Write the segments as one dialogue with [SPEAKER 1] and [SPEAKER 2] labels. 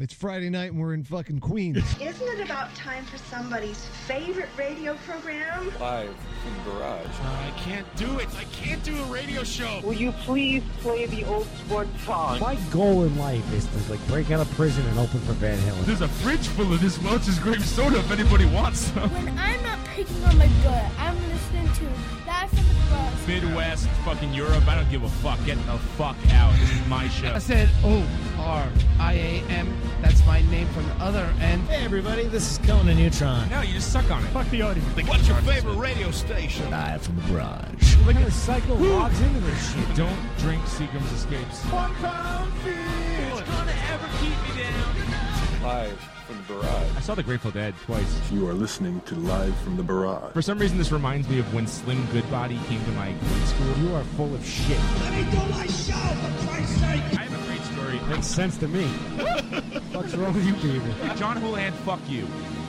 [SPEAKER 1] It's Friday night and we're in fucking Queens.
[SPEAKER 2] Isn't it about time for somebody's favorite radio program?
[SPEAKER 3] Live from the garage.
[SPEAKER 4] Uh,
[SPEAKER 5] I can't do it. I can't do a radio show.
[SPEAKER 6] Will you please play the old sports song?
[SPEAKER 7] My goal in life is to like break out of prison and open for Van Halen.
[SPEAKER 5] There's a fridge full of this Welch's grape soda if anybody wants some.
[SPEAKER 8] When I'm not picking on my gut, I'm listening to Live from the Bus.
[SPEAKER 5] Midwest, fucking Europe. I don't give a fuck. Get the fuck out. This is my show.
[SPEAKER 9] I said O R I A M. That's my name from the other end.
[SPEAKER 7] Hey everybody, this is Conan Neutron.
[SPEAKER 5] No, you just suck on it. Fuck the audience. what's your favorite radio station?
[SPEAKER 7] Live from the garage. Look at the cycle logs into this shit.
[SPEAKER 5] Don't drink Seagram's Escapes. One pound feet. It's gonna ever keep me down.
[SPEAKER 3] Live from the barrage.
[SPEAKER 5] I saw The Grateful Dead twice.
[SPEAKER 10] You are listening to Live from the Barrage.
[SPEAKER 5] For some reason, this reminds me of when Slim Goodbody came to my grade school.
[SPEAKER 7] You are full of shit.
[SPEAKER 11] Let me do my show, for Christ's sake!
[SPEAKER 5] I have a great story.
[SPEAKER 7] Makes sense to me. What's wrong with you, people?
[SPEAKER 5] John Houlihan, fuck you.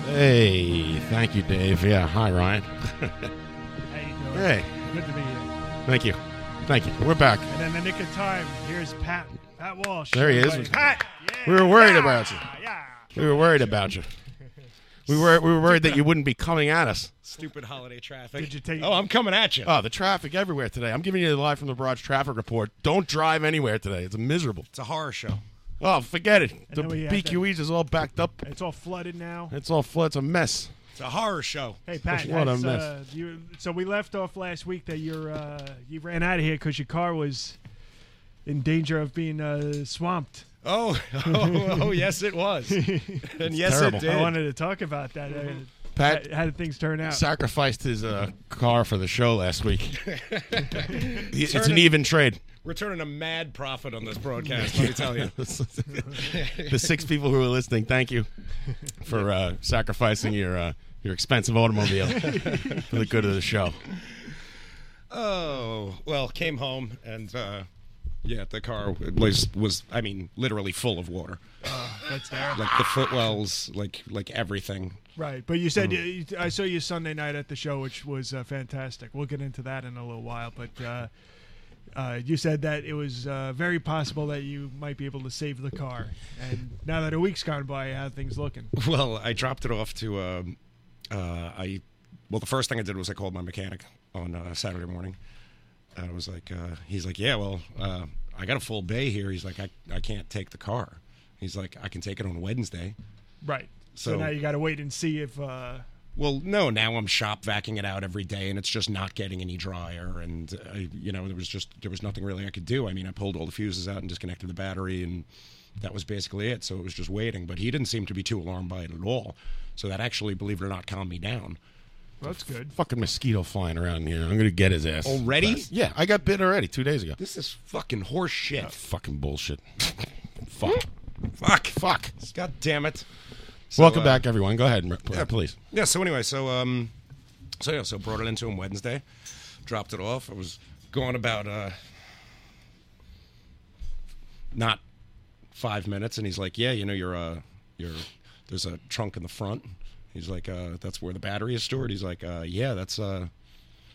[SPEAKER 12] Hey, thank you, Dave. Yeah, hi, Ryan.
[SPEAKER 13] How you doing?
[SPEAKER 12] hey,
[SPEAKER 13] Good to be here.
[SPEAKER 12] thank you. Thank you. We're back.
[SPEAKER 13] And in the nick of time, here's Pat. Pat Walsh.
[SPEAKER 12] There he is.
[SPEAKER 13] Everybody. Pat! Yeah,
[SPEAKER 12] We were worried
[SPEAKER 13] yeah,
[SPEAKER 12] about you.
[SPEAKER 13] Yeah.
[SPEAKER 12] We were worried about you. We were we were worried that you wouldn't be coming at us.
[SPEAKER 4] Stupid holiday traffic.
[SPEAKER 13] Did you take-
[SPEAKER 4] Oh, I'm coming at you.
[SPEAKER 12] Oh, the traffic everywhere today. I'm giving you the live from the barrage traffic report. Don't drive anywhere today. It's miserable.
[SPEAKER 4] it's a horror show.
[SPEAKER 12] Oh, forget it. The
[SPEAKER 13] then we had that-
[SPEAKER 12] BQEs is all backed up.
[SPEAKER 13] It's all flooded now.
[SPEAKER 12] It's all floods. A mess.
[SPEAKER 4] It's a horror show.
[SPEAKER 13] Hey Pat,
[SPEAKER 12] What a
[SPEAKER 13] that's, uh, you, so we left off last week that you're uh, you ran out of here because your car was in danger of being uh, swamped.
[SPEAKER 4] Oh, oh, oh, yes, it was. and yes,
[SPEAKER 12] terrible.
[SPEAKER 4] it did.
[SPEAKER 13] I wanted to talk about that. Uh,
[SPEAKER 12] Pat
[SPEAKER 13] how did things turn out?
[SPEAKER 12] sacrificed his uh, car for the show last week. it's an
[SPEAKER 4] Turning-
[SPEAKER 12] even trade.
[SPEAKER 4] We're turning a mad profit on this broadcast, let me tell you.
[SPEAKER 12] the six people who are listening, thank you for uh, sacrificing your uh, your expensive automobile for the good of the show.
[SPEAKER 4] Oh, well, came home and, uh, yeah, the car was, was, I mean, literally full of water. Uh,
[SPEAKER 13] That's terrible.
[SPEAKER 4] Like the footwells, like like everything.
[SPEAKER 13] Right, but you said you, I saw you Sunday night at the show, which was uh, fantastic. We'll get into that in a little while, but uh, uh, you said that it was uh, very possible that you might be able to save the car. And now that a week's gone by, how are things looking?
[SPEAKER 4] Well, I dropped it off to, um, uh, I, well, the first thing I did was I called my mechanic on uh, Saturday morning. I was like, uh, he's like, yeah, well, uh, I got a full bay here. He's like, I, I can't take the car. He's like, I can take it on Wednesday.
[SPEAKER 13] Right. So,
[SPEAKER 4] So-
[SPEAKER 13] now you got to wait and see if. Uh,
[SPEAKER 4] Well, no, now I'm shop vacuuming it out every day, and it's just not getting any drier. And uh, I, you know, there was just there was nothing really I could do. I mean, I pulled all the fuses out and disconnected the battery, and that was basically it. So it was just waiting. But he didn't seem to be too alarmed by it at all. So that actually, believe it or not, calmed me down.
[SPEAKER 13] well, that's good.
[SPEAKER 12] Fucking mosquito flying around here. I'm gonna get his ass
[SPEAKER 4] Already?
[SPEAKER 12] Fast. Yeah, I got bit already two days ago.
[SPEAKER 4] This is fucking horse shit.
[SPEAKER 12] Fucking bullshit. Fuck.
[SPEAKER 4] fuck.
[SPEAKER 12] Fuck.
[SPEAKER 4] God damn it.
[SPEAKER 12] Welcome
[SPEAKER 4] uh,
[SPEAKER 12] back, everyone. Go ahead, and re- please.
[SPEAKER 4] Yeah. So anyway, so um, so yeah, so brought it into him Wednesday, dropped it off. I was going about uh, not five minutes, and he's like, "Yeah, you know, your uh, your there's a trunk in the front." He's like, uh, "That's where the battery is stored." He's like, uh, "Yeah, that's uh,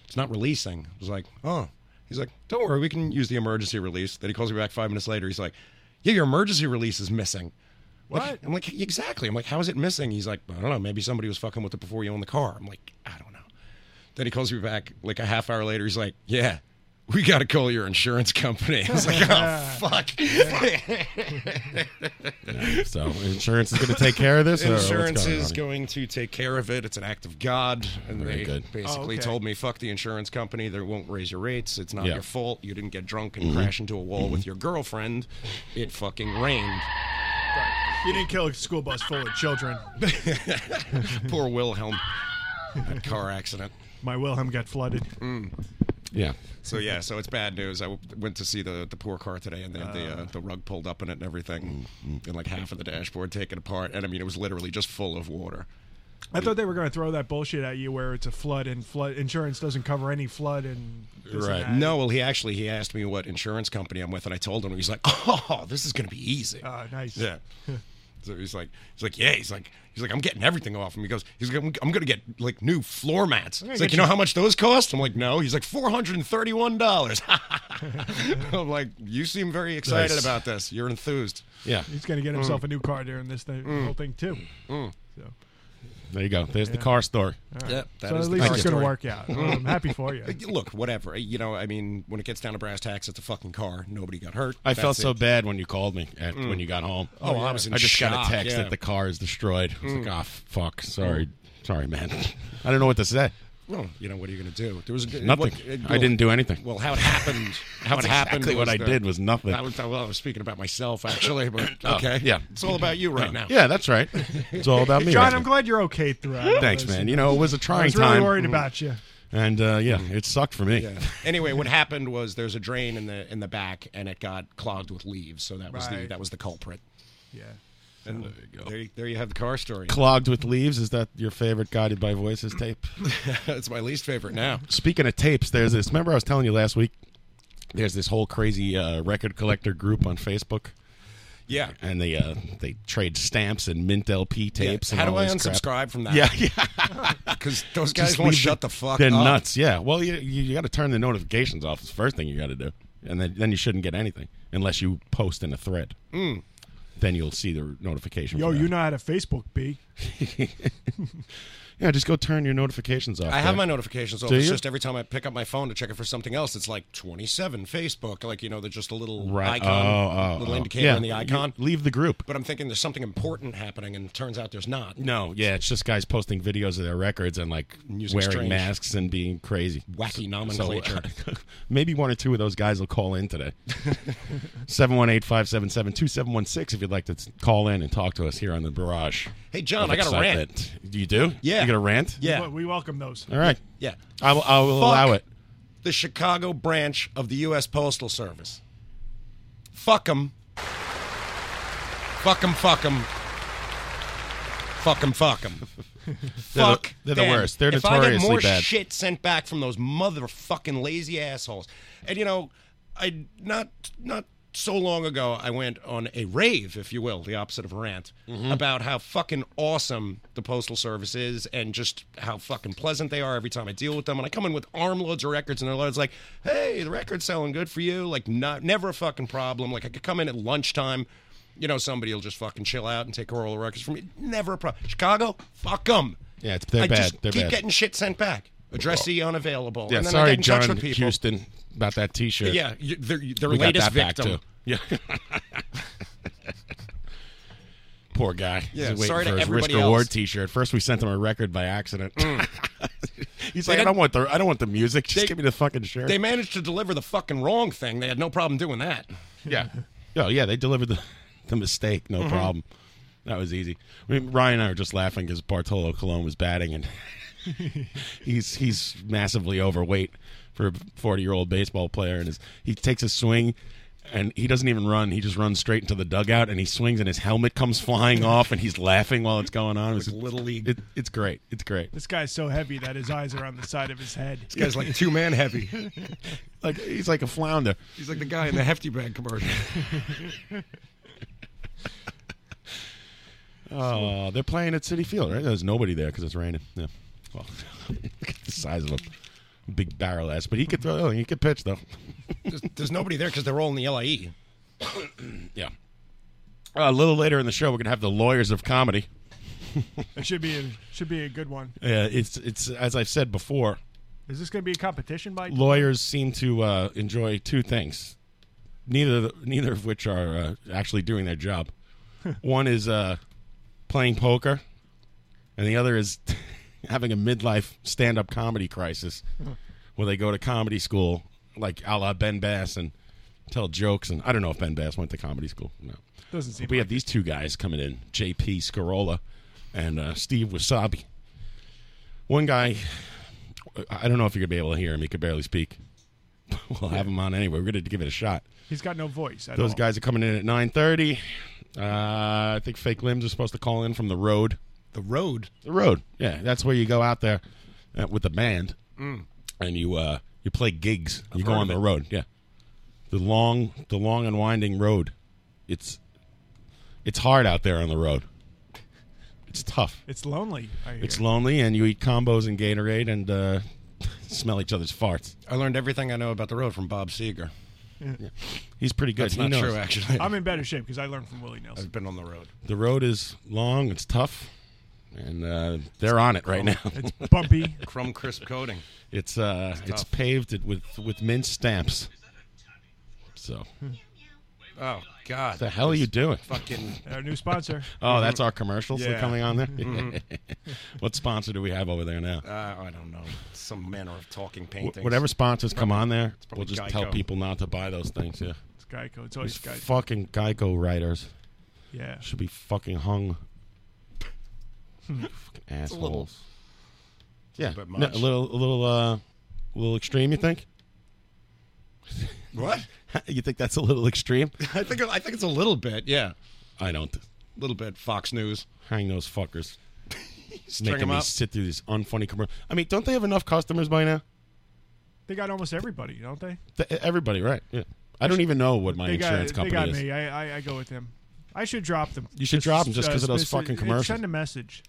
[SPEAKER 4] it's not releasing." I was like, "Oh." He's like, "Don't worry, we can use the emergency release." Then he calls me back five minutes later. He's like, "Yeah, your emergency release is missing."
[SPEAKER 13] What?
[SPEAKER 4] I'm like, exactly. I'm like, how is it missing? He's like, I don't know. Maybe somebody was fucking with it before you owned the car. I'm like, I don't know. Then he calls me back like a half hour later. He's like, yeah, we got to call your insurance company. I was like, oh, fuck.
[SPEAKER 12] So insurance is gonna take care of this. or what's
[SPEAKER 4] insurance
[SPEAKER 12] going on
[SPEAKER 4] is
[SPEAKER 12] here?
[SPEAKER 4] going to take care of it. It's an act of God. And
[SPEAKER 12] Very
[SPEAKER 4] they
[SPEAKER 12] good.
[SPEAKER 4] basically
[SPEAKER 13] Oh, okay.
[SPEAKER 4] told me, fuck the insurance company. They won't raise your rates. It's not
[SPEAKER 12] Yeah. Mm-hmm.
[SPEAKER 4] your fault. You didn't get drunk and crash into a wall with your girlfriend. It fucking rained.
[SPEAKER 13] You didn't kill a school bus full of children.
[SPEAKER 4] Poor Wilhelm. That car accident.
[SPEAKER 13] My Wilhelm got flooded.
[SPEAKER 12] Yeah.
[SPEAKER 4] So yeah, so it's bad news. I w- went to see the the poor car today, and they had the
[SPEAKER 13] Ah.
[SPEAKER 4] uh, the rug pulled up in it and everything,
[SPEAKER 12] Mm-hmm.
[SPEAKER 4] and like half of the dashboard taken apart. And I mean, it was literally just full of water.
[SPEAKER 13] I thought they were going to throw that bullshit at you where it's a flood and flood insurance doesn't cover any flood and this and
[SPEAKER 12] Right.
[SPEAKER 13] that.
[SPEAKER 4] No, well, he actually he asked me what insurance company I'm with, and I told him. He's like, "Oh, this is gonna be easy."
[SPEAKER 13] Ah, nice.
[SPEAKER 4] yeah. So he's like, he's like, yeah. He's like, he's like, I'm getting everything off him. He goes, he's like, I'm, I'm gonna get like new floor mats.
[SPEAKER 12] I'm gonna
[SPEAKER 4] He's like,
[SPEAKER 12] get
[SPEAKER 4] you know
[SPEAKER 12] you-
[SPEAKER 4] how much those cost? I'm like, no. He's like, four hundred and thirty-one dollars. I'm like, you seem very excited
[SPEAKER 13] Nice.
[SPEAKER 4] about this. You're enthused. Mm. Yeah.
[SPEAKER 13] He's going to
[SPEAKER 12] Mm.
[SPEAKER 13] get himself a new car during this thing,
[SPEAKER 4] Mm.
[SPEAKER 13] whole thing too. So.
[SPEAKER 12] There you go. There's the
[SPEAKER 13] Yeah.
[SPEAKER 12] car store.
[SPEAKER 13] All right. Yep, that So is at the least car it's gonna story. work out. Well, I'm happy for you.
[SPEAKER 4] Look, whatever. You know, I mean, when it gets down to brass tacks, it's a fucking car. Nobody got hurt.
[SPEAKER 12] I felt
[SPEAKER 4] That's
[SPEAKER 12] so
[SPEAKER 4] it.
[SPEAKER 12] bad when you called me at,
[SPEAKER 4] Mm.
[SPEAKER 12] when you got home.
[SPEAKER 4] Oh, I was in
[SPEAKER 12] I just got
[SPEAKER 4] shock,
[SPEAKER 12] a text
[SPEAKER 4] yeah.
[SPEAKER 12] that the car is destroyed. I was like, oh, fuck. Sorry.
[SPEAKER 4] Mm.
[SPEAKER 12] Sorry, man. I don't know what to say.
[SPEAKER 4] Well, you know, what are you going to do? There was
[SPEAKER 12] Nothing. I didn't do anything.
[SPEAKER 4] uh, Well, how it happened? How
[SPEAKER 12] That's
[SPEAKER 4] it happened?
[SPEAKER 12] exactly what I
[SPEAKER 4] the-
[SPEAKER 12] did was nothing.
[SPEAKER 4] I was, well, I was speaking about myself actually, but
[SPEAKER 12] Oh,
[SPEAKER 4] okay,
[SPEAKER 12] yeah. Oh,
[SPEAKER 4] it's all about you right now.
[SPEAKER 12] Yeah, that's right. It's all about me.
[SPEAKER 13] John,
[SPEAKER 12] right
[SPEAKER 13] I'm
[SPEAKER 12] now.
[SPEAKER 13] glad you're okay throughout.
[SPEAKER 12] Thanks,
[SPEAKER 13] this.
[SPEAKER 12] man. You know, it was a trying
[SPEAKER 13] I was really
[SPEAKER 12] time.
[SPEAKER 13] worried
[SPEAKER 12] Mhm.
[SPEAKER 13] about you.
[SPEAKER 12] And uh, yeah, it sucked for me.
[SPEAKER 4] Yeah. Anyway, what happened was there's a drain in the in the back, and it got clogged with leaves. So that was the
[SPEAKER 13] Right.
[SPEAKER 4] that was the culprit.
[SPEAKER 13] Yeah.
[SPEAKER 4] And there you go. There, you have the car story.
[SPEAKER 12] Clogged with leaves. Is that your favorite Guided by Voices tape?
[SPEAKER 4] it's my least favorite now.
[SPEAKER 12] Speaking of tapes, there's this. Remember, I was telling you last week. There's this whole crazy uh, record collector group on Facebook.
[SPEAKER 4] Yeah.
[SPEAKER 12] and they uh, they trade stamps and mint LP tapes.
[SPEAKER 4] How
[SPEAKER 12] and all
[SPEAKER 4] do I
[SPEAKER 12] this crap.
[SPEAKER 4] unsubscribe from that?
[SPEAKER 12] Yeah,
[SPEAKER 4] Because those
[SPEAKER 12] Just
[SPEAKER 4] guys won't
[SPEAKER 12] leave
[SPEAKER 4] shut the fuck
[SPEAKER 12] They're
[SPEAKER 4] up.
[SPEAKER 12] nuts. Yeah. Well, you you, you got to turn the notifications off. It's the first thing you got to do, and then then you shouldn't get anything unless you post in a thread.
[SPEAKER 4] Hmm.
[SPEAKER 13] Mm.
[SPEAKER 12] Then you'll see the notification.
[SPEAKER 13] Yo,
[SPEAKER 12] for
[SPEAKER 13] you know how to Facebook be.
[SPEAKER 12] that. yeah, just go turn your notifications off.
[SPEAKER 4] I have
[SPEAKER 12] there.
[SPEAKER 4] my notifications off.
[SPEAKER 12] Do
[SPEAKER 4] It's
[SPEAKER 12] you?
[SPEAKER 4] just every time I pick up my phone to check it for something else, it's like 27 Facebook. Like, you know, there's just a little
[SPEAKER 12] Right.
[SPEAKER 4] icon,
[SPEAKER 12] Oh, oh,
[SPEAKER 4] little
[SPEAKER 12] oh.
[SPEAKER 4] indicator
[SPEAKER 12] Yeah,
[SPEAKER 4] in the
[SPEAKER 12] you
[SPEAKER 4] icon.
[SPEAKER 12] leave the group.
[SPEAKER 4] But I'm thinking there's something important happening, and it turns out there's not.
[SPEAKER 12] No, yeah, it's just guys posting videos of their records and like
[SPEAKER 4] Using
[SPEAKER 12] wearing
[SPEAKER 4] strange-
[SPEAKER 12] masks and being crazy.
[SPEAKER 4] Wacky
[SPEAKER 12] So-
[SPEAKER 4] nomenclature.
[SPEAKER 12] so, uh, maybe one or two of those guys will call in today. 718-577-2716 if you'd like to t- call in and talk to us here on the barrage.
[SPEAKER 4] Hey, John,
[SPEAKER 12] of
[SPEAKER 4] I got a rant.
[SPEAKER 12] excitement. You do?
[SPEAKER 4] Yeah.
[SPEAKER 12] You got a rant?
[SPEAKER 4] Yeah.
[SPEAKER 13] We welcome those.
[SPEAKER 12] All right.
[SPEAKER 4] Yeah.
[SPEAKER 12] I will, I will
[SPEAKER 4] Fuck
[SPEAKER 12] allow it.
[SPEAKER 4] The Chicago branch of the U.S. Postal Service. Fuck them. Fuck them, fuck them. Fuck them, fuck them.
[SPEAKER 12] They're the-
[SPEAKER 4] fuck.
[SPEAKER 12] they're the
[SPEAKER 4] them.
[SPEAKER 12] worst. They're
[SPEAKER 4] if I get
[SPEAKER 12] notoriously
[SPEAKER 4] more
[SPEAKER 12] bad.
[SPEAKER 4] shit sent back from those motherfucking lazy assholes. And you know, I not not so long ago I went on a rave, if you will, the opposite of a rant,
[SPEAKER 12] Mm-hmm.
[SPEAKER 4] about how fucking awesome the postal service is and just how fucking pleasant they are every time I deal with them. And I come in with armloads of records and they're always like, Hey, the record's selling good for you. Like not never a fucking problem. Like I could come in at lunchtime. You know, somebody will just fucking chill out and take a roll of records from me. Never a problem. Chicago, fuck them.
[SPEAKER 12] Yeah, it's, they're
[SPEAKER 4] I
[SPEAKER 12] bad.
[SPEAKER 4] Just
[SPEAKER 12] they're
[SPEAKER 4] keep
[SPEAKER 12] bad.
[SPEAKER 4] getting shit sent back. Addressee unavailable.
[SPEAKER 12] yeah,
[SPEAKER 4] and then I
[SPEAKER 12] sorry,
[SPEAKER 4] get in touch
[SPEAKER 12] John
[SPEAKER 4] with people.
[SPEAKER 12] Houston, about that T-shirt.
[SPEAKER 4] Yeah, you- their, their
[SPEAKER 12] We got that
[SPEAKER 4] latest
[SPEAKER 12] back, too.
[SPEAKER 4] victim.
[SPEAKER 12] Yeah. Poor guy.
[SPEAKER 4] Yeah,
[SPEAKER 12] He's waiting
[SPEAKER 4] sorry to
[SPEAKER 12] for his risk
[SPEAKER 4] everybody
[SPEAKER 12] reward
[SPEAKER 4] else. Mm.
[SPEAKER 12] T-shirt. First, we sent him a record by accident. He's
[SPEAKER 4] They
[SPEAKER 12] like, I don't
[SPEAKER 4] didn't-
[SPEAKER 12] want the, I don't want the music. Just give me the fucking shirt.
[SPEAKER 4] They managed to deliver the fucking wrong thing. They had no problem doing that.
[SPEAKER 12] yeah, oh yeah, they delivered the, the mistake. No
[SPEAKER 4] Mhm.
[SPEAKER 12] problem. That was easy. I mean, Ryan and I were just laughing because Bartolo Colon was batting, and he's he's massively overweight for a forty year old baseball player, and his, he takes a swing. And he doesn't even run. He just runs straight into the dugout, and he swings, and his helmet comes flying off, and he's laughing while it's going on. It was
[SPEAKER 4] little league.
[SPEAKER 12] It, it's great. It's great.
[SPEAKER 13] This guy's so heavy that his eyes are on the side of his head. This
[SPEAKER 4] guy's like two man heavy.
[SPEAKER 12] like he's like a flounder.
[SPEAKER 4] He's like the guy in the hefty bag commercial.
[SPEAKER 12] Oh, they're playing at City Field, right? There's nobody there because it's raining. Yeah. Well, look at the size of a big barrel ass, but he could throw. He could pitch though.
[SPEAKER 4] there's, there's nobody there because they're all in the E. LIE.
[SPEAKER 12] yeah. Uh, a little later in the show, we're gonna have the lawyers of comedy.
[SPEAKER 13] It should be a, should be a good one.
[SPEAKER 12] Uh, it's it's as I've said before,
[SPEAKER 13] Is this going to be a competition, Mike?
[SPEAKER 12] lawyers seem to uh, enjoy two things, neither neither of which are uh, actually doing their job. One is uh, playing poker, and the other is having a midlife stand-up comedy crisis, where they go to comedy school like a la Ben Bass and tell jokes. And I don't know if Ben Bass went to comedy school. No,
[SPEAKER 13] Doesn't seem
[SPEAKER 12] But we have these two guys coming in, J.P. Scarola and uh, Steve Wasabi. One guy, I don't know if you're gonna be able to hear him. He could barely speak. We'll have him on anyway. We're gonna give it a shot.
[SPEAKER 13] He's got no voice. At
[SPEAKER 12] Those
[SPEAKER 13] all.
[SPEAKER 12] guys are coming in at nine thirty. Uh, I think fake limbs are supposed to call in from the road.
[SPEAKER 4] The road.
[SPEAKER 12] The road. Yeah, that's where you go out there uh, with the band,
[SPEAKER 4] Mm.
[SPEAKER 12] and you uh, you play gigs. you go
[SPEAKER 4] heard
[SPEAKER 12] on
[SPEAKER 4] of
[SPEAKER 12] the
[SPEAKER 4] it.
[SPEAKER 12] road. Yeah, the long the long and winding road. It's It's hard out there on the road. It's tough.
[SPEAKER 13] It's lonely. I hear.
[SPEAKER 12] It's lonely, and you eat combos and Gatorade and uh, smell each other's farts.
[SPEAKER 4] I learned everything I know about the road from Bob Seeger.
[SPEAKER 13] Yeah.
[SPEAKER 12] He's pretty good.
[SPEAKER 4] That's
[SPEAKER 12] He
[SPEAKER 4] not
[SPEAKER 12] knows.
[SPEAKER 4] true, actually.
[SPEAKER 13] I'm in better shape because I learned from Willie Nelson.
[SPEAKER 4] I've been on the road.
[SPEAKER 12] The road is long. It's tough, and uh, they're on
[SPEAKER 4] Oh,
[SPEAKER 12] it right now.
[SPEAKER 13] It's bumpy.
[SPEAKER 4] Crumb crisp coating.
[SPEAKER 12] It's uh, it's,
[SPEAKER 4] tough.
[SPEAKER 12] paved it with with mint stamps. So
[SPEAKER 4] Hmm. Oh God!
[SPEAKER 12] The hell are you doing?
[SPEAKER 4] Fucking
[SPEAKER 13] Our new sponsor.
[SPEAKER 12] Oh, that's our commercials that are
[SPEAKER 4] Yeah.
[SPEAKER 12] coming on there.
[SPEAKER 4] Mhm.
[SPEAKER 12] what sponsor do we have over there now?
[SPEAKER 4] Uh, I don't know. Some manner of talking
[SPEAKER 12] Wh-
[SPEAKER 4] paintings.
[SPEAKER 12] Whatever sponsors come on there,
[SPEAKER 4] it's
[SPEAKER 12] we'll
[SPEAKER 4] probably
[SPEAKER 12] just tell
[SPEAKER 4] Geico.
[SPEAKER 12] people not to buy those things. Yeah,
[SPEAKER 13] It's Geico. It's always
[SPEAKER 12] These
[SPEAKER 13] Geico.
[SPEAKER 12] Fucking Geico writers.
[SPEAKER 13] Yeah.
[SPEAKER 12] should be fucking hung.
[SPEAKER 13] Hmm.
[SPEAKER 12] Fucking
[SPEAKER 4] It's a little-
[SPEAKER 12] assholes.
[SPEAKER 4] it's a
[SPEAKER 12] Yeah,
[SPEAKER 4] little bit
[SPEAKER 12] No,
[SPEAKER 4] much.
[SPEAKER 12] a little, a little, uh, a little extreme. You think?
[SPEAKER 4] What?
[SPEAKER 12] you think that's a little extreme?
[SPEAKER 4] I think I think it's a little bit. Yeah,
[SPEAKER 12] I don't.
[SPEAKER 4] a little bit. Fox News.
[SPEAKER 12] Hang those fuckers. It's
[SPEAKER 4] String
[SPEAKER 12] making
[SPEAKER 4] 'em
[SPEAKER 12] me
[SPEAKER 4] up.
[SPEAKER 12] sit through these unfunny commercials. I mean, don't they have enough customers by now?
[SPEAKER 13] They got almost everybody, don't they?
[SPEAKER 12] Th- everybody, right? Yeah. I don't even know what my
[SPEAKER 13] they
[SPEAKER 12] insurance
[SPEAKER 13] got,
[SPEAKER 12] company
[SPEAKER 13] They got
[SPEAKER 12] is.
[SPEAKER 13] me. I, I, I go with them. I should drop them.
[SPEAKER 12] You should drop them just 'cause of those
[SPEAKER 13] speci-
[SPEAKER 12] fucking
[SPEAKER 13] it-
[SPEAKER 12] commercials.
[SPEAKER 13] Send a message.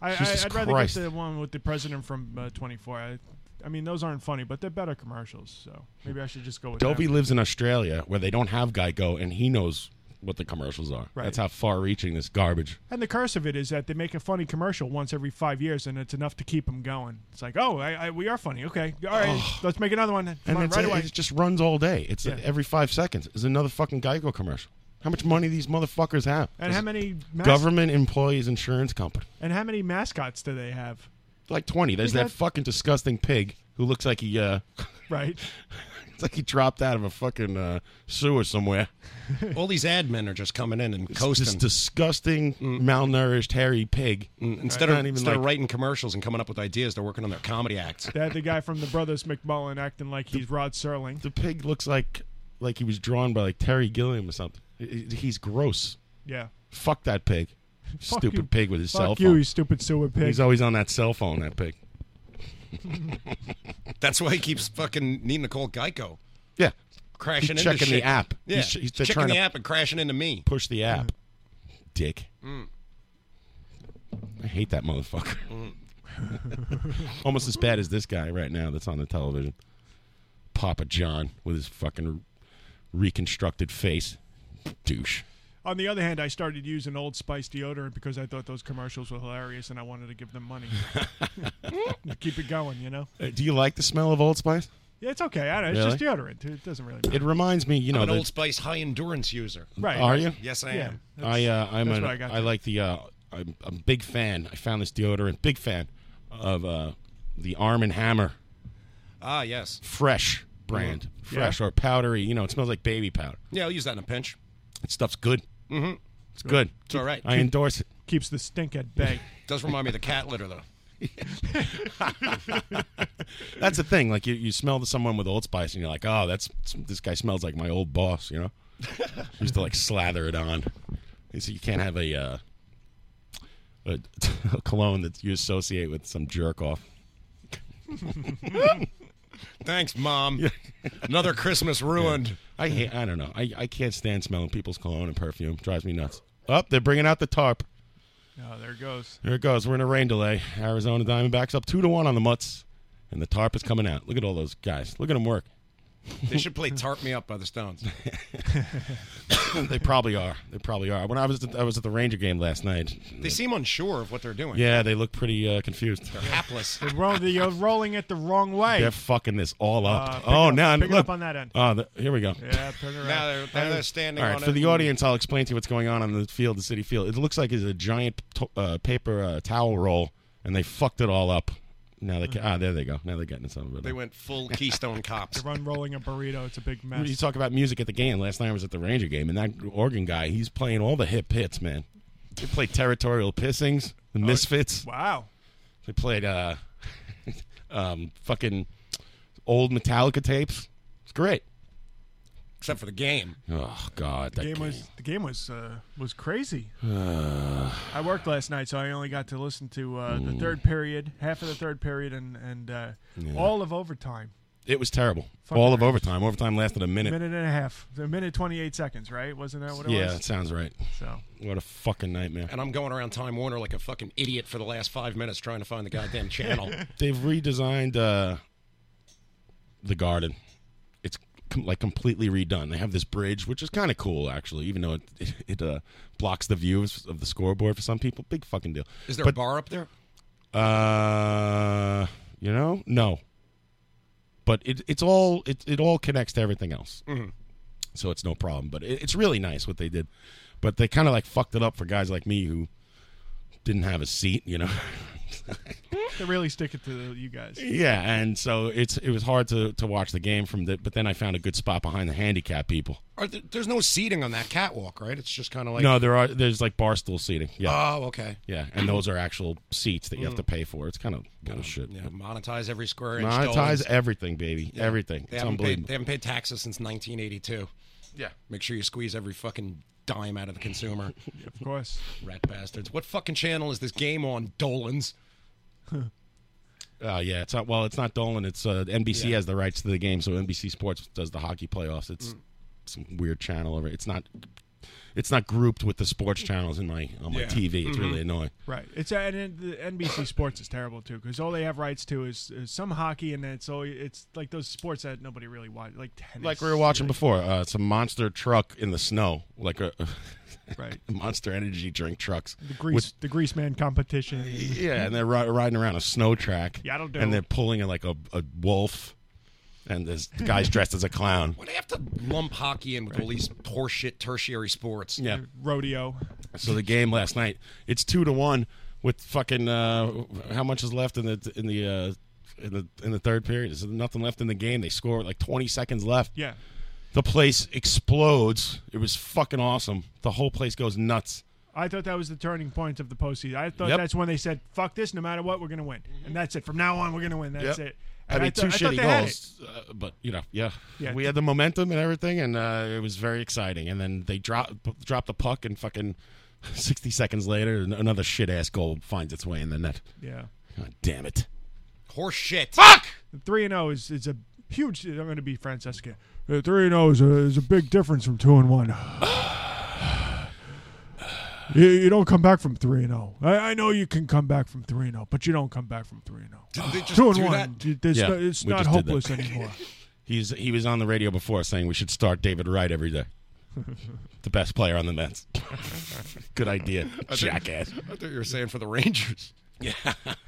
[SPEAKER 13] I, I,
[SPEAKER 12] Jesus
[SPEAKER 13] I'd rather
[SPEAKER 12] Christ.
[SPEAKER 13] get the one with the president from uh, 24. I, I mean, those aren't funny, but they're better commercials. So maybe I should just go with
[SPEAKER 12] Dovey
[SPEAKER 13] them.
[SPEAKER 12] lives in Australia where they don't have Geico, and he knows what the commercials are.
[SPEAKER 13] Right.
[SPEAKER 12] That's how far-reaching this garbage.
[SPEAKER 13] And the curse of it is that they make a funny commercial once every five years, and it's enough to keep them going. It's like, oh, I, I, we are funny. Okay, all right, let's make another one. Come
[SPEAKER 12] And
[SPEAKER 13] on,
[SPEAKER 12] that's
[SPEAKER 13] right
[SPEAKER 12] it.
[SPEAKER 13] away.
[SPEAKER 12] It just runs all day. It's
[SPEAKER 13] Yeah.
[SPEAKER 12] every five seconds is another fucking Geico commercial. How much money these motherfuckers have?
[SPEAKER 13] And how many mas-
[SPEAKER 12] government employees insurance company?
[SPEAKER 13] And how many mascots do they have?
[SPEAKER 12] Like twenty. There's
[SPEAKER 13] They
[SPEAKER 12] that
[SPEAKER 13] got-
[SPEAKER 12] fucking disgusting pig who looks like he uh,
[SPEAKER 13] Right.
[SPEAKER 12] it's like he dropped out of a fucking uh, sewer somewhere.
[SPEAKER 4] All these ad men are just coming in and coasting.
[SPEAKER 12] This disgusting, malnourished, hairy pig.
[SPEAKER 4] Mm. instead
[SPEAKER 12] Not
[SPEAKER 4] of
[SPEAKER 12] even
[SPEAKER 4] instead of
[SPEAKER 12] like-
[SPEAKER 4] writing commercials and coming up with ideas, they're working on their comedy acts.
[SPEAKER 13] They had the guy from the Brothers McMullen acting like he's Rod Serling.
[SPEAKER 12] the pig looks like like he was drawn by like Terry Gilliam or something. He- He's gross.
[SPEAKER 13] Yeah.
[SPEAKER 12] Fuck that pig.
[SPEAKER 13] Fuck
[SPEAKER 12] Stupid
[SPEAKER 13] you.
[SPEAKER 12] pig with his
[SPEAKER 13] Fuck
[SPEAKER 12] cell
[SPEAKER 13] you,
[SPEAKER 12] phone.
[SPEAKER 13] you stupid sewer pig.
[SPEAKER 12] He's always on that cell phone. That pig.
[SPEAKER 4] That's why he keeps fucking needing to call Geico,
[SPEAKER 12] Yeah.
[SPEAKER 4] crashing
[SPEAKER 12] He's
[SPEAKER 4] into
[SPEAKER 12] checking
[SPEAKER 4] shit.
[SPEAKER 12] the app.
[SPEAKER 4] Yeah,
[SPEAKER 12] He's- he's- they're
[SPEAKER 4] checking
[SPEAKER 12] trying
[SPEAKER 4] the
[SPEAKER 12] to-
[SPEAKER 4] app and crashing into me.
[SPEAKER 12] Push the app. Dick.
[SPEAKER 4] Mm.
[SPEAKER 12] I hate that motherfucker. Almost as bad as this guy right now that's on the television. Papa John with his fucking reconstructed face. Douche.
[SPEAKER 13] On the other hand, I started using Old Spice deodorant because I thought those commercials were hilarious and I wanted to give them money. Keep it going, you know?
[SPEAKER 12] Uh, do you like the smell of Old Spice?
[SPEAKER 13] Yeah, it's okay. I don't, It's just deodorant. It doesn't really matter.
[SPEAKER 12] It reminds me, you know,
[SPEAKER 4] I'm an
[SPEAKER 12] the-
[SPEAKER 4] Old Spice high endurance user.
[SPEAKER 13] Right.
[SPEAKER 12] Are you?
[SPEAKER 4] Yes, I
[SPEAKER 13] Yeah.
[SPEAKER 4] am.
[SPEAKER 12] I uh, I'm
[SPEAKER 13] that's
[SPEAKER 12] an,
[SPEAKER 13] what
[SPEAKER 12] I,
[SPEAKER 13] I got there.
[SPEAKER 12] like the uh, I'm, I'm a big fan. I found this deodorant. Big fan of uh, the Arm and Hammer
[SPEAKER 4] Ah, yes.
[SPEAKER 12] Fresh brand.
[SPEAKER 13] Mm-hmm. Yeah.
[SPEAKER 12] Fresh or powdery. You know, it smells like baby powder.
[SPEAKER 4] Yeah, I'll use that in a pinch.
[SPEAKER 12] That stuff's good.
[SPEAKER 4] Mm-hmm.
[SPEAKER 12] It's good.
[SPEAKER 4] It's all right.
[SPEAKER 12] I endorse it.
[SPEAKER 13] Keeps the stink at bay.
[SPEAKER 4] Does remind me of the cat litter though.
[SPEAKER 12] That's the thing. Like you, you smell someone with Old Spice, and you're like, oh, that's this guy smells like my old boss. You know, used to like slather it on. You see, you can't have a uh, a, a cologne that you associate with some jerk off.
[SPEAKER 4] Thanks, mom. Another Christmas ruined.
[SPEAKER 12] I hate. I don't know. I, I can't stand smelling people's cologne and perfume. Drives me nuts. Up, they're bringing out the tarp.
[SPEAKER 13] oh, there it goes.
[SPEAKER 12] There it goes. We're in a rain delay. Arizona Diamondbacks up two to one on the Mutts, and the tarp is coming out. Look at all those guys. Look at them work.
[SPEAKER 4] They should play "Tarp Me Up" by the Stones.
[SPEAKER 12] they probably are. They probably are. When I was at, I was at the Ranger game last night.
[SPEAKER 4] They seem unsure of what they're doing.
[SPEAKER 12] Yeah, they look pretty uh, confused.
[SPEAKER 4] They're hapless.
[SPEAKER 13] They're, ro- they're rolling it the wrong way.
[SPEAKER 12] They're fucking this all
[SPEAKER 13] Uh,
[SPEAKER 12] up.
[SPEAKER 13] pick it
[SPEAKER 12] oh,
[SPEAKER 13] up-
[SPEAKER 12] now
[SPEAKER 13] pick it
[SPEAKER 12] look
[SPEAKER 13] up on that end.
[SPEAKER 12] Oh, the, here we go.
[SPEAKER 13] yeah, turn it around.
[SPEAKER 4] Now they're, now they're standing
[SPEAKER 12] All right,
[SPEAKER 4] on
[SPEAKER 12] for
[SPEAKER 4] it.
[SPEAKER 12] the audience, I'll explain to you what's going on on the field, the city field. It looks like it's a giant to- uh, paper uh, towel roll, and they fucked it all up. Now they ca- ah, there they go. Now they're getting some of it.
[SPEAKER 4] They went full Keystone Cops.
[SPEAKER 13] They're unrolling a burrito. It's a big
[SPEAKER 12] You
[SPEAKER 13] mess.
[SPEAKER 12] talk about music at the game. Last night I was at the Ranger game, and that Oregon guy, he's playing all the hip hits, man. They played Territorial Pissings, the Misfits.
[SPEAKER 13] Oh, Wow.
[SPEAKER 12] They played uh, um, fucking old Metallica tapes. It's great.
[SPEAKER 4] Except for the game.
[SPEAKER 12] Oh God, that
[SPEAKER 13] The game
[SPEAKER 12] game.
[SPEAKER 13] was the game was uh, was crazy. I worked last night, so I only got to
[SPEAKER 12] Mm.
[SPEAKER 13] listen to uh, the third period, half of the third period, and and uh, all of overtime.
[SPEAKER 12] It was terrible.
[SPEAKER 13] Fuck
[SPEAKER 12] All of overtime. Overtime lasted a minute.
[SPEAKER 13] minute and a half, a minute twenty eight seconds, right? Wasn't that what it
[SPEAKER 12] yeah,
[SPEAKER 13] was?
[SPEAKER 12] that sounds right.
[SPEAKER 13] So
[SPEAKER 12] what a fucking nightmare.
[SPEAKER 4] And I'm going around Time Warner like a fucking idiot for the last five minutes trying to find the goddamn channel.
[SPEAKER 12] They've redesigned uh, the garden. It's com- like completely redone. They have this bridge, which is kind of cool, actually, even though it it uh, blocks the views of the scoreboard for some people. Big fucking deal.
[SPEAKER 4] Is there a
[SPEAKER 12] But-
[SPEAKER 4] bar up there?
[SPEAKER 12] Uh, you know, no. But it, it's all it it all connects to everything else,
[SPEAKER 4] Mhm.
[SPEAKER 12] so it's no problem. But it, it's really nice what they did, but they kind of like fucked it up for guys like me who didn't have a seat, you know.
[SPEAKER 13] they really stick it to you guys.
[SPEAKER 12] yeah, and so it's it was hard to to watch the game from the. But then I found a good spot behind the handicap people.
[SPEAKER 4] Are there, there's no seating on that catwalk, right? It's just kind of like
[SPEAKER 12] no, there are there's like bar stool seating. Yeah.
[SPEAKER 4] Oh, okay.
[SPEAKER 12] Yeah, and those are actual seats that you have
[SPEAKER 4] Mm.
[SPEAKER 12] to pay for. It's kind of bullshit.
[SPEAKER 4] Yeah, monetize every square inch.
[SPEAKER 12] Monetize
[SPEAKER 4] stolen.
[SPEAKER 12] everything, baby.
[SPEAKER 4] Yeah.
[SPEAKER 12] Everything.
[SPEAKER 4] They
[SPEAKER 12] it's
[SPEAKER 4] haven't,
[SPEAKER 12] unbelievable.
[SPEAKER 4] paid, they haven't paid taxes since 1982.
[SPEAKER 12] Yeah.
[SPEAKER 4] Make sure you squeeze every fucking dime out of the consumer.
[SPEAKER 13] of course.
[SPEAKER 4] Rat bastards. What fucking channel is this game on, Dolan's?
[SPEAKER 12] Oh yeah, it's not. Well, it's not Dolan. It's uh, NBC has the rights to the game, so NBC Sports does the hockey playoffs. It's
[SPEAKER 4] Mm.
[SPEAKER 12] some weird channel over. It's not. It's not grouped with the sports channels in my on my
[SPEAKER 13] Yeah.
[SPEAKER 12] TV. It's really
[SPEAKER 4] Mm-hmm.
[SPEAKER 13] Mhm.
[SPEAKER 12] annoying.
[SPEAKER 13] Right. It's and then the NBC Sports is terrible too because all they have rights to is, is some hockey and then it's all it's like those sports that nobody really watches, like tennis.
[SPEAKER 12] Like we were watching before, uh, it's a monster truck in the snow, like a
[SPEAKER 13] right
[SPEAKER 12] monster energy drink trucks.
[SPEAKER 13] the grease
[SPEAKER 12] with-
[SPEAKER 13] the grease man competition.
[SPEAKER 12] yeah, and they're ri- riding around a snow track.
[SPEAKER 13] Yeah, I don't do
[SPEAKER 12] And
[SPEAKER 13] it.
[SPEAKER 12] they're pulling a, like a, a wolf, and this guy's dressed as a clown.
[SPEAKER 4] Why do they have to lump hockey in with all these horseshit tertiary sports?
[SPEAKER 12] Yeah.
[SPEAKER 13] Rodeo.
[SPEAKER 12] So the game last night, it's two to one with fucking uh, how much is left in the in the uh, in the in the third period? There's nothing left in the game. They score with, like 20 seconds left.
[SPEAKER 13] Yeah.
[SPEAKER 12] the place explodes. It was fucking awesome. The whole place goes nuts.
[SPEAKER 13] I thought that was the turning point of the postseason. I thought
[SPEAKER 12] Yep. Mm-hmm.
[SPEAKER 13] that's when they said, "Fuck this! No matter what, we're gonna win." And that's it. From now on, we're gonna win. That's
[SPEAKER 12] Yep.
[SPEAKER 13] it.
[SPEAKER 12] I
[SPEAKER 13] And
[SPEAKER 12] mean,
[SPEAKER 13] thought-
[SPEAKER 12] two
[SPEAKER 13] thought
[SPEAKER 12] shitty
[SPEAKER 13] they had it.
[SPEAKER 12] goals, uh, but you know, yeah.
[SPEAKER 13] Yeah.
[SPEAKER 12] we had the momentum and everything, and uh, it was very exciting. And then they drop drop the puck, and fucking sixty seconds later, an- another shit ass goal finds its way in the net.
[SPEAKER 13] Yeah.
[SPEAKER 12] God damn it!
[SPEAKER 4] Horse shit. Fuck!
[SPEAKER 13] Three and zero is is a huge. I'm going to be Francesca. Three and zero is a, is a big difference from two and one. you, you don't come back from three and oh. zero. I, I know you can come back from three and zero, but you don't come back from three and
[SPEAKER 4] Did they
[SPEAKER 13] zero.
[SPEAKER 4] just
[SPEAKER 13] Two and
[SPEAKER 4] do
[SPEAKER 13] one.
[SPEAKER 4] that?
[SPEAKER 13] you- there's
[SPEAKER 12] Yeah,
[SPEAKER 13] no- it's
[SPEAKER 12] we
[SPEAKER 13] not
[SPEAKER 12] just did that.
[SPEAKER 13] hopeless anymore.
[SPEAKER 12] He's he was on the radio before saying we should start David Wright every day. the best player on the Mets. Good idea,
[SPEAKER 4] I think-
[SPEAKER 12] jackass.
[SPEAKER 4] I thought you were saying for the Rangers. Yeah.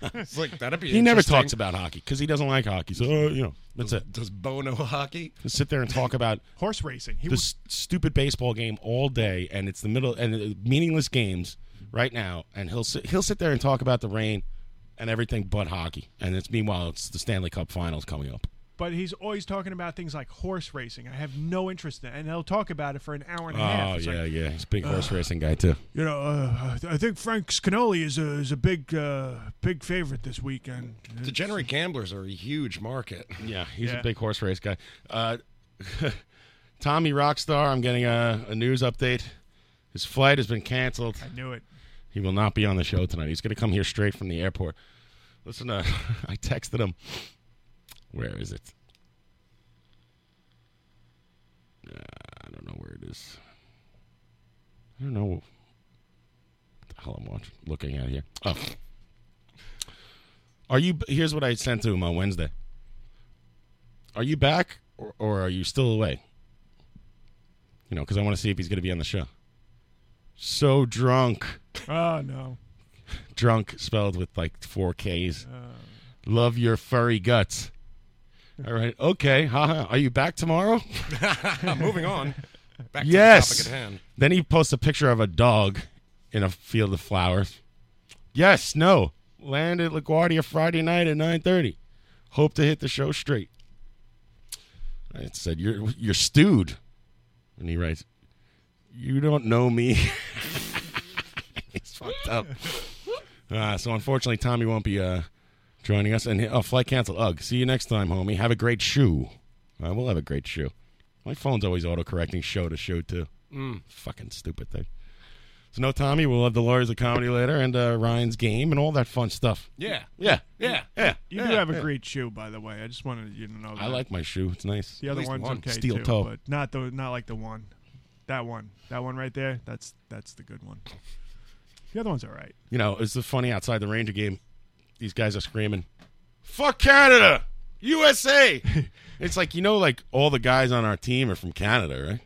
[SPEAKER 4] it's like, that'd be
[SPEAKER 12] He never
[SPEAKER 4] interesting.
[SPEAKER 12] talks about hockey because he doesn't like hockey. So uh, you know that's it.
[SPEAKER 4] Does Bo know hockey?
[SPEAKER 12] Just sit there and talk about
[SPEAKER 13] horse racing. He
[SPEAKER 12] this stupid baseball game all day, and it's the middle and uh, meaningless games right now. And he'll sit, he'll sit there and talk about the rain and everything but hockey. And it's meanwhile it's the Stanley Cup Finals coming up.
[SPEAKER 13] But he's always talking about things like horse racing. I have no interest in, it. and he'll talk about it for an hour and a half.
[SPEAKER 12] Oh
[SPEAKER 13] It's
[SPEAKER 12] yeah,
[SPEAKER 13] like,
[SPEAKER 12] yeah. He's a big horse
[SPEAKER 13] uh,
[SPEAKER 12] racing guy too.
[SPEAKER 13] You know, uh, I think Frank Scanoli is a is a big uh, big favorite this weekend.
[SPEAKER 4] Degenerate gamblers are a huge market.
[SPEAKER 12] Yeah, he's
[SPEAKER 13] Yeah.
[SPEAKER 12] a big horse race guy. Uh, Tommy Rockstar, I'm getting a, a news update. His flight has been canceled. I
[SPEAKER 13] knew it.
[SPEAKER 12] He will not be on the show tonight. He's going to come here straight from the airport. Listen, uh, I texted him. Where is it? Uh, I don't know where it is. I don't know what the hell I'm watching, looking at here. Oh. Are you? Here's what I sent to him on Wednesday. Are you back or, or are you still away? You know, because I want to see if he's going to be on the show. So drunk,
[SPEAKER 13] Oh no.
[SPEAKER 12] drunk spelled with like four K's. Love your furry guts. All right, okay, haha. Are you back tomorrow?
[SPEAKER 4] Uh, Moving on. Back
[SPEAKER 12] yes.
[SPEAKER 4] to the topic at hand.
[SPEAKER 12] Then he posts a picture of a dog in a field of flowers. Yes, no. Land at LaGuardia Friday night at 9:30. Hope to hit the show straight. I said you're you're stewed. And he writes, "You don't know me." He's fucked up. Uh, so unfortunately, Tommy won't be uh, joining us. And oh, flight canceled. Ugh. See you next time, homie. Have a great shoe. I will have a great shoe. My phone's always auto-correcting show to shoe too.
[SPEAKER 4] Mm.
[SPEAKER 12] Fucking stupid thing. So no Tommy. We'll have the lawyers of comedy later and uh, Ryan's game and all that fun stuff.
[SPEAKER 13] Yeah.
[SPEAKER 12] Yeah. Yeah. Yeah.
[SPEAKER 13] You do
[SPEAKER 12] yeah,
[SPEAKER 13] have a
[SPEAKER 12] yeah.
[SPEAKER 13] great shoe, by the way. I just wanted you to know that.
[SPEAKER 12] I like my shoe. It's nice.
[SPEAKER 13] The other
[SPEAKER 12] At least
[SPEAKER 13] one's
[SPEAKER 12] one.
[SPEAKER 13] okay
[SPEAKER 12] Steel
[SPEAKER 13] too,
[SPEAKER 12] toe.
[SPEAKER 13] but not the not like the one. That one. That one right there. That's that's the good one. The other one's all right.
[SPEAKER 12] You know, it's funny outside the Ranger game. These guys are screaming, "Fuck Canada, USA!" it's like you know, like all the guys on our team are from Canada,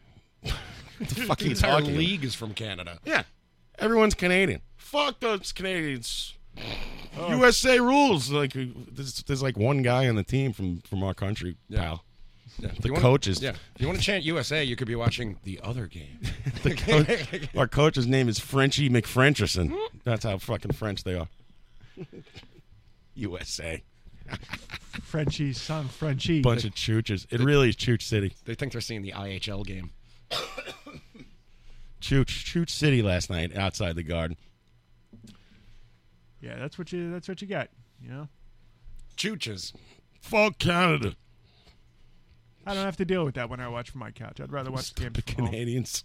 [SPEAKER 12] right? what the fuck are
[SPEAKER 4] The
[SPEAKER 12] you
[SPEAKER 4] entire
[SPEAKER 12] talking?
[SPEAKER 4] league is from Canada.
[SPEAKER 12] Yeah, everyone's Canadian. Fuck those Canadians.
[SPEAKER 4] Oh.
[SPEAKER 12] USA rules. Like there's, there's like one guy on the team from from our country, pal.
[SPEAKER 4] If
[SPEAKER 12] The
[SPEAKER 4] you wanna-
[SPEAKER 12] coaches.
[SPEAKER 4] Yeah. If you want to chant USA, you could be watching the other game.
[SPEAKER 12] The coach, our coach's name is Frenchie McFrencherson.
[SPEAKER 4] Hmm?
[SPEAKER 12] That's how fucking French they are. USA.
[SPEAKER 13] Frenchie's son, Frenchie.
[SPEAKER 12] Bunch of chooches. It really is Chooch City.
[SPEAKER 4] They think they're seeing the IHL game.
[SPEAKER 12] Chooch Chooch City last night outside the garden.
[SPEAKER 13] Yeah, that's what you that's what you got. You know?
[SPEAKER 4] Chooches.
[SPEAKER 12] Fuck Canada.
[SPEAKER 13] I don't have to deal with that when I watch from my couch. I'd rather watch the game
[SPEAKER 12] Stupid
[SPEAKER 13] from home.
[SPEAKER 12] Canadians.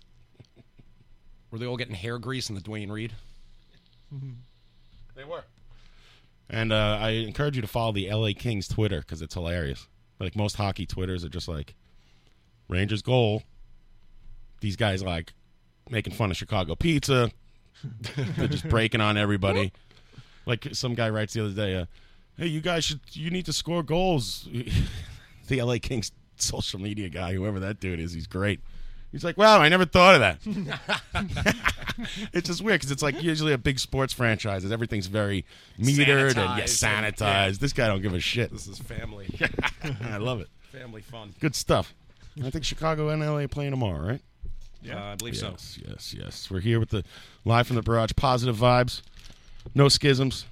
[SPEAKER 4] Oh. Were they all getting hair grease in the Dwayne Reed?
[SPEAKER 12] They were. And uh, I encourage you to follow the LA Kings Twitter because it's hilarious. Like most hockey Twitters are just like Rangers goal. These guys like making fun of Chicago pizza. They're just breaking on everybody. Like some guy writes the other day, uh, "Hey, you guys should you need to score goals." the LA Kings social media guy, whoever that dude is, he's great. He's like, "Wow, I never thought of that." it's just weird because it's like usually a big sports franchise. is Everything's very metered and yeah,
[SPEAKER 4] Sanitized and-
[SPEAKER 12] sanitized. This guy don't give a shit.
[SPEAKER 4] This is family.
[SPEAKER 12] I love it.
[SPEAKER 4] Family fun.
[SPEAKER 12] Good stuff. I think Chicago and LA playing tomorrow, right?
[SPEAKER 4] Yeah, I believe so.
[SPEAKER 12] yes, Yes, yes. We're here with the live from the barrage. Positive vibes, no schisms,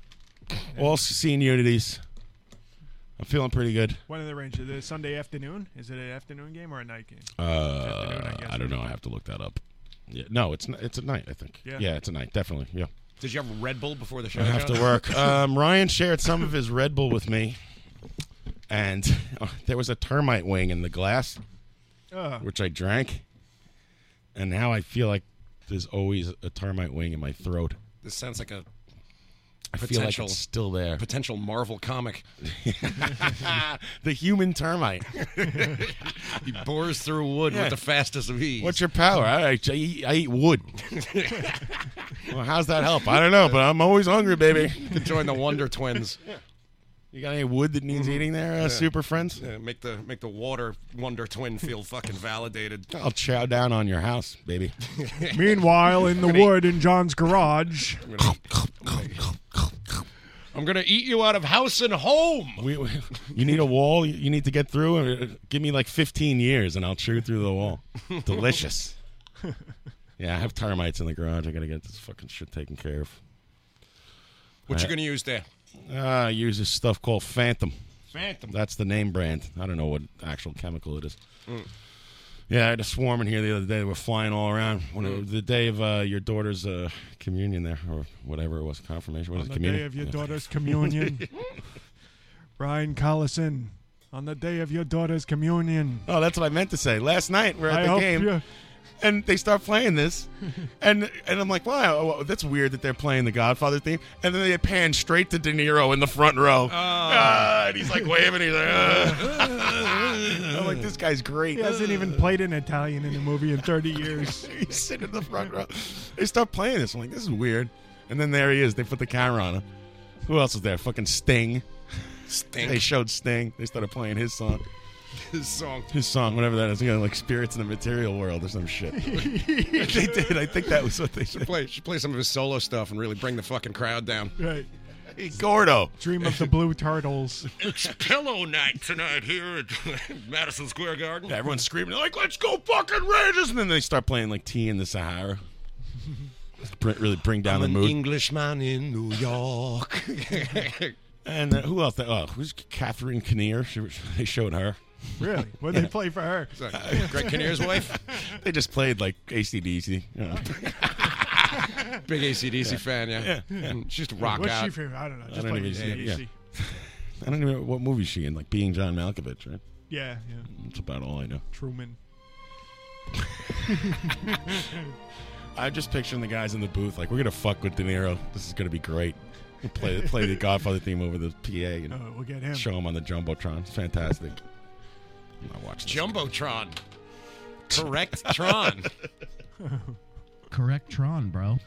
[SPEAKER 12] all seeing unities. I'm feeling pretty good.
[SPEAKER 13] When are the Rangers? The Sunday afternoon? Is it an afternoon game or a night game?
[SPEAKER 12] Uh, I don't know. I have to look that up. Yeah, no, it's n- it's at night. I think.
[SPEAKER 13] Yeah.
[SPEAKER 12] yeah it's at night. Definitely. Yeah.
[SPEAKER 4] Did you have a Red Bull before the show?
[SPEAKER 12] I have to
[SPEAKER 4] John?
[SPEAKER 12] work. Um, Ryan shared some of his Red Bull with me, and uh, there was a termite wing in the glass,
[SPEAKER 4] Ah.
[SPEAKER 13] Ugh.
[SPEAKER 12] which I drank, and now I feel like there's always a termite wing in my throat.
[SPEAKER 4] This sounds like a
[SPEAKER 12] I feel like
[SPEAKER 4] potential
[SPEAKER 12] it's still there.
[SPEAKER 4] potential Marvel comic.
[SPEAKER 12] the human termite.
[SPEAKER 4] he bores through wood
[SPEAKER 12] Yeah.
[SPEAKER 4] with the fastest of ease.
[SPEAKER 12] What's your power? I, I, eat, I eat wood. well, how's that help? I don't know, but I'm always hungry, baby.
[SPEAKER 4] To join the Wonder Twins.
[SPEAKER 12] You got any wood that needs eating there, uh,
[SPEAKER 4] Yeah.
[SPEAKER 12] Super Friends?
[SPEAKER 4] Yeah, make the make the water Wonder Twin feel fucking validated.
[SPEAKER 12] I'll chow down on your house, baby.
[SPEAKER 13] Meanwhile, in the wood in John's garage.
[SPEAKER 4] I'm gonna eat you out of house and home.
[SPEAKER 12] We, we- you need a wall you need to get through? Uh, Give me like 15 years and I'll chew through the wall. Delicious. Yeah, I have termites in the garage. I got to get this fucking shit taken care of.
[SPEAKER 4] What you
[SPEAKER 12] Uh,
[SPEAKER 4] gonna use there?
[SPEAKER 12] Uh, I use this stuff called Phantom.
[SPEAKER 4] Phantom.
[SPEAKER 12] That's the name brand. I don't know what actual chemical it is.
[SPEAKER 4] Mm.
[SPEAKER 12] Yeah, I had a swarm in here the other day. They were flying all around. When
[SPEAKER 4] Mm.
[SPEAKER 12] it, the day of uh, your daughter's uh, communion there, or whatever it was, confirmation. What
[SPEAKER 13] on
[SPEAKER 12] is it,
[SPEAKER 13] the
[SPEAKER 12] communion?
[SPEAKER 13] day of your
[SPEAKER 12] Yeah.
[SPEAKER 13] daughter's communion. Ryan Collison, on the day of your daughter's communion.
[SPEAKER 12] Oh, that's what I meant to say. Last night we're at
[SPEAKER 13] I
[SPEAKER 12] the
[SPEAKER 13] hope
[SPEAKER 12] game,
[SPEAKER 13] you-
[SPEAKER 12] and they start playing this, and and I'm like, wow, well, that's weird that they're playing the Godfather theme, and then they pan straight to De Niro in the front
[SPEAKER 13] Oh.
[SPEAKER 12] row, Ah, and he's like waving, he's like, ah. I'm like, this guy's great.
[SPEAKER 13] He hasn't even played an Italian in a movie in 30 years.
[SPEAKER 12] He's sitting in the front row. They start playing this. I'm like, this is weird. And then there he is. They put the camera on him. Who else was there? Fucking Sting.
[SPEAKER 4] Sting.
[SPEAKER 12] They showed Sting. They started playing his song.
[SPEAKER 4] His song.
[SPEAKER 12] His song, whatever that is. You know, like Spirits in the Material World or some shit. they did. I think that was what they
[SPEAKER 4] Should play, should play some of his solo stuff and really bring the fucking crowd down.
[SPEAKER 13] Right.
[SPEAKER 12] Hey, Gordo.
[SPEAKER 13] Dream of the Blue Turtles.
[SPEAKER 4] It's pillow night tonight here at Madison Square Garden.
[SPEAKER 12] Yeah, everyone's screaming. They're like, let's go fucking Rangers. And then they start playing like Tea in the Sahara. Br- really bring down
[SPEAKER 4] I'm
[SPEAKER 12] the
[SPEAKER 4] an
[SPEAKER 12] mood.
[SPEAKER 4] Englishman in New York.
[SPEAKER 12] and uh, who else? Oh, who's Catherine Kinnear? She, they showed her.
[SPEAKER 13] Really? What did they play for her?
[SPEAKER 4] Greg Kinnear's wife,
[SPEAKER 12] They just played like ACDC. You know.
[SPEAKER 4] big ACDC fan, yeah.
[SPEAKER 12] Yeah, yeah.
[SPEAKER 4] And She used to rock
[SPEAKER 13] What's
[SPEAKER 4] out.
[SPEAKER 13] she from? I don't know. Just
[SPEAKER 12] I don't
[SPEAKER 13] like
[SPEAKER 12] even see it,
[SPEAKER 13] ACDC.
[SPEAKER 12] I don't even know what movie is she in, like Being John Malkovich, right?
[SPEAKER 13] Yeah, yeah.
[SPEAKER 12] That's about all I know.
[SPEAKER 13] Truman.
[SPEAKER 12] I'm just picturing the guys in the booth like, we're gonna fuck with De Niro. This is gonna be great. We'll play play the Godfather theme over the PA and
[SPEAKER 13] Oh, we'll get him.
[SPEAKER 12] show him on the jumbotron. It's fantastic. I'm not watching.
[SPEAKER 4] Jumbotron. Correct Tron.
[SPEAKER 14] Correct Tron, bro.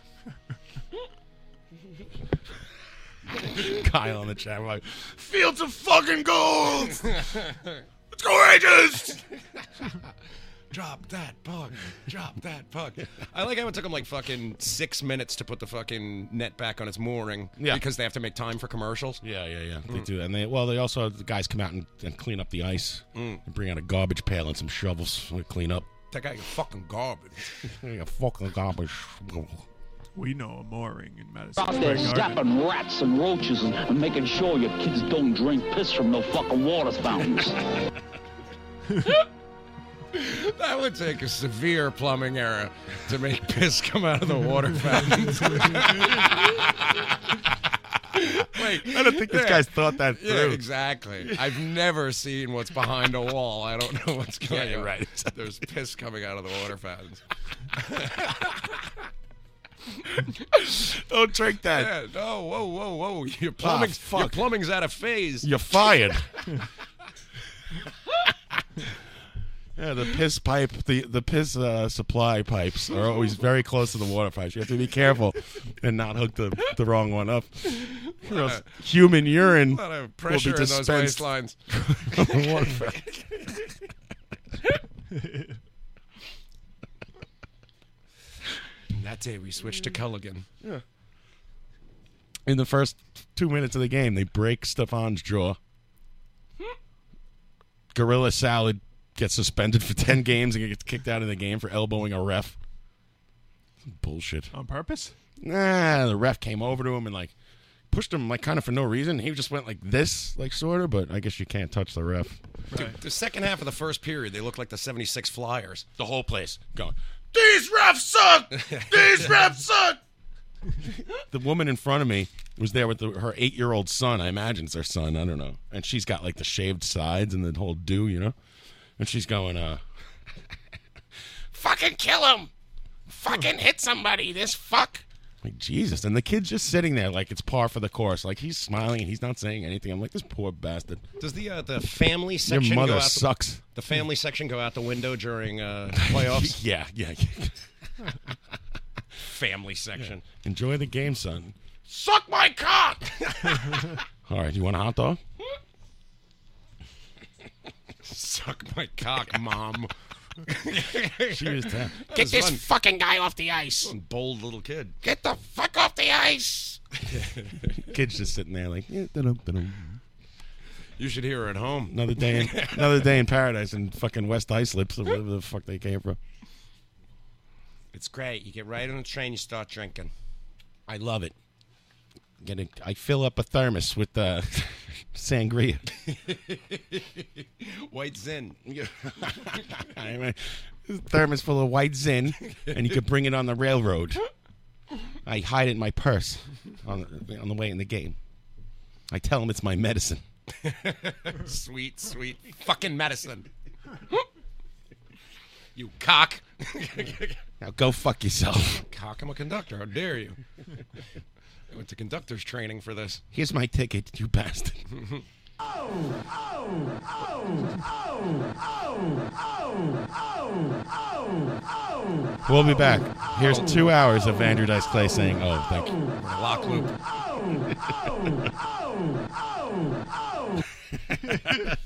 [SPEAKER 12] Kyle in the chat. We're like, fields of fucking gold. Let's go Rangers.
[SPEAKER 4] Drop that puck. Drop that puck. I like how it took them like fucking six minutes to put the fucking net back on its mooring.
[SPEAKER 12] Yeah.
[SPEAKER 4] Because they have to make time for commercials.
[SPEAKER 12] Yeah, yeah, yeah.
[SPEAKER 4] Mm.
[SPEAKER 12] They do, and they well, they also the guys come out and, and clean up the ice. They bring out a garbage pail and some shovels to clean up.
[SPEAKER 4] That guy fucking garbage.
[SPEAKER 12] a fucking garbage.
[SPEAKER 13] We know a mooring in Madison.
[SPEAKER 15] Out there
[SPEAKER 13] Square Garden.
[SPEAKER 15] stopping rats and roaches and, and making sure your kids don't drink piss from no fucking water fountains.
[SPEAKER 4] That would take a severe plumbing error to make piss come out of the water fountains. Wait,
[SPEAKER 12] I don't think this
[SPEAKER 4] yeah.
[SPEAKER 12] guy's thought that
[SPEAKER 4] Yeah,
[SPEAKER 12] through.
[SPEAKER 4] exactly. I've never seen what's behind a wall. I don't know what's
[SPEAKER 12] Yeah,
[SPEAKER 4] going
[SPEAKER 12] you're
[SPEAKER 4] on.
[SPEAKER 12] right.
[SPEAKER 4] There's piss coming out of the water fountains.
[SPEAKER 12] Don't drink that. Ah,
[SPEAKER 4] Yeah, no, whoa, whoa, whoa. Your plumbing's,
[SPEAKER 12] fuck.
[SPEAKER 4] your plumbing's out of phase.
[SPEAKER 12] You're fired. Yeah, the piss pipe, the the piss uh, supply pipes are always very close to the water pipes. You have to be careful and not hook the, the wrong one up. Or else human urine
[SPEAKER 4] lot of
[SPEAKER 12] will be
[SPEAKER 4] pressure in those
[SPEAKER 12] dispensed
[SPEAKER 4] waistlines.
[SPEAKER 12] on the water fountain.
[SPEAKER 4] And that day we switched to Culligan.
[SPEAKER 12] Yeah. In the first two minutes of the game, they break Stefan's jaw. Gorilla Salad gets suspended for ten games and gets kicked out of the game for elbowing a ref. Bullshit.
[SPEAKER 13] On purpose?
[SPEAKER 12] Nah, the ref came over to him and like pushed him like kind of for no reason. He just went like this, like sort of, but I guess you can't touch the ref.
[SPEAKER 4] Dude, the second half of the first period, they looked like the 76 Flyers.
[SPEAKER 12] The whole place going.
[SPEAKER 4] These refs suck!
[SPEAKER 12] These refs suck! The woman in front of me was there with the, her eight-year-old son. I imagine it's her son. I don't know. And she's got like the shaved sides and the whole do, you know. And she's going, uh, Fucking kill him! Fucking hit somebody, this fuck! like Jesus. And the kid's just sitting there like it's par for the course. Like he's smiling and he's not saying anything. I'm like, this poor bastard.
[SPEAKER 4] Does the uh, the family section
[SPEAKER 12] mother
[SPEAKER 4] go out
[SPEAKER 12] sucks.
[SPEAKER 4] The, the family section go out the window during uh, playoffs?
[SPEAKER 12] yeah, yeah, yeah.
[SPEAKER 4] family section.
[SPEAKER 12] Enjoy the game, son.
[SPEAKER 4] Suck my cock!
[SPEAKER 12] All right, you want a hot dog?
[SPEAKER 4] Suck my cock, mom.
[SPEAKER 12] She was down.
[SPEAKER 4] Get this
[SPEAKER 12] fucking guy off the ice.
[SPEAKER 4] Bold little kid.
[SPEAKER 12] Get the fuck off the ice. Kid's just sitting there like, yeah, dun-dun, dun-dun.
[SPEAKER 4] You should hear her at home.
[SPEAKER 12] another day, in, another day in paradise in fucking West Islip, or wherever the fuck they came from.
[SPEAKER 4] It's great. You get right on the train, you start drinking.
[SPEAKER 12] I love it. Get a, I fill up a thermos with uh, sangria.
[SPEAKER 4] White Zin.
[SPEAKER 12] I mean, thermos full of white zin, and you could bring it on the railroad. I hide it in my purse on the, on the way in the game. I tell them it's my medicine.
[SPEAKER 4] sweet, sweet fucking medicine. you cock.
[SPEAKER 12] Now go fuck yourself.
[SPEAKER 4] cock, I'm a conductor. How dare you? I went to conductor's training for this.
[SPEAKER 12] Here's my ticket, you bastard. We'll be back. Here's two hours of Andrew Dice Clay saying, "Oh, thank you."
[SPEAKER 4] Lock loop.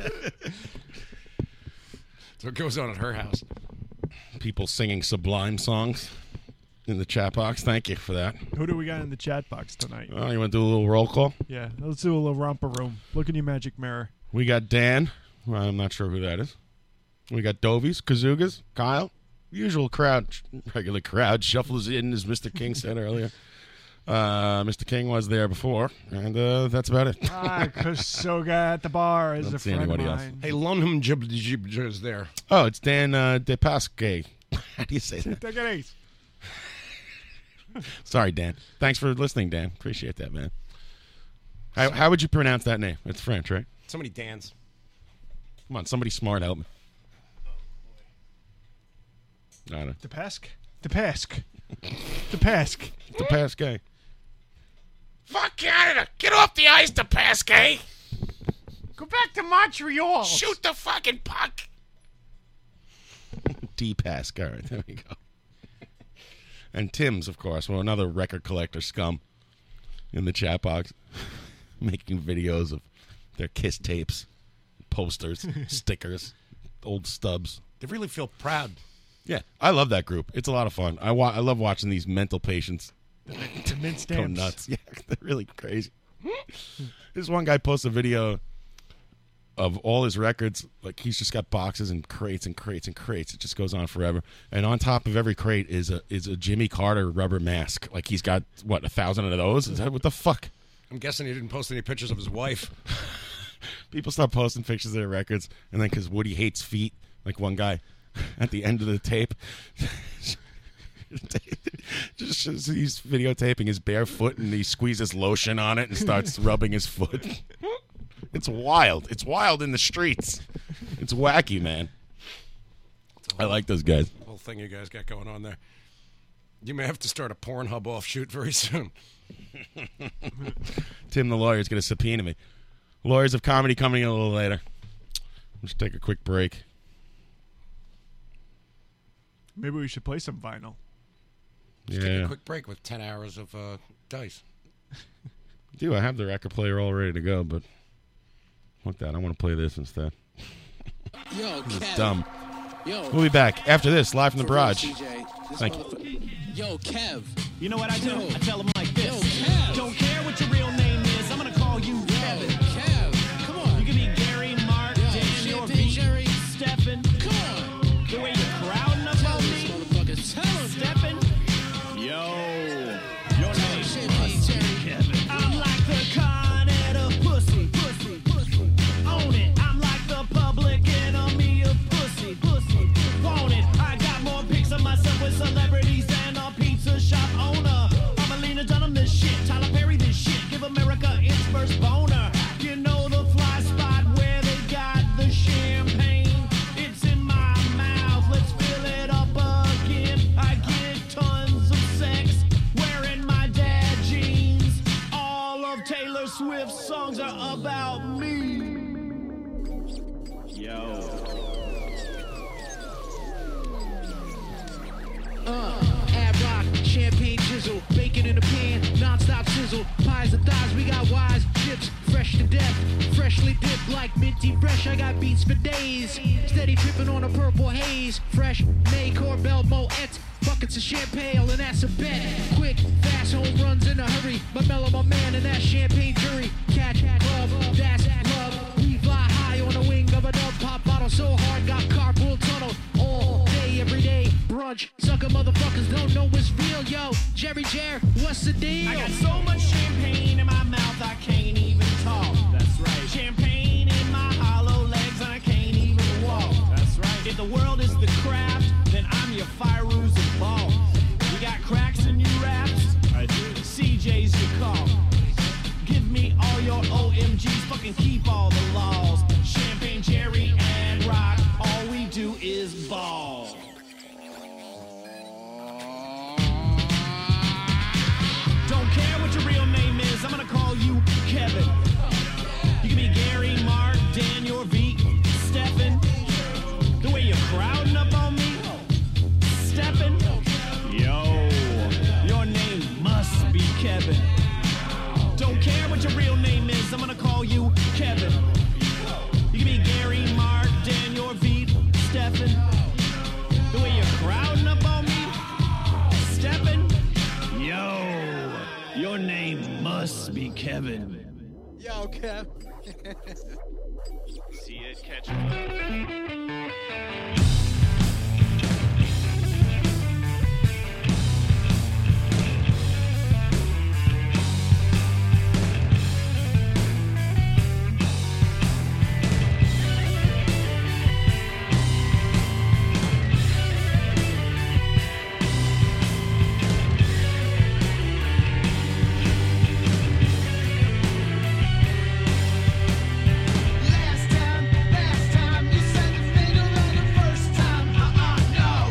[SPEAKER 4] so it goes on at her house.
[SPEAKER 12] People singing sublime songs in the chat box. Thank you for that.
[SPEAKER 13] Who do we got in the chat box tonight?
[SPEAKER 12] Oh, you want to do a little roll call?
[SPEAKER 13] yeah, let's do a little romper room. Look in your magic mirror.
[SPEAKER 12] We got Dan. Well, I'm not sure who that is. We got Dovies, Kazugas, Kyle. Usual crowd, regular crowd. Shuffle is in, as Mr. King said earlier. Uh, Mr. King was there before, and uh, that's about it.
[SPEAKER 13] Ah, Kosoga at the bar is
[SPEAKER 12] Don't
[SPEAKER 13] a
[SPEAKER 12] see
[SPEAKER 13] friend of
[SPEAKER 12] anybody else.
[SPEAKER 13] mine.
[SPEAKER 4] Hey, Lunham Jib Jib Jib is there.
[SPEAKER 12] Oh, it's Dan uh, DePasque. How do you say that?
[SPEAKER 13] Take it easy.
[SPEAKER 12] Sorry, Dan. Thanks for listening, Dan. Appreciate that, man. How, how would you pronounce that name? It's French, right?
[SPEAKER 4] So many Dans.
[SPEAKER 12] Come on, somebody smart, help me. I don't know.
[SPEAKER 13] The Pesk? The Pesk. The Pask.
[SPEAKER 12] The Pask guy.
[SPEAKER 14] Fuck Canada! Get off the ice, the Pasquet!
[SPEAKER 5] Go back to Montreal.
[SPEAKER 14] Shoot the fucking puck!
[SPEAKER 12] D Pask. All right, there we go. And Tim's, of course, well, another record collector scum in the chat box, making videos of their kiss tapes, posters, stickers, old stubs.
[SPEAKER 4] They really feel proud.
[SPEAKER 12] Yeah, I love that group. It's a lot of fun. I wa- I love watching these mental patients
[SPEAKER 13] The mint
[SPEAKER 12] go
[SPEAKER 13] stamps.
[SPEAKER 12] nuts. Yeah, they're really crazy. this one guy posts a video of all his records. Like he's just got boxes and crates and crates and crates. It just goes on forever. And on top of every crate is a is a Jimmy Carter rubber mask. Like he's got what a thousand of those. Is that what the fuck?
[SPEAKER 4] I'm guessing he didn't post any pictures of his wife.
[SPEAKER 12] People start posting pictures of their records, and then because Woody hates feet, like one guy at the end of the tape, just shows he's videotaping his bare foot, and he squeezes lotion on it and starts rubbing his foot. It's wild. It's wild in the streets. It's wacky, man. I like those guys.
[SPEAKER 4] Whole thing you guys got going on there. You may have to start a Pornhub offshoot very soon.
[SPEAKER 12] Tim the lawyer is going to subpoena me. Lawyers of comedy coming in a little later. Let's take a quick break.
[SPEAKER 13] Maybe we should play some vinyl.
[SPEAKER 4] Just take
[SPEAKER 12] Yeah.
[SPEAKER 4] a quick break with ten hours of uh, dice.
[SPEAKER 12] Do I have the record player all ready to go? But fuck that. I want to play this instead.
[SPEAKER 16] Yo,
[SPEAKER 12] This is
[SPEAKER 16] Kev.
[SPEAKER 12] dumb.
[SPEAKER 16] Yo.
[SPEAKER 12] We'll be back after this, live from the
[SPEAKER 16] For real,
[SPEAKER 12] barrage.
[SPEAKER 16] CJ, this
[SPEAKER 12] Thank you.
[SPEAKER 16] motherfucker- Yo, Kev. You know what I do? I tell him like this. Yo, Kev. Don't care what your real name is. I'm gonna call you Kevin. Kev. Come on. You can be Gary, Mark, Daniel, or be Jerry, Stefan. Come on. The way you're crowding up on me. Motherfuckers. Tell him. Stefan. Yo. Your name shit, is Jerry. Kevin. I'm like the con at a pussy. Pussy. Pussy. Own it. I'm like the public enemy of pussy. Pussy. Want it. I got more pics of myself with celebrities than a pizza shop owner. I'm a Lena Dunham this shit. Tyler Perry this shit. Give America its first boner. You know the fly spot where they got the champagne. It's in my mouth. Let's fill it up again. I get tons of sex wearing my dad jeans. All of Taylor Swift's songs are about me.
[SPEAKER 17] Uh, ad rock, champagne chisel, bacon in a pan, non-stop sizzle, pies and thighs, we got wise chips, fresh to death, freshly dipped like minty fresh, I got beats for days, steady tripping on a purple haze, fresh, May, Corbel, Moet, buckets of champagne, and that's a bet, quick, fast, home runs in a hurry, my mellow, my man, and that champagne jury, catch, love, that's love, we fly high on the wing of a dove, pop bottle so hard, got carpool tunnel, all day, every day, brunch, sucker motherfuckers don't know what's real, yo, Jerry Jer, what's the deal?
[SPEAKER 16] I got so much champagne in my mouth, I can't even talk. That's right. Champagne in my hollow legs, I can't even walk. That's right. If the world is the craft, then I'm your fire ruse of ball. You got cracks in your raps? I do. CJ's your call. Give me all your OMGs, fucking keep all the laws. Champagne, Jerry, and rock, all we do is ball. Don't care what your real name is, I'm gonna call you Kevin. You can be Gary, Mark, Dan, your V, Stefan. The way you're crowding up on me, Stefan. Yo, your name must be Kevin. Don't care what your real name is, I'm gonna call you Kevin. You can be Gary, Mark, Dan, your V, Stefan. The way you're crowding up on me, Stefan. Yo, your name must be Kevin.
[SPEAKER 17] Yo, Kev.
[SPEAKER 16] See it, catch it. Last time, last time you said the Uh-uh, Uh-uh,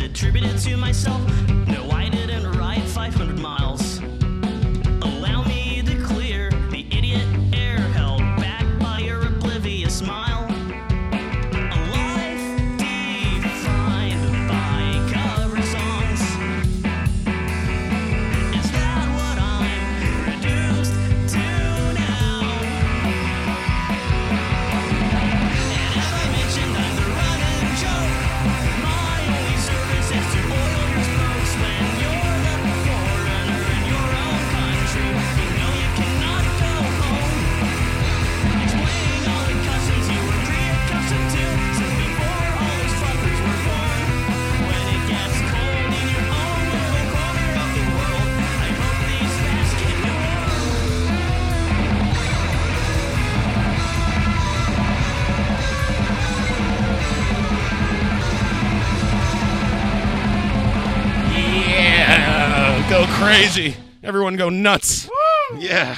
[SPEAKER 18] attributed to myself? No, I didn't ride 500 miles. Allow me to clear the idiot air held back by your oblivious smile. A life defined by cover songs. Is that what I'm reduced to now? And as I mentioned, I'm the running joke. My only service is to oil your spokes when you're the foreigner in your own country. You know you cannot go home. Explaining all the customs you were pre-accustomed to since before all these fuckers were born. When it gets cold in your own little corner of the world, I hope these fast get warm.
[SPEAKER 12] Yeah, go crazy. Everyone go nuts. Yeah.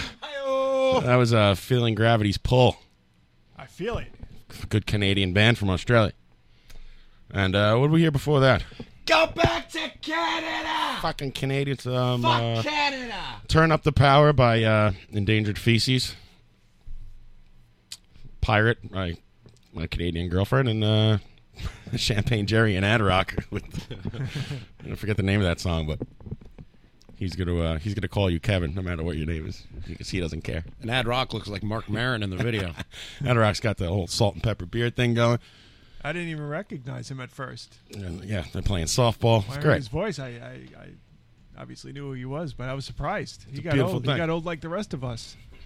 [SPEAKER 12] That was uh, Feeling Gravity's Pull.
[SPEAKER 13] I feel it.
[SPEAKER 12] Good Canadian band from Australia. And uh, what did we hear before that?
[SPEAKER 14] Go back to Canada!
[SPEAKER 12] Fucking Canadians. Um,
[SPEAKER 14] Fuck
[SPEAKER 12] uh,
[SPEAKER 14] Canada!
[SPEAKER 12] Turn Up the Power by uh, Endangered Feces. Pirate by my Canadian girlfriend. And uh, Champagne Jerry and Ad Rock. With, I don't forget the name of that song, but he's going to uh, he's gonna call you Kevin no matter what your name is because he doesn't care.
[SPEAKER 4] And Ad Rock looks like Mark Maron in the video.
[SPEAKER 12] Ad Rock's got the whole salt and pepper beard thing going.
[SPEAKER 13] I didn't even recognize him at first.
[SPEAKER 12] And, yeah, they're playing softball.
[SPEAKER 13] When I
[SPEAKER 12] It's
[SPEAKER 13] heard
[SPEAKER 12] great.
[SPEAKER 13] His voice, I, I, I obviously knew who he was, but I was surprised. he
[SPEAKER 12] a
[SPEAKER 13] got
[SPEAKER 12] beautiful
[SPEAKER 13] old.
[SPEAKER 12] thing.
[SPEAKER 13] He got old like the rest of us.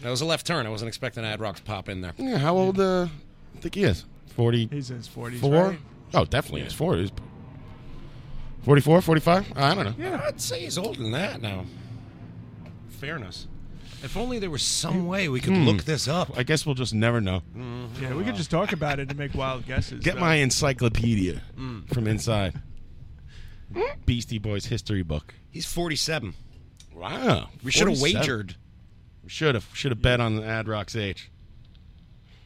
[SPEAKER 4] That was a left turn. I wasn't expecting Ad Rock to pop in there.
[SPEAKER 12] Yeah, how old? Uh, I think he is forty.
[SPEAKER 13] He's in his 40s,
[SPEAKER 12] Four?
[SPEAKER 13] right?
[SPEAKER 12] Oh, definitely in his forties. 44, 45? I don't know.
[SPEAKER 4] Yeah, I'd say he's older than that now. Fairness. If only there was some way we could
[SPEAKER 12] Hmm.
[SPEAKER 4] look this up.
[SPEAKER 12] I guess we'll just never know.
[SPEAKER 13] Yeah, we could just talk about it and make wild guesses.
[SPEAKER 12] Mm-hmm. Get
[SPEAKER 13] though.
[SPEAKER 12] my encyclopedia
[SPEAKER 13] Mm.
[SPEAKER 12] from inside. Beastie Boys history book.
[SPEAKER 4] He's 47.
[SPEAKER 12] Wow.
[SPEAKER 4] We should have
[SPEAKER 12] 47.
[SPEAKER 4] wagered.
[SPEAKER 12] We should have should have bet on Ad Rock's age.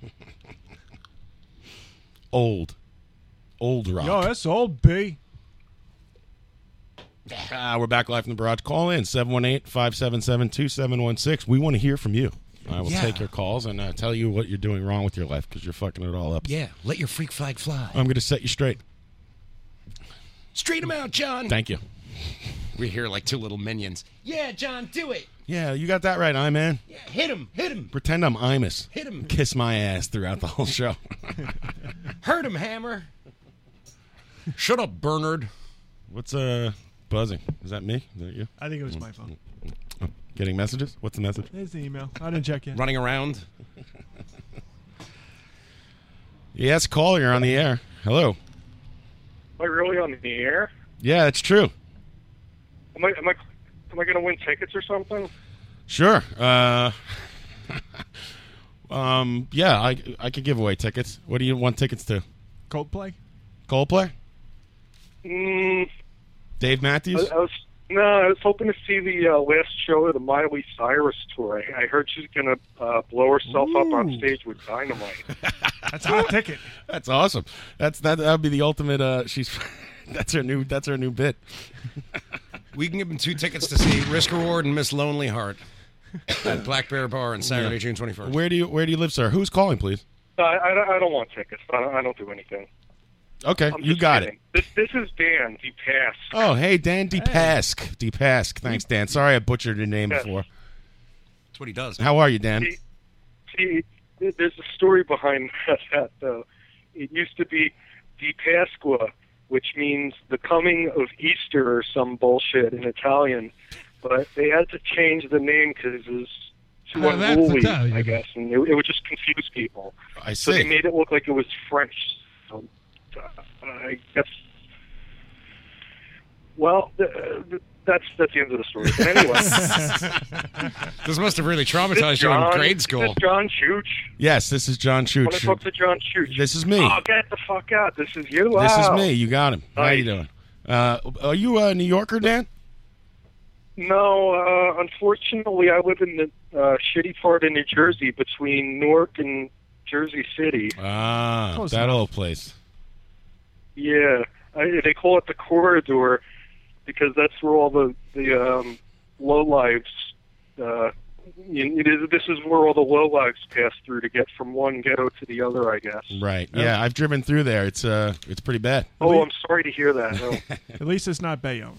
[SPEAKER 12] old. Old rock.
[SPEAKER 13] Yo, that's old B.
[SPEAKER 12] Ah, we're back live from the barrage. Call in 718-577-2716. We want to hear from you. I will
[SPEAKER 4] Yeah.
[SPEAKER 12] take your calls and uh, tell you what you're doing wrong with your life because you're fucking it all up.
[SPEAKER 4] Yeah, let your freak flag fly.
[SPEAKER 12] I'm going to set you straight.
[SPEAKER 4] Straight him out, John.
[SPEAKER 12] Thank you.
[SPEAKER 4] We hear like two little minions.
[SPEAKER 14] Yeah, John, do it!
[SPEAKER 12] Yeah, you got that right, I man.
[SPEAKER 14] Hit him, hit him,
[SPEAKER 12] Pretend I'm Imus.
[SPEAKER 14] Hit him.
[SPEAKER 12] Kiss my ass throughout the whole show.
[SPEAKER 4] Hurt him, Hammer. Shut up, Bernard.
[SPEAKER 12] What's uh buzzing? Is that me? Is that you? Oh,
[SPEAKER 13] I think it was my phone.
[SPEAKER 12] Getting messages? What's the message?
[SPEAKER 13] There's the email. I didn't check yet.
[SPEAKER 4] Running around.
[SPEAKER 12] Yes, caller, you're on the air. Hello.
[SPEAKER 19] Am I really on the air?
[SPEAKER 12] Yeah, that's true.
[SPEAKER 19] Am I am I am I going to win tickets or something?
[SPEAKER 12] Sure. Uh, um, yeah, I I could give away tickets. What do you want tickets to?
[SPEAKER 13] Coldplay.
[SPEAKER 12] Coldplay?
[SPEAKER 19] Mm,
[SPEAKER 12] Dave
[SPEAKER 19] I,
[SPEAKER 12] Matthews?
[SPEAKER 19] I was no, I was hoping to see the uh, last show of the Miley Cyrus tour. I, I heard she's going to uh, blow herself up on stage with dynamite.
[SPEAKER 13] That's a hot ticket.
[SPEAKER 12] That's awesome. That's that. That'd be the ultimate. Uh, she's. that's her new. That's her new bit.
[SPEAKER 4] We can give him two tickets to see Risk Reward and Miss Lonely Heart at Black Bear Bar on Saturday,
[SPEAKER 12] Yeah.
[SPEAKER 4] June 21st.
[SPEAKER 12] Where do you Where do you live, sir? Who's calling, please?
[SPEAKER 19] Uh, I, don't- I don't want tickets. I don't, I don't do anything.
[SPEAKER 12] Okay, you got it.
[SPEAKER 19] This this is Dan. He passed.
[SPEAKER 12] Oh, hey, Dan DePask. DePask. Thanks, Dan. Sorry, I butchered your name
[SPEAKER 19] Yes.
[SPEAKER 12] before.
[SPEAKER 4] That's what he does.
[SPEAKER 12] How are you, Dan?
[SPEAKER 19] See, see, th- there's a story behind that, though. It used to be Di Pasqua, which means the coming of Easter or some bullshit in Italian, but they had to change the name because it was too
[SPEAKER 12] Oh, that's
[SPEAKER 19] unruly,
[SPEAKER 12] Italian.
[SPEAKER 19] I guess, and it, it would just confuse people.
[SPEAKER 12] I
[SPEAKER 19] So they
[SPEAKER 12] see.
[SPEAKER 19] made it look like it was French. So, uh, I guess. Well, th- th- that's that's the end of the story. But anyway,
[SPEAKER 4] This must have really
[SPEAKER 19] Is this
[SPEAKER 4] traumatized you in
[SPEAKER 19] John-
[SPEAKER 4] grade
[SPEAKER 19] is
[SPEAKER 4] school.
[SPEAKER 19] this John Chooch.
[SPEAKER 12] Yes, this is John
[SPEAKER 19] When I
[SPEAKER 12] Chooch.
[SPEAKER 19] talk to John Chooch.
[SPEAKER 12] This is me.
[SPEAKER 19] Oh, get the fuck out. This is you.
[SPEAKER 12] This is
[SPEAKER 19] Wow.
[SPEAKER 12] me. You got him. How you doing? Uh, are you a New Yorker, Dan?
[SPEAKER 19] No, uh, unfortunately, I live in the uh, shitty part of New Jersey between Newark and Jersey City.
[SPEAKER 12] Ah,
[SPEAKER 19] Close
[SPEAKER 12] that
[SPEAKER 19] enough.
[SPEAKER 12] old place.
[SPEAKER 19] Yeah. I, they call it the corridor because that's where all the the um, low lives. Uh, you, it is, this is where all the low lives pass through to get from one ghetto to the other. I guess.
[SPEAKER 12] Right. Yeah, I've driven through there. It's uh, it's pretty bad.
[SPEAKER 19] Oh, I'm sorry to hear that. Oh.
[SPEAKER 13] At least it's not Bayonne.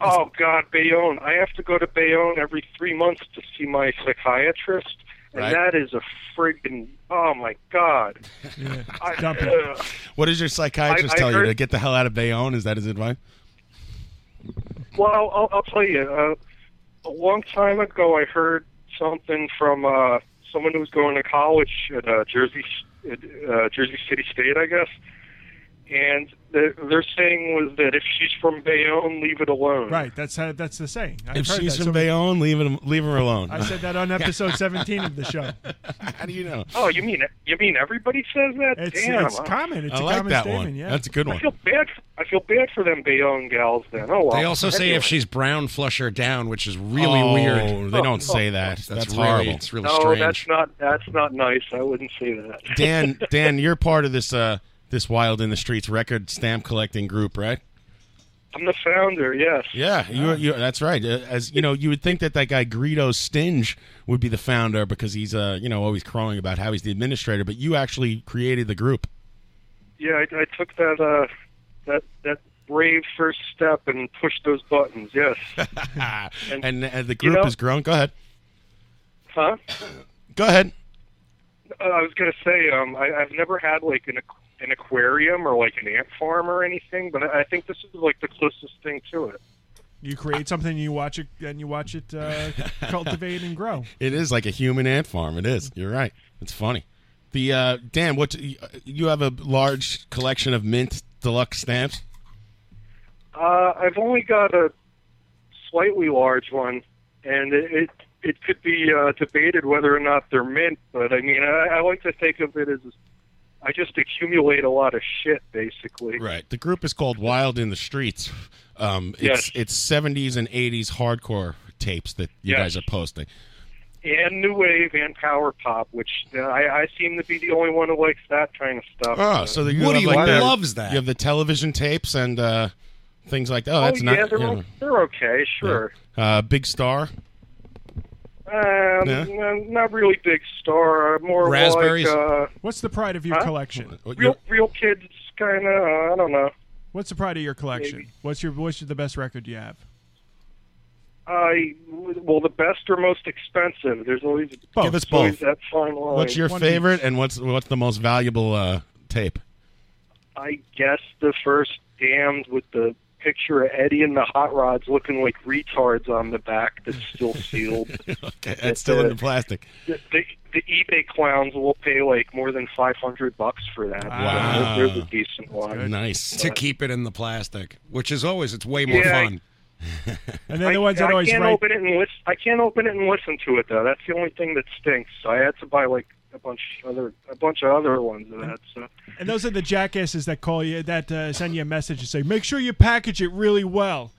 [SPEAKER 19] Oh God, Bayonne! I have to go to Bayonne every three months to see my psychiatrist, and
[SPEAKER 12] Right.
[SPEAKER 19] that is a friggin' oh my God! I, uh,
[SPEAKER 12] What does your psychiatrist
[SPEAKER 19] I- I
[SPEAKER 12] tell you to
[SPEAKER 19] heard-
[SPEAKER 12] get the hell out of Bayonne? Is that his advice?
[SPEAKER 19] well, I'll, I'll, I'll tell you. Uh, a long time ago, I heard something from uh, someone who was going to college at uh, Jersey at, uh, Jersey City State, I guess. And the, their saying was that if she's from Bayonne, leave it alone.
[SPEAKER 13] Right. That's how, that's the saying. I've
[SPEAKER 12] if
[SPEAKER 13] heard
[SPEAKER 12] she's
[SPEAKER 13] that.
[SPEAKER 12] from
[SPEAKER 13] So-
[SPEAKER 12] Bayonne, leave him, leave her alone.
[SPEAKER 13] I said that on episode 17 of the show.
[SPEAKER 12] How do you know?
[SPEAKER 19] Oh, you mean you mean everybody says that?
[SPEAKER 13] It's-
[SPEAKER 19] Damn, uh,
[SPEAKER 13] it's
[SPEAKER 19] I-
[SPEAKER 13] common. It's
[SPEAKER 12] I a like common that statement, one. yeah. That's a good one.
[SPEAKER 19] I feel bad. I feel bad for them Bayonne gals. Then. Oh well.
[SPEAKER 4] They also say
[SPEAKER 19] Anyway.
[SPEAKER 4] if she's brown, flush her down, which is really
[SPEAKER 12] Oh,
[SPEAKER 4] weird.
[SPEAKER 12] they don't say that.
[SPEAKER 4] That's,
[SPEAKER 12] That's
[SPEAKER 4] really,
[SPEAKER 12] horrible.
[SPEAKER 4] It's really
[SPEAKER 19] no,
[SPEAKER 4] strange.
[SPEAKER 19] that's not that's not nice. I wouldn't say that.
[SPEAKER 12] Dan, Dan, you're part of this uh, this Wild in the Streets record stamp collecting group, right?
[SPEAKER 19] I'm the founder. Yes.
[SPEAKER 12] Yeah, you, you, that's right. Uh, As you know, you would think that that guy Greedo Stinge would be the founder because he's uh, you know always crowing about how he's the administrator, but you actually created the group.
[SPEAKER 19] Yeah, I, I took that uh, that that brave first step and pushed those buttons. Yes.
[SPEAKER 12] and, and, uh, the
[SPEAKER 19] you
[SPEAKER 12] group
[SPEAKER 19] know-
[SPEAKER 12] is grown. Go ahead.
[SPEAKER 19] Huh?
[SPEAKER 12] Go ahead.
[SPEAKER 19] Uh, I was gonna say um, I, I've never had like an aqu- an aquarium or like an ant farm or anything, but I, I think this is like the closest thing to it.
[SPEAKER 13] You create something, you watch it, and you watch it uh, cultivate and grow.
[SPEAKER 12] It is like a human ant farm. It is. You're right. It's funny. The uh, Dan, what you have a large collection of mint deluxe stamps.
[SPEAKER 19] Uh, I've only got a slightly large one, and it it, it could be uh, debated whether or not they're mint. But I mean, I, I like to think of it as I just accumulate a lot of shit, basically.
[SPEAKER 12] Right. The group is called Wild in the Streets. Um,
[SPEAKER 19] Yes.
[SPEAKER 12] It's it's 70s and 80s hardcore tapes that you guys are posting.
[SPEAKER 19] And new wave and power pop, which uh, I, I seem to be the only one who likes that kind of stuff.
[SPEAKER 12] Oh, so the, you have like the- You have the television tapes and uh, things like that. Oh,
[SPEAKER 19] oh,
[SPEAKER 12] that's
[SPEAKER 19] yeah,
[SPEAKER 12] not.
[SPEAKER 19] they're,
[SPEAKER 12] you
[SPEAKER 19] o-
[SPEAKER 12] know.
[SPEAKER 19] they're okay, sure.
[SPEAKER 12] uh, Big Star.
[SPEAKER 19] Um,
[SPEAKER 12] Yeah.
[SPEAKER 19] no, Not really big star, uh, more
[SPEAKER 12] Raspberries?
[SPEAKER 19] like uh,
[SPEAKER 13] What's the pride of your
[SPEAKER 19] Huh?
[SPEAKER 13] collection?
[SPEAKER 19] real real kids kind of. Uh, I don't know.
[SPEAKER 13] What's the pride of your collection? What's your what's your, the best record you have?
[SPEAKER 19] I well, the best or most expensive. There's always
[SPEAKER 12] Both. Give us
[SPEAKER 19] there's always
[SPEAKER 12] both.
[SPEAKER 19] That fine line.
[SPEAKER 12] What's your favorite and what's what's the most valuable uh, tape?
[SPEAKER 19] I guess the first damned with the picture of Eddie and the hot rods looking like retards on the back. That's still sealed.
[SPEAKER 12] Okay, that's still in the plastic.
[SPEAKER 19] the, the, the eBay clowns will pay like more than five hundred bucks for that.
[SPEAKER 4] Wow.
[SPEAKER 19] There's a decent one.
[SPEAKER 4] To
[SPEAKER 19] But-
[SPEAKER 4] keep it in the plastic, which is always it's way more
[SPEAKER 19] Yeah.
[SPEAKER 4] fun.
[SPEAKER 13] And
[SPEAKER 19] I, I can't open it and listen. I can't open it and listen to it though. That's the only thing that stinks. So I had to buy like a bunch other a bunch of other ones of that. So
[SPEAKER 13] And those are the jackasses that call you that uh, send you a message and say, "Make sure you package it really well."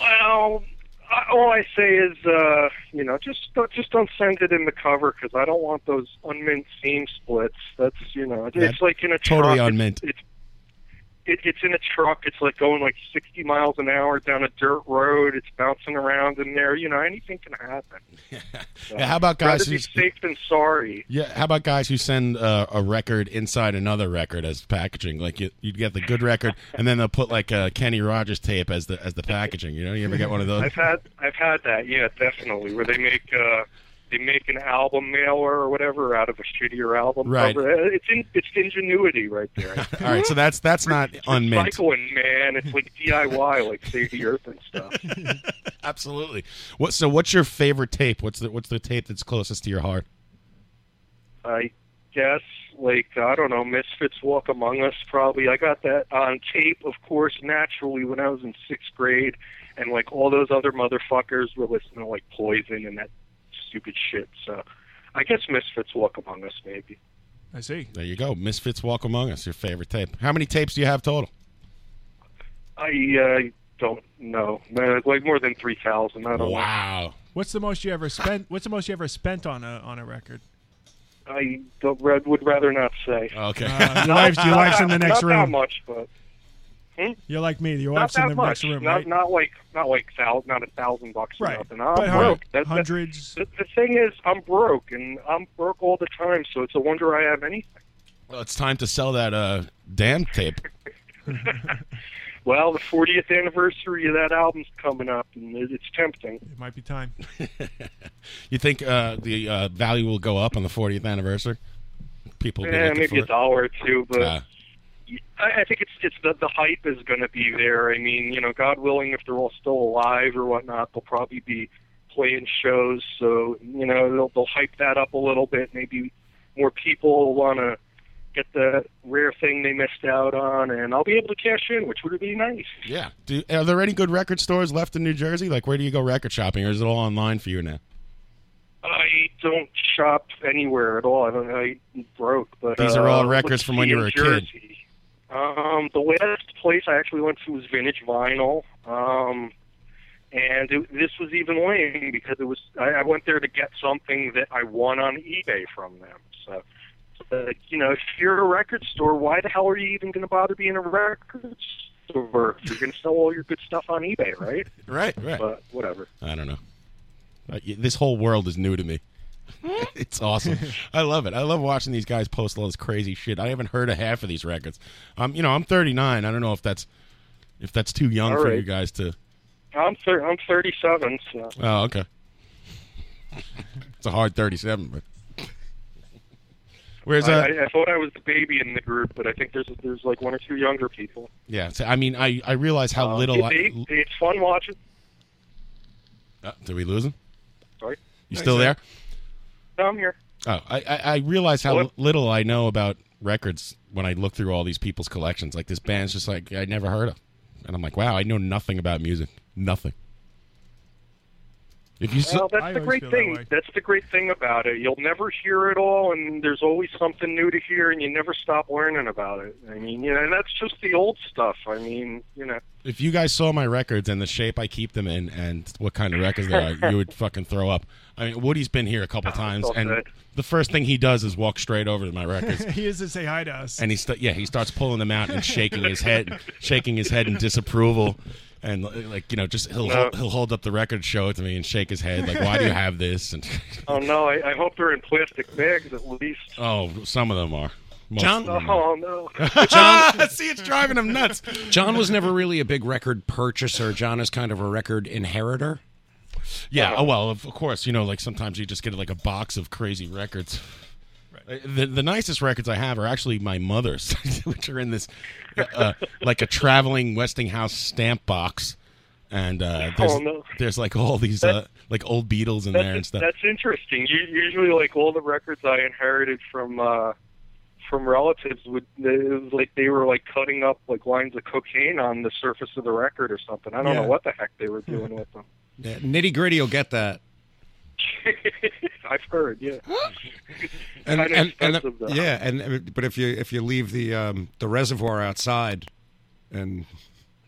[SPEAKER 19] well, I, all I say is uh, you know just don't- just don't send it in the cover because I don't want those unmint seam splits. That's you know it's
[SPEAKER 12] That-
[SPEAKER 19] like in a
[SPEAKER 12] totally
[SPEAKER 19] truck.
[SPEAKER 12] unmint.
[SPEAKER 19] It's, it, it's in a truck. It's like going like 60 miles an hour down a dirt road. It's bouncing around in there. You know, anything can happen. So,
[SPEAKER 12] Yeah, how about guys
[SPEAKER 19] Rather be
[SPEAKER 12] who's-
[SPEAKER 19] safe than sorry.
[SPEAKER 12] Yeah, how about guys who send uh, a record inside another record as packaging? Like you, you'd get the good record, and then they'll put like a Kenny Rogers tape as the as the packaging. You know, you ever get one of those?
[SPEAKER 19] I've had I've had that, yeah, definitely. Where they make uh they make an album mailer or whatever out of a shittier album
[SPEAKER 12] Right.
[SPEAKER 19] cover. Uh, It's in, it's ingenuity right there.
[SPEAKER 12] All right, so that's that's not unmint.
[SPEAKER 19] Recycling, man. It's like DIY, like save the earth and stuff.
[SPEAKER 12] Absolutely. What? So, what's your favorite tape? What's the what's the tape that's closest to your heart?
[SPEAKER 19] I guess, like I don't know, Misfits Walk Among Us. Probably. I got that on tape, of course, naturally when I was in sixth grade, and like all those other motherfuckers were listening to like Poison and that stupid shit. So, I guess Misfits Walk Among Us, maybe.
[SPEAKER 13] I see.
[SPEAKER 12] There you go. Misfits Walk Among Us. Your favorite tape. How many tapes do you have total?
[SPEAKER 19] I uh, don't know. Man, it's like more than three thousand. I don't
[SPEAKER 12] Wow.
[SPEAKER 13] What's the most you ever spent? What's the most you ever spent on a on a record?
[SPEAKER 19] know. I don't, read- would rather not say.
[SPEAKER 12] Okay.
[SPEAKER 13] Uh, your wife's- your wife's in the next
[SPEAKER 19] not
[SPEAKER 13] room.
[SPEAKER 19] that much, but hmm?
[SPEAKER 13] You're like me. Your
[SPEAKER 19] not
[SPEAKER 13] wife's in
[SPEAKER 19] that
[SPEAKER 13] the
[SPEAKER 19] much.
[SPEAKER 13] next room,
[SPEAKER 19] not
[SPEAKER 13] right?
[SPEAKER 19] not like not like thou, not a thousand bucks or
[SPEAKER 13] Right.
[SPEAKER 19] nothing.
[SPEAKER 13] But
[SPEAKER 19] I'm
[SPEAKER 13] hun-
[SPEAKER 19] broke. That- that-
[SPEAKER 13] hundreds.
[SPEAKER 19] The, the thing is, I'm broke, and I'm broke all the time. So it's a wonder I have anything.
[SPEAKER 12] Well, it's time to sell that uh, damn tape.
[SPEAKER 19] Well, the 40th anniversary of that album's coming up, and it, it's tempting.
[SPEAKER 13] It might be time.
[SPEAKER 12] You think uh, the uh, value will go up on the 40th anniversary? People will be
[SPEAKER 19] Yeah,
[SPEAKER 12] looking
[SPEAKER 19] Eh, maybe
[SPEAKER 12] for
[SPEAKER 19] a dollar or two, but
[SPEAKER 12] Ah.
[SPEAKER 19] I, I think it's it's the the hype is going to be there. I mean, you know, God willing, if they're all still alive or whatnot, they'll probably be playing shows. So you know, they'll they'll hype that up a little bit. Maybe more people will want to get the rare thing they missed out on, and I'll be able to cash in, which would be nice.
[SPEAKER 12] Yeah. Do, are there any good record stores left in New Jersey? Like, where do you go record shopping, or is it all online for you now?
[SPEAKER 19] I don't shop anywhere at all. I don't. I broke, but
[SPEAKER 12] These are all
[SPEAKER 19] uh,
[SPEAKER 12] records from when you were a kid.
[SPEAKER 19] Um, the last place I actually went to was Vintage Vinyl, um, and it, this was even lame because it was I, I went there to get something that I won on eBay from them. So, uh, you know, if you're a record store, why the hell are you even going to bother being a record store? You're going to sell all your good stuff on eBay, right?
[SPEAKER 12] Right, right.
[SPEAKER 19] But whatever.
[SPEAKER 12] I don't know. Uh, y- this whole world is new to me.
[SPEAKER 19] Hmm?
[SPEAKER 12] it's awesome. I love it. I love watching these guys post all this crazy shit. I haven't heard a half of these records. Um, you know, I'm 39. I don't know if that's if that's too young
[SPEAKER 19] All
[SPEAKER 12] for
[SPEAKER 19] right.
[SPEAKER 12] you guys to.
[SPEAKER 19] I'm thir- I'm 37, so.
[SPEAKER 12] Oh, okay. it's a hard 37, but. Where's uh,
[SPEAKER 19] I, I, I thought I was the baby in the group, but I think there's there's like one or two younger people.
[SPEAKER 12] yeah? So, I mean, I I realize how little.
[SPEAKER 19] It-
[SPEAKER 12] I,
[SPEAKER 19] it- it's fun watching.
[SPEAKER 12] uh, did we lose him?
[SPEAKER 19] Sorry,
[SPEAKER 12] You still there?
[SPEAKER 19] No, I'm here.
[SPEAKER 12] Oh, I, I, I realize how little I know about records when I look through all these people's collections. Like this band's just like I never heard of, and I'm like, wow, I know nothing about music, nothing. If you s-
[SPEAKER 19] well, that's the great thing. that's the great thing about it. You'll never hear it all, and there's always something new to hear, and you never stop learning about it. I mean, you know, and that's just the old stuff. I mean, you know,
[SPEAKER 12] if you guys saw my records and the shape I keep them in and what kind of records they are, you would fucking throw up. I mean, Woody's been here a couple times,
[SPEAKER 13] all
[SPEAKER 12] and
[SPEAKER 13] good.
[SPEAKER 12] the first thing he does is walk straight over to my records.
[SPEAKER 13] he is to say hi to us.
[SPEAKER 12] and he st- yeah he starts pulling them out and shaking his head shaking his head in disapproval and like you know just he'll
[SPEAKER 19] No.
[SPEAKER 12] he'll hold up the record show it to me and shake his head like why do you have this and
[SPEAKER 19] oh no, I, I hope they're in plastic bags at least.
[SPEAKER 12] oh some of them are Most of them are.
[SPEAKER 19] oh no,
[SPEAKER 12] John, see, it's driving him nuts.
[SPEAKER 4] John was never really a big record purchaser. John is kind of a record inheritor.
[SPEAKER 12] yeah oh well of of course you know like sometimes you just get like a box of crazy records the, the nicest records I have are actually my mother's, which are in this uh, like a traveling Westinghouse stamp box, and uh, there's,
[SPEAKER 19] Oh, no.
[SPEAKER 12] there's like all these uh, like old Beatles in
[SPEAKER 19] that's,
[SPEAKER 12] there and stuff.
[SPEAKER 19] That's interesting. U- Usually, like all the records I inherited from uh, from relatives would it was like they were like cutting up like lines of cocaine on the surface of the record or something. I don't
[SPEAKER 4] Yeah.
[SPEAKER 19] know what the heck they were doing with them.
[SPEAKER 4] Nitty gritty will get that.
[SPEAKER 19] I've heard, yeah.
[SPEAKER 4] And,
[SPEAKER 19] Kinda
[SPEAKER 4] and, and
[SPEAKER 19] expensive, though.
[SPEAKER 4] yeah, and uh, but if you if you leave the um, the reservoir outside, and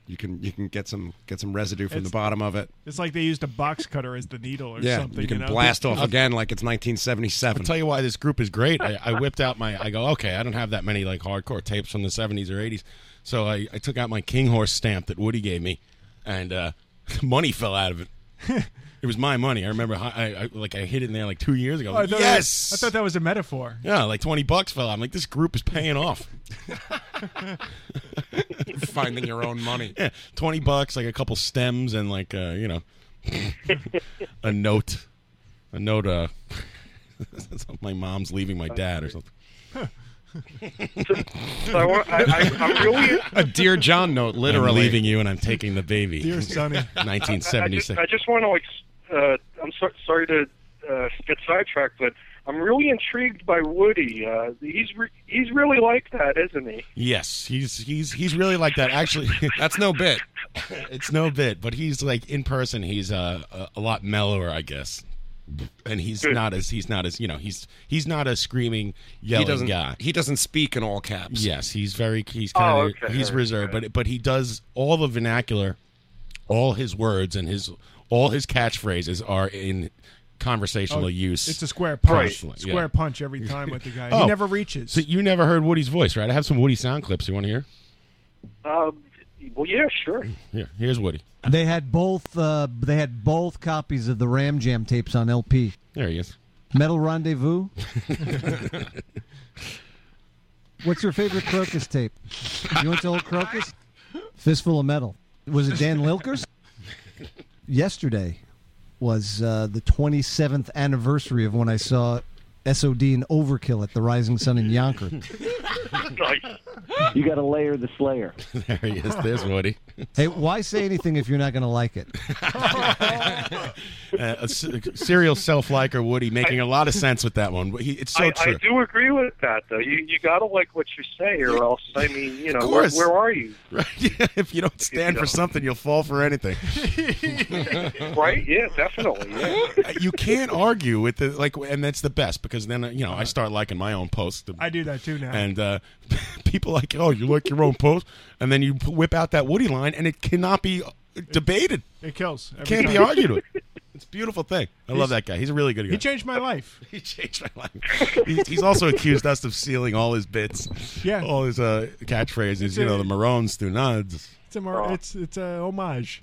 [SPEAKER 4] you can you can get some get some residue from
[SPEAKER 13] It's-
[SPEAKER 4] the bottom of it.
[SPEAKER 13] It's like they used a box cutter as the needle or
[SPEAKER 4] Yeah,
[SPEAKER 13] something.
[SPEAKER 4] you can
[SPEAKER 13] know?
[SPEAKER 4] blast off again like it's 1977.
[SPEAKER 12] I'll tell you why this group is great. I, I whipped out my. I go, okay, I don't have that many like hardcore tapes from the '70s or '80s, so I, I took out my King Horse stamp that Woody gave me, and uh, money fell out of it. it was my money. I remember, hi- I, I like I hid it in there like two years ago.
[SPEAKER 13] Oh,
[SPEAKER 12] I'm
[SPEAKER 13] I
[SPEAKER 12] like,
[SPEAKER 13] thought that was-
[SPEAKER 12] yes,
[SPEAKER 13] I thought that was a metaphor.
[SPEAKER 12] yeah, like twenty bucks fell out. I'm like, this group is paying off.
[SPEAKER 4] Finding your own money.
[SPEAKER 12] Yeah, twenty bucks, like a couple stems, and like uh, you know, a note, a note. Uh, my mom's leaving my dad or something.
[SPEAKER 19] So I, wa- I, I, I'm really.
[SPEAKER 4] a dear John note, literally.
[SPEAKER 12] I'm leaving you and I'm taking the baby.
[SPEAKER 19] Dear Sonny. I just,
[SPEAKER 12] 1976.
[SPEAKER 19] I just want to like. Uh, I'm so, sorry to uh, get sidetracked, but I'm really intrigued by Woody. Uh, he's re- he's really like that, isn't he?
[SPEAKER 12] Yes, he's he's he's really like that. Actually,
[SPEAKER 4] that's no bit.
[SPEAKER 12] It's no bit, but he's like in person. He's uh, a a lot mellower, I guess. And he's not as he's not as you know he's he's not a screaming yelling
[SPEAKER 4] he doesn't,
[SPEAKER 12] guy.
[SPEAKER 4] He doesn't speak in all caps.
[SPEAKER 12] Yes, he's very he's
[SPEAKER 4] Oh,
[SPEAKER 12] kind of
[SPEAKER 4] okay,
[SPEAKER 12] he's
[SPEAKER 4] okay.
[SPEAKER 12] reserved, but but he does all the vernacular, all his words and his all his catchphrases are in conversational use.
[SPEAKER 13] Oh, It's a square punch.
[SPEAKER 12] constantly, yeah.
[SPEAKER 13] Square punch every time with the guy.
[SPEAKER 12] Oh,
[SPEAKER 13] He never reaches.
[SPEAKER 12] So you never heard Woody's voice, right? I have some Woody sound clips. You want to hear?
[SPEAKER 19] Um, well, yeah, sure.
[SPEAKER 12] Here, here's Woody.
[SPEAKER 1] They had both. Uh, they had both copies of the Ram Jam tapes on LP.
[SPEAKER 12] There he is.
[SPEAKER 1] Metal Rendezvous. What's your favorite Crocus tape? You went to old Crocus. Fistful of Metal. Was it Dan Lilkers? Yesterday was uh, the 27th anniversary of when I saw SOD and Overkill at the Rising Sun in Yonkers.
[SPEAKER 6] You got to layer the Slayer.
[SPEAKER 12] there he is. There's Woody.
[SPEAKER 1] Hey, why say anything if you're not going to like it?
[SPEAKER 12] Uh, a se- serial self-liker Woody making a lot of sense with that one. He, it's so
[SPEAKER 19] I,
[SPEAKER 12] true.
[SPEAKER 19] I do agree with that, though. You you gotta like what you say, or else I mean, you know, where,
[SPEAKER 12] course.
[SPEAKER 19] where are you?
[SPEAKER 12] Right? Yeah, if you don't stand for something, you'll fall for anything.
[SPEAKER 19] right? Yeah, definitely. Yeah.
[SPEAKER 12] Uh, you can't argue with the like, and that's the best because then uh, you know I start liking my own posts.
[SPEAKER 13] Uh-huh. I do that too now.
[SPEAKER 12] And uh, people like, oh, you like your own post, and then you p- whip out that Woody line, and it cannot be uh, debated.
[SPEAKER 13] It kills. every
[SPEAKER 12] Can't be
[SPEAKER 13] time.
[SPEAKER 12] argued with. It's a beautiful thing. I love
[SPEAKER 13] He's-
[SPEAKER 12] that guy. He's a really good guy.
[SPEAKER 13] He changed my life.
[SPEAKER 12] he changed my life. he's, he's also accused us of stealing all his bits.
[SPEAKER 13] Yeah.
[SPEAKER 12] All his uh, catchphrases.
[SPEAKER 13] It's
[SPEAKER 12] you know,
[SPEAKER 13] a-
[SPEAKER 12] the Maroons do nods.
[SPEAKER 13] It's a mar- it's it's a homage,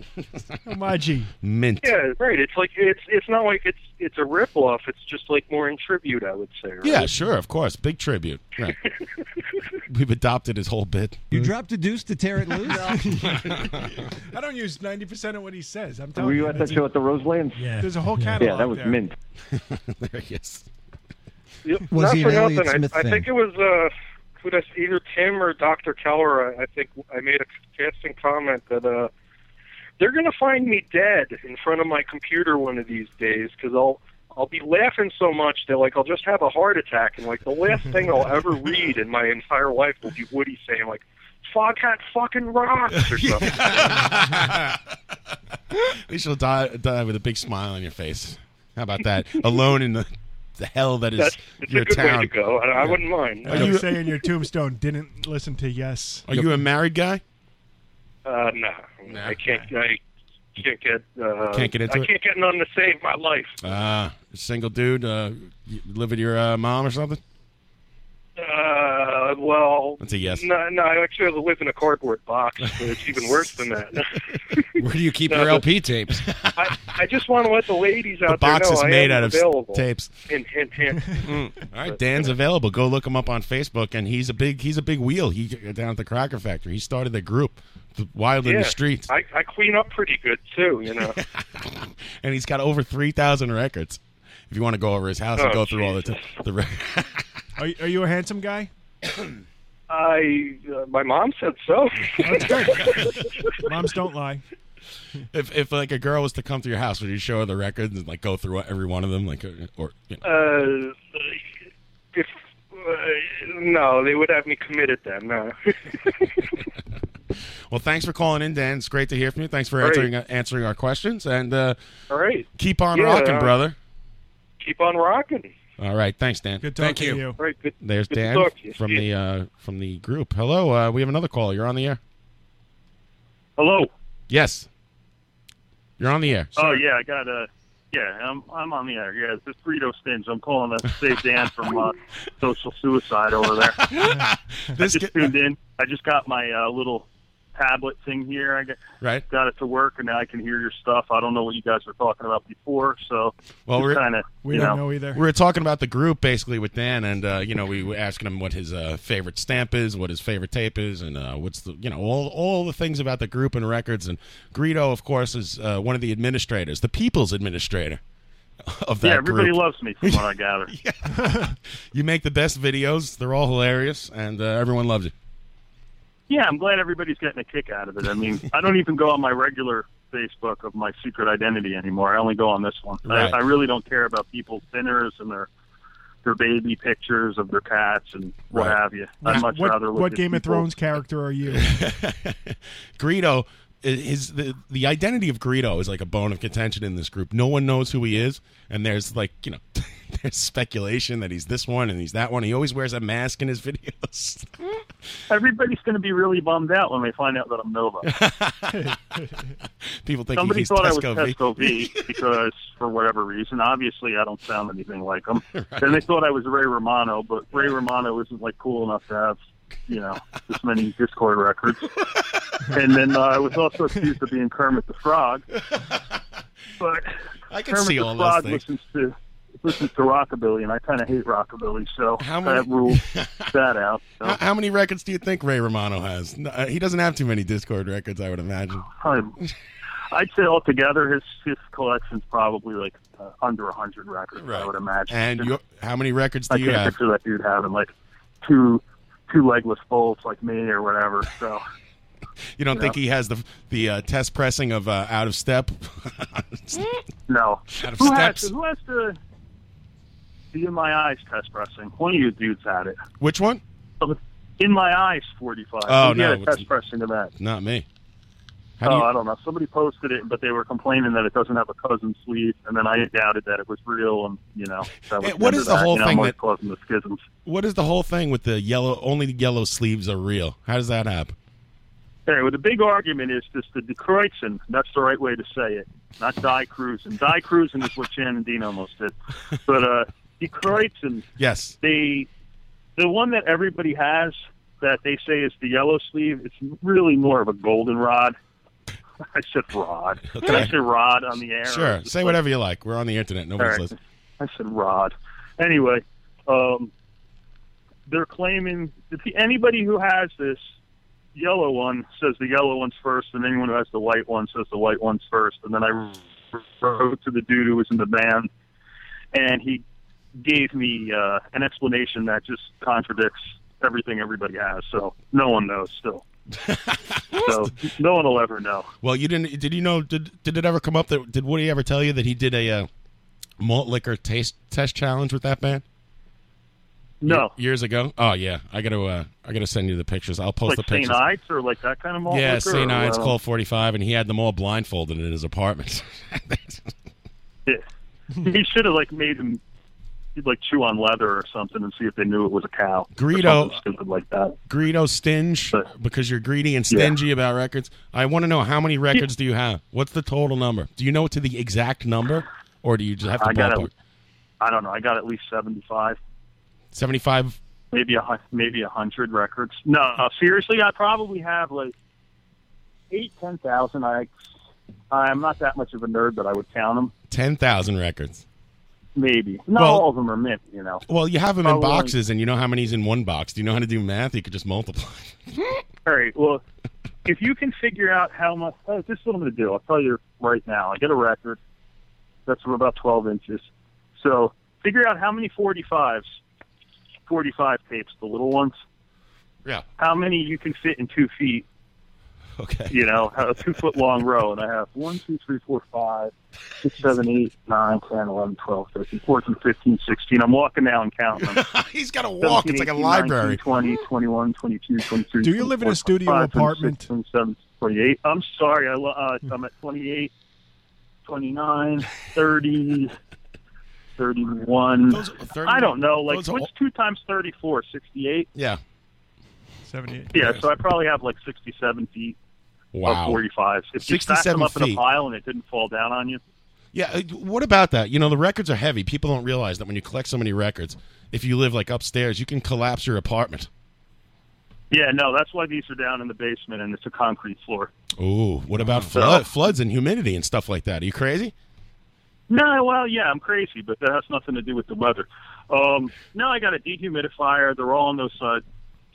[SPEAKER 13] homage.
[SPEAKER 12] Mint.
[SPEAKER 19] Yeah, right. It's like it's it's not like it's it's a rip off. It's just like more in tribute, I would say. Right?
[SPEAKER 12] Yeah, sure, of course. Big tribute. Right. We've adopted his whole bit.
[SPEAKER 1] You dropped a deuce to tear it loose?
[SPEAKER 13] I don't use ninety percent of what he says. I'm telling
[SPEAKER 6] Were you at that
[SPEAKER 13] that's-
[SPEAKER 6] show at the Roselands? Yeah.
[SPEAKER 13] There's a whole
[SPEAKER 6] Yeah,
[SPEAKER 13] catalog.
[SPEAKER 6] that was
[SPEAKER 13] there.
[SPEAKER 6] mint.
[SPEAKER 12] there he is.
[SPEAKER 19] Yep.
[SPEAKER 13] Was
[SPEAKER 19] not
[SPEAKER 13] he
[SPEAKER 19] for
[SPEAKER 13] an
[SPEAKER 19] nothing.
[SPEAKER 13] Elliott
[SPEAKER 19] I,
[SPEAKER 13] Smith
[SPEAKER 19] I
[SPEAKER 13] fan?
[SPEAKER 19] think it was uh, who does either Tim or Dr. Keller. I, I think I made a casting comment that uh, they're going to find me dead in front of my computer one of these days because I'll I'll be laughing so much that like I'll just have a heart attack and like the last thing I'll ever read in my entire life will be Woody saying like. Foghat fucking rocks or something.
[SPEAKER 12] At least you'll die, die with a big smile on your face. How about that? Alone in the, the hell that is
[SPEAKER 19] That's it's
[SPEAKER 12] your
[SPEAKER 19] a good
[SPEAKER 12] town.
[SPEAKER 19] way to go. I, I wouldn't mind.
[SPEAKER 12] Are you,
[SPEAKER 13] Say in your tombstone, didn't listen to yes.
[SPEAKER 12] are you a married guy?
[SPEAKER 19] Uh, no, I can't. I can't get. Uh,
[SPEAKER 12] Can't get into
[SPEAKER 19] I
[SPEAKER 12] it?
[SPEAKER 19] can't get none to save my life.
[SPEAKER 12] Uh, single dude, uh, you live with your uh, mom or something?
[SPEAKER 19] Uh, well,
[SPEAKER 12] That's a yes.
[SPEAKER 19] No, no, I actually live in a cardboard box. But it's even worse than that.
[SPEAKER 4] Where do you keep
[SPEAKER 19] No,
[SPEAKER 4] your
[SPEAKER 19] but-
[SPEAKER 4] LP tapes?
[SPEAKER 19] I, I just want to let the ladies out
[SPEAKER 12] The box
[SPEAKER 19] there know
[SPEAKER 12] is
[SPEAKER 19] I
[SPEAKER 12] made
[SPEAKER 19] am
[SPEAKER 12] out of s-
[SPEAKER 19] available.
[SPEAKER 12] tapes. Mm.
[SPEAKER 19] Hint, hint, hint.
[SPEAKER 12] All right, Dan's available. Go look him up on Facebook, and he's a big he's a big wheel. He uh, down at the Cracker Factory. He started the group, the Wild in
[SPEAKER 19] yeah,
[SPEAKER 12] the Streets,
[SPEAKER 19] I, I clean up pretty good too. You know.
[SPEAKER 12] and he's got over three thousand records. If you want to go over his house and
[SPEAKER 19] Oh,
[SPEAKER 12] go through all the t- the records.
[SPEAKER 13] Are, you- are you a handsome guy?
[SPEAKER 19] I uh, my mom said so.
[SPEAKER 12] Oh,
[SPEAKER 13] Moms don't lie.
[SPEAKER 12] If if like a girl was to come to your house, would you show her the records and like go through every one of them? Like or, or you know.
[SPEAKER 19] Uh, if uh, no, they would have me committed then. No.
[SPEAKER 12] well, thanks for calling in, Dan. It's great to hear from you. Thanks for
[SPEAKER 19] All right.
[SPEAKER 12] answering uh, answering our questions and uh,
[SPEAKER 19] All right.
[SPEAKER 12] keep on
[SPEAKER 19] Yeah,
[SPEAKER 12] rocking,
[SPEAKER 19] uh,
[SPEAKER 12] brother.
[SPEAKER 19] Keep on rocking.
[SPEAKER 12] All right, thanks, Dan. Good
[SPEAKER 19] talking Thank you. to you. All right, good-
[SPEAKER 12] There's
[SPEAKER 19] good to
[SPEAKER 12] Dan
[SPEAKER 19] talk to you.
[SPEAKER 12] from the uh, from the group. Hello, uh, we have another caller. You're on the air.
[SPEAKER 20] Hello.
[SPEAKER 12] Yes, you're on the air.
[SPEAKER 20] Oh yeah, I got a. Yeah, I'm I'm on the air. Yeah, it's just Frito Stins. I'm calling to save Dan from uh, social suicide over there. I just tuned in. I just got my uh, little tablet thing here. I got
[SPEAKER 12] Right.
[SPEAKER 20] got it to work, and now I can hear your stuff. I don't know what you guys were talking about before, so
[SPEAKER 12] Well, we're-
[SPEAKER 20] kind of
[SPEAKER 12] we
[SPEAKER 20] you
[SPEAKER 12] don't
[SPEAKER 13] know either.
[SPEAKER 12] We were talking about the group basically with Dan, and uh, you know we were asking him what his uh, favorite stamp is, what his favorite tape is, and uh, what's the you know all all the things about the group and records. And Greedo, of course, is uh, one of the administrators, the people's administrator of that
[SPEAKER 20] yeah, everybody
[SPEAKER 12] group.
[SPEAKER 20] loves me from what I gather.
[SPEAKER 12] you make the best videos; they're all hilarious, and uh, everyone loves you.
[SPEAKER 20] Yeah, I'm glad everybody's getting a kick out of it. I mean, I don't even go on my regular Facebook of my secret identity anymore. I only go on this one.
[SPEAKER 12] Right.
[SPEAKER 20] I, I really don't care about people's dinners and their their baby pictures of their cats and what
[SPEAKER 12] Right.
[SPEAKER 20] have you. I'd much
[SPEAKER 13] what,
[SPEAKER 20] rather look
[SPEAKER 13] what
[SPEAKER 20] at
[SPEAKER 13] Game of
[SPEAKER 20] people-
[SPEAKER 13] Thrones character are you?
[SPEAKER 12] Greedo is- his the, the identity of Greedo is like a bone of contention in this group. No one knows who he is, and there's like you know there's speculation that he's this one and he's that one. He always wears a mask in his videos.
[SPEAKER 20] Everybody's going to be really bummed out when they find out that I'm Nova.
[SPEAKER 12] People think
[SPEAKER 20] Somebody
[SPEAKER 12] he's
[SPEAKER 20] thought
[SPEAKER 12] Tesco
[SPEAKER 20] I was
[SPEAKER 12] V.
[SPEAKER 20] Tesco V because, for whatever reason, obviously I don't sound anything like him. And they thought I was Ray Romano, but Ray Romano isn't like cool enough to have, you know, this many Discord records. and then uh, I was also accused of being Kermit the Frog. But
[SPEAKER 12] I
[SPEAKER 18] can
[SPEAKER 20] Kermit
[SPEAKER 18] see
[SPEAKER 20] the
[SPEAKER 18] all those
[SPEAKER 20] Frog
[SPEAKER 18] things.
[SPEAKER 20] listens to listens to rockabilly, and I kind of hate rockabilly, so
[SPEAKER 12] How
[SPEAKER 20] that
[SPEAKER 12] many-
[SPEAKER 20] rules that out. So.
[SPEAKER 12] How, how many records do you think Ray Romano has? No, uh, he doesn't have too many Discord records, I would imagine.
[SPEAKER 20] Um, I'd say altogether his his collection's probably like uh, under a hundred records. I would imagine.
[SPEAKER 12] And you, how many records do
[SPEAKER 20] I
[SPEAKER 12] you
[SPEAKER 20] can't
[SPEAKER 12] have?
[SPEAKER 20] picture that dude having like two two legless bolts like me or whatever. So
[SPEAKER 12] You don't think
[SPEAKER 20] No.
[SPEAKER 12] he has the the uh, test pressing of uh, out of step?
[SPEAKER 20] no.
[SPEAKER 12] Out of
[SPEAKER 20] Oh. who has
[SPEAKER 12] steps.
[SPEAKER 20] to, who has to be in my eyes test pressing? One of you dudes had it.
[SPEAKER 12] Which one?
[SPEAKER 20] In my eyes, forty-five.
[SPEAKER 12] Oh,
[SPEAKER 20] Who had
[SPEAKER 12] no,
[SPEAKER 20] a test pressing of that.
[SPEAKER 12] Not me. How do
[SPEAKER 20] Oh,
[SPEAKER 12] you-
[SPEAKER 20] I don't know. Somebody posted it, but they were complaining that it doesn't have a cousin sleeve, and then I doubted that it was real, and you know, that was
[SPEAKER 12] Hey, what
[SPEAKER 20] end
[SPEAKER 12] is
[SPEAKER 20] of
[SPEAKER 12] the
[SPEAKER 20] that.
[SPEAKER 12] whole
[SPEAKER 20] You know, I'm
[SPEAKER 12] thing
[SPEAKER 20] always
[SPEAKER 12] that-
[SPEAKER 20] causing the schisms.
[SPEAKER 12] What is the whole thing with the yellow? Only the yellow sleeves are real. How does that happen?
[SPEAKER 20] Anyway, the big argument is just the decreuzin. That's the right way to say it, not die cruising. Die cruising is what Shenandoah almost did, but uh, decreuzin.
[SPEAKER 12] Yes.
[SPEAKER 20] The the one that everybody has that they say is the yellow sleeve. It's really more of a goldenrod. I said rod. Can I
[SPEAKER 12] Okay.
[SPEAKER 20] say rod on the air? Or
[SPEAKER 12] Sure.
[SPEAKER 20] is it
[SPEAKER 12] Say
[SPEAKER 20] like-
[SPEAKER 12] whatever you like. We're on the internet. Nobody's
[SPEAKER 20] All right.
[SPEAKER 12] listening.
[SPEAKER 20] I said Rod. Anyway, um, they're claiming if anybody who has this yellow one says the yellow one's first, and anyone who has the white one says the white one's first. And then I wrote to the dude who was in the band, and he gave me uh, an explanation that just contradicts everything everybody has. So no one knows still. so no one will ever know.
[SPEAKER 12] Well, you didn't. Did you know? Did did it ever come up that did Woody ever tell you that he did a uh, malt liquor taste test challenge with that band?
[SPEAKER 20] No.
[SPEAKER 12] Ye- years ago. Oh yeah, I gotta uh, I gotta send you the pictures. I'll post the
[SPEAKER 20] like
[SPEAKER 12] pictures.
[SPEAKER 20] St. Ives or like that kind of malt
[SPEAKER 12] yeah,
[SPEAKER 20] liquor or,
[SPEAKER 12] St. Ives
[SPEAKER 20] uh,
[SPEAKER 12] Call 45, and he had them all blindfolded in his apartment.
[SPEAKER 20] Yeah. he should have like made him he'd like chew on leather or something and see if they knew it was a cow. or
[SPEAKER 12] Greedo-
[SPEAKER 20] something stupid like that.
[SPEAKER 12] Greedo stinge because you're greedy and stingy about records. I want to know how many records do you have? What's the total number? Do you know to the exact number, or do you just have to
[SPEAKER 20] I got
[SPEAKER 12] ballpark?
[SPEAKER 20] it. I don't know. I got at least seventy-five,
[SPEAKER 12] Seventy-five.
[SPEAKER 20] maybe a hun- maybe a hundred records. No, seriously, I probably have like eight, ten thousand. I I'm not that much of a nerd that I would count them.
[SPEAKER 12] 10,000 records.
[SPEAKER 20] Maybe not
[SPEAKER 12] Well-
[SPEAKER 20] all of them are mint, you know.
[SPEAKER 12] Well, you have them in
[SPEAKER 20] Probably only-
[SPEAKER 12] boxes, and you know how many's in one box. Do you know how to do math? You could just multiply.
[SPEAKER 20] All right. Well, if you can figure out how much, oh, this is what I'm going to do. I'll tell you right now. I get a record that's from about 12 inches. So figure out how many 45s, 45 tapes, the little ones.
[SPEAKER 12] Yeah.
[SPEAKER 20] How many you can fit in two feet.
[SPEAKER 12] Okay.
[SPEAKER 20] You know, a two foot long row, and I have one, two, three, four, five, six, seven, eight, nine, ten, eleven, twelve, thirteen, fourteen, fifteen, sixteen. I'm walking now and counting them.
[SPEAKER 12] He's got to
[SPEAKER 13] walk. It's like a library.
[SPEAKER 20] 20, 21, 22, 23.
[SPEAKER 13] Do you live in a
[SPEAKER 20] 24,
[SPEAKER 13] studio
[SPEAKER 20] 25, 26,
[SPEAKER 13] apartment?
[SPEAKER 20] 27, 28. I'm sorry. I, lo- uh, I'm at 28, 29, 30, 31. I don't know. Like,
[SPEAKER 13] those are
[SPEAKER 20] what's
[SPEAKER 13] all-
[SPEAKER 20] two times 34? 68?
[SPEAKER 12] Yeah.
[SPEAKER 13] 78.
[SPEAKER 20] Yeah, so I probably have like 67 feet.
[SPEAKER 12] Wow.
[SPEAKER 20] Of 45s. If you stack them
[SPEAKER 12] 67
[SPEAKER 20] up in a
[SPEAKER 12] feet.
[SPEAKER 20] pile and it didn't fall down on you.
[SPEAKER 12] Yeah, uh, what about that? You know, the records are heavy. People don't realize that when you collect so many records, if you live like upstairs, you can collapse your apartment.
[SPEAKER 20] Yeah, no, that's why these are down in the basement and it's a concrete floor.
[SPEAKER 12] Ooh, what about flood, floods and humidity and stuff like that? Are you crazy?
[SPEAKER 20] No, well, yeah, I'm crazy, but that has nothing to do with the weather. Um, no, I got a dehumidifier. They're all in those uh,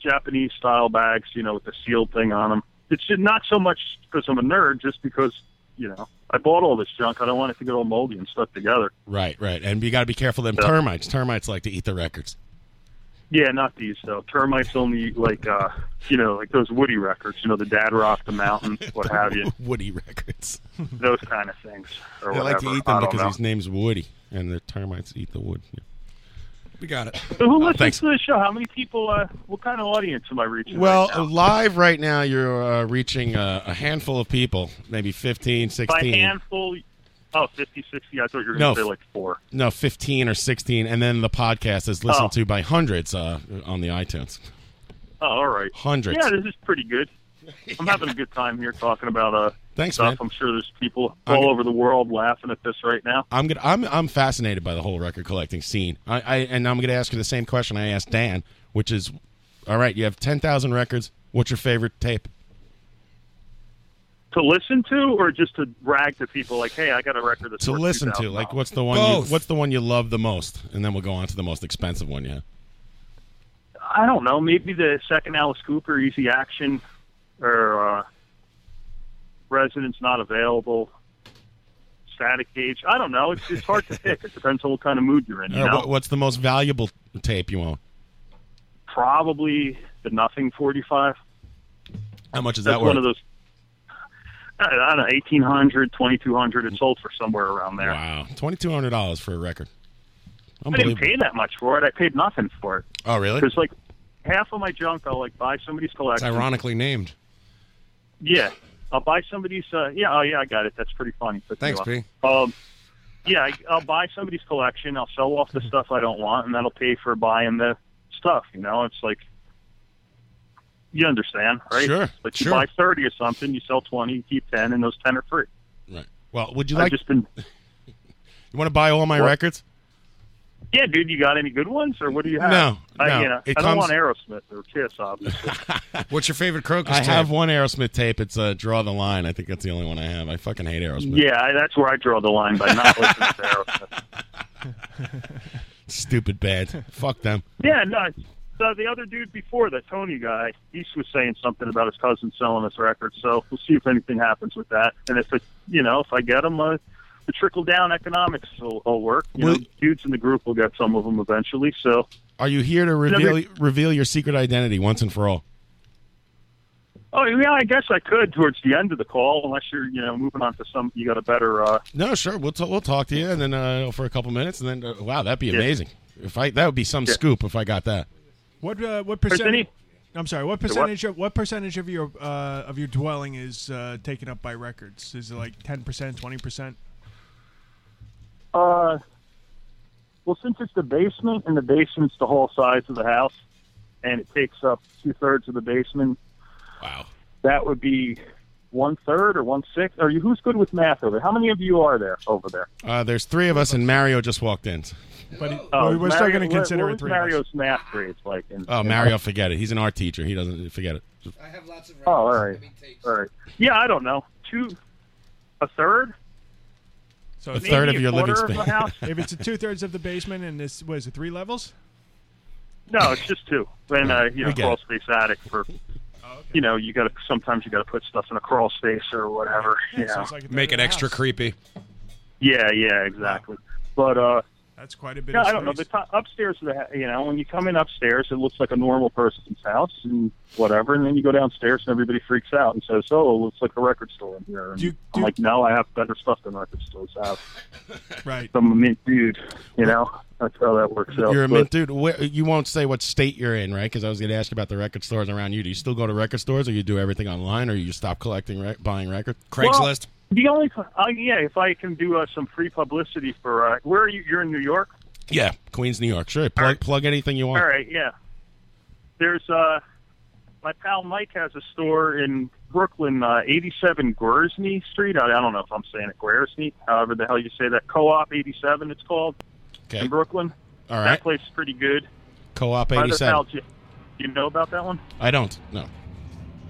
[SPEAKER 20] Japanese style bags, you know, with the sealed thing on them. It's just not so much because I'm a nerd, just because you know I bought all this junk. I don't want it to get all moldy and stuck together.
[SPEAKER 12] Right, right. And you got to be careful of them
[SPEAKER 20] Yeah.
[SPEAKER 12] termites. Termites like to eat the records.
[SPEAKER 20] Yeah, not these though. Termites only like uh, you know, like those Woody records. You know, the Dad Rock, the Mountain, what have you.
[SPEAKER 12] Woody records.
[SPEAKER 20] those kind of things. Or
[SPEAKER 12] they like to
[SPEAKER 20] whatever.
[SPEAKER 12] eat
[SPEAKER 20] I
[SPEAKER 12] them
[SPEAKER 20] don't
[SPEAKER 12] because
[SPEAKER 20] know.
[SPEAKER 12] his name's Woody, and the termites eat the wood. Yeah.
[SPEAKER 4] We got it.
[SPEAKER 20] So who listens
[SPEAKER 12] thanks.
[SPEAKER 20] to the show? How many people? Uh, what kind of audience am I reaching?
[SPEAKER 12] Well, live right now, you're uh, reaching uh, a handful of people, maybe 15,
[SPEAKER 20] by
[SPEAKER 12] 16.
[SPEAKER 20] handful, Oh, 50, 60. I thought you were going
[SPEAKER 12] No,
[SPEAKER 20] to say like four.
[SPEAKER 12] No, 15 or 16. And then the podcast is listened
[SPEAKER 20] Oh.
[SPEAKER 12] to by hundreds uh, on the iTunes.
[SPEAKER 20] Oh, all right.
[SPEAKER 12] Hundreds.
[SPEAKER 20] Yeah, this is pretty good. I'm having a good time here talking about uh
[SPEAKER 12] Thanks,
[SPEAKER 20] stuff.
[SPEAKER 12] man.
[SPEAKER 20] I'm sure there's people
[SPEAKER 12] I'm-
[SPEAKER 20] all over the world laughing at this right now.
[SPEAKER 12] I'm gonna, I'm, I'm fascinated by the whole record collecting scene. I, I and I'm gonna ask you the same question I asked Dan, which is, all right, you have ten thousand records. What's your favorite tape?
[SPEAKER 20] To listen to or just to brag to people like, hey, I got a record that's
[SPEAKER 12] to
[SPEAKER 20] worth
[SPEAKER 12] listen to.
[SPEAKER 20] $2,000.
[SPEAKER 12] Like, what's the one? You, what's the one you love the most? And then we'll go on to the most expensive one. Yeah.
[SPEAKER 20] I don't know. Maybe the second Alice Cooper, Easy Action, or uh, Residence Not Available, Static Age. I don't know. It's, it's hard to pick. It depends on what kind of mood you're in. You
[SPEAKER 12] All right,
[SPEAKER 20] know?
[SPEAKER 12] what- what's the most valuable tape you own?
[SPEAKER 20] Probably the Nothing 45.
[SPEAKER 12] How much is
[SPEAKER 20] That's
[SPEAKER 12] that
[SPEAKER 20] one
[SPEAKER 12] worth?
[SPEAKER 20] of those. I I don't know, 1800 2200 It sold for somewhere around there.
[SPEAKER 12] Wow. Twenty two hundred dollars for a record.
[SPEAKER 20] I didn't pay that much for it. I paid nothing for it.
[SPEAKER 12] Oh, really?
[SPEAKER 20] Because, like, half of my junk I'll, like, buy somebody's
[SPEAKER 4] It's
[SPEAKER 20] collection.
[SPEAKER 4] ironically named.
[SPEAKER 20] Yeah, I'll buy somebody's. Uh, yeah, oh yeah, I got it. That's pretty funny. But
[SPEAKER 4] Thanks,
[SPEAKER 20] anyway. Um, yeah, I, I'll buy somebody's collection. I'll sell off the stuff I don't want, and that'll pay for buying the stuff. You know, it's like you understand, right?
[SPEAKER 12] Sure,
[SPEAKER 20] Like you
[SPEAKER 12] sure.
[SPEAKER 20] buy thirty or something, you sell twenty, you keep ten, and those ten are free.
[SPEAKER 12] Right. Well, would you
[SPEAKER 20] I've
[SPEAKER 12] like?
[SPEAKER 20] just been-
[SPEAKER 12] you want to buy all my
[SPEAKER 20] What?
[SPEAKER 12] records?
[SPEAKER 20] Yeah, dude, you got any good ones, or what do you have?
[SPEAKER 12] No,
[SPEAKER 20] I,
[SPEAKER 12] no,
[SPEAKER 20] you know,
[SPEAKER 12] it
[SPEAKER 20] I don't
[SPEAKER 12] comes-
[SPEAKER 20] want Aerosmith or Kiss, obviously.
[SPEAKER 4] What's your favorite crocus
[SPEAKER 12] I
[SPEAKER 4] tape?
[SPEAKER 12] have one Aerosmith tape. It's uh, Draw the Line. I think that's the only one I have. I fucking hate Aerosmith.
[SPEAKER 20] yeah, I- that's where I draw the line by not listening to Aerosmith.
[SPEAKER 12] Stupid band. Fuck them.
[SPEAKER 20] Yeah, no. So the other dude before that Tony guy, he was saying something about his cousin selling his record. So we'll see if anything happens with that, and if it, you know, if I get him, uh, the trickle down economics will, will work. You know, dudes in the group will get some of them eventually. So
[SPEAKER 12] Are you here to reveal
[SPEAKER 20] they-
[SPEAKER 12] reveal your secret identity once and for all?
[SPEAKER 20] Oh yeah, I guess I could towards the end of the call, unless you're you know moving on to some you got a better. Uh,
[SPEAKER 12] No, sure. We'll t- we'll talk to you, and then uh, for a couple minutes, and then uh, wow, that'd be amazing. If I that would be some
[SPEAKER 13] Yeah.
[SPEAKER 12] scoop if I got that.
[SPEAKER 13] What uh, what
[SPEAKER 20] There's
[SPEAKER 13] percentage?
[SPEAKER 20] any-
[SPEAKER 13] I'm sorry. What
[SPEAKER 20] what?
[SPEAKER 13] percentage of what percentage of your uh, of your dwelling is uh, taken up by records? Is it like ten percent, twenty percent?
[SPEAKER 20] uh, well, since it's the basement, and the basement's the whole size of the house, and it takes up two thirds of the basement.
[SPEAKER 12] Wow.
[SPEAKER 20] That would be one third or one sixth. Are you who's good with math over? there? How many of you are there over there?
[SPEAKER 12] Uh, there's three of us, and Mario just walked in.
[SPEAKER 13] But it,
[SPEAKER 20] Oh,
[SPEAKER 13] we're still
[SPEAKER 20] Mario-
[SPEAKER 13] going to
[SPEAKER 20] what-
[SPEAKER 13] consider
[SPEAKER 20] what
[SPEAKER 13] it
[SPEAKER 20] was
[SPEAKER 13] three.
[SPEAKER 20] Mario's math grades like. In,
[SPEAKER 12] Oh,
[SPEAKER 20] in-
[SPEAKER 12] Mario, forget it. He's an art teacher. He doesn't forget it.
[SPEAKER 20] Oh, all right, all right. Yeah, I don't know. Two, a third.
[SPEAKER 13] So
[SPEAKER 12] A third of your living
[SPEAKER 20] space. the house?
[SPEAKER 13] if it's two thirds of the basement and this was it three levels?
[SPEAKER 20] No, it's just two. When uh,
[SPEAKER 13] We
[SPEAKER 20] you know,
[SPEAKER 13] get
[SPEAKER 20] crawl
[SPEAKER 13] it. Oh,
[SPEAKER 20] space attic for, you know, you got to sometimes you got to put stuff in a crawl space or whatever.
[SPEAKER 13] Yeah,
[SPEAKER 20] You
[SPEAKER 13] so
[SPEAKER 20] know.
[SPEAKER 13] it's like a third
[SPEAKER 4] Make
[SPEAKER 13] of
[SPEAKER 4] it
[SPEAKER 13] the
[SPEAKER 4] extra
[SPEAKER 13] house.
[SPEAKER 4] creepy.
[SPEAKER 20] yeah, yeah, exactly. But uh,
[SPEAKER 13] That's quite a bit.
[SPEAKER 20] yeah,
[SPEAKER 13] of
[SPEAKER 20] I don't know. The
[SPEAKER 13] space.
[SPEAKER 20] top, upstairs, of the, ha- you know, when you come in upstairs, it looks like a normal person's house and whatever, and then you go downstairs and everybody freaks out and says, "Oh, it looks like a record store in here." And I'm like, "No, I have better stuff than record stores have."
[SPEAKER 13] right.
[SPEAKER 20] I'm a mint dude, you know. That's how that works out.
[SPEAKER 12] You're a
[SPEAKER 20] But-
[SPEAKER 12] mint dude. Where, you won't say what state you're in, right? Because I was going to ask you about the record stores around you. Do you still go to record stores, or you do everything online, or you stop collecting, rec- buying records?
[SPEAKER 20] Craigslist? The only, uh, yeah, if I can do uh, some free publicity for uh, where are you? You're in New York.
[SPEAKER 12] Yeah, Queens, New York. Sure, plug, plug anything you want.
[SPEAKER 20] All right, yeah. There's uh, my pal Mike has a store in Brooklyn, uh, 87 Guersney Street. I, I don't know if I'm saying it Guersney, however the hell you say that. Co-op 87, it's called in Brooklyn.
[SPEAKER 12] All right.
[SPEAKER 20] That place is pretty good.
[SPEAKER 12] Co-op
[SPEAKER 20] My other pal,
[SPEAKER 12] 87.
[SPEAKER 20] do you know about that one?
[SPEAKER 12] I don't. No.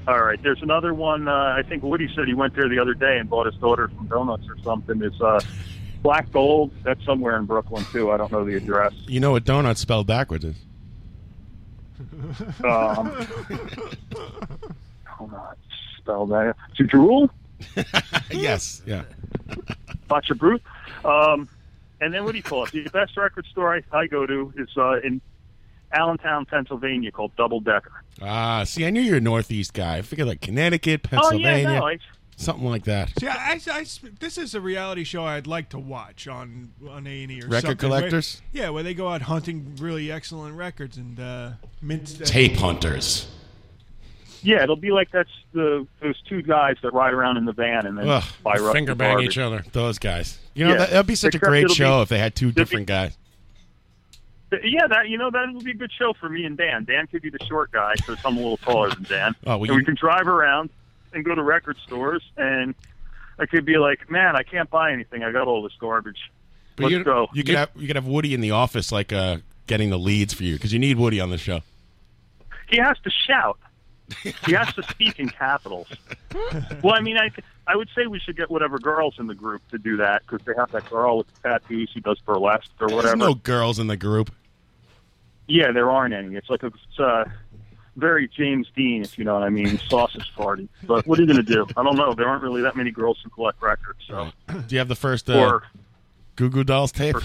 [SPEAKER 20] All right. There's another one. Uh, I think Woody said he went there the other day and bought his daughter some donuts or something. It's uh, Black Gold. That's somewhere in Brooklyn too. I don't know the address.
[SPEAKER 12] You know what donut spelled backwards is?
[SPEAKER 20] Um, hold on. Spell that. To drool.
[SPEAKER 12] yes. Yeah.
[SPEAKER 20] Bunch of brute. Um, and then what do you call it? The best record store I, I go to is uh, in Allentown, Pennsylvania, called Double Decker.
[SPEAKER 12] Ah, see, I knew you're a Northeast guy. I figured like Connecticut,
[SPEAKER 20] Oh, yeah, no,
[SPEAKER 12] Pennsylvania,
[SPEAKER 20] I-
[SPEAKER 12] something like that.
[SPEAKER 13] See, I, I- I s- this is a reality show I'd like to watch on on A and E or
[SPEAKER 12] Record
[SPEAKER 13] something, where-
[SPEAKER 12] collectors?
[SPEAKER 13] yeah, where they go out hunting really excellent records and uh, mint
[SPEAKER 12] Tape hunters.
[SPEAKER 20] Yeah, it'll be like that's the those two guys that ride around in the van and then
[SPEAKER 12] Ugh,
[SPEAKER 20] buy Rush
[SPEAKER 12] finger
[SPEAKER 20] and
[SPEAKER 12] bang
[SPEAKER 20] Barbie.
[SPEAKER 12] each other. Those guys. You know
[SPEAKER 20] Yeah.
[SPEAKER 12] that, that'd be such a
[SPEAKER 20] Except
[SPEAKER 12] great
[SPEAKER 20] it'll
[SPEAKER 12] show
[SPEAKER 20] be-
[SPEAKER 12] if they had two different guys.
[SPEAKER 20] Yeah, that you know that would be a good show for me and Dan. Dan could be the short guy, so I'm a little taller than Dan.
[SPEAKER 12] Oh, well,
[SPEAKER 20] and we
[SPEAKER 12] you-
[SPEAKER 20] can drive around and go to record stores, and I could be like, man, I can't buy anything. I got all this garbage.
[SPEAKER 12] But
[SPEAKER 20] Let's
[SPEAKER 12] you,
[SPEAKER 20] go.
[SPEAKER 12] you could have you could have Woody in the office, like uh, getting the leads for you, because you need Woody on the show.
[SPEAKER 20] he has to shout. He has to speak in capitals. Well, I mean, I I would say we should get whatever girls in the group to do that because they have that girl with the tattoos who does burlesque or
[SPEAKER 12] There's
[SPEAKER 20] whatever.
[SPEAKER 12] no girls in the group.
[SPEAKER 20] Yeah, there aren't any. It's like a it's, uh, very James Dean, if you know what I mean, sausage party. But what are you going to do? I don't know. There aren't really that many girls who collect records. So
[SPEAKER 12] Do you have the first uh,
[SPEAKER 20] Or-
[SPEAKER 12] Goo Goo Dolls tape?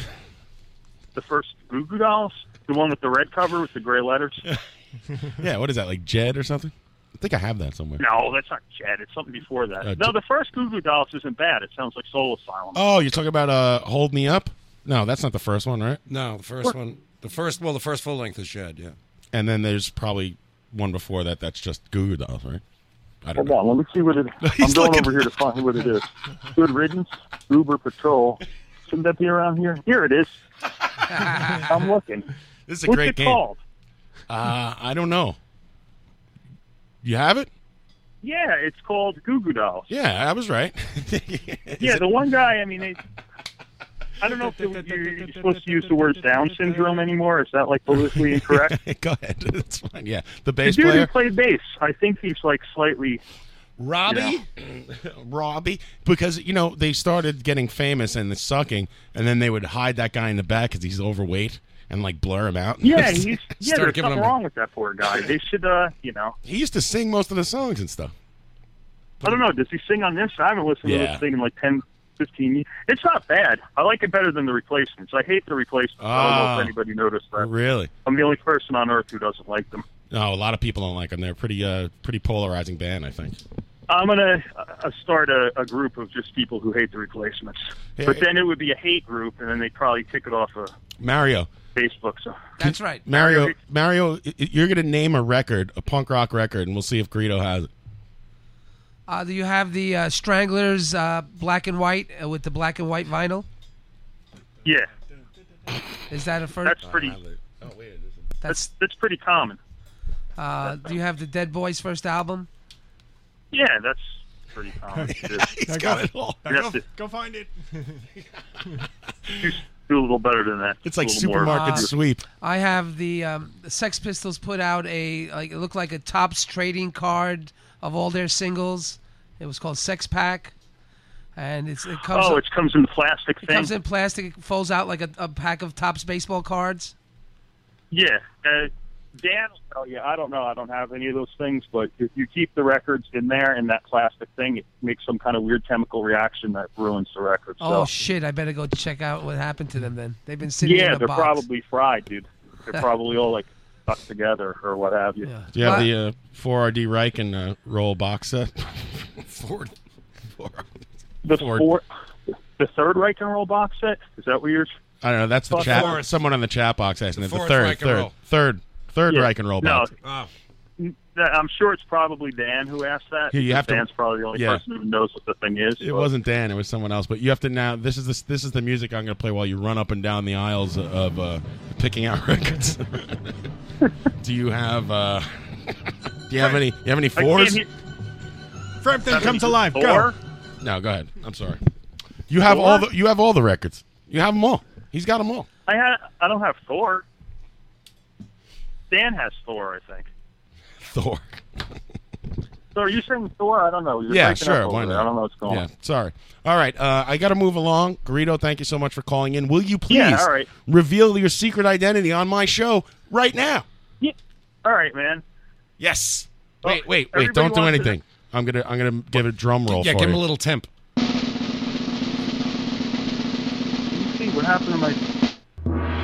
[SPEAKER 20] the first Goo Goo Dolls, the one with the red cover with the gray letters.
[SPEAKER 12] yeah, what is that like Jed or something? I think I have that somewhere.
[SPEAKER 20] No, that's not Jed. It's something before that.
[SPEAKER 12] Uh,
[SPEAKER 20] no, the first Goo Goo Dolls isn't bad. It sounds like Soul Asylum.
[SPEAKER 12] Oh, you're talking about uh, Hold Me Up? No, that's not the first one, right?
[SPEAKER 4] No, the first one. The first, well, the first full length is Shed. Yeah.
[SPEAKER 12] And then there's probably one before that. That's just Goo Goo Dolls, right? I don't
[SPEAKER 20] Hold on, let me see what it. I'm going over here to find what it is. Good riddance, Uber Patrol. Shouldn't that be around here? Here it is. I'm looking.
[SPEAKER 12] This is a
[SPEAKER 20] What's
[SPEAKER 12] great
[SPEAKER 20] it
[SPEAKER 12] game.
[SPEAKER 20] Called?
[SPEAKER 12] Uh, I don't know. You have it?
[SPEAKER 20] Yeah, it's called Goo Goo Dolls.
[SPEAKER 12] Yeah, I was right.
[SPEAKER 20] yeah, the one guy. I mean, they. I don't know if they- you're you're supposed to use the word Down syndrome anymore. Is that like politically incorrect?
[SPEAKER 12] Go ahead. It's fine. Yeah, the bass
[SPEAKER 20] the dude
[SPEAKER 12] player.
[SPEAKER 20] who played bass. I think he's like slightly.
[SPEAKER 12] Robbie, Robbie, because you know they started getting famous and the sucking, and then they would hide that guy in the back because he's overweight and like blur him out.
[SPEAKER 20] Yeah, he's, yeah.
[SPEAKER 12] Start
[SPEAKER 20] There's
[SPEAKER 12] giving
[SPEAKER 20] nothing
[SPEAKER 12] him-
[SPEAKER 20] wrong with that poor guy. They should, uh, you know.
[SPEAKER 12] He used to sing most of the songs and stuff.
[SPEAKER 20] I don't know. Does he sing on this? I haven't listened to
[SPEAKER 12] Yeah.
[SPEAKER 20] this thing in like 10, 15 years. It's not bad. I like it better than the replacements. I hate the replacements. I don't know
[SPEAKER 12] Ah.
[SPEAKER 20] if anybody noticed that.
[SPEAKER 12] Really?
[SPEAKER 20] I'm the only person on earth who doesn't like them.
[SPEAKER 12] No, Oh, a lot of people don't like them. They're a pretty, uh, pretty polarizing band, I think.
[SPEAKER 20] I'm gonna uh, start a, a group of just people who hate the replacements.
[SPEAKER 12] Yeah,
[SPEAKER 20] but then it would be a hate group, and then they'd probably kick it off of
[SPEAKER 12] Mario,
[SPEAKER 20] Facebook. So
[SPEAKER 12] That's
[SPEAKER 20] right,
[SPEAKER 12] Mario, Mario, y- y- you're gonna name a record, a punk rock record, and we'll see if Greedo has it.
[SPEAKER 9] Uh, do you have the uh, Stranglers uh, black and white uh, with the black and white vinyl?
[SPEAKER 20] Yeah,
[SPEAKER 9] Is that a first?
[SPEAKER 20] that's pretty.
[SPEAKER 12] Oh,
[SPEAKER 20] that's that's pretty common.
[SPEAKER 9] Uh, do you have the Dead Boys first album?
[SPEAKER 20] Yeah, that's pretty common. He's
[SPEAKER 12] got it all.
[SPEAKER 20] You have
[SPEAKER 13] Go,
[SPEAKER 20] to
[SPEAKER 13] go find it.
[SPEAKER 20] do a little better than that.
[SPEAKER 12] It's like
[SPEAKER 20] A little more-
[SPEAKER 12] supermarket sweep.
[SPEAKER 9] I have the, um, the Sex Pistols put out a like it looked like a Topps trading card of all their singles. It was called Sex Pack, and it's it comes.
[SPEAKER 20] Oh, it comes in the plastic
[SPEAKER 9] it
[SPEAKER 20] thing.
[SPEAKER 9] comes in plastic. It folds out like a, a pack of Topps baseball cards.
[SPEAKER 20] Yeah, uh, Dan will tell you. I don't know. I don't have any of those things, but if you keep the records in there in that plastic thing, it makes some kind of weird chemical reaction that ruins the records.
[SPEAKER 9] Oh
[SPEAKER 20] so,
[SPEAKER 9] shit! I better go check out what happened to them. Then they've been sitting
[SPEAKER 20] yeah,
[SPEAKER 9] in a
[SPEAKER 20] they're
[SPEAKER 9] box.
[SPEAKER 20] probably fried, dude. They're probably all like stuck together or what have you.
[SPEAKER 12] Do you have the uh, 4RD Reich and uh, Roll box set?
[SPEAKER 4] Ford. Ford.
[SPEAKER 20] The
[SPEAKER 12] Ford.
[SPEAKER 20] four, the third Reich and Roll box set. Is that what you're?
[SPEAKER 12] I don't know. That's the
[SPEAKER 20] The
[SPEAKER 12] chat.
[SPEAKER 20] fourth.
[SPEAKER 12] Someone on the chat box asking it. The
[SPEAKER 20] fourth
[SPEAKER 12] third,
[SPEAKER 20] Reich and
[SPEAKER 12] third,
[SPEAKER 20] roll.
[SPEAKER 12] third, third Reich and Roll
[SPEAKER 20] No,
[SPEAKER 12] box.
[SPEAKER 20] N- I'm sure it's probably Dan who asked that.
[SPEAKER 12] Yeah, you have to-
[SPEAKER 20] Dan's probably the only
[SPEAKER 12] yeah.
[SPEAKER 20] person who knows what the thing is.
[SPEAKER 12] It
[SPEAKER 20] but-
[SPEAKER 12] wasn't Dan. It was someone else. But you have to now. This is the, this is the music I'm going to play while you run up and down the aisles of uh, picking out records. do you have uh, Do you have any? You have any
[SPEAKER 13] I can't
[SPEAKER 12] fours?
[SPEAKER 13] hear- Frampton come to life. Go.
[SPEAKER 12] No, go ahead. I'm sorry. You have all
[SPEAKER 20] Four?
[SPEAKER 12] the you have all the records. You have them all. He's got them all.
[SPEAKER 20] I had, I don't have Thor. Dan has Thor, I think.
[SPEAKER 12] Thor.
[SPEAKER 20] So are you saying Thor? I don't know. You're
[SPEAKER 12] yeah,
[SPEAKER 20] breaking up
[SPEAKER 12] sure.
[SPEAKER 20] over
[SPEAKER 12] Why
[SPEAKER 20] there.
[SPEAKER 12] not?
[SPEAKER 20] I don't know what's going
[SPEAKER 12] Yeah,
[SPEAKER 20] on.
[SPEAKER 12] sorry. All right, uh, I got to move along. Garrido, thank you so much for calling in. Will you please
[SPEAKER 20] Yeah, all right.
[SPEAKER 12] reveal your secret identity on my show right now?
[SPEAKER 20] All right, man.
[SPEAKER 12] Yes. Wait, wait, wait!
[SPEAKER 20] everybody
[SPEAKER 12] Don't do
[SPEAKER 20] wants to-
[SPEAKER 12] anything. I'm gonna I'm gonna give a drum roll.
[SPEAKER 4] Yeah,
[SPEAKER 12] for
[SPEAKER 4] give him
[SPEAKER 12] you.
[SPEAKER 4] a little temp.
[SPEAKER 20] Let's see what happened to my.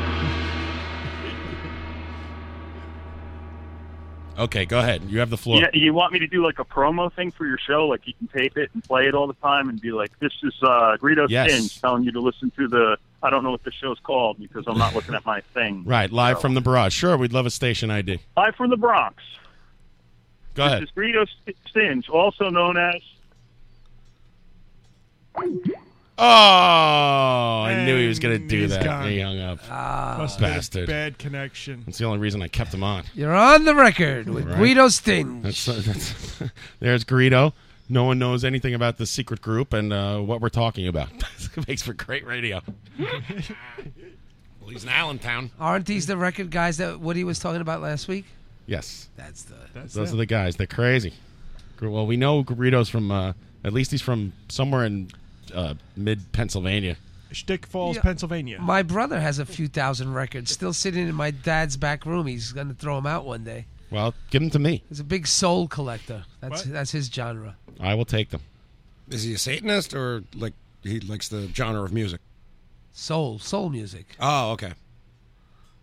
[SPEAKER 12] Okay, go ahead. You have the floor.
[SPEAKER 20] Yeah, you want me to do like a promo thing for your show? Like you can tape it and play it all the time and be like, "This is uh, Greedo
[SPEAKER 12] Yes.
[SPEAKER 20] Stinge telling you to listen to the." I don't know what the show's called because I'm not looking at my thing.
[SPEAKER 12] Right, live from the barrage. Sure, we'd love a station ID.
[SPEAKER 20] Live from the Bronx.
[SPEAKER 12] Go
[SPEAKER 20] this
[SPEAKER 12] ahead.
[SPEAKER 20] is Greedo Stinge, also known as.
[SPEAKER 12] Oh, I knew he was going to do
[SPEAKER 13] he's
[SPEAKER 12] that.
[SPEAKER 13] gone. Ah,
[SPEAKER 12] He hung up.
[SPEAKER 13] Must have been a
[SPEAKER 12] Bastard.
[SPEAKER 13] Bad connection.
[SPEAKER 12] That's the only reason I kept him on.
[SPEAKER 9] You're on the record with
[SPEAKER 12] Right.
[SPEAKER 9] Guido Sting.
[SPEAKER 12] That's, that's, there's Greedo. No one knows anything about the secret group and uh, what we're talking about. Makes for great radio. well, he's in Allentown.
[SPEAKER 9] Aren't these the record guys that Woody was talking about last week?
[SPEAKER 12] Yes.
[SPEAKER 9] That's the.
[SPEAKER 12] Those are the guys. They're crazy. Gr- Well, we know Greedo's from, uh, at least he's from somewhere in uh, mid Pennsylvania.
[SPEAKER 13] Shtick Falls,
[SPEAKER 9] Yeah.
[SPEAKER 13] Pennsylvania.
[SPEAKER 9] My brother has a few thousand records still sitting in my dad's back room. He's going to throw them out one day.
[SPEAKER 12] Well, give them to me.
[SPEAKER 9] He's a big soul collector. That's that's his genre.
[SPEAKER 12] I will take them.
[SPEAKER 4] Is he a Satanist or like he likes the genre of music?
[SPEAKER 9] Soul, soul music.
[SPEAKER 4] Oh, okay.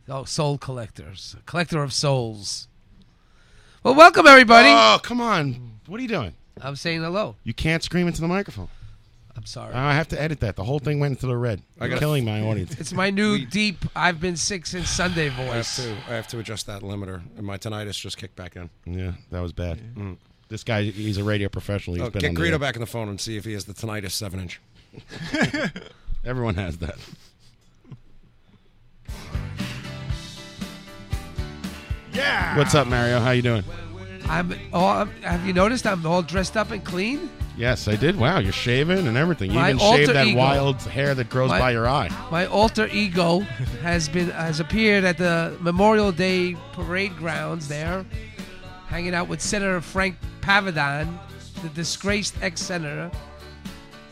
[SPEAKER 9] Oh, soul collectors, collector of souls. Well, welcome everybody.
[SPEAKER 12] Oh, come on. What are you doing?
[SPEAKER 9] I'm saying hello.
[SPEAKER 12] You can't scream into the microphone.
[SPEAKER 9] I'm sorry.
[SPEAKER 12] I have to edit that. The whole thing went into the red.
[SPEAKER 4] I
[SPEAKER 12] I'm
[SPEAKER 4] gotta-
[SPEAKER 12] killing my audience.
[SPEAKER 9] It's my new deep. I've been sick since Sunday
[SPEAKER 4] I have
[SPEAKER 9] voice.
[SPEAKER 4] to. I have to adjust that limiter, and my tinnitus just kicked back in.
[SPEAKER 12] yeah, that was bad. This guy, he's a radio professional. He's
[SPEAKER 4] Mm. Oh,
[SPEAKER 12] been
[SPEAKER 4] get
[SPEAKER 12] on the
[SPEAKER 4] Greedo
[SPEAKER 12] air.
[SPEAKER 4] back on the phone and see if he has the tinnitus seven inch.
[SPEAKER 12] Everyone has that.
[SPEAKER 13] Yeah.
[SPEAKER 12] What's up, Mario? How you doing?
[SPEAKER 9] I'm. Oh, I'm, have you noticed I'm all dressed up and clean?
[SPEAKER 12] Yes, I did. Wow, you're shaving and everything. You
[SPEAKER 9] My
[SPEAKER 12] even shaved
[SPEAKER 9] alter
[SPEAKER 12] that
[SPEAKER 9] ego.
[SPEAKER 12] wild hair that grows
[SPEAKER 9] My-
[SPEAKER 12] by your eye.
[SPEAKER 9] My alter ego has been has appeared at the Memorial Day parade grounds there, hanging out with Senator Frank Pavadon, the disgraced ex-senator,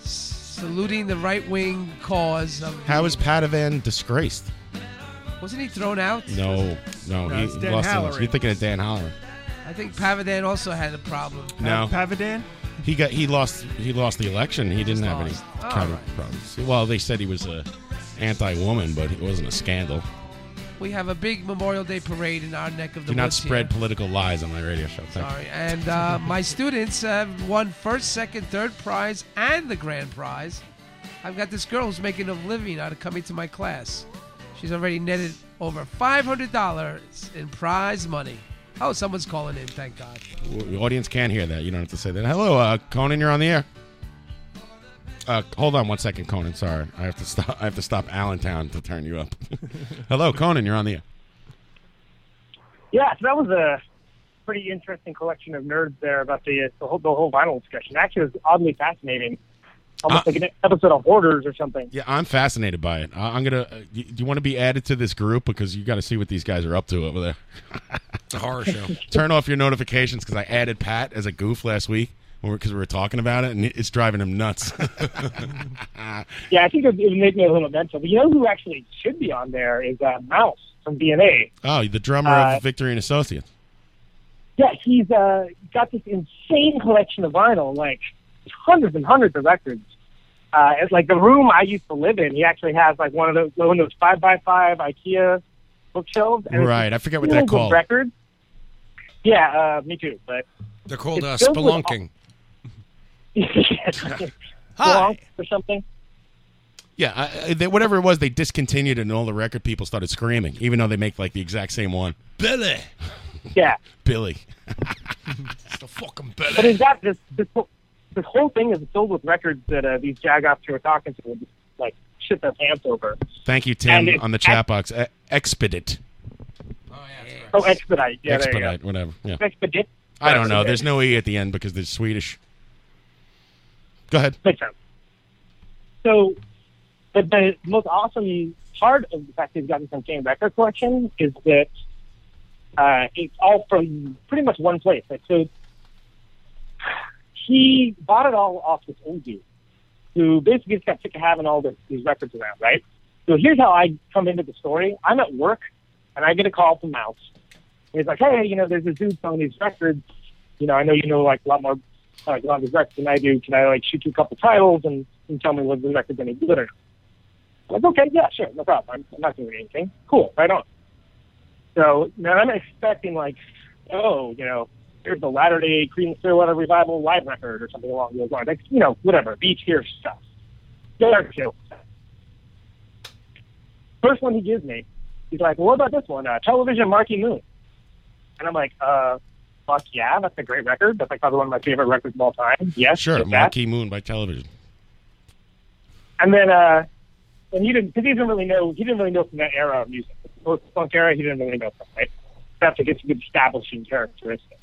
[SPEAKER 9] s- saluting the right-wing cause of.
[SPEAKER 12] How is Padavan disgraced?
[SPEAKER 9] Wasn't he thrown out?
[SPEAKER 12] No, no,
[SPEAKER 9] No,
[SPEAKER 12] he
[SPEAKER 9] it's Dan
[SPEAKER 12] lost the
[SPEAKER 9] Halloran.
[SPEAKER 12] election. You're thinking of Dan Halloran?
[SPEAKER 9] I think Pavadan also had a problem.
[SPEAKER 12] No,
[SPEAKER 13] Pavadan.
[SPEAKER 12] He got he lost he lost the election. He didn't have any
[SPEAKER 9] Oh,
[SPEAKER 12] kind of
[SPEAKER 9] right.
[SPEAKER 12] problems. Well, they said he was a anti-woman, but it wasn't a scandal.
[SPEAKER 9] We have a big Memorial Day parade in our neck of the
[SPEAKER 12] Do not
[SPEAKER 9] woods here.
[SPEAKER 12] spread political lies on my radio show. Thank you.
[SPEAKER 9] Sorry. And uh, my students have won first, second, third prize, and the grand prize. I've got this girl who's making a living out of coming to my class. She's already netted over $500 in prize money. Oh, someone's calling in, thank God.
[SPEAKER 12] W- The audience can't hear that. You don't have to say that. Hello, uh, Conan, you're on the air. Uh, hold on one second, Conan. Sorry, I have to stop. I have to stop Allentown to turn you up. Hello, Conan, you're on the air.
[SPEAKER 21] Yeah, so that was a pretty interesting collection of nerds there about the the whole, the whole vinyl discussion. Actually, it was oddly fascinating, almost like an episode of Hoarders or something.
[SPEAKER 12] Yeah, I'm fascinated by it. I, I'm gonna. Uh, you, you want to be added to this group because you got to see what these guys are up to over there. it's a horror show. Turn off your notifications because I added Pat as a goof last week because we were talking about it and it- it's driving him nuts.
[SPEAKER 21] Yeah, I think it would make me a little mental. But you know who actually should be on there is uh, Mouse from DNA.
[SPEAKER 12] oh, the drummer
[SPEAKER 21] Uh,
[SPEAKER 12] of Victory and Associates.
[SPEAKER 21] Yeah, he's uh, got this insane collection of vinyl, like hundreds and hundreds of records. Uh, it's like the room I used to live in. He actually has like one of those one of those five by five IKEA bookshelves. and it's
[SPEAKER 12] Right,
[SPEAKER 21] just
[SPEAKER 12] I forget what
[SPEAKER 21] filled
[SPEAKER 12] they're
[SPEAKER 21] with
[SPEAKER 12] called.
[SPEAKER 21] Records. Yeah, uh, me too. But
[SPEAKER 4] They're called uh,
[SPEAKER 21] It's filled with all-
[SPEAKER 4] spelunking.
[SPEAKER 21] Hi. or something.
[SPEAKER 12] Yeah, I, I- they, whatever it was, they discontinued it and all the record people started screaming, even though they make like the exact same one. Billy,
[SPEAKER 21] Yeah,
[SPEAKER 12] Billy.
[SPEAKER 21] but is that this this whole, this whole thing is filled with records that uh, these jagoffs who are talking to would just, like shit their pants over.
[SPEAKER 12] Thank you,
[SPEAKER 21] And
[SPEAKER 12] Tim,
[SPEAKER 21] it-
[SPEAKER 12] on the chat box. E- expedite,
[SPEAKER 21] Oh, expedite. Yeah, there you go.
[SPEAKER 12] expedite, whatever. Yeah.
[SPEAKER 21] Expedite.
[SPEAKER 12] I don't know. There's no e at the end because they're Swedish. Go ahead.
[SPEAKER 21] Makes sense. So, but the most awesome part of the fact that he's got this insane record collection is that uh, it's all from pretty much one place. Like, so he bought it all off this old dude who basically just got sick of having all this, these records around, right? So here's how I come into the story. I'm at work, and I get a call from Mouse. He's like, hey, you know, there's this dude selling these records. You know, I know you know like a lot more like a lot of his records than I do. Can I like shoot you a couple titles and, and tell me what the record's any good or not? I'm like, okay, yeah, sure, no problem. I'm, I'm not doing anything. Cool, right on. So now I'm expecting like, oh, you know, here's the Latter Day Creedence Clearwater Revival live record or something along those lines. Like, you know, whatever, beach here stuff. Dark show. First one he gives me, he's like, well, what about this one? Uh, Television Marky Moon. And I'm like, uh, fuck yeah, that's a great record. That's like probably one of my favorite records of all time. Yes,
[SPEAKER 12] sure.
[SPEAKER 21] get that.
[SPEAKER 12] Marquee Moon by television.
[SPEAKER 21] And then, uh, and he didn't, cause he didn't really know, he didn't really know from that era of music. The funk era, he didn't really know from, right? That's like it's a good establishing characteristic.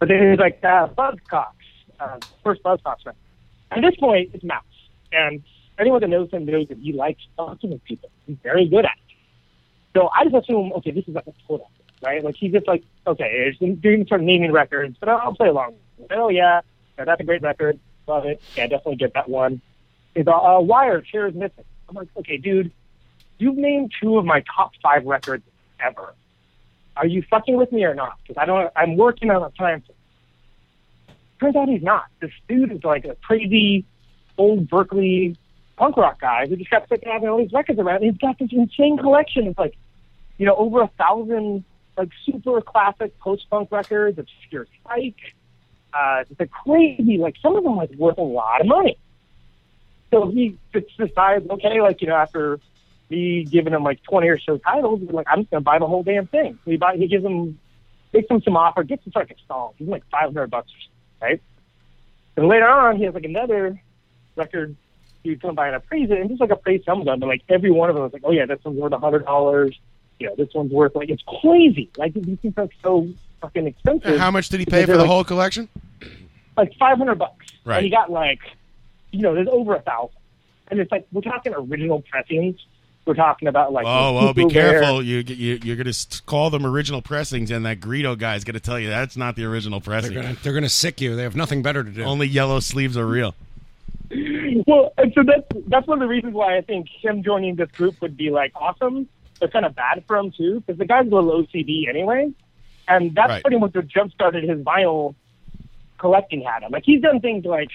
[SPEAKER 21] But then he was like, uh, Buzzcocks, uh, first Buzzcocks record. At this point, it's Mouse. And anyone that knows him knows that he likes talking with people. He's very good at it. So I just assume, okay, this is like a total, right? Like he's just like, okay, he's been doing sort of naming records, but I'll, I'll play along. Oh, yeah, yeah, that's a great record. Love it. Yeah, definitely get that one. Is a uh, wire chair is missing. I'm like, okay, dude, you've named two of my top five records ever. Are you fucking with me or not? Because I don't. I'm working on a time. Turns out he's not. This dude is like a crazy old Berkeley punk rock guy who just got sick of having all these records around. He's got this insane collection of like, you know, over a thousand like super classic post punk records, obscure psych. Uh, the crazy, like some of them like worth a lot of money. So he just decides, okay, like you know, after me giving him like twenty or so titles, he's like I'm just gonna buy the whole damn thing. So he buy, he gives him, makes him some offer, gets him like a song. He's like five hundred bucks, right? And later on, he has like another record you come by and appraise it, and just like appraise some of them, and like every one of them is like, oh yeah, this one's worth a hundred dollars. You know, this one's worth like it's crazy. Like these things are so fucking expensive.
[SPEAKER 12] How much did he
[SPEAKER 21] because
[SPEAKER 12] pay for
[SPEAKER 21] they're,
[SPEAKER 12] the
[SPEAKER 21] like,
[SPEAKER 12] whole collection?
[SPEAKER 21] Like five hundred bucks,
[SPEAKER 12] Right.
[SPEAKER 21] and he got like, you know, there's over a thousand, and it's like we're talking original pressings. We're talking about like
[SPEAKER 12] Oh, well, be
[SPEAKER 21] super rare-
[SPEAKER 12] careful. You, you, you're going to call them original pressings, and that Greedo guy's going to tell you that's not the original pressing.
[SPEAKER 4] They're gonna- they're going to sick you. They have nothing better to do.
[SPEAKER 12] Only yellow sleeves are real.
[SPEAKER 21] well, and so that's that's one of the reasons why I think him joining this group would be like awesome, but kind of bad for him too, because the guy's a little OCD anyway, and that's
[SPEAKER 2] Right.
[SPEAKER 21] pretty much what jump started his vinyl collecting had him. Like he's done things like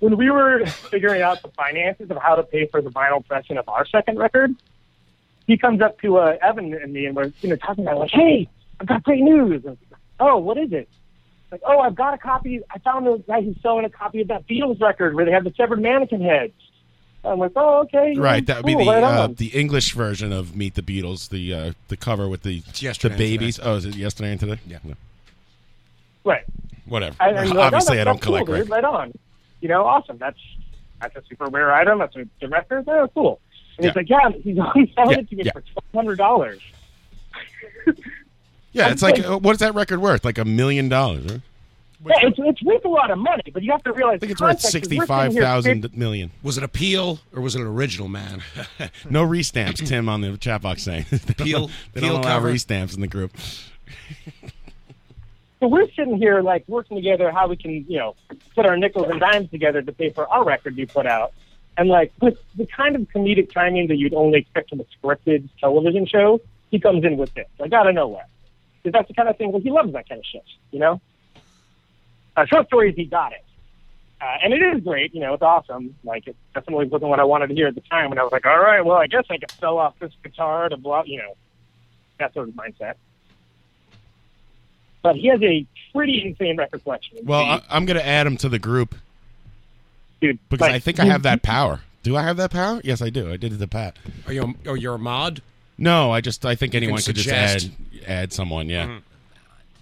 [SPEAKER 21] when we were figuring out the finances of how to pay for the vinyl pressing of our second record. He comes up to uh, Evan and me, and we're you know talking about like, hey, I've got great news. And, oh, what is it? Like, oh, I've got a copy. I found the guy who's selling a copy of that Beatles record where they have the severed mannequin heads. I'm like, oh, okay. yeah,
[SPEAKER 12] Right, that would be
[SPEAKER 21] cool,
[SPEAKER 12] the
[SPEAKER 21] right
[SPEAKER 12] uh,
[SPEAKER 21] on.
[SPEAKER 12] the English version of Meet the Beatles, the uh, the cover with the
[SPEAKER 4] yesterday
[SPEAKER 12] the
[SPEAKER 4] and today.
[SPEAKER 12] babies. Oh, is it yesterday and today? Yeah,
[SPEAKER 21] right.
[SPEAKER 12] whatever.
[SPEAKER 21] And- and you're like, oh,
[SPEAKER 12] Obviously,
[SPEAKER 21] that's-
[SPEAKER 12] I don't
[SPEAKER 21] that's cool,
[SPEAKER 12] collect
[SPEAKER 21] dude,
[SPEAKER 12] records.
[SPEAKER 21] Right on. You know, awesome. That's that's a super rare item. That's a the record. Oh, cool. And he's like, yeah, he's only selling it to me for twelve hundred dollars.
[SPEAKER 12] Yeah,
[SPEAKER 21] I'm
[SPEAKER 12] it's like
[SPEAKER 21] like-
[SPEAKER 12] uh, what's that record worth? Like a million dollars? huh?
[SPEAKER 21] Yeah, it's, it's worth a lot of money, but you have to realize I think
[SPEAKER 12] It's worth sixty-five thousand million.
[SPEAKER 4] Was it a peel or was it an original, man?
[SPEAKER 12] No restamps, Tim, on the chat box saying they don't-
[SPEAKER 4] Peel-
[SPEAKER 12] They
[SPEAKER 4] peel
[SPEAKER 12] don't allow
[SPEAKER 4] cover.
[SPEAKER 12] restamps in the group.
[SPEAKER 21] So we're sitting here like working together how we can, you know, put our nickels and dimes together to pay for our record we put out. And like with the kind of comedic timing that you'd only expect from a scripted television show, he comes in with this, like out of nowhere. Because that's the kind of thing, well, he loves that kind of shit, you know? Uh, short stories, he got it. Uh, and it is great, you know, it's awesome. Like, it definitely wasn't what I wanted to hear at the time when I was like, all right, well, I guess I could sell off this guitar to blah, you know, that sort of mindset. But he has a pretty insane record collection.
[SPEAKER 12] Well, uh, I, I'm going to add him to the group,
[SPEAKER 21] dude,
[SPEAKER 12] because I
[SPEAKER 4] like-
[SPEAKER 12] think I have that power. Do I have that power? Yes, I do. I did it to Pat.
[SPEAKER 4] Are you a, are you oh, a mod?
[SPEAKER 12] No, I just I think
[SPEAKER 4] You can
[SPEAKER 12] anyone could just
[SPEAKER 4] suggest. Mm-hmm.
[SPEAKER 12] add add someone. Yeah.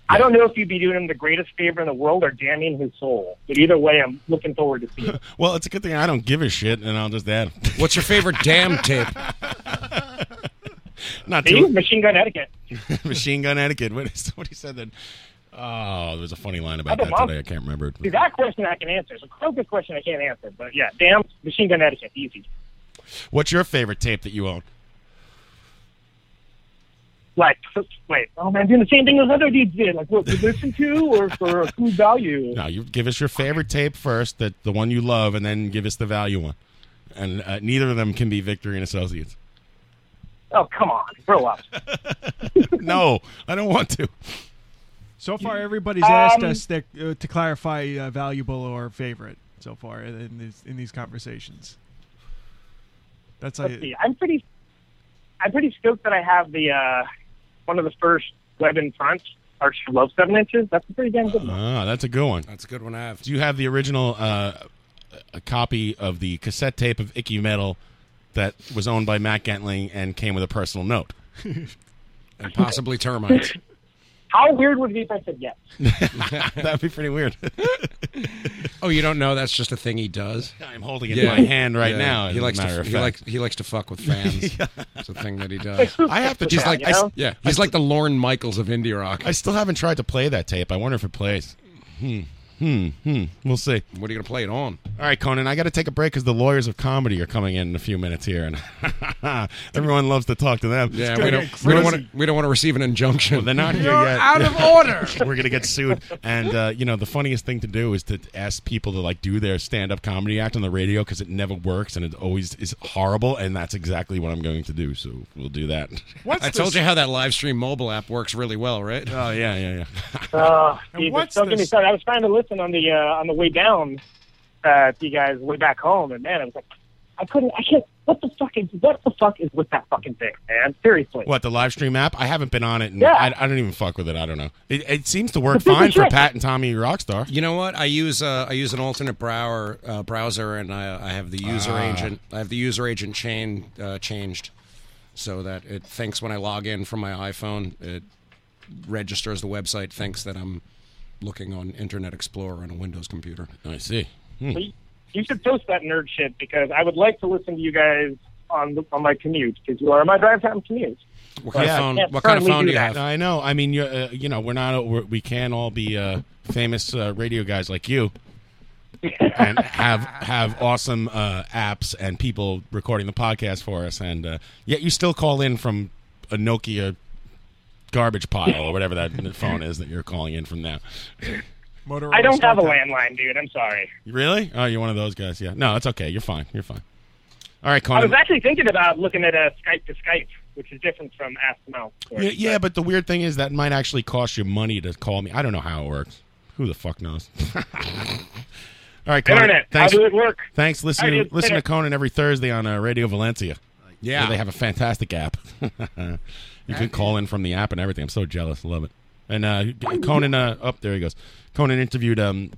[SPEAKER 21] I don't know if you'd be doing him the greatest favor in the world or damning his soul. But either way, I'm looking forward to seeing it.
[SPEAKER 12] Well, it's a good thing I don't give a shit, and I'll just add.
[SPEAKER 4] What's your favorite damn tape?
[SPEAKER 12] Not
[SPEAKER 21] See?
[SPEAKER 12] too
[SPEAKER 21] Machine Gun Etiquette.
[SPEAKER 12] machine gun etiquette. What is what he said then? Oh, there was a funny line about
[SPEAKER 21] I don't
[SPEAKER 12] that
[SPEAKER 21] know.
[SPEAKER 12] today. I can't remember. it.
[SPEAKER 21] See, that question I can answer. So focus question I can't answer. But yeah, damn, Machine Gun Etiquette, easy.
[SPEAKER 12] What's your favorite tape that you own?
[SPEAKER 21] Like, wait, oh man, doing the same thing those other dudes did. Like, what, to listen to or for who value?
[SPEAKER 12] No, you give us your favorite tape first, that the one you love, and then give us the value one. And uh, neither of them can be Victory and Associates.
[SPEAKER 21] Oh, come on, grow up.
[SPEAKER 12] no, I don't want to.
[SPEAKER 13] So far, everybody's asked
[SPEAKER 21] Um,
[SPEAKER 13] us that, uh, to clarify uh, valuable or favorite so far in these, in these conversations. That's
[SPEAKER 21] Let's
[SPEAKER 13] like
[SPEAKER 21] see. I'm pretty, I'm pretty stoked that I have the uh, one of the first web in front. Arch Love Seven Inches. That's a pretty damn good one.
[SPEAKER 12] Ah, that's a good one.
[SPEAKER 4] That's a good one I have.
[SPEAKER 12] Do you have the original uh, a copy of the cassette tape of Icky Metal that was owned by Matt Gentling and came with a personal note?
[SPEAKER 4] and possibly termites.
[SPEAKER 21] How weird would it be if I said yes?
[SPEAKER 4] That'd be pretty weird. oh, you don't know? That's just a thing he does.
[SPEAKER 12] I'm holding it in my hand right now, as
[SPEAKER 4] He
[SPEAKER 12] a
[SPEAKER 4] likes
[SPEAKER 12] matter
[SPEAKER 4] to.
[SPEAKER 12] of
[SPEAKER 4] He
[SPEAKER 12] fact.
[SPEAKER 4] likes. He likes to fuck with fans. It's a thing that he does.
[SPEAKER 12] It's just I have to fuck with
[SPEAKER 4] He's
[SPEAKER 12] try,
[SPEAKER 4] like.
[SPEAKER 12] you know?
[SPEAKER 4] Yeah. He's like the Lorne Michaels of indie rock.
[SPEAKER 12] I still haven't tried to play that tape. I wonder if it plays. Hmm. Hmm. Hmm. We'll see.
[SPEAKER 4] What are you gonna play it on?
[SPEAKER 12] All right, Conan, I got to take a break because the lawyers of comedy are coming in in a few minutes here, and everyone loves to talk to them.
[SPEAKER 4] Yeah, we don't. We don't want to. We don't want to receive an injunction.
[SPEAKER 12] They're not here yet. Yeah. We're gonna get sued. And uh, you know, the funniest thing to do is to ask people to like do their stand-up comedy act on the radio because it never works and it always is horrible. And that's exactly what I'm going to do. So we'll do that.
[SPEAKER 4] I told you how that live stream mobile app works really well, right?
[SPEAKER 12] Oh yeah, yeah, yeah.
[SPEAKER 21] Oh, Jesus,
[SPEAKER 4] what's
[SPEAKER 21] don't get me
[SPEAKER 4] this?
[SPEAKER 21] started. I was trying to listen on the uh, on the way down uh, to you guys way back home, and man, I was like, I couldn't, I can't. What the fuck is what the fuck is with that fucking thing, man? Seriously.
[SPEAKER 12] What the live stream app? I haven't been on it. And
[SPEAKER 21] Yeah.
[SPEAKER 12] I, I don't even fuck with it. I don't know. It, it seems to work
[SPEAKER 4] It's a piece of
[SPEAKER 12] fine for
[SPEAKER 4] shit.
[SPEAKER 12] Pat and Tommy Rockstar.
[SPEAKER 4] You know what? I use uh, I use an alternate brower, uh, browser, and I, I have the user
[SPEAKER 12] Ah.
[SPEAKER 4] agent. I have the user agent chain uh, changed so that it thinks when I log in from my iPhone, it registers the website, thinks that I'm looking on Internet Explorer on a Windows computer.
[SPEAKER 12] I see.
[SPEAKER 4] Hmm.
[SPEAKER 21] You- You should post that nerd shit because I would like to listen to you guys on the, on my commute because you are my drive time commute.
[SPEAKER 4] What
[SPEAKER 12] kind
[SPEAKER 21] But I
[SPEAKER 12] of phone?
[SPEAKER 21] can't
[SPEAKER 12] What kind of
[SPEAKER 21] currently
[SPEAKER 12] phone do you
[SPEAKER 21] that.
[SPEAKER 12] have? I know. I mean, you uh, you know, we're not. We're, we can all be uh, famous uh, radio guys like you, and have have awesome uh, apps and people recording the podcast for us. And uh, yet, you still call in from a Nokia garbage pile or whatever that phone is that you're calling in from now.
[SPEAKER 21] I don't have a landline, dude. I'm sorry.
[SPEAKER 12] Really? Oh, you're one of those guys. Yeah. No, it's okay. You're fine. You're fine. All right,
[SPEAKER 21] I was
[SPEAKER 12] Conan.
[SPEAKER 21] actually thinking about looking at a Skype to Skype, which is different from Ask the Mouth.
[SPEAKER 12] Yeah, yeah, but the weird thing is that might actually cost you money to call me. I don't know how it works. Who the fuck knows? All right, Conan.
[SPEAKER 21] Internet.
[SPEAKER 12] Thanks.
[SPEAKER 21] How does it work?
[SPEAKER 12] Thanks. Listen,
[SPEAKER 21] How do you
[SPEAKER 12] to, listen to
[SPEAKER 21] internet?
[SPEAKER 12] Conan every Thursday on uh, Radio Valencia.
[SPEAKER 4] Yeah.
[SPEAKER 12] Where they have a fantastic app. you can call in from the app and everything. I'm so jealous. Love it. And uh, Conan, uh, up there he goes. Conan interviewed um,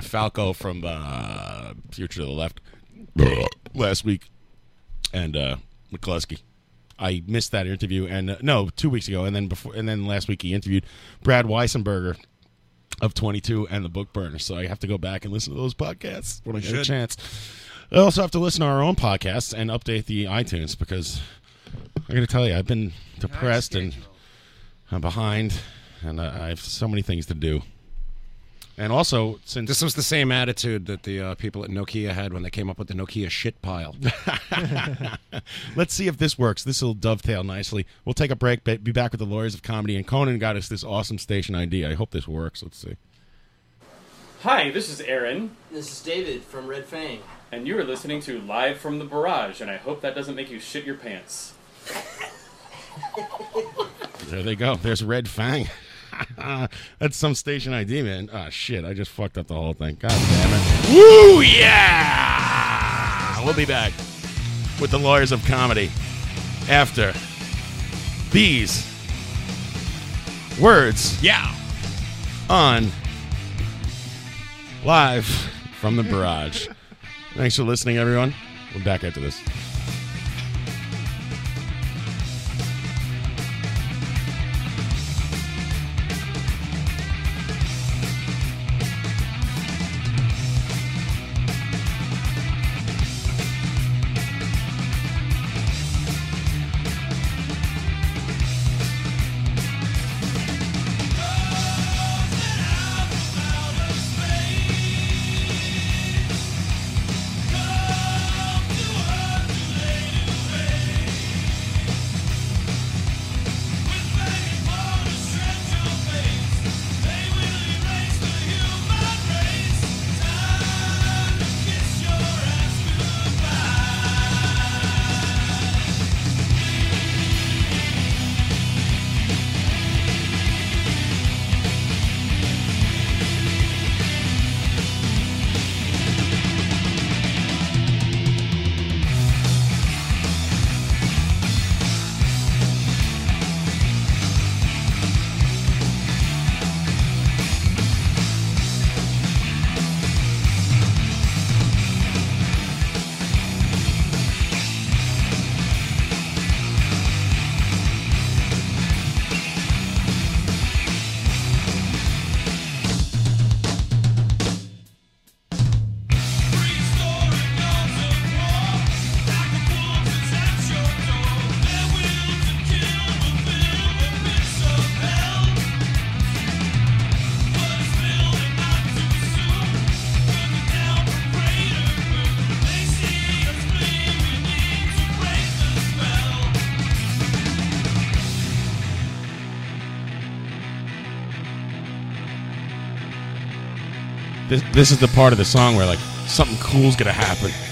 [SPEAKER 12] Falco from uh, Future to the Left last week, and uh, McCluskey. I missed that interview, and uh, no, two weeks ago, and then before, and then last week he interviewed Brad Weissenberger of 22 and the Book Burner. So I have to go back and listen to those podcasts when I
[SPEAKER 4] You
[SPEAKER 12] get a
[SPEAKER 4] should.
[SPEAKER 12] chance. I also have to listen to our own podcasts and update the iTunes because I'm going to tell you I've been depressed and I'm behind, and I I have so many things to do. And also, since
[SPEAKER 4] this was the same attitude that the uh, people at Nokia had when they came up with the Nokia shit pile.
[SPEAKER 12] Let's see if this works. This will dovetail nicely. We'll take a break, but be back with the lawyers of comedy. And Conan got us this awesome station idea. I hope this works. Let's see.
[SPEAKER 2] Hi, this is Aaron,
[SPEAKER 22] This is David from Red Fang.
[SPEAKER 2] and you are listening to Live from the Barrage, and I hope that doesn't make you shit your pants.
[SPEAKER 12] There they go. There's Red Fang. That's some station ID, man. Ah, shit. I just fucked up the whole thing. God damn it. Woo, yeah! Ah, We'll be back with the lawyers of comedy after these words. Yeah. On live from the barrage. Thanks for listening, everyone. We're back after this.
[SPEAKER 18] Come to Earth to
[SPEAKER 12] This, this is the part of the song where like something cool's gonna happen.
[SPEAKER 6] uh-huh.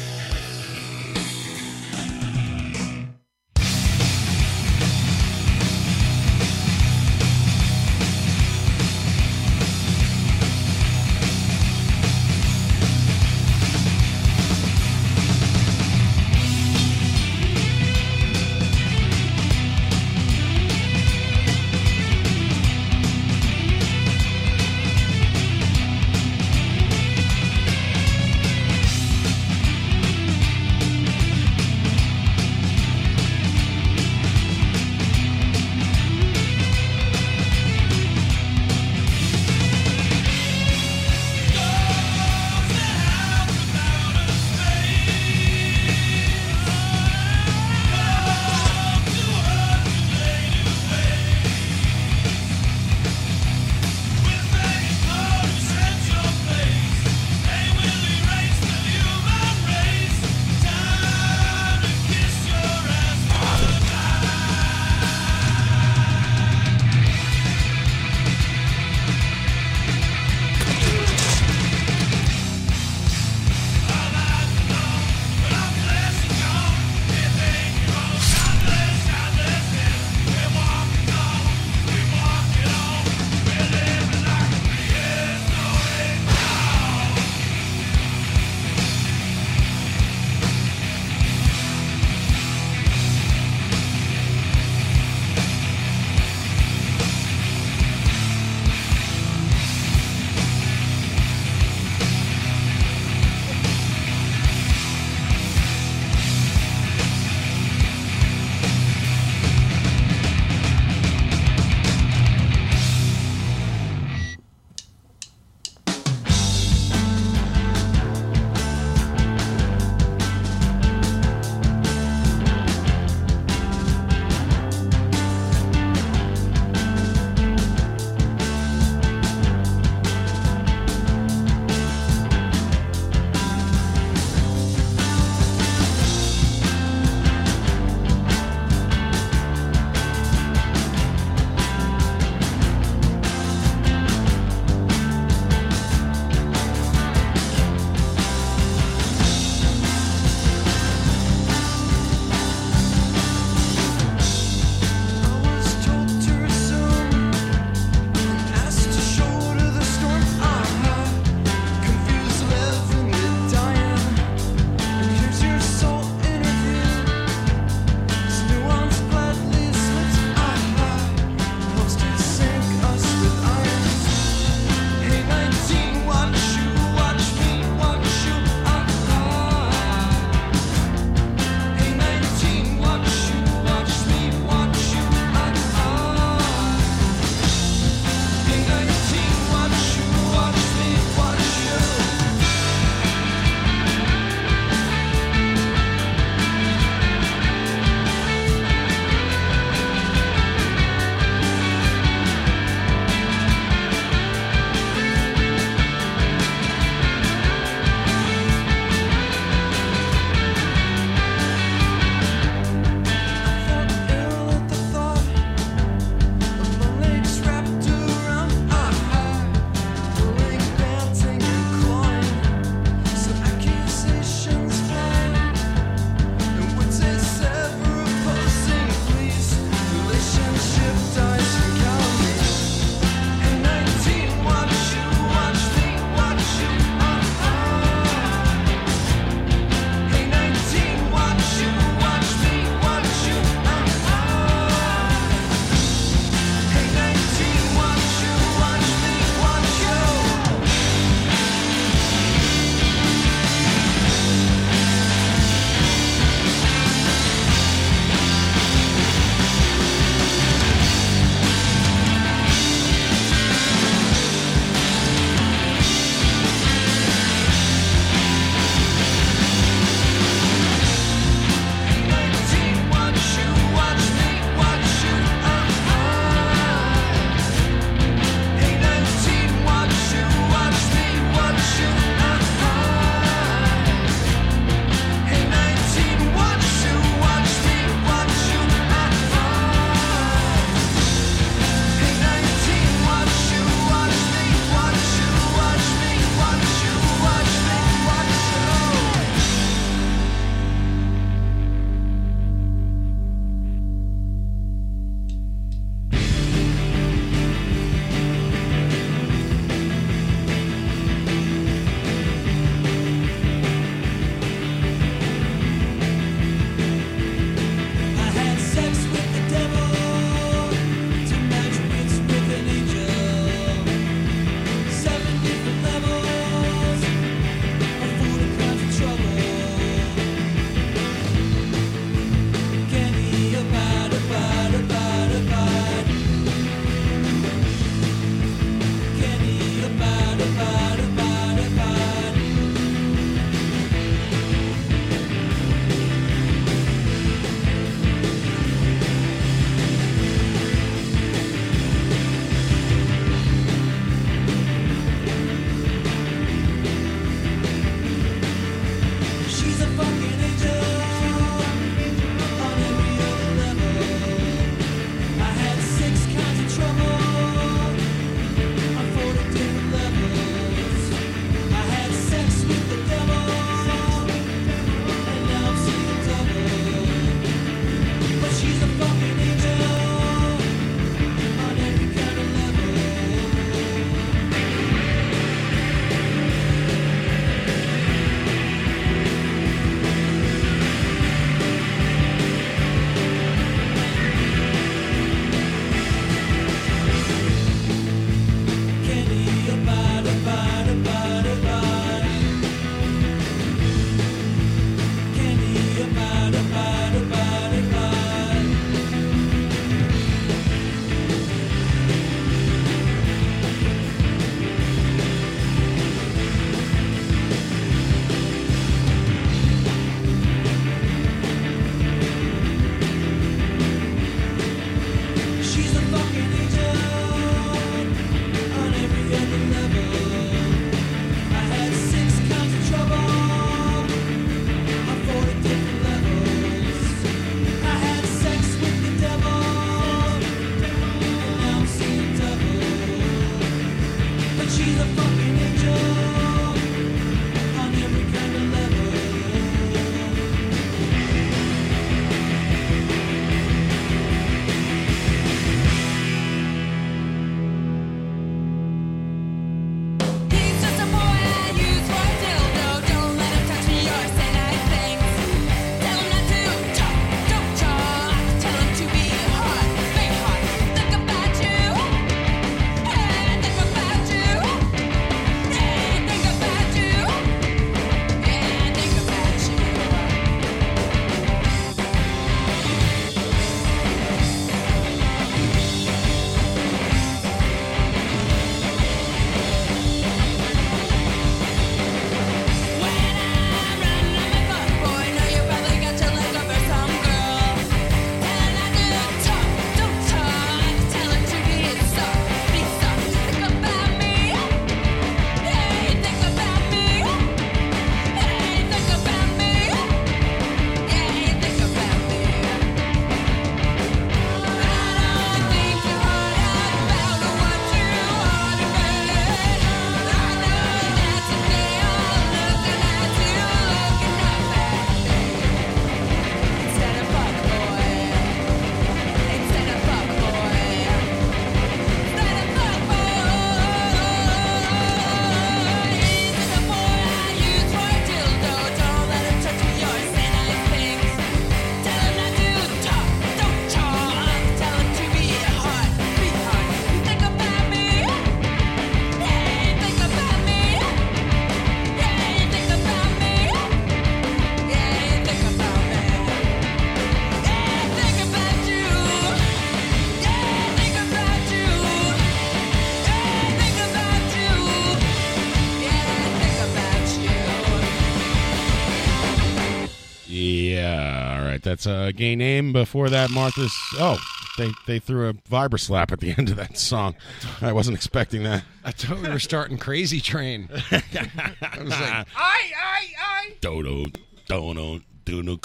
[SPEAKER 12] right, that's a gay name. Before that, Martha's. Oh, they they threw a vibra slap at the end of that song. I wasn't expecting that.
[SPEAKER 4] I thought we were starting Crazy Train. I was like,
[SPEAKER 18] I, I, I.
[SPEAKER 12] Dodo, dono, dono.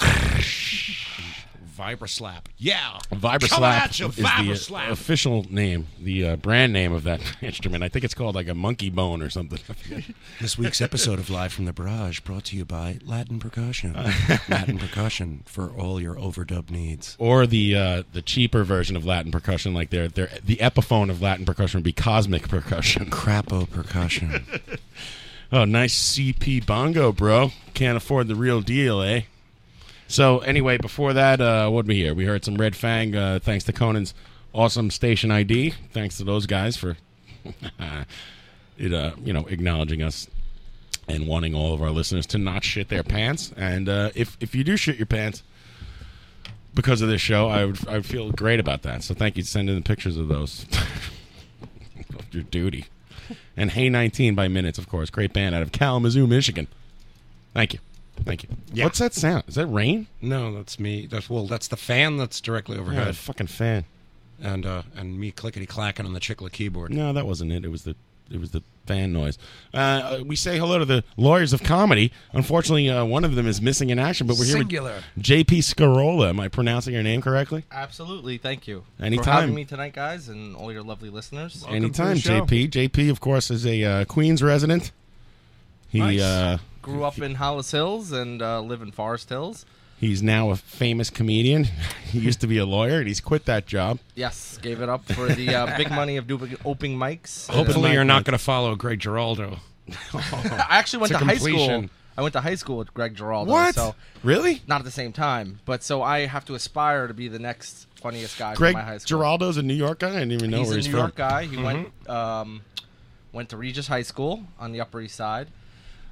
[SPEAKER 4] Vibra slap. Yeah.
[SPEAKER 12] Vibra
[SPEAKER 4] Coming
[SPEAKER 12] slap
[SPEAKER 4] at you,
[SPEAKER 12] is
[SPEAKER 4] Vibra
[SPEAKER 12] the uh,
[SPEAKER 4] slap.
[SPEAKER 12] official name, the uh, brand name of that instrument. I think it's called like a monkey bone or something.
[SPEAKER 4] This week's episode of Live from the Barrage brought to you by Latin Percussion. Latin Percussion for all your overdub needs.
[SPEAKER 12] or the uh, the cheaper version of Latin percussion, like their their the epiphone of Latin percussion would be cosmic percussion,
[SPEAKER 4] crapo percussion.
[SPEAKER 12] oh, nice CP bongo, bro. Can't afford the real deal, eh? So anyway, before that, uh, what would we hear? We heard some Red Fang, uh, thanks to Conan's awesome station ID. Thanks to those guys for it, uh, you know, acknowledging us and wanting all of our listeners to not shit their pants. And uh, if if you do shit your pants because of this show, I would I would feel great about that. So thank you. Send in the pictures of those. Of Your duty. And Hey 19 by Minutes, of course. Great band out of Kalamazoo, Michigan. Thank you. Thank you. What's that sound? Is that rain?
[SPEAKER 4] No, that's me. That's well, that's the fan that's directly overhead.
[SPEAKER 12] that fucking fan.
[SPEAKER 4] And uh, and me clickety clacking on the Chicla keyboard.
[SPEAKER 12] No, that wasn't it. It was the it was the fan noise. Uh, we say hello to the lawyers of comedy. Unfortunately, uh, one of them is missing in action, but we're here
[SPEAKER 3] Singular.
[SPEAKER 12] with JP Scarola. Am I pronouncing your name correctly?
[SPEAKER 3] Absolutely. Thank you. For
[SPEAKER 12] Anytime.
[SPEAKER 3] having me tonight, guys, and all your lovely listeners.
[SPEAKER 12] Anytime, JP. JP, of course, is a uh, Queens resident. He uh,
[SPEAKER 3] Grew up in Hollis Hills and uh, live in Forest Hills.
[SPEAKER 12] he's now a famous comedian. he used to be a lawyer, and he's quit that job.
[SPEAKER 3] Yes, gave it up for the uh, big money of doing open mics.
[SPEAKER 4] Hopefully, you're not
[SPEAKER 3] going
[SPEAKER 4] going to follow Greg Giraldo. Oh,
[SPEAKER 3] to. I actually went
[SPEAKER 4] to
[SPEAKER 3] to, high
[SPEAKER 4] completion.
[SPEAKER 3] school. I went to high school with Greg Giraldo.
[SPEAKER 4] What?
[SPEAKER 3] So
[SPEAKER 12] really?
[SPEAKER 3] Not at the same time, but so I have to aspire to be the next funniest guy
[SPEAKER 12] Greg
[SPEAKER 3] from my high school.
[SPEAKER 12] Giraldo's a New York guy. I didn't even know
[SPEAKER 3] he's
[SPEAKER 12] where
[SPEAKER 3] a
[SPEAKER 12] he's
[SPEAKER 3] New
[SPEAKER 12] from.
[SPEAKER 3] York guy. He
[SPEAKER 12] Mhm.
[SPEAKER 3] went um, went to Regis High School on the Upper East Side.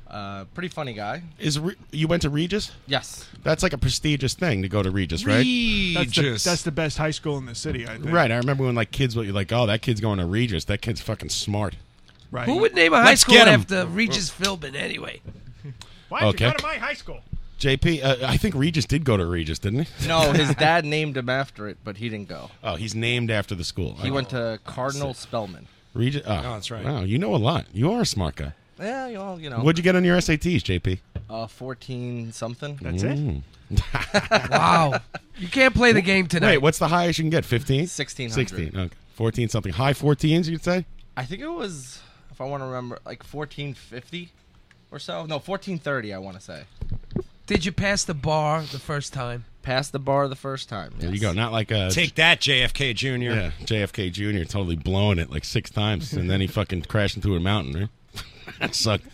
[SPEAKER 3] Uh, pretty funny guy.
[SPEAKER 12] Is Re- you went to Regis?
[SPEAKER 3] Yes.
[SPEAKER 12] That's like a prestigious thing to go to Regis, right?
[SPEAKER 13] That's the, that's the best high school in the city, I think.
[SPEAKER 12] Right. I remember when like kids were like, "Oh, that kid's going to Regis. That kid's fucking smart."
[SPEAKER 13] Right.
[SPEAKER 9] Who would name a high
[SPEAKER 12] Let's
[SPEAKER 9] school
[SPEAKER 12] get 'em.
[SPEAKER 9] after Regis Philbin anyway?
[SPEAKER 13] Why'd
[SPEAKER 12] Okay.
[SPEAKER 13] you go to my high school?
[SPEAKER 12] JP, uh, I think Regis did go to Regis, didn't he?
[SPEAKER 3] No, his dad named him after it, but he didn't go.
[SPEAKER 12] Oh, he's named after the school.
[SPEAKER 3] He went to Cardinal Spellman.
[SPEAKER 12] Regis. Oh,
[SPEAKER 3] No, that's right.
[SPEAKER 12] Wow, you know a lot. You are a smart guy.
[SPEAKER 3] Yeah, you all you know.
[SPEAKER 12] What'd you get on your SATs, JP?
[SPEAKER 3] Uh, fourteen something.
[SPEAKER 12] it.
[SPEAKER 3] Wow.
[SPEAKER 9] Mm. You can't play the game
[SPEAKER 12] Mm. Wait,
[SPEAKER 9] tonight.
[SPEAKER 12] what's the highest you can get? 15?
[SPEAKER 3] 1600.
[SPEAKER 12] 16. Okay. 14 something. High 14s, you'd say?
[SPEAKER 3] I think it was, if I want to remember, like fourteen fifty, or so. No, fourteen thirty. I want to say.
[SPEAKER 9] Did you pass the bar the first time?
[SPEAKER 3] Passed the bar the first time.
[SPEAKER 12] There you go. Not like a
[SPEAKER 4] Take that, JFK Jr.
[SPEAKER 12] Yeah, JFK Jr. totally blowing it like six times, and then he fucking crashed into a mountain. Right? that sucked.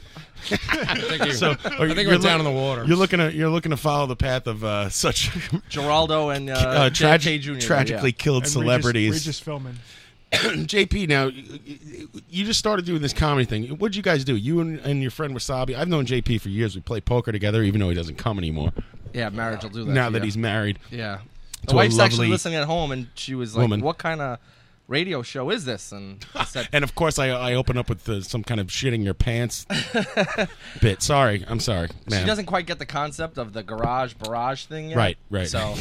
[SPEAKER 4] Thank you.
[SPEAKER 12] So,
[SPEAKER 4] I
[SPEAKER 12] or
[SPEAKER 4] think
[SPEAKER 12] you're
[SPEAKER 4] we're
[SPEAKER 12] look-
[SPEAKER 4] down in the water.
[SPEAKER 12] You're looking to you're looking to follow the path of uh, such
[SPEAKER 3] Geraldo and uh,
[SPEAKER 12] uh,
[SPEAKER 3] JFK
[SPEAKER 12] tragi-
[SPEAKER 3] Jr.
[SPEAKER 12] tragically killed
[SPEAKER 13] And Regis-
[SPEAKER 12] celebrities.
[SPEAKER 13] Regis Philbin.
[SPEAKER 12] JP, now you- you just started doing this comedy thing. What'd you guys do? You and, and your friend Wasabi. I've known JP for years. We play poker together, even though he doesn't come anymore.
[SPEAKER 3] Yeah, marriage will do that.
[SPEAKER 12] Now
[SPEAKER 3] to
[SPEAKER 12] that
[SPEAKER 3] you.
[SPEAKER 12] he's married.
[SPEAKER 3] Yeah.
[SPEAKER 12] To
[SPEAKER 3] The
[SPEAKER 12] a
[SPEAKER 3] wife's
[SPEAKER 12] lovely-
[SPEAKER 3] actually listening at home, and she was like,
[SPEAKER 12] woman.
[SPEAKER 3] "What kind of radio show is this?" And I said,
[SPEAKER 12] And of course, I, I open up with the, some kind of shitting your pants bit. Sorry, I'm sorry,
[SPEAKER 3] she
[SPEAKER 12] man.
[SPEAKER 3] doesn't quite get the concept of the garage barrage thing yet.
[SPEAKER 12] Right, right.
[SPEAKER 3] So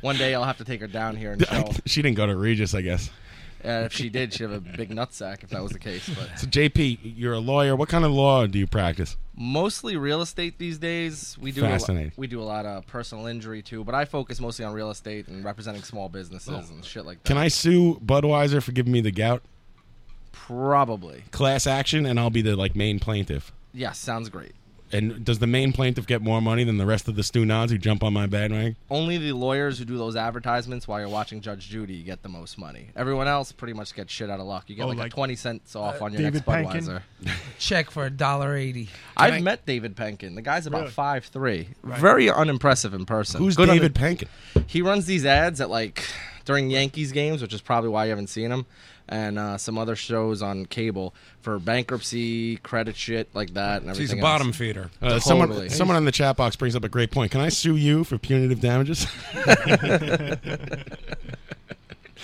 [SPEAKER 3] one day I'll have to take her down here and show.
[SPEAKER 12] she didn't go to Regis, I guess.
[SPEAKER 3] Uh, if she did, she'd have a big nutsack if that was the case. But
[SPEAKER 12] So JP, you're a lawyer. What kind of law do you practice?
[SPEAKER 3] mostly real estate these days. We do
[SPEAKER 12] Fascinating.
[SPEAKER 3] A, we do a lot of personal injury too, but I focus mostly on real estate and representing small businesses and shit like that.
[SPEAKER 12] Can I sue Budweiser for giving me the gout?
[SPEAKER 3] Probably.
[SPEAKER 12] Class action, and I'll be the like main plaintiff.
[SPEAKER 3] Yeah, sounds great.
[SPEAKER 12] And does the main plaintiff get more money than the rest of the Stu Nods who jump on my bandwagon?
[SPEAKER 3] Only the lawyers who do those advertisements while you're watching Judge Judy get the most money. Everyone else pretty much gets shit out of luck. You get
[SPEAKER 9] Oh,
[SPEAKER 3] like,
[SPEAKER 9] like,
[SPEAKER 3] a twenty cents off
[SPEAKER 9] Uh,
[SPEAKER 3] on your next Budweiser.
[SPEAKER 9] Check for a dollar eighty.
[SPEAKER 3] I've met David Penkin. The guy's about
[SPEAKER 9] Really?
[SPEAKER 3] five three.
[SPEAKER 9] Right.
[SPEAKER 3] Very unimpressive in person.
[SPEAKER 12] Who's
[SPEAKER 3] on
[SPEAKER 12] David
[SPEAKER 3] the-
[SPEAKER 12] Penkin?
[SPEAKER 3] He runs these ads at like during Yankees games, which is probably why you haven't seen him, and uh, some other shows on cable for bankruptcy, credit shit like that, and
[SPEAKER 4] He's a
[SPEAKER 3] everything.
[SPEAKER 4] bottom
[SPEAKER 3] else.
[SPEAKER 4] feeder.
[SPEAKER 12] Uh,
[SPEAKER 3] Totally.
[SPEAKER 12] Someone, someone on the chat box brings up a great point. Can I sue you for punitive damages?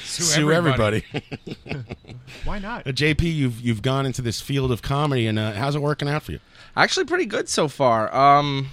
[SPEAKER 4] Sue
[SPEAKER 12] sue everybody.
[SPEAKER 13] Why not?
[SPEAKER 12] Uh, JP, you've you've gone into this field of comedy, and uh, how's it working out for you?
[SPEAKER 3] Actually, pretty good so far. Um,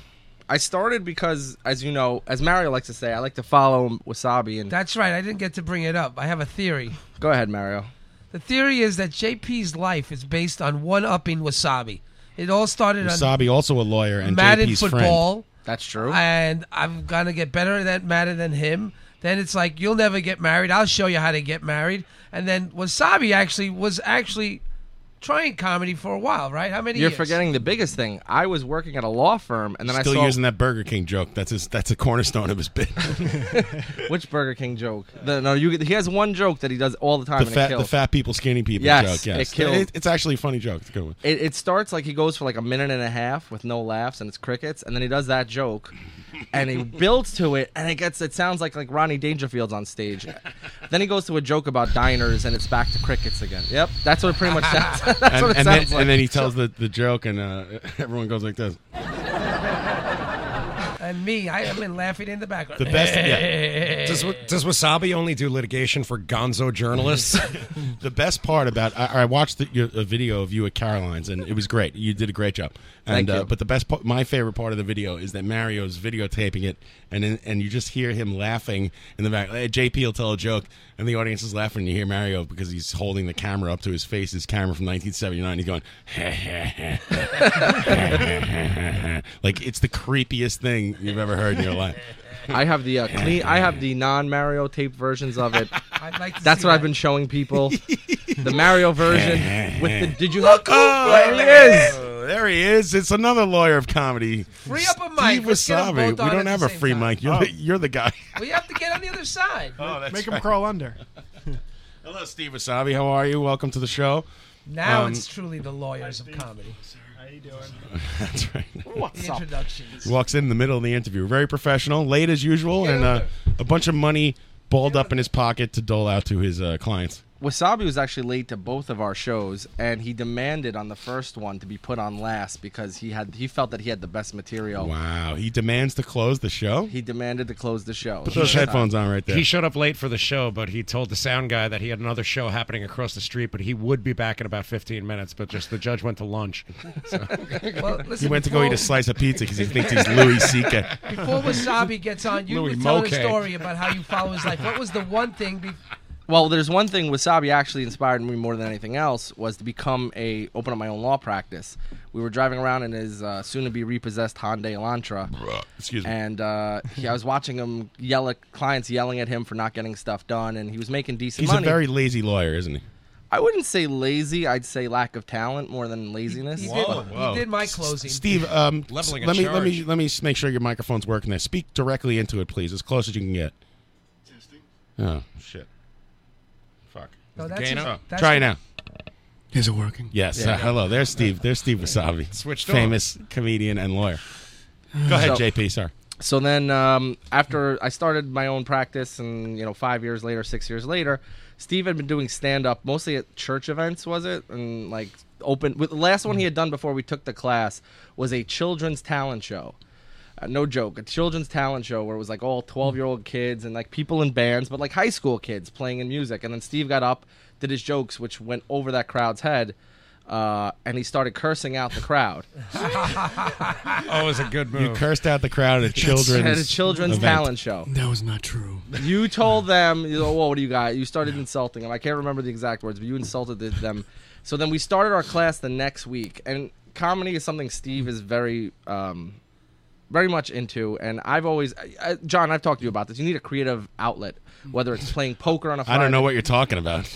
[SPEAKER 3] I started because, as you know, as Mario likes to say, I like to follow Wasabi. And
[SPEAKER 9] That's right. I didn't get to bring it up. I have a theory.
[SPEAKER 3] go ahead, Mario.
[SPEAKER 9] The theory is that JP's life is based on one upping Wasabi. It all started on
[SPEAKER 12] Wasabi, also a lawyer and
[SPEAKER 9] uh, Madden
[SPEAKER 12] JP's
[SPEAKER 9] football.
[SPEAKER 12] friend.
[SPEAKER 3] That's true.
[SPEAKER 9] And I'm gonna get better at Madden than him. Then it's like you'll never get married. I'll show you how to get married. And then Wasabi actually was actually trying comedy for a while, right? How many
[SPEAKER 3] You're
[SPEAKER 9] years?
[SPEAKER 3] forgetting the biggest thing. I was working at a law firm, and then
[SPEAKER 12] Still
[SPEAKER 3] I saw
[SPEAKER 12] using that Burger King joke. That's his. That's a cornerstone of his bit.
[SPEAKER 3] which Burger King joke. The, no, you, he has one joke that he does all the time.
[SPEAKER 12] the
[SPEAKER 3] and it
[SPEAKER 12] fat, the
[SPEAKER 3] kills.
[SPEAKER 12] fat people, skinny people
[SPEAKER 3] Yes,
[SPEAKER 12] joke. Yes,
[SPEAKER 3] it killed.
[SPEAKER 12] it's actually a funny joke. It's a good one.
[SPEAKER 3] It, it starts like he goes for like a minute and a half with no laughs and it's crickets, and then he does that joke, and he builds to it, and it gets it sounds like like Ronnie Dangerfield's on stage. then he goes to a joke about diners, and it's back to crickets again. Yep, that's what it pretty much sounds. That's
[SPEAKER 12] and,
[SPEAKER 3] what it
[SPEAKER 12] and
[SPEAKER 3] sounds
[SPEAKER 12] then,
[SPEAKER 3] like.
[SPEAKER 12] and then he tells the, the joke, and uh, everyone goes like this.
[SPEAKER 9] And me, I have been laughing in the background.
[SPEAKER 4] Does, does Wasabi only do litigation for gonzo journalists?
[SPEAKER 12] the best part about I, I watched the, your, a video of you at Caroline's and it was great. You did a great job. And,
[SPEAKER 3] Thank you.
[SPEAKER 12] Uh, but the best part, my favorite part of the video is that Mario's videotaping it, and in, and you just hear him laughing in the back. Eh, JP will tell a joke, and the audience is laughing. And you hear Mario because he's holding the camera up to his face, his camera from 1979. He's going, like it's the creepiest thing you've ever heard in your life.
[SPEAKER 3] I have the uh, clean. I have the non Mario tape versions of it.
[SPEAKER 9] I'd like to
[SPEAKER 3] That's
[SPEAKER 9] see
[SPEAKER 3] what
[SPEAKER 9] that.
[SPEAKER 3] I've been showing people. the Mario version with the. Did you
[SPEAKER 9] Look
[SPEAKER 3] Oh,
[SPEAKER 9] over
[SPEAKER 3] there he is.
[SPEAKER 12] Oh, There he is. It's another lawyer of comedy.
[SPEAKER 9] Free up a mic.
[SPEAKER 12] Steve
[SPEAKER 9] Let's get 'em
[SPEAKER 12] Wasabi.
[SPEAKER 9] both
[SPEAKER 12] We
[SPEAKER 9] on
[SPEAKER 12] don't
[SPEAKER 9] at
[SPEAKER 12] have
[SPEAKER 9] the
[SPEAKER 12] a
[SPEAKER 9] same
[SPEAKER 12] free
[SPEAKER 9] time.
[SPEAKER 12] mic. You're, the, you're the guy.
[SPEAKER 9] We have to get on the other side.
[SPEAKER 12] Oh, that's
[SPEAKER 13] Make him
[SPEAKER 12] right.
[SPEAKER 13] crawl under.
[SPEAKER 12] Hello, Steve Wasabi. How are you? Welcome to the show.
[SPEAKER 9] Now
[SPEAKER 12] Um,
[SPEAKER 9] it's truly the lawyers of comedy. How you doing?
[SPEAKER 12] That's right.
[SPEAKER 9] the introductions.
[SPEAKER 12] Walks in the middle of the interview. Very professional, late as usual, and uh, a bunch of money balled up in his pocket to dole out to his uh, clients.
[SPEAKER 3] Wasabi was actually late to both of our shows, and he demanded on the first one to be put on last because he had he felt that he had the best material.
[SPEAKER 12] Wow. He demands to close the show.
[SPEAKER 3] He demanded to close the show.
[SPEAKER 12] Put those headphones on right there.
[SPEAKER 4] He showed up late for the show, but he told the sound guy that he had another show happening across the street, but he would be back in about 15 minutes. But just the judge went to lunch. So.
[SPEAKER 9] Well,
[SPEAKER 12] he
[SPEAKER 9] listen,
[SPEAKER 12] went to go eat a
[SPEAKER 9] before-
[SPEAKER 12] slice of pizza because he thinks he's Louis C.K.
[SPEAKER 9] Before Wasabi gets on, you
[SPEAKER 4] Louis
[SPEAKER 9] were telling
[SPEAKER 4] Moquet.
[SPEAKER 9] a story about how you follow his life. What was the one thing? Be-
[SPEAKER 12] Uh,
[SPEAKER 3] Well, there's one thing Wasabi actually inspired me more than anything else was to become a open up my own law practice. We were driving around in his uh, soon to be repossessed Hyundai Elantra.
[SPEAKER 12] Excuse me.
[SPEAKER 3] And uh, he, I was watching him yell at clients yelling at him for not getting stuff done, and he was making decent
[SPEAKER 12] He's a
[SPEAKER 3] money.
[SPEAKER 12] very lazy lawyer, isn't he?
[SPEAKER 3] I wouldn't say lazy. I'd say lack of talent more than laziness.
[SPEAKER 9] he, did, he did my closing.
[SPEAKER 12] Steve, um, let me let me let me s- make sure your microphone's working. There, speak directly into it, please, as close as you can get. Oh shit! Fuck.
[SPEAKER 9] No,
[SPEAKER 12] Is the
[SPEAKER 9] that's
[SPEAKER 12] gain
[SPEAKER 9] his-
[SPEAKER 12] up?
[SPEAKER 9] that's
[SPEAKER 12] Try
[SPEAKER 9] his-
[SPEAKER 12] now. Is it working? Yes.
[SPEAKER 4] Yeah.
[SPEAKER 12] Uh, hello, there's Steve. There's Steve Wasabi,
[SPEAKER 4] Switched on.
[SPEAKER 12] famous comedian and lawyer. Go ahead,
[SPEAKER 3] So-
[SPEAKER 12] JP. Sorry.
[SPEAKER 3] So then, um, after I started my own practice, and you know, five years later, six years later, Steve had been doing stand up mostly at church events, was it? And like open. With, the last one he had done before we took the class was a children's talent show. Uh, no joke, a children's talent show where it was like all twelve-year-old kids and like people in bands, but like high school kids playing in music. And then Steve got up, did his jokes, which went over that crowd's head, uh, and he started cursing out the crowd.
[SPEAKER 4] oh, it was a good
[SPEAKER 12] You cursed out the crowd at children's
[SPEAKER 3] at a children's
[SPEAKER 12] event.
[SPEAKER 3] talent show.
[SPEAKER 8] That was not true.
[SPEAKER 3] You told them, you know, "Whoa, what do you got?" You started insulting them. I can't remember the exact words, but you insulted th- them. So then we started our class the next week, and comedy is something Steve is very, um, very much into. And I've always, I, I, John, I've talked to you about this. You need a creative outlet, whether it's playing poker on a.
[SPEAKER 12] I don't know
[SPEAKER 3] Friday-
[SPEAKER 12] what you're talking about.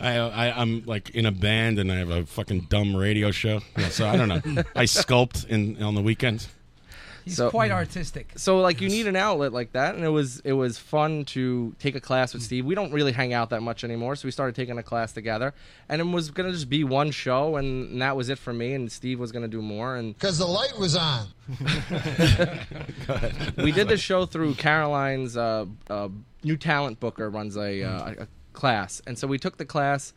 [SPEAKER 12] I, I I'm like in a band and I have a fucking dumb radio show, Yeah, so I don't know. I sculpt in on the weekends.
[SPEAKER 9] He's
[SPEAKER 3] So-
[SPEAKER 9] quite artistic.
[SPEAKER 3] So like you need an outlet like that, and it was it was fun to take a class with Steve. We don't really hang out that much anymore, so we started taking a class together, and it was gonna just be one show, and, that was it for me. And Steve was gonna do more, and
[SPEAKER 8] Because the light was on.
[SPEAKER 3] we did the show through Caroline's uh, uh, new talent booker runs a, uh, a class, and so we took the class,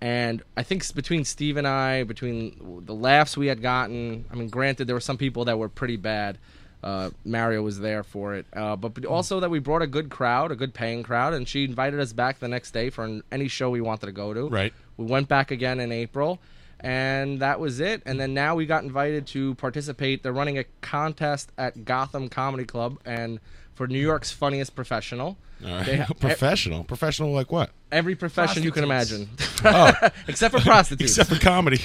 [SPEAKER 3] and I think s- between Steve and I, between the laughs we had gotten, I mean, granted there were some people that were pretty bad. Uh, Mario was there for it, uh, but, but also that we brought a good crowd, a good paying crowd, and she invited us back the next day for an, any show we wanted to go to.
[SPEAKER 12] Right.
[SPEAKER 3] We went back again in April. and that was it. And then now we got invited to participate. They're running a contest at Gotham Comedy Club and for New York's funniest professional.
[SPEAKER 12] All right.
[SPEAKER 3] They ha- e-,
[SPEAKER 12] professional. professional like what?
[SPEAKER 3] Every profession you can imagine,
[SPEAKER 12] Prostitutes. Oh.
[SPEAKER 3] except for prostitutes,
[SPEAKER 12] Except for comedy.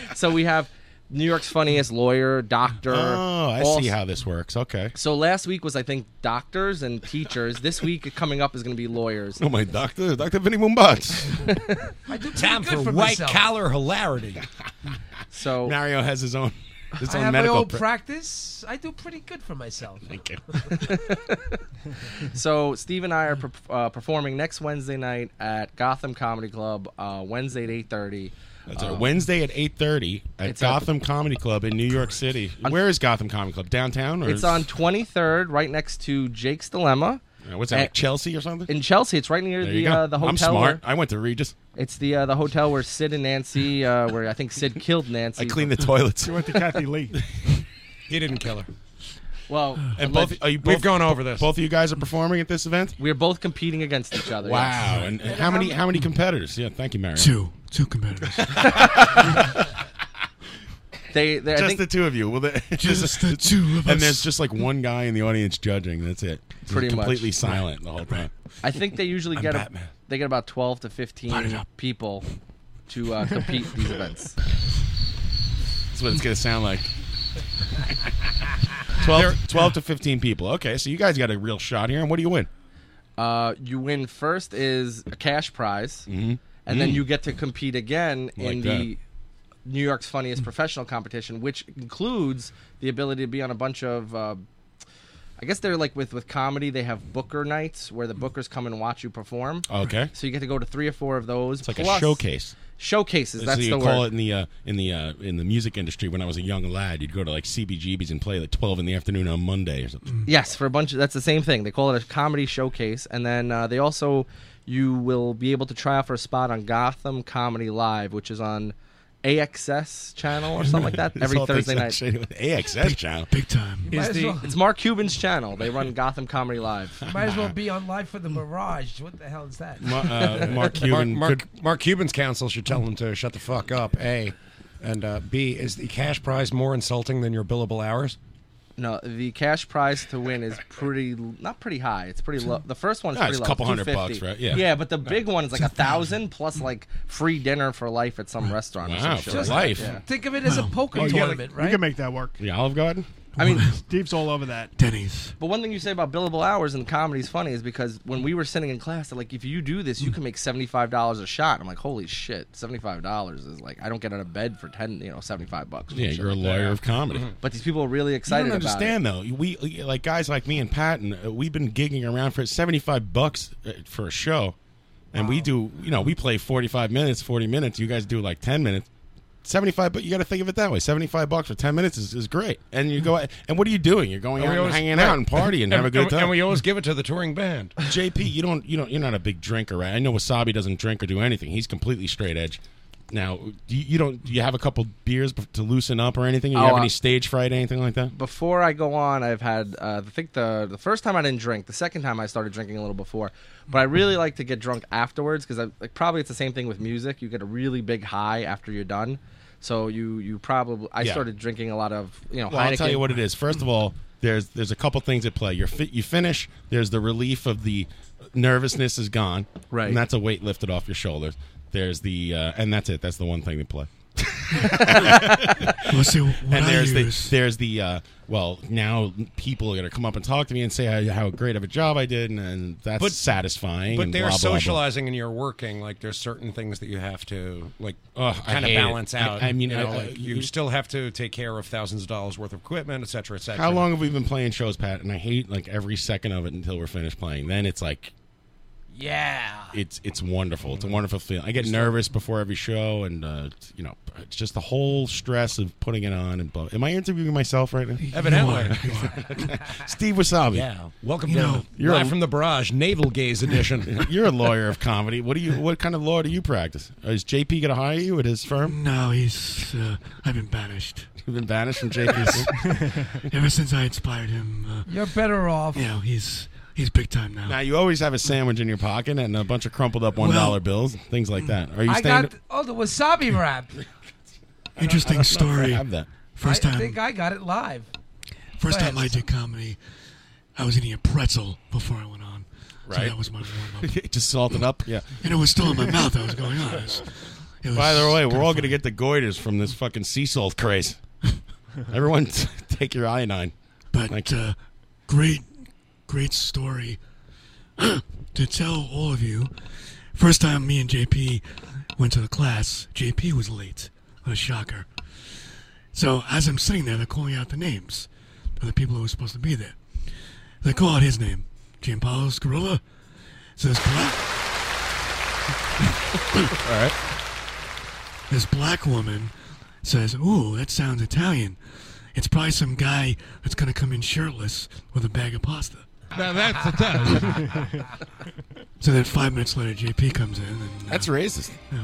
[SPEAKER 3] so we have New York's funniest lawyer, doctor.
[SPEAKER 12] Oh, I
[SPEAKER 3] all-
[SPEAKER 12] see how this works. Okay.
[SPEAKER 3] So last week was I think doctors and teachers. this week coming up is going to be lawyers.
[SPEAKER 12] Oh my doctor, Doctor Vinny Mumbatz.
[SPEAKER 3] Time
[SPEAKER 12] good for
[SPEAKER 7] white
[SPEAKER 12] myself.
[SPEAKER 7] collar hilarity.
[SPEAKER 3] So
[SPEAKER 12] Mario has his own his
[SPEAKER 9] I
[SPEAKER 12] own
[SPEAKER 9] have my
[SPEAKER 12] medical
[SPEAKER 9] own
[SPEAKER 12] pra-
[SPEAKER 9] practice. I do pretty good for myself.
[SPEAKER 12] Thank you.
[SPEAKER 3] so Steve and I are per- uh, performing next Wednesday night at Gotham Comedy Club. Uh, Wednesday at eight thirty.
[SPEAKER 12] That's right. Wednesday at eight thirty at
[SPEAKER 3] Um, It's at
[SPEAKER 12] Gotham Comedy Club in New York City. Where is Gotham Comedy Club? Downtown or
[SPEAKER 3] It's
[SPEAKER 12] is-
[SPEAKER 3] on Twenty Third, right next to Jake's Dilemma.
[SPEAKER 12] Uh, what's that, like Chelsea or something?
[SPEAKER 3] In Chelsea, it's right near
[SPEAKER 12] There you
[SPEAKER 3] the
[SPEAKER 12] go.
[SPEAKER 3] uh, the hotel.
[SPEAKER 12] I'm smart.
[SPEAKER 3] where-
[SPEAKER 12] I went to Regis.
[SPEAKER 3] It's the uh, the hotel where Sid and Nancy, uh, where I think Sid killed Nancy.
[SPEAKER 12] I cleaned the toilets.
[SPEAKER 13] You went to Kathy Lee.
[SPEAKER 12] He didn't kill her.
[SPEAKER 3] Well,
[SPEAKER 12] And Uh, both are you both, Both of you guys are performing at this event?
[SPEAKER 3] We're both competing against each other.
[SPEAKER 12] Wow.
[SPEAKER 3] yes.
[SPEAKER 12] And, and how many how many competitors? Yeah, thank you, Mario.
[SPEAKER 3] Two.
[SPEAKER 12] Two competitors.
[SPEAKER 3] They, they I
[SPEAKER 12] just
[SPEAKER 3] think-
[SPEAKER 12] the two of you. Well, the,
[SPEAKER 3] Just the two of
[SPEAKER 12] And
[SPEAKER 3] us.
[SPEAKER 12] there's just like one guy in the audience judging. That's it. Just
[SPEAKER 3] Pretty much.
[SPEAKER 12] completely silent the whole time.
[SPEAKER 3] I think they usually
[SPEAKER 12] I'm
[SPEAKER 3] get a,
[SPEAKER 12] Batman.
[SPEAKER 3] they get about twelve to
[SPEAKER 12] Light it
[SPEAKER 3] fifteen
[SPEAKER 12] up.
[SPEAKER 3] people to uh, compete in these events.
[SPEAKER 12] That's what it's gonna sound like. 12, 12 to fifteen people. Okay, so you guys got a real shot here. And what do you win?
[SPEAKER 3] Uh, you win first is a cash prize, and then
[SPEAKER 12] Mm.
[SPEAKER 3] you get to compete again in
[SPEAKER 12] Like
[SPEAKER 3] the New York's Funniest Professional competition, which includes the ability to be on a bunch of. Uh, I guess they're like with with comedy. They have Booker nights where the bookers come and watch you perform.
[SPEAKER 12] Mm-hmm. Okay.
[SPEAKER 3] so you get to go to three or four of those. It's
[SPEAKER 12] Like a showcase.
[SPEAKER 3] Showcases. That's
[SPEAKER 12] so you
[SPEAKER 3] the
[SPEAKER 12] call
[SPEAKER 3] word.
[SPEAKER 12] it in the uh, in the uh, in the music industry. When I was a young lad, you'd go to like CBGBs and play like twelve in the afternoon on Monday or something.
[SPEAKER 3] Yes, for a bunch of that's the same thing. They call it a comedy showcase, and then uh, they also you will be able to try out for a spot on Gotham Comedy Live, which is on AXS channel or something like that
[SPEAKER 12] This
[SPEAKER 3] every
[SPEAKER 12] whole thing
[SPEAKER 3] Thursday night.
[SPEAKER 12] sounds shady with AXS channel. Big time.
[SPEAKER 9] Might as well-
[SPEAKER 3] it's Mark Cuban's channel. They run Gotham Comedy Live.
[SPEAKER 9] Might as well be on live for the Mirage. What the hell is that?
[SPEAKER 4] uh,
[SPEAKER 12] uh,
[SPEAKER 7] Mark, Mark Cuban's counsel should tell him to shut the fuck up. A, and uh, B is the cash prize more insulting than your billable hours?
[SPEAKER 3] No, the cash prize to win is pretty not pretty high. It's pretty low. The first one is
[SPEAKER 12] Ah,
[SPEAKER 3] pretty
[SPEAKER 12] it's a
[SPEAKER 3] low.
[SPEAKER 12] couple hundred
[SPEAKER 3] 250.
[SPEAKER 12] bucks, right? Yeah.
[SPEAKER 3] Yeah, but the big one is like a thousand plus like free dinner for life at some restaurant. or some
[SPEAKER 12] Wow,
[SPEAKER 3] shit
[SPEAKER 12] for
[SPEAKER 3] like that.
[SPEAKER 12] life.
[SPEAKER 3] Yeah.
[SPEAKER 9] Think of it as a poker
[SPEAKER 13] Oh, you gotta-
[SPEAKER 9] tournament, right?
[SPEAKER 13] You can make that work.
[SPEAKER 12] The Olive Garden.
[SPEAKER 3] I mean,
[SPEAKER 13] Steve's all over that. Denny's.
[SPEAKER 3] But one thing you say about billable hours and comedy's funny is because when we were sitting in class, they're like, if you do this, you
[SPEAKER 12] Hmm.
[SPEAKER 3] can make seventy five dollars a shot. I'm like, holy shit, seventy five dollars is like I don't get out of bed for ten, you know, seventy five bucks. or
[SPEAKER 12] Yeah,
[SPEAKER 3] shit
[SPEAKER 12] you're a
[SPEAKER 3] like that. Mm-hmm.
[SPEAKER 12] lawyer of comedy. Mhm.
[SPEAKER 3] But these people are really excited
[SPEAKER 12] You don't
[SPEAKER 3] about
[SPEAKER 12] understand
[SPEAKER 3] it.
[SPEAKER 12] though. We like guys like me and Patton. uh, We've been gigging around for seventy-five bucks uh, for a show, and we do. You know, we play forty-five minutes, forty minutes. You guys do like ten minutes. Seventy-five, but you got to think of it that way. Seventy-five bucks for ten minutes is, is great. And you go, out- and what are you doing? You're going
[SPEAKER 7] And
[SPEAKER 12] out
[SPEAKER 7] we
[SPEAKER 12] and
[SPEAKER 7] always-
[SPEAKER 12] hanging
[SPEAKER 7] right.
[SPEAKER 12] out and partying and have a
[SPEAKER 7] And-
[SPEAKER 12] good
[SPEAKER 7] and we-
[SPEAKER 12] time.
[SPEAKER 7] and we always give it to the touring band.
[SPEAKER 12] JP, you don't, you don't, you're not a big drinker, right? I know Wasabi doesn't drink or do anything. He's completely straight edge. Now, do you, you don't, do you have a couple beers bef- to loosen up or anything? Do you
[SPEAKER 3] Oh,
[SPEAKER 12] have
[SPEAKER 3] I-
[SPEAKER 12] any stage fright, anything like that?
[SPEAKER 3] Before I go on, I've had uh, I think the the first time I didn't drink. The second time I started drinking a little before, but I really like to get drunk afterwards because I like probably it's the same thing with music. You get a really big high after you're done. So you you probably I
[SPEAKER 12] Yeah.
[SPEAKER 3] started drinking a lot of you know.
[SPEAKER 12] Well,
[SPEAKER 3] Heineken.
[SPEAKER 12] I'll tell you what it is. First of all, there's there's a couple things at play. You're fi- you finish. There's the relief of the nervousness is gone,
[SPEAKER 3] Right.
[SPEAKER 12] And that's a weight lifted off your shoulders. There's the uh, and that's it. That's the one thing they play.
[SPEAKER 8] Let's see what
[SPEAKER 12] and
[SPEAKER 8] I
[SPEAKER 12] there's
[SPEAKER 8] use.
[SPEAKER 12] the there's the uh, well now people are gonna come up and talk to me and say how, how great of a job I did and, and that's
[SPEAKER 7] But-
[SPEAKER 12] satisfying.
[SPEAKER 7] But
[SPEAKER 12] and
[SPEAKER 7] they're
[SPEAKER 12] blah, blah, blah.
[SPEAKER 7] socializing and you're working. Like there's certain things that you have to like
[SPEAKER 12] Ugh, I
[SPEAKER 7] kind of
[SPEAKER 12] hate it.
[SPEAKER 7] balance
[SPEAKER 12] I-
[SPEAKER 7] out.
[SPEAKER 12] I mean,
[SPEAKER 7] you,
[SPEAKER 12] I-
[SPEAKER 7] know,
[SPEAKER 12] I-
[SPEAKER 7] like, you
[SPEAKER 12] you-
[SPEAKER 7] still have to take care of thousands of dollars worth of equipment, et cetera, et cetera.
[SPEAKER 12] How long have we been playing shows, Pat? And I hate like every second of it until we're finished playing. Then it's like
[SPEAKER 9] Yeah.
[SPEAKER 12] it's it's wonderful. It's a wonderful feeling. I get
[SPEAKER 7] Just-
[SPEAKER 12] nervous before every show, and uh, you know, it's just the whole stress of putting it on and blah. Am I interviewing myself right now?
[SPEAKER 7] Evidently.
[SPEAKER 12] Steve Wasabi.
[SPEAKER 7] Yeah. Welcome
[SPEAKER 12] You
[SPEAKER 7] to
[SPEAKER 12] know,
[SPEAKER 7] you're
[SPEAKER 12] you're
[SPEAKER 7] Live
[SPEAKER 12] a-
[SPEAKER 7] from the Barrage, Naval Gaze Edition.
[SPEAKER 12] You're a lawyer of comedy. What do you? What kind of law do you practice? Uh, Is JP going to hire you at his firm?
[SPEAKER 8] No, he's. Uh, I've been banished.
[SPEAKER 12] You've been banished from JP's.
[SPEAKER 8] Ever since I inspired him. Uh,
[SPEAKER 9] You're better off.
[SPEAKER 8] You know, he's He's big time now.
[SPEAKER 12] Now you always have a sandwich in your pocket and a bunch of crumpled up one dollar bills, things like that. Are you
[SPEAKER 9] I
[SPEAKER 12] staying?
[SPEAKER 9] got oh the wasabi wrap.
[SPEAKER 8] Interesting story.
[SPEAKER 12] have that.
[SPEAKER 8] First
[SPEAKER 9] I
[SPEAKER 8] time-
[SPEAKER 9] think I got it live.
[SPEAKER 8] First
[SPEAKER 9] Go
[SPEAKER 8] time I
[SPEAKER 9] ahead.
[SPEAKER 8] did comedy, I was eating a pretzel before I went on. So
[SPEAKER 12] Right.
[SPEAKER 8] that was my warm up.
[SPEAKER 12] Just salted up. Yeah.
[SPEAKER 8] and it was still in my mouth. I was going on. It was, it was
[SPEAKER 12] By the way,
[SPEAKER 8] kinda
[SPEAKER 12] we're all
[SPEAKER 8] fun.
[SPEAKER 12] going to get the goiters from this fucking sea salt craze. Everyone, t- take your iodine.
[SPEAKER 8] But uh, great, great story to tell all of you. First time me and JP went to the class, JP was late. What a shocker. So as I'm sitting there, they're calling out the names of the people who were supposed to be there. They call out his name, Giampaolo Scarola. Says black.
[SPEAKER 12] all right.
[SPEAKER 8] This black woman says, "Ooh, that sounds Italian. It's probably some guy that's gonna come in shirtless with a bag of pasta."
[SPEAKER 12] Now that's Italian.
[SPEAKER 8] So then five minutes later, JP comes in. And, uh,
[SPEAKER 12] That's racist.
[SPEAKER 8] Yeah.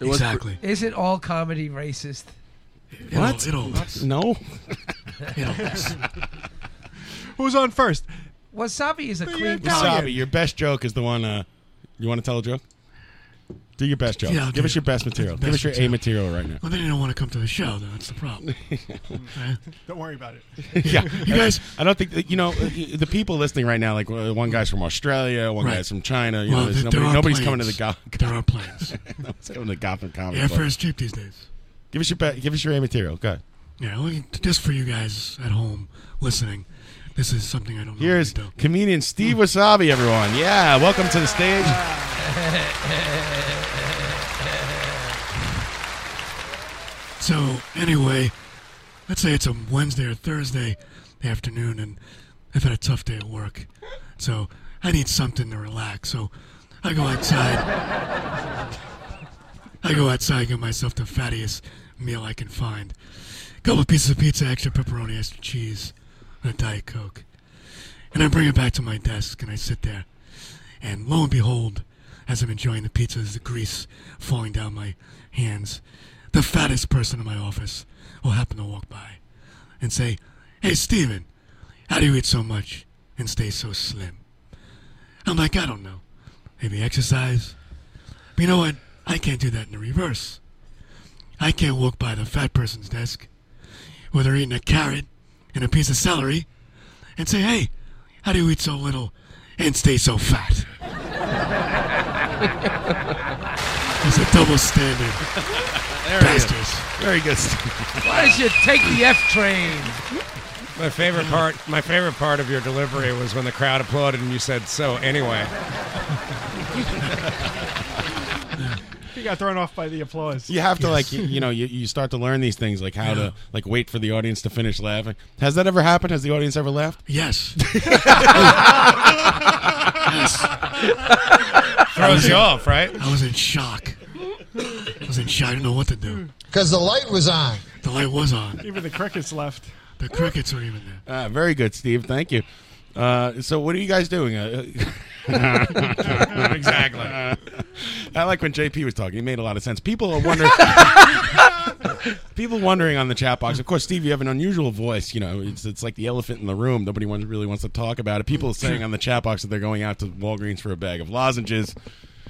[SPEAKER 3] It was-
[SPEAKER 8] exactly.
[SPEAKER 9] Isn't all comedy racist?
[SPEAKER 8] It'll- What? it'll-
[SPEAKER 12] No.
[SPEAKER 9] Who's on first? Wasabi is a clean
[SPEAKER 12] Wasabi, your best joke is the one. Uh, you want to tell a joke? Do your best joke.
[SPEAKER 8] Yeah, I'll
[SPEAKER 12] Give
[SPEAKER 8] do
[SPEAKER 12] us your best material.
[SPEAKER 8] Best
[SPEAKER 12] Give us your A
[SPEAKER 8] material.
[SPEAKER 12] material right now.
[SPEAKER 8] Well, then you don't want to come to the show. Though. That's the problem. Right?
[SPEAKER 13] Don't worry about it.
[SPEAKER 12] yeah,
[SPEAKER 8] You guys-
[SPEAKER 12] I don't think that- you know uh, the people listening right now. Like uh, one guy's from Australia, one
[SPEAKER 8] Right.
[SPEAKER 12] guy's from China. You
[SPEAKER 8] Well,
[SPEAKER 12] know, there's
[SPEAKER 8] there-
[SPEAKER 12] nobody,
[SPEAKER 8] there are
[SPEAKER 12] nobody's
[SPEAKER 8] planes.
[SPEAKER 12] coming to the Gotham.
[SPEAKER 8] There are planes.
[SPEAKER 12] nobody's coming to Gotham Comedy
[SPEAKER 8] Airfare's
[SPEAKER 12] Club.
[SPEAKER 8] cheap these days.
[SPEAKER 12] Give us your be- give us your A material. Go ahead.
[SPEAKER 8] Yeah, well, you- just for you guys at home listening, this is something I don't know.
[SPEAKER 12] Here's comedian Steve Wasabi. Everyone, yeah, welcome to the stage.
[SPEAKER 8] So anyway, let's say it's a Wednesday or Thursday afternoon, and I've had a tough day at work, so I need something to relax. So I go outside. I go outside, get myself the fattiest meal I can find. couple pieces of pizza, extra pepperoni, extra cheese, and a diet coke. And I bring it back to my desk, and I sit there, and lo and behold, as I'm enjoying the pizza, there's the grease falling down my hands. The fattest person in my office will happen to walk by and say, Hey, Steven, how do you eat so much and stay so slim? I'm like, I don't know. Maybe exercise. But you know what? I can't do that in the reverse. I can't walk by the fat person's desk where they're eating a carrot and a piece of celery and say, Hey, how do you eat so little and stay so fat? It's a double standard.
[SPEAKER 12] There he is.
[SPEAKER 8] Bastards.
[SPEAKER 12] Very good.
[SPEAKER 9] Why don't you take the F train?
[SPEAKER 7] My favorite part, my favorite part of your delivery was when the crowd applauded and you said, "So anyway."
[SPEAKER 13] He got thrown off by the applause.
[SPEAKER 12] You have to like you, you know you, you start to learn these things like how to like wait for the audience to finish laughing. Has that ever happened? Has the audience ever laughed?
[SPEAKER 8] Yes.
[SPEAKER 12] Throws you off, right?
[SPEAKER 8] I was in shock. I was in shock. I didn't know what to do. Because the light was on. The light was on.
[SPEAKER 13] Even the crickets left.
[SPEAKER 8] The crickets were even there.
[SPEAKER 12] Ah, very good, Steve. Thank you. Uh, so, what are you guys doing? Uh,
[SPEAKER 7] Exactly.
[SPEAKER 12] I like when JP was talking. He made a lot of sense. People are wondering. people wondering on the chat box. Of course, Steve, you have an unusual voice. You know, it's it's like the elephant in the room. Nobody wants, really wants to talk about it. People are saying on the chat box that they're going out to Walgreens for a bag of lozenges.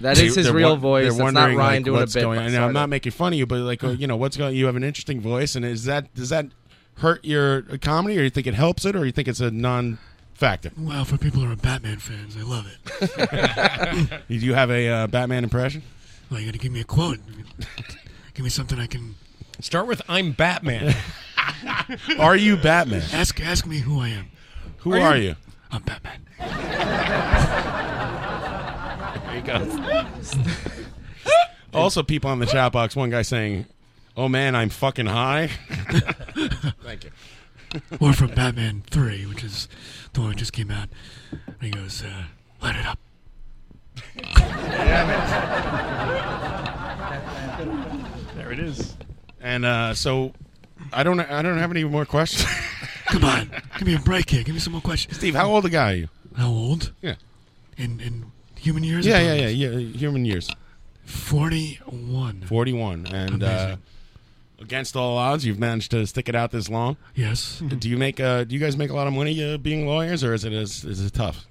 [SPEAKER 3] That
[SPEAKER 12] That
[SPEAKER 3] is
[SPEAKER 12] is
[SPEAKER 3] his real voice.
[SPEAKER 12] They're
[SPEAKER 3] That's not
[SPEAKER 12] wondering,
[SPEAKER 3] Ryan
[SPEAKER 12] like,
[SPEAKER 3] doing a
[SPEAKER 12] what's
[SPEAKER 3] bit,
[SPEAKER 12] Going,
[SPEAKER 3] but
[SPEAKER 12] and
[SPEAKER 3] sorry.
[SPEAKER 12] I'm not making fun of you, but like, uh, you know, what's going? You have an interesting voice, and is that does that hurt your comedy, or you think it helps it, or you think it's a non-factor?
[SPEAKER 8] Well, for people who are Batman fans, I love it.
[SPEAKER 12] Do you have a uh, Batman impression?
[SPEAKER 8] well, you got to give me a quote. Give me something I can.
[SPEAKER 7] Start with "I'm Batman."
[SPEAKER 12] Are you Batman?
[SPEAKER 8] Ask ask me who I am.
[SPEAKER 12] Who Are are you- you?
[SPEAKER 8] I'm Batman.
[SPEAKER 12] There you go. also, people on the chat box. One guy saying, "Oh man, I'm fucking high." Thank you.
[SPEAKER 8] or from Batman 3, which is the one that just came out. And he goes, uh, light it up.
[SPEAKER 13] There it is.
[SPEAKER 12] And uh, so, I don't. I don't have any more questions.
[SPEAKER 8] Come on. Give me a break here. Give me some more questions.
[SPEAKER 12] Steve, how old a guy are you?
[SPEAKER 8] How old?
[SPEAKER 12] Yeah.
[SPEAKER 8] In, in human years?
[SPEAKER 12] yeah,
[SPEAKER 8] or
[SPEAKER 12] yeah,
[SPEAKER 8] dollars?
[SPEAKER 12] yeah, yeah. Human years.
[SPEAKER 8] 41.
[SPEAKER 12] Forty-one, and uh,
[SPEAKER 8] Amazing.
[SPEAKER 12] Against all odds, you've managed to stick it out this long.
[SPEAKER 8] Yes.
[SPEAKER 12] Do you make? Uh, do you guys make a lot of money uh, being lawyers, or is it is, is it tough?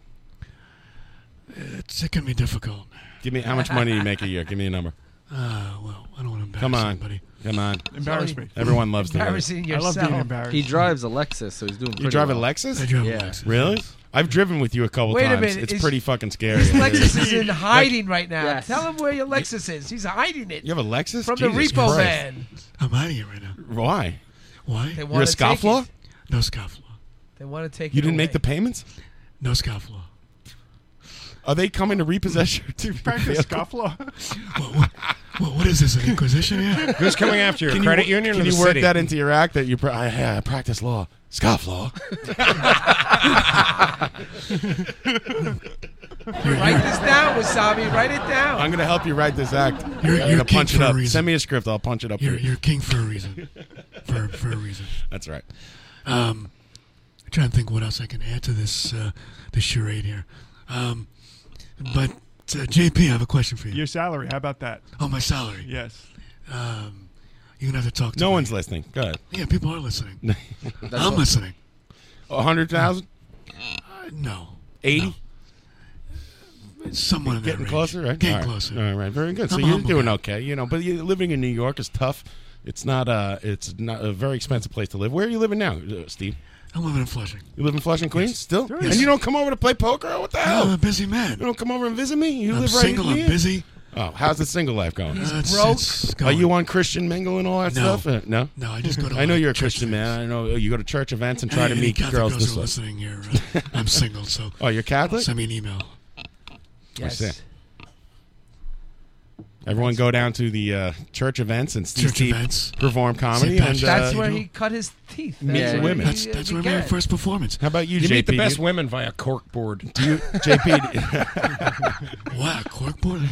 [SPEAKER 8] It's, it can be difficult.
[SPEAKER 12] Give me how much money you make a year. Give me a number.
[SPEAKER 8] Uh, well, I don't want to embarrass
[SPEAKER 12] Come on,
[SPEAKER 8] anybody.
[SPEAKER 12] come on.
[SPEAKER 8] Embarrass me.
[SPEAKER 12] Everyone loves the
[SPEAKER 8] Embarrassing
[SPEAKER 12] money.
[SPEAKER 8] I love being yourself. embarrassed.
[SPEAKER 3] He drives a Lexus, so he's doing.
[SPEAKER 12] You
[SPEAKER 3] pretty
[SPEAKER 12] drive
[SPEAKER 3] well.
[SPEAKER 12] a Lexus?
[SPEAKER 8] I drive a
[SPEAKER 3] yeah.
[SPEAKER 12] Really? I've driven with you a couple
[SPEAKER 9] Wait a
[SPEAKER 12] times.
[SPEAKER 9] minute,
[SPEAKER 12] It's
[SPEAKER 9] is-
[SPEAKER 12] pretty fucking scary.
[SPEAKER 9] His Lexus is in
[SPEAKER 12] Like,
[SPEAKER 9] hiding right now.
[SPEAKER 3] Yes.
[SPEAKER 9] Tell him where your Lexus is. He's hiding it.
[SPEAKER 12] you have a Lexus
[SPEAKER 9] From the
[SPEAKER 12] Jesus
[SPEAKER 9] repo
[SPEAKER 12] Christ.
[SPEAKER 9] man.
[SPEAKER 8] I'm out of here right now.
[SPEAKER 12] Why?
[SPEAKER 8] Why?
[SPEAKER 9] They
[SPEAKER 12] You're a
[SPEAKER 9] want to take
[SPEAKER 12] scofflaw.
[SPEAKER 9] it.
[SPEAKER 8] No scofflaw.
[SPEAKER 9] They want to take
[SPEAKER 12] You
[SPEAKER 9] it
[SPEAKER 12] didn't
[SPEAKER 9] away.
[SPEAKER 12] make the payments.
[SPEAKER 8] No scofflaw.
[SPEAKER 12] Are they coming to repossess your two
[SPEAKER 8] Practice Well, what, well, what is this? An inquisition? Yeah.
[SPEAKER 7] Who's coming after you, a
[SPEAKER 12] Can
[SPEAKER 7] credit
[SPEAKER 12] you,
[SPEAKER 7] union or
[SPEAKER 12] Can
[SPEAKER 7] the
[SPEAKER 12] you work
[SPEAKER 7] city?
[SPEAKER 12] that into your act that you pra- I, I practice law, scofflaw?
[SPEAKER 9] Write this down, Wasabi. Write it down.
[SPEAKER 12] I'm going to help you write this act.
[SPEAKER 8] You're-
[SPEAKER 12] I'm
[SPEAKER 8] you're
[SPEAKER 12] gonna
[SPEAKER 8] king
[SPEAKER 12] punch
[SPEAKER 8] for
[SPEAKER 12] it
[SPEAKER 8] a
[SPEAKER 12] up.
[SPEAKER 8] reason.
[SPEAKER 12] Send me a script. I'll punch it up.
[SPEAKER 8] You're,
[SPEAKER 12] for you.
[SPEAKER 8] you're king for a reason. For, for a reason.
[SPEAKER 12] That's right.
[SPEAKER 8] Um, I'm trying to think what else I can add to this uh, this charade here. Um, but uh, JP, I have a question for you.
[SPEAKER 13] Your salary? How about that?
[SPEAKER 8] Oh, my salary.
[SPEAKER 13] Yes.
[SPEAKER 8] Um, you're gonna have to talk to
[SPEAKER 12] No
[SPEAKER 8] me.
[SPEAKER 12] one's listening. Go ahead.
[SPEAKER 8] Yeah, people are listening. I'm listening.
[SPEAKER 12] A hundred thousand?
[SPEAKER 8] Uh, no.
[SPEAKER 12] Eighty?
[SPEAKER 8] Someone in that
[SPEAKER 12] getting
[SPEAKER 8] range.
[SPEAKER 12] closer, right?
[SPEAKER 8] Getting
[SPEAKER 12] All right.
[SPEAKER 8] closer.
[SPEAKER 12] All right, very good. So
[SPEAKER 8] I'm a
[SPEAKER 12] you're
[SPEAKER 8] humble
[SPEAKER 12] doing
[SPEAKER 8] guy.
[SPEAKER 12] okay, you know. But you, living in New York is tough. It's not a. It's not a very expensive place to live. Where are you living now, uh, Steve?
[SPEAKER 8] I'm living in Flushing.
[SPEAKER 12] You live in Flushing, Queens, still?
[SPEAKER 8] Yes.
[SPEAKER 12] And you don't come over to play poker? What the hell?
[SPEAKER 8] I'm a busy man.
[SPEAKER 12] You don't come over and visit me. You
[SPEAKER 8] I'm
[SPEAKER 12] live
[SPEAKER 8] single,
[SPEAKER 12] right
[SPEAKER 8] I'm
[SPEAKER 12] here.
[SPEAKER 8] busy.
[SPEAKER 12] Oh, how's the single life going?
[SPEAKER 8] He's Uh, it's- broke. it's
[SPEAKER 12] Are
[SPEAKER 8] going.
[SPEAKER 12] you on Christian Mingle and all that
[SPEAKER 8] No.
[SPEAKER 12] stuff? Uh, no.
[SPEAKER 8] No, I just go to
[SPEAKER 12] I know
[SPEAKER 8] like
[SPEAKER 12] you're a Christian man. I know oh, you go to church events and try to
[SPEAKER 8] Any- any
[SPEAKER 12] meet
[SPEAKER 8] Catholic
[SPEAKER 12] girls
[SPEAKER 8] who are
[SPEAKER 12] this way.
[SPEAKER 8] listening here, uh, I'm single, so.
[SPEAKER 12] Oh, you're Catholic?
[SPEAKER 8] Send me an email.
[SPEAKER 12] Yes. I see. Everyone go down to the uh, church events and Steve
[SPEAKER 8] Church
[SPEAKER 12] Steve
[SPEAKER 8] events.
[SPEAKER 12] perform comedy.
[SPEAKER 8] St.
[SPEAKER 12] And,
[SPEAKER 8] Patrick's
[SPEAKER 9] That's
[SPEAKER 12] uh,
[SPEAKER 9] where he cut his teeth.
[SPEAKER 12] meet
[SPEAKER 9] That's
[SPEAKER 12] the
[SPEAKER 9] where he,
[SPEAKER 12] women.
[SPEAKER 8] That's,
[SPEAKER 9] uh,
[SPEAKER 8] that's where my
[SPEAKER 9] began.
[SPEAKER 8] first performance.
[SPEAKER 12] How about you,
[SPEAKER 7] You
[SPEAKER 12] JP?
[SPEAKER 7] meet the best
[SPEAKER 12] Do you-
[SPEAKER 7] women via cork board.
[SPEAKER 12] Do you, JP?
[SPEAKER 8] Wow, corkboard?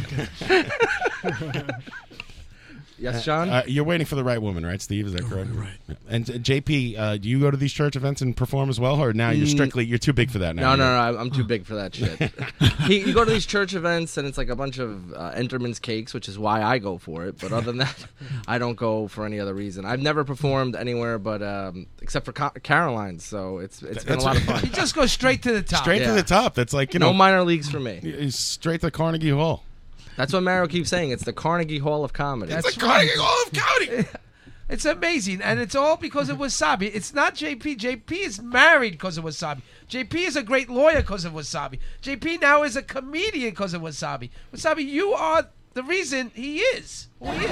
[SPEAKER 3] Yes, Sean.
[SPEAKER 12] Uh, you're waiting for the right woman, right, Steve? Is that correct?
[SPEAKER 8] Right.
[SPEAKER 12] And uh, JP, uh, do you go to these church events and perform as well, or now you're
[SPEAKER 3] Mm.
[SPEAKER 12] strictly you're too big for that
[SPEAKER 3] No,
[SPEAKER 12] now?
[SPEAKER 3] no, no. I'm- I'm too big for that shit. he, you go to these church events, and it's like a bunch of uh, Enterman's cakes, which is why I go for it. But other than that, I don't go for any other reason. I've never performed anywhere but um, except for Ca- Caroline's, so it's it's been
[SPEAKER 12] That's
[SPEAKER 3] a lot of
[SPEAKER 12] right.
[SPEAKER 9] He
[SPEAKER 3] fun.
[SPEAKER 9] just goes straight to the top.
[SPEAKER 12] Straight
[SPEAKER 3] Yeah.
[SPEAKER 12] to the top. That's like you
[SPEAKER 3] no
[SPEAKER 12] know,
[SPEAKER 3] minor leagues for me.
[SPEAKER 12] it's straight to Carnegie Hall.
[SPEAKER 3] That's what Mario keeps saying. It's the Carnegie Hall of comedy.
[SPEAKER 9] That's
[SPEAKER 12] It's like
[SPEAKER 9] right.
[SPEAKER 12] Carnegie Hall of comedy.
[SPEAKER 9] It's amazing, and it's all because of wasabi. It's not JP. JP is married because of wasabi. JP is a great lawyer because of wasabi. JP now is a comedian because of wasabi. Wasabi, you are the reason he is who he is.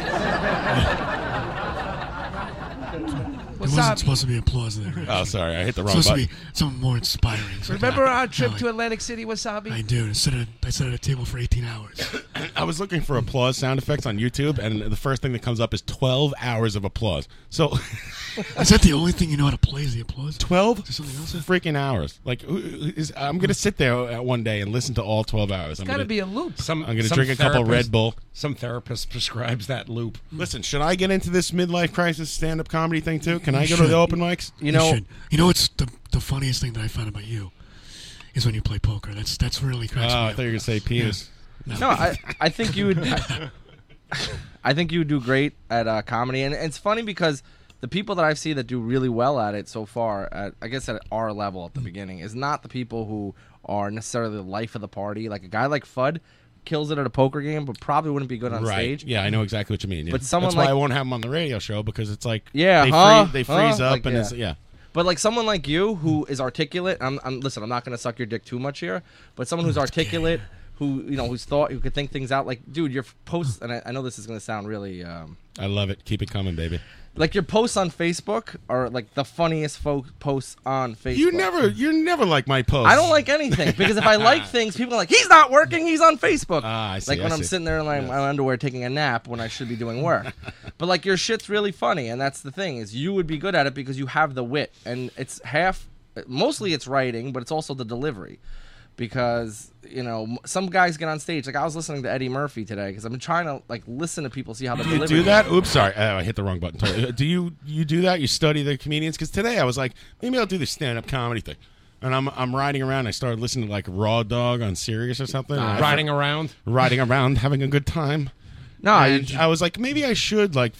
[SPEAKER 8] There wasn't supposed to be applause there. Right?
[SPEAKER 12] oh, sorry, I hit the wrong
[SPEAKER 8] supposed
[SPEAKER 12] button.
[SPEAKER 8] to be something more inspiring. So-
[SPEAKER 9] Remember our trip
[SPEAKER 8] No, I-
[SPEAKER 9] to Atlantic City, wasabi?
[SPEAKER 8] I do. I sit, at, I sit at a table for 18 hours.
[SPEAKER 12] I was looking for applause sound effects on YouTube, and the first thing that comes up is 12 hours of applause. So,
[SPEAKER 8] Is that the only thing you know how to play? Is the applause?
[SPEAKER 12] 12
[SPEAKER 8] Is there something else?
[SPEAKER 12] freaking hours. Like, who- who is, I'm going to sit there uh, one day and listen to all 12 hours.
[SPEAKER 9] It's got
[SPEAKER 12] I'm
[SPEAKER 9] to
[SPEAKER 12] gonna-
[SPEAKER 9] be a loop.
[SPEAKER 7] Some,
[SPEAKER 12] I'm gonna
[SPEAKER 7] some
[SPEAKER 12] drink a couple
[SPEAKER 7] therapist-
[SPEAKER 12] Red Bull.
[SPEAKER 7] Some therapist prescribes that loop.
[SPEAKER 12] Hmm. Listen, should I get into this midlife crisis stand up comedy thing too? Can I
[SPEAKER 8] You
[SPEAKER 12] go to
[SPEAKER 8] should.
[SPEAKER 12] the open mics?
[SPEAKER 3] you know,
[SPEAKER 8] should. you know what's the, the funniest thing that I found about you is when you play poker. That's that's really
[SPEAKER 12] Oh,
[SPEAKER 8] cracks me
[SPEAKER 12] I
[SPEAKER 8] up.
[SPEAKER 12] thought you were going to say penis.
[SPEAKER 3] No, I, I think you would. I, I think you would do great at uh, comedy, and, and it's funny because the people that I've seen that do really well at it so far, at, I guess at our level at the beginning, is not the people who are necessarily the life of the party. Like a guy like Fudd kills it at a poker game, but probably wouldn't be good on
[SPEAKER 12] right.
[SPEAKER 3] stage.
[SPEAKER 12] Yeah, I know exactly what you mean. yeah.
[SPEAKER 3] But someone
[SPEAKER 12] That's why
[SPEAKER 3] like-
[SPEAKER 12] I won't have him on the radio show because it's like
[SPEAKER 3] Yeah,
[SPEAKER 12] they,
[SPEAKER 3] huh?
[SPEAKER 12] free- they freeze
[SPEAKER 3] Huh?
[SPEAKER 12] up
[SPEAKER 3] Like,
[SPEAKER 12] and
[SPEAKER 3] yeah.
[SPEAKER 12] it's yeah.
[SPEAKER 3] But like someone like you who is articulate, I'm, I'm listen. I'm not gonna suck your dick too much here, but someone who's articulate, who you know, who's thought, who could think things out. Like, dude, your posts, and I, I know this is gonna sound really. Um,
[SPEAKER 12] I love it. Keep it coming, baby.
[SPEAKER 3] Like your posts on Facebook are like the funniest fo- posts on Facebook.
[SPEAKER 12] You never, you never like my post.
[SPEAKER 3] I don't like anything because if I like things, people are like, "He's not working. He's on Facebook."
[SPEAKER 12] Ah, I see,
[SPEAKER 3] like when
[SPEAKER 12] I
[SPEAKER 3] I'm
[SPEAKER 12] see.
[SPEAKER 3] sitting there in my, my underwear taking a nap when I should be doing work. but like your shit's really funny, and that's the thing is you would be good at it because you have the wit, and it's half, mostly it's writing, but it's also the delivery. Because you know m- some guys get on stage. Like I was listening to Eddie Murphy today because I've been trying to like listen to people see how they
[SPEAKER 12] Do you do that? Oops, sorry. Oh, I hit the wrong button. Totally. Uh, do you you do that? You study the comedians? Because today I was like, maybe I'll do the stand up comedy thing. And I'm I'm riding around. and I started listening to like Raw Dog on Sirius or something. And I-
[SPEAKER 7] Riding around.
[SPEAKER 12] riding around, having a good time.
[SPEAKER 3] No,
[SPEAKER 12] And
[SPEAKER 3] you-
[SPEAKER 12] I was like, maybe I should like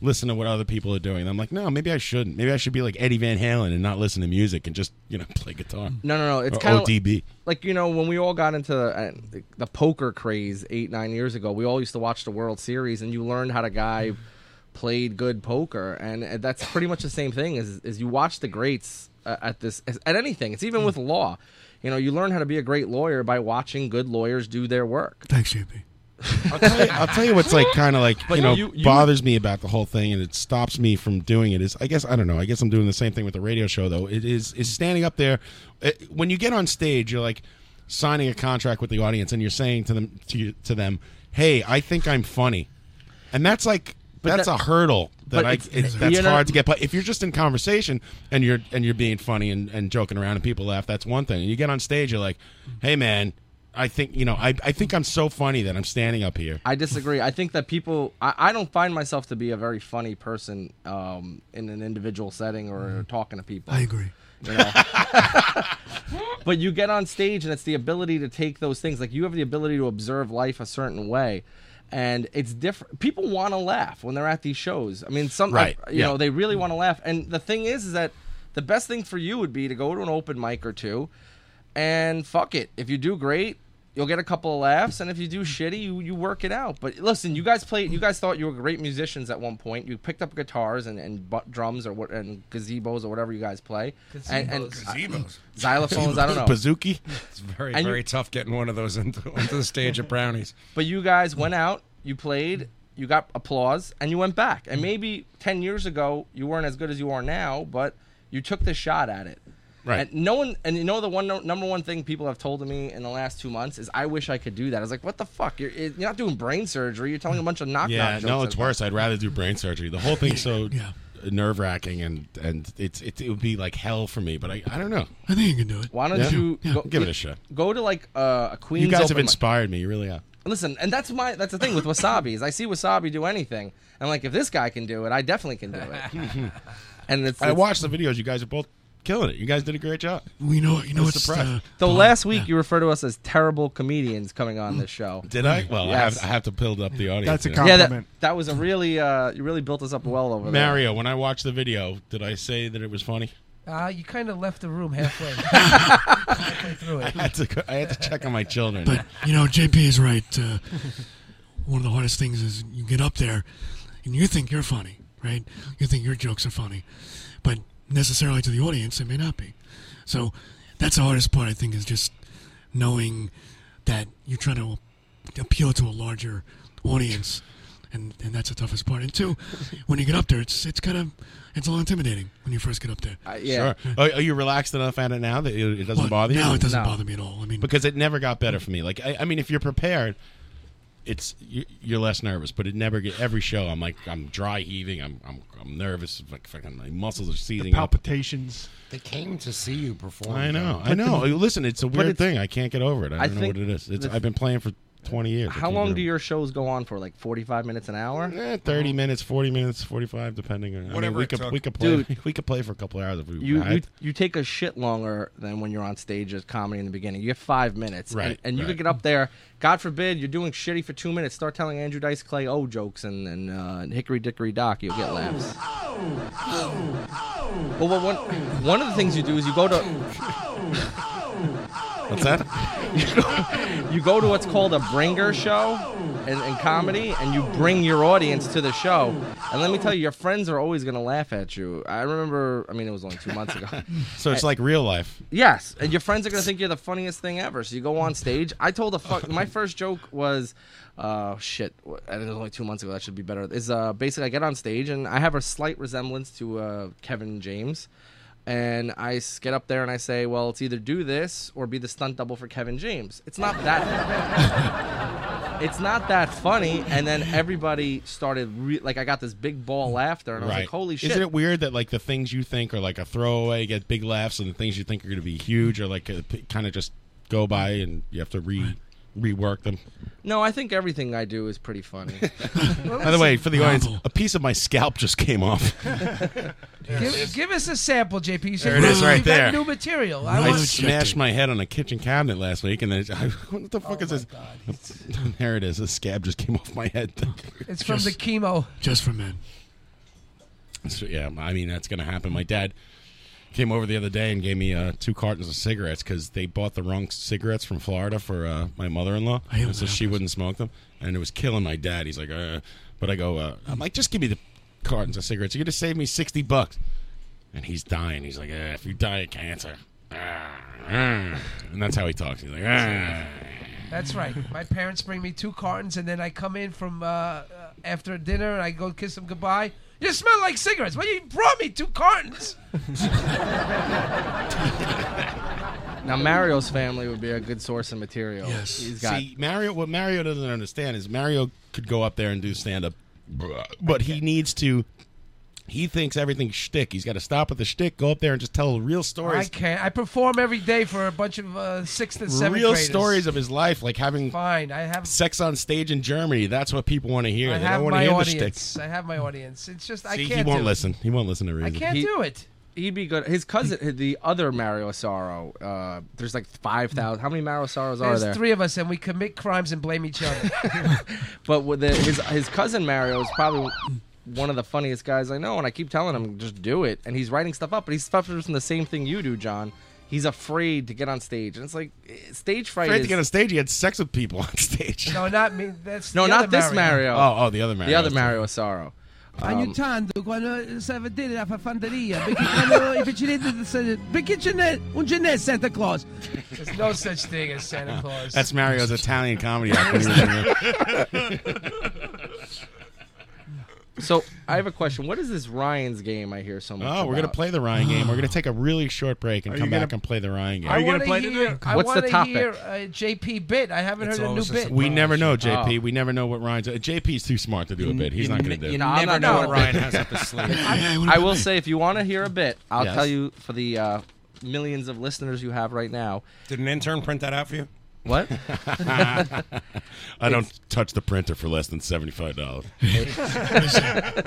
[SPEAKER 12] listen to what other people are doing. And I'm like, no, maybe I shouldn't. Maybe I should be like Eddie Van Halen and not listen to music and just you know play guitar.
[SPEAKER 3] No, no, no. It's
[SPEAKER 12] Or
[SPEAKER 3] kind of
[SPEAKER 12] ODB.
[SPEAKER 3] Like you know, when we all got into uh, the poker craze eight nine years ago, we all used to watch the World Series, and you learned how to guy played good poker, and uh, that's pretty much the same thing. Is is you watch the greats uh, at this at anything? It's even with law. You know, you learn how to be a great lawyer by watching good lawyers do their work.
[SPEAKER 8] Thanks, JP.
[SPEAKER 12] I'll tell you, I'll tell you what's like kind of like
[SPEAKER 3] But
[SPEAKER 12] you know
[SPEAKER 3] you- you-
[SPEAKER 12] bothers me about the whole thing and it stops me from doing it is I guess I don't know I guess I'm doing the same thing with the radio show though it is is standing up there it, when you get on stage you're like signing a contract with the audience and you're saying to them to you, to them hey I think I'm funny and that's like
[SPEAKER 3] But
[SPEAKER 12] that's
[SPEAKER 3] that-
[SPEAKER 12] a hurdle that
[SPEAKER 3] but
[SPEAKER 12] I,
[SPEAKER 3] it's-
[SPEAKER 12] it's,
[SPEAKER 3] you
[SPEAKER 12] that's
[SPEAKER 3] know-
[SPEAKER 12] hard to get but if you're just in conversation and you're and you're being funny and, and joking around and people laugh that's one thing and you get on stage you're like hey man I think you know I, I think I'm so funny that I'm standing up here
[SPEAKER 3] I disagree. I think that people. I, I don't find myself to be a very funny person um, in an individual setting or talking to people.
[SPEAKER 8] Mm-hmm. I
[SPEAKER 3] You
[SPEAKER 8] agree.
[SPEAKER 3] know? but you get on stage, and it's the ability to take those things. Like you have the ability to observe life a certain way, and it's different. People want to laugh when they're at these shows. I mean, some
[SPEAKER 12] Right,
[SPEAKER 3] you
[SPEAKER 12] yeah.
[SPEAKER 3] know they really want to laugh. And the thing is, is that the best thing for you would be to go to an open mic or two, and fuck it. If you do great, you'll get a couple of laughs, and if you do shitty, you, you work it out. But listen, you guys played. You guys thought you were great musicians at one point. You picked up guitars and and butt drums or what and gazebos or whatever you guys play. And, and
[SPEAKER 7] Gazebos.
[SPEAKER 3] xylophones. I don't know.
[SPEAKER 12] Bazooki.
[SPEAKER 7] It's very
[SPEAKER 3] And you-
[SPEAKER 7] very tough getting one of those into, onto the stage at Brownies.
[SPEAKER 3] But you guys went out, you played, you got applause, and you went back. And maybe 10 years ago, you weren't as good as you are now, but you took the shot at it.
[SPEAKER 12] Right.
[SPEAKER 3] And no one, and you know the one number one thing people have told me in the last two months is, I wish I could do that. I was like, what the fuck? You're, you're not doing brain surgery. You're telling a bunch of knock knock
[SPEAKER 12] yeah,
[SPEAKER 3] jokes.
[SPEAKER 12] no,
[SPEAKER 3] at
[SPEAKER 12] it's worse. I'd rather do brain surgery. The whole thing's so nerve wracking, and and it's it, it would be like hell for me. But I, I don't know.
[SPEAKER 8] I think you can do it.
[SPEAKER 3] Why don't
[SPEAKER 12] Yeah.
[SPEAKER 3] you
[SPEAKER 12] Yeah.
[SPEAKER 3] go-
[SPEAKER 12] Give it a shot.
[SPEAKER 3] Go to like uh, a Queens.
[SPEAKER 12] you guys
[SPEAKER 3] open
[SPEAKER 12] have
[SPEAKER 3] mic.
[SPEAKER 12] inspired me. You really have.
[SPEAKER 3] Listen, and that's my that's the thing with wasabi is I see wasabi do anything. I'm like, if this guy can do it, I definitely can do it. and it's,
[SPEAKER 12] I
[SPEAKER 3] it's-
[SPEAKER 12] watched the videos. You guys are both killing it. You guys did a great job.
[SPEAKER 8] We know, you know,
[SPEAKER 12] I'm
[SPEAKER 8] it's uh,
[SPEAKER 12] surprised.
[SPEAKER 8] the,
[SPEAKER 3] Though last week you referred to us as terrible comedians coming on this show.
[SPEAKER 12] Did I? Well,
[SPEAKER 3] Yes.
[SPEAKER 12] I, have, I have to build up the audience. here.
[SPEAKER 3] Yeah, that, that was a really uh, you really built us up well over there.
[SPEAKER 12] Mario, when I watched the video, did I say that it was funny?
[SPEAKER 9] Uh, you kind of left the room halfway. halfway through
[SPEAKER 12] I
[SPEAKER 9] it.
[SPEAKER 12] had to go, I had to check on my children.
[SPEAKER 8] But you know, JP is right. Uh, one of the hardest things is you get up there and you think you're funny, right? You think your jokes are funny, but necessarily to the audience, they may not be. So that's the hardest part, I think, is just knowing that you're trying to appeal to a larger audience. And, and that's the toughest part. And two, when you get up there, it's it's kind of it's a little intimidating when you first get up there.
[SPEAKER 12] Sure. Oh, Are, are you relaxed enough at it now that it, it doesn't
[SPEAKER 8] Well,
[SPEAKER 12] bother you?
[SPEAKER 8] now it doesn't No. bother me at all. I mean,
[SPEAKER 12] because it never got better for me. Like, I, I mean, if you're prepared, it's you- you're less nervous. But it never get every show. I'm like, I'm dry heaving. I'm I'm, I'm nervous. Like, fucking, my muscles are seizing up.
[SPEAKER 13] Palpitations.
[SPEAKER 7] They came to see you perform.
[SPEAKER 12] I know. I
[SPEAKER 7] though.
[SPEAKER 12] know. Listen, it's a
[SPEAKER 3] But
[SPEAKER 12] weird
[SPEAKER 3] it's-
[SPEAKER 12] thing. I can't get over it. I
[SPEAKER 3] I
[SPEAKER 12] don't know
[SPEAKER 3] think
[SPEAKER 12] what it is. It's,
[SPEAKER 3] the-
[SPEAKER 12] I've been playing for 20 years. I
[SPEAKER 3] How
[SPEAKER 12] can't
[SPEAKER 3] long
[SPEAKER 12] get
[SPEAKER 3] do your shows go on for? Like 45 minutes an hour?
[SPEAKER 12] Eh, 30 minutes, 40 minutes, 45, depending on I mean,
[SPEAKER 3] Whatever
[SPEAKER 12] we
[SPEAKER 3] it
[SPEAKER 12] could
[SPEAKER 3] took.
[SPEAKER 12] we could play
[SPEAKER 3] Dude.
[SPEAKER 12] we could play for a couple hours if we
[SPEAKER 3] You, you
[SPEAKER 12] had
[SPEAKER 3] you take a shit longer than when you're on stage as comedy in the beginning. You get five minutes, and-
[SPEAKER 12] Right,
[SPEAKER 3] And, you
[SPEAKER 12] right.
[SPEAKER 3] could get up there. God forbid you're doing shitty for two minutes. Start telling Andrew Dice Clay oh jokes and and uh, Hickory Dickory Dock. You'll get laughs.
[SPEAKER 18] Oh.
[SPEAKER 3] Well, well, one one of the things you do is you go to
[SPEAKER 12] What's that?
[SPEAKER 3] you go to what's called a bringer show in, in comedy, and you bring your audience to the show. And let me tell you, your friends are always going to laugh at you. I remember, I mean, it was only two months ago.
[SPEAKER 12] So it's like real life.
[SPEAKER 3] Yes, and your friends are gonna think you're the funniest thing ever. So you go on stage. I told a fuck. My first joke was, uh, shit. And it was only two months ago. That should be better. Is uh, basically I get on stage and I have a slight resemblance to uh, Kevin James, and I s- get up there and I say, well, it's either do this or be the stunt double for Kevin James. It's not that. it's not that funny. And then everybody started re- like I got this big ball laughter, and I was like, holy shit.
[SPEAKER 12] Isn't it weird that like the things you think are like a throwaway get big laughs, and the things you think are going to be huge are like kind of just go by, and you have to re rework them.
[SPEAKER 3] No, I think everything I do is pretty funny.
[SPEAKER 12] By the way, for the audience, a piece of my scalp just came off.
[SPEAKER 9] give, give us a sample, JP. You said
[SPEAKER 12] There it is,
[SPEAKER 9] we've
[SPEAKER 12] right
[SPEAKER 9] got
[SPEAKER 12] there.
[SPEAKER 9] New material.
[SPEAKER 12] I
[SPEAKER 9] want-
[SPEAKER 12] smashed my head on a kitchen cabinet last week, and then I, what
[SPEAKER 3] Oh
[SPEAKER 12] the fuck is this? there it is. A scab just came off my head.
[SPEAKER 9] It's from the chemo.
[SPEAKER 8] Just for men.
[SPEAKER 12] So, yeah, I mean that's going to happen. My dad came over the other day and gave me uh, two cartons of cigarettes because they bought the wrong cigarettes from Florida for uh, my mother-in-law, and so she wouldn't smoke them, and it was killing my dad. He's like, uh, but I go, uh, I'm like, just give me the cartons of cigarettes. You're going to save me sixty bucks, and he's dying. He's like, eh, if you die of cancer, ah, ah. and that's how he talks. He's like, ah.
[SPEAKER 9] That's right. My parents bring me two cartons, and then I come in from uh, uh, after dinner, and I go kiss them goodbye. You smell like cigarettes. Well, you brought me two cartons.
[SPEAKER 3] Now Mario's family would be a good source of material.
[SPEAKER 12] Yes.
[SPEAKER 3] he's got.
[SPEAKER 12] See, Mario, what Mario doesn't understand is Mario could go up there and do stand up, but he needs to. He thinks everything's shtick. He's got to stop at the shtick, go up there, and just tell real
[SPEAKER 9] I
[SPEAKER 12] stories.
[SPEAKER 9] can't. I perform every day for a bunch of uh, sixth and seventh
[SPEAKER 12] real
[SPEAKER 9] graders.
[SPEAKER 12] stories of his life, like having
[SPEAKER 9] Fine, I have.
[SPEAKER 12] sex on stage in Germany. That's what people want to hear.
[SPEAKER 9] I
[SPEAKER 12] they
[SPEAKER 9] have
[SPEAKER 12] don't want to
[SPEAKER 9] my
[SPEAKER 12] hear the
[SPEAKER 9] audience.
[SPEAKER 12] shtick.
[SPEAKER 9] I have my audience. It's just I
[SPEAKER 12] See,
[SPEAKER 9] can't.
[SPEAKER 12] he won't
[SPEAKER 9] do it.
[SPEAKER 12] listen. He won't listen to reason.
[SPEAKER 9] can't do it.
[SPEAKER 3] He'd be good. His cousin, the other Mario Sorrow. Uh, there's like five thousand. How many Mario Sorrows are
[SPEAKER 9] There's
[SPEAKER 3] there?
[SPEAKER 9] three of us, and we commit crimes and blame each other.
[SPEAKER 3] But with the, his his cousin Mario is probably one of the funniest guys I know, and I keep telling him just do it, and he's writing stuff up, but he's suffering from the same thing you do, John. He's afraid to get on stage, and it's like eh, stage fright.
[SPEAKER 12] Afraid
[SPEAKER 3] is,
[SPEAKER 12] to get on stage. He had sex with people on stage.
[SPEAKER 9] no, not me. That's
[SPEAKER 3] no,
[SPEAKER 9] the
[SPEAKER 3] not
[SPEAKER 9] other
[SPEAKER 3] this Mario.
[SPEAKER 12] Oh, oh, the other
[SPEAKER 3] The
[SPEAKER 12] Mario.
[SPEAKER 3] other Mario Sorrow. Um,
[SPEAKER 9] aiutando quando sai a vedere la fanteria perché quando i precedenti perché ce n'è un ce n'è Santa Claus there's no such thing as Santa Claus
[SPEAKER 12] That's Mario's Italian comedy act. when he was younger.
[SPEAKER 3] So I have a question. What is this Ryan's game I hear so much?
[SPEAKER 12] Oh, we're gonna
[SPEAKER 3] about?
[SPEAKER 12] play the Ryan game. We're gonna take a really short break and
[SPEAKER 3] Are
[SPEAKER 12] come
[SPEAKER 3] you gonna-
[SPEAKER 12] back and play the Ryan game.
[SPEAKER 9] I wanna hear, I
[SPEAKER 3] What's the
[SPEAKER 9] wanna
[SPEAKER 3] topic?
[SPEAKER 9] hear a JP bit I haven't heard a new bit
[SPEAKER 12] We never know, JP. We never know what Ryan's. JP's too smart to do a bit. He's not gonna do. it.
[SPEAKER 3] No, I'm not doing it. I, I will say, if you want to hear a bit, I'll
[SPEAKER 12] Yes.
[SPEAKER 3] tell you for the uh, millions of listeners you have right now.
[SPEAKER 7] Did an intern print that out for you?
[SPEAKER 3] What?
[SPEAKER 12] I don't touch the printer for less than seventy-five dollars.
[SPEAKER 8] what, is it?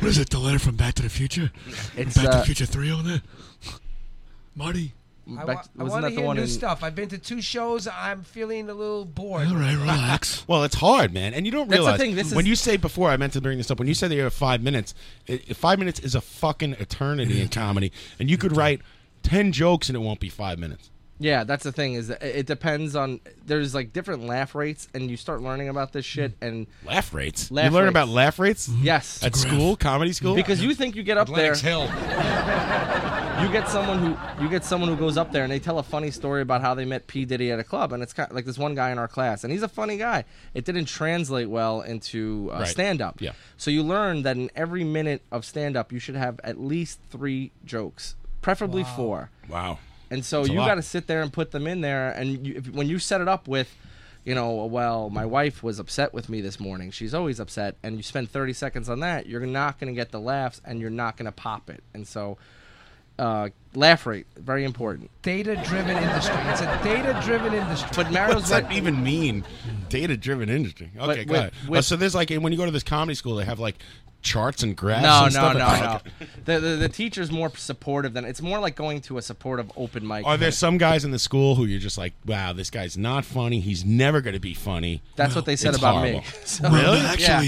[SPEAKER 8] What is it? The letter from Back to the Future?
[SPEAKER 3] It's,
[SPEAKER 8] Back to
[SPEAKER 3] uh,
[SPEAKER 8] the Future Three on there. Marty.
[SPEAKER 9] I, wa- I want to hear new stuff I've been to two shows I'm feeling a little bored
[SPEAKER 8] All right, relax.
[SPEAKER 12] Well, it's hard, man, and you don't
[SPEAKER 9] That's the
[SPEAKER 12] realize
[SPEAKER 9] thing, this
[SPEAKER 12] when
[SPEAKER 9] is-
[SPEAKER 12] you say before. I meant to bring this up. When you said that you have five minutes, it, five minutes is a fucking eternity in comedy, and you could write ten jokes and it won't be five minutes.
[SPEAKER 3] Yeah, that's the thing is that it it depends on there's like different laugh rates and you start learning about this shit and
[SPEAKER 12] Laugh rates.
[SPEAKER 3] Laugh
[SPEAKER 12] you learn
[SPEAKER 3] rates.
[SPEAKER 12] about laugh rates.
[SPEAKER 3] Yes.
[SPEAKER 12] Mm-hmm. At school, comedy school.
[SPEAKER 3] because you think you get up
[SPEAKER 12] Atlantic's
[SPEAKER 3] there you get someone who you get someone who goes up there and they tell a funny story about how they met P Diddy at a club and it's kind like this one guy in our class and he's a funny guy. It didn't translate well into uh,
[SPEAKER 12] Right.
[SPEAKER 3] stand up.
[SPEAKER 12] Yeah.
[SPEAKER 3] So you learn that in every minute of stand up you should have at least 3 jokes, preferably 4.
[SPEAKER 12] Wow.
[SPEAKER 3] And so
[SPEAKER 12] It's a
[SPEAKER 3] you
[SPEAKER 12] lot.
[SPEAKER 3] got to sit there and put them in there. And you, if, when you set it up with, you know, well, my wife was upset with me this morning. She's always upset. And you spend 30 seconds on that, you're not going to get the laughs and you're not going to pop it. And so uh, laugh rate, very important.
[SPEAKER 9] data driven industry it's a data driven industry
[SPEAKER 3] But
[SPEAKER 12] What's that even mean? Data driven industry. Okay,
[SPEAKER 3] But
[SPEAKER 12] go
[SPEAKER 3] with-
[SPEAKER 12] ahead. Oh,
[SPEAKER 3] with-
[SPEAKER 12] so there's like when you go to this comedy school, they have like charts and graphs.
[SPEAKER 3] No,
[SPEAKER 12] and
[SPEAKER 3] no,
[SPEAKER 12] stuff.
[SPEAKER 3] no,
[SPEAKER 12] Okay.
[SPEAKER 3] no. The, the, the teacher's more supportive than it's more like going to a supportive open mic.
[SPEAKER 12] Are there
[SPEAKER 3] than-
[SPEAKER 12] some guys in the school who you're just like, wow, this guy's not funny. He's never going to be funny.
[SPEAKER 3] That's what they said
[SPEAKER 12] It's
[SPEAKER 3] about me.
[SPEAKER 12] horrible.
[SPEAKER 3] So-
[SPEAKER 12] really?
[SPEAKER 3] Yeah.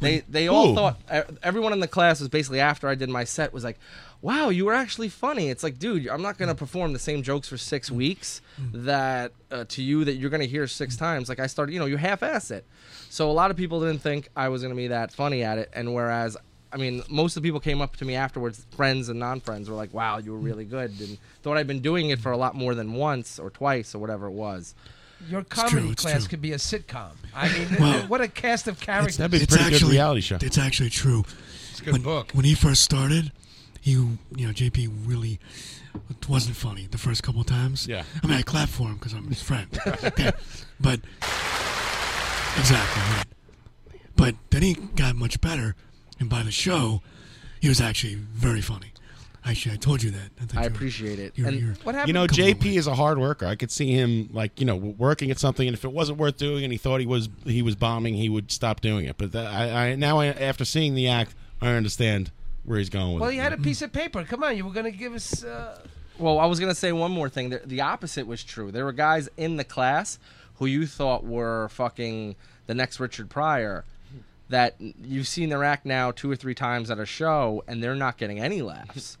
[SPEAKER 3] they they all
[SPEAKER 12] Who?
[SPEAKER 3] thought e- everyone in the class was basically after I did my set was like, "Wow, you were actually funny." It's like, dude, I'm not gonna perform the same jokes for six weeks that uh, to you that you're gonna hear six times. Like I started, you know, you half-ass it. So a lot of people didn't think I was gonna be that funny at it, and whereas. I mean, most of the people came up to me afterwards, friends and non-friends, were like, "Wow, you were really good," and thought I'd been doing it for a lot more than once or twice or whatever it was.
[SPEAKER 9] your comedy class could be a sitcom I mean what a cast of characters
[SPEAKER 8] It's actually- It's actually true. It's a
[SPEAKER 9] good
[SPEAKER 8] when, book. When he first started, he, you know, JP really it wasn't funny the first couple times.
[SPEAKER 12] Yeah.
[SPEAKER 8] I mean, I clapped for him because I'm his friend. okay. But exactly. Right. But then he got much better, and by the show, he was actually very funny. Actually, I told you that. I, think
[SPEAKER 3] I
[SPEAKER 8] you were-
[SPEAKER 3] appreciate it.
[SPEAKER 8] you were-
[SPEAKER 3] And
[SPEAKER 8] you were-
[SPEAKER 12] You know, JP is a hard worker. I could see him like you know working at something, and if it wasn't worth doing, and he thought he was he was bombing, he would stop doing it. But that, I, I now I, after seeing the act, I understand where he's going with
[SPEAKER 9] well
[SPEAKER 12] it.
[SPEAKER 9] you had a piece of paper come on you were gonna give us uh,
[SPEAKER 3] Well, I was going to say one more thing. The, the opposite was true. There were guys in the class who you thought were fucking the next Richard Pryor that you've seen their act now two or three times at a show and they're not getting any laughs.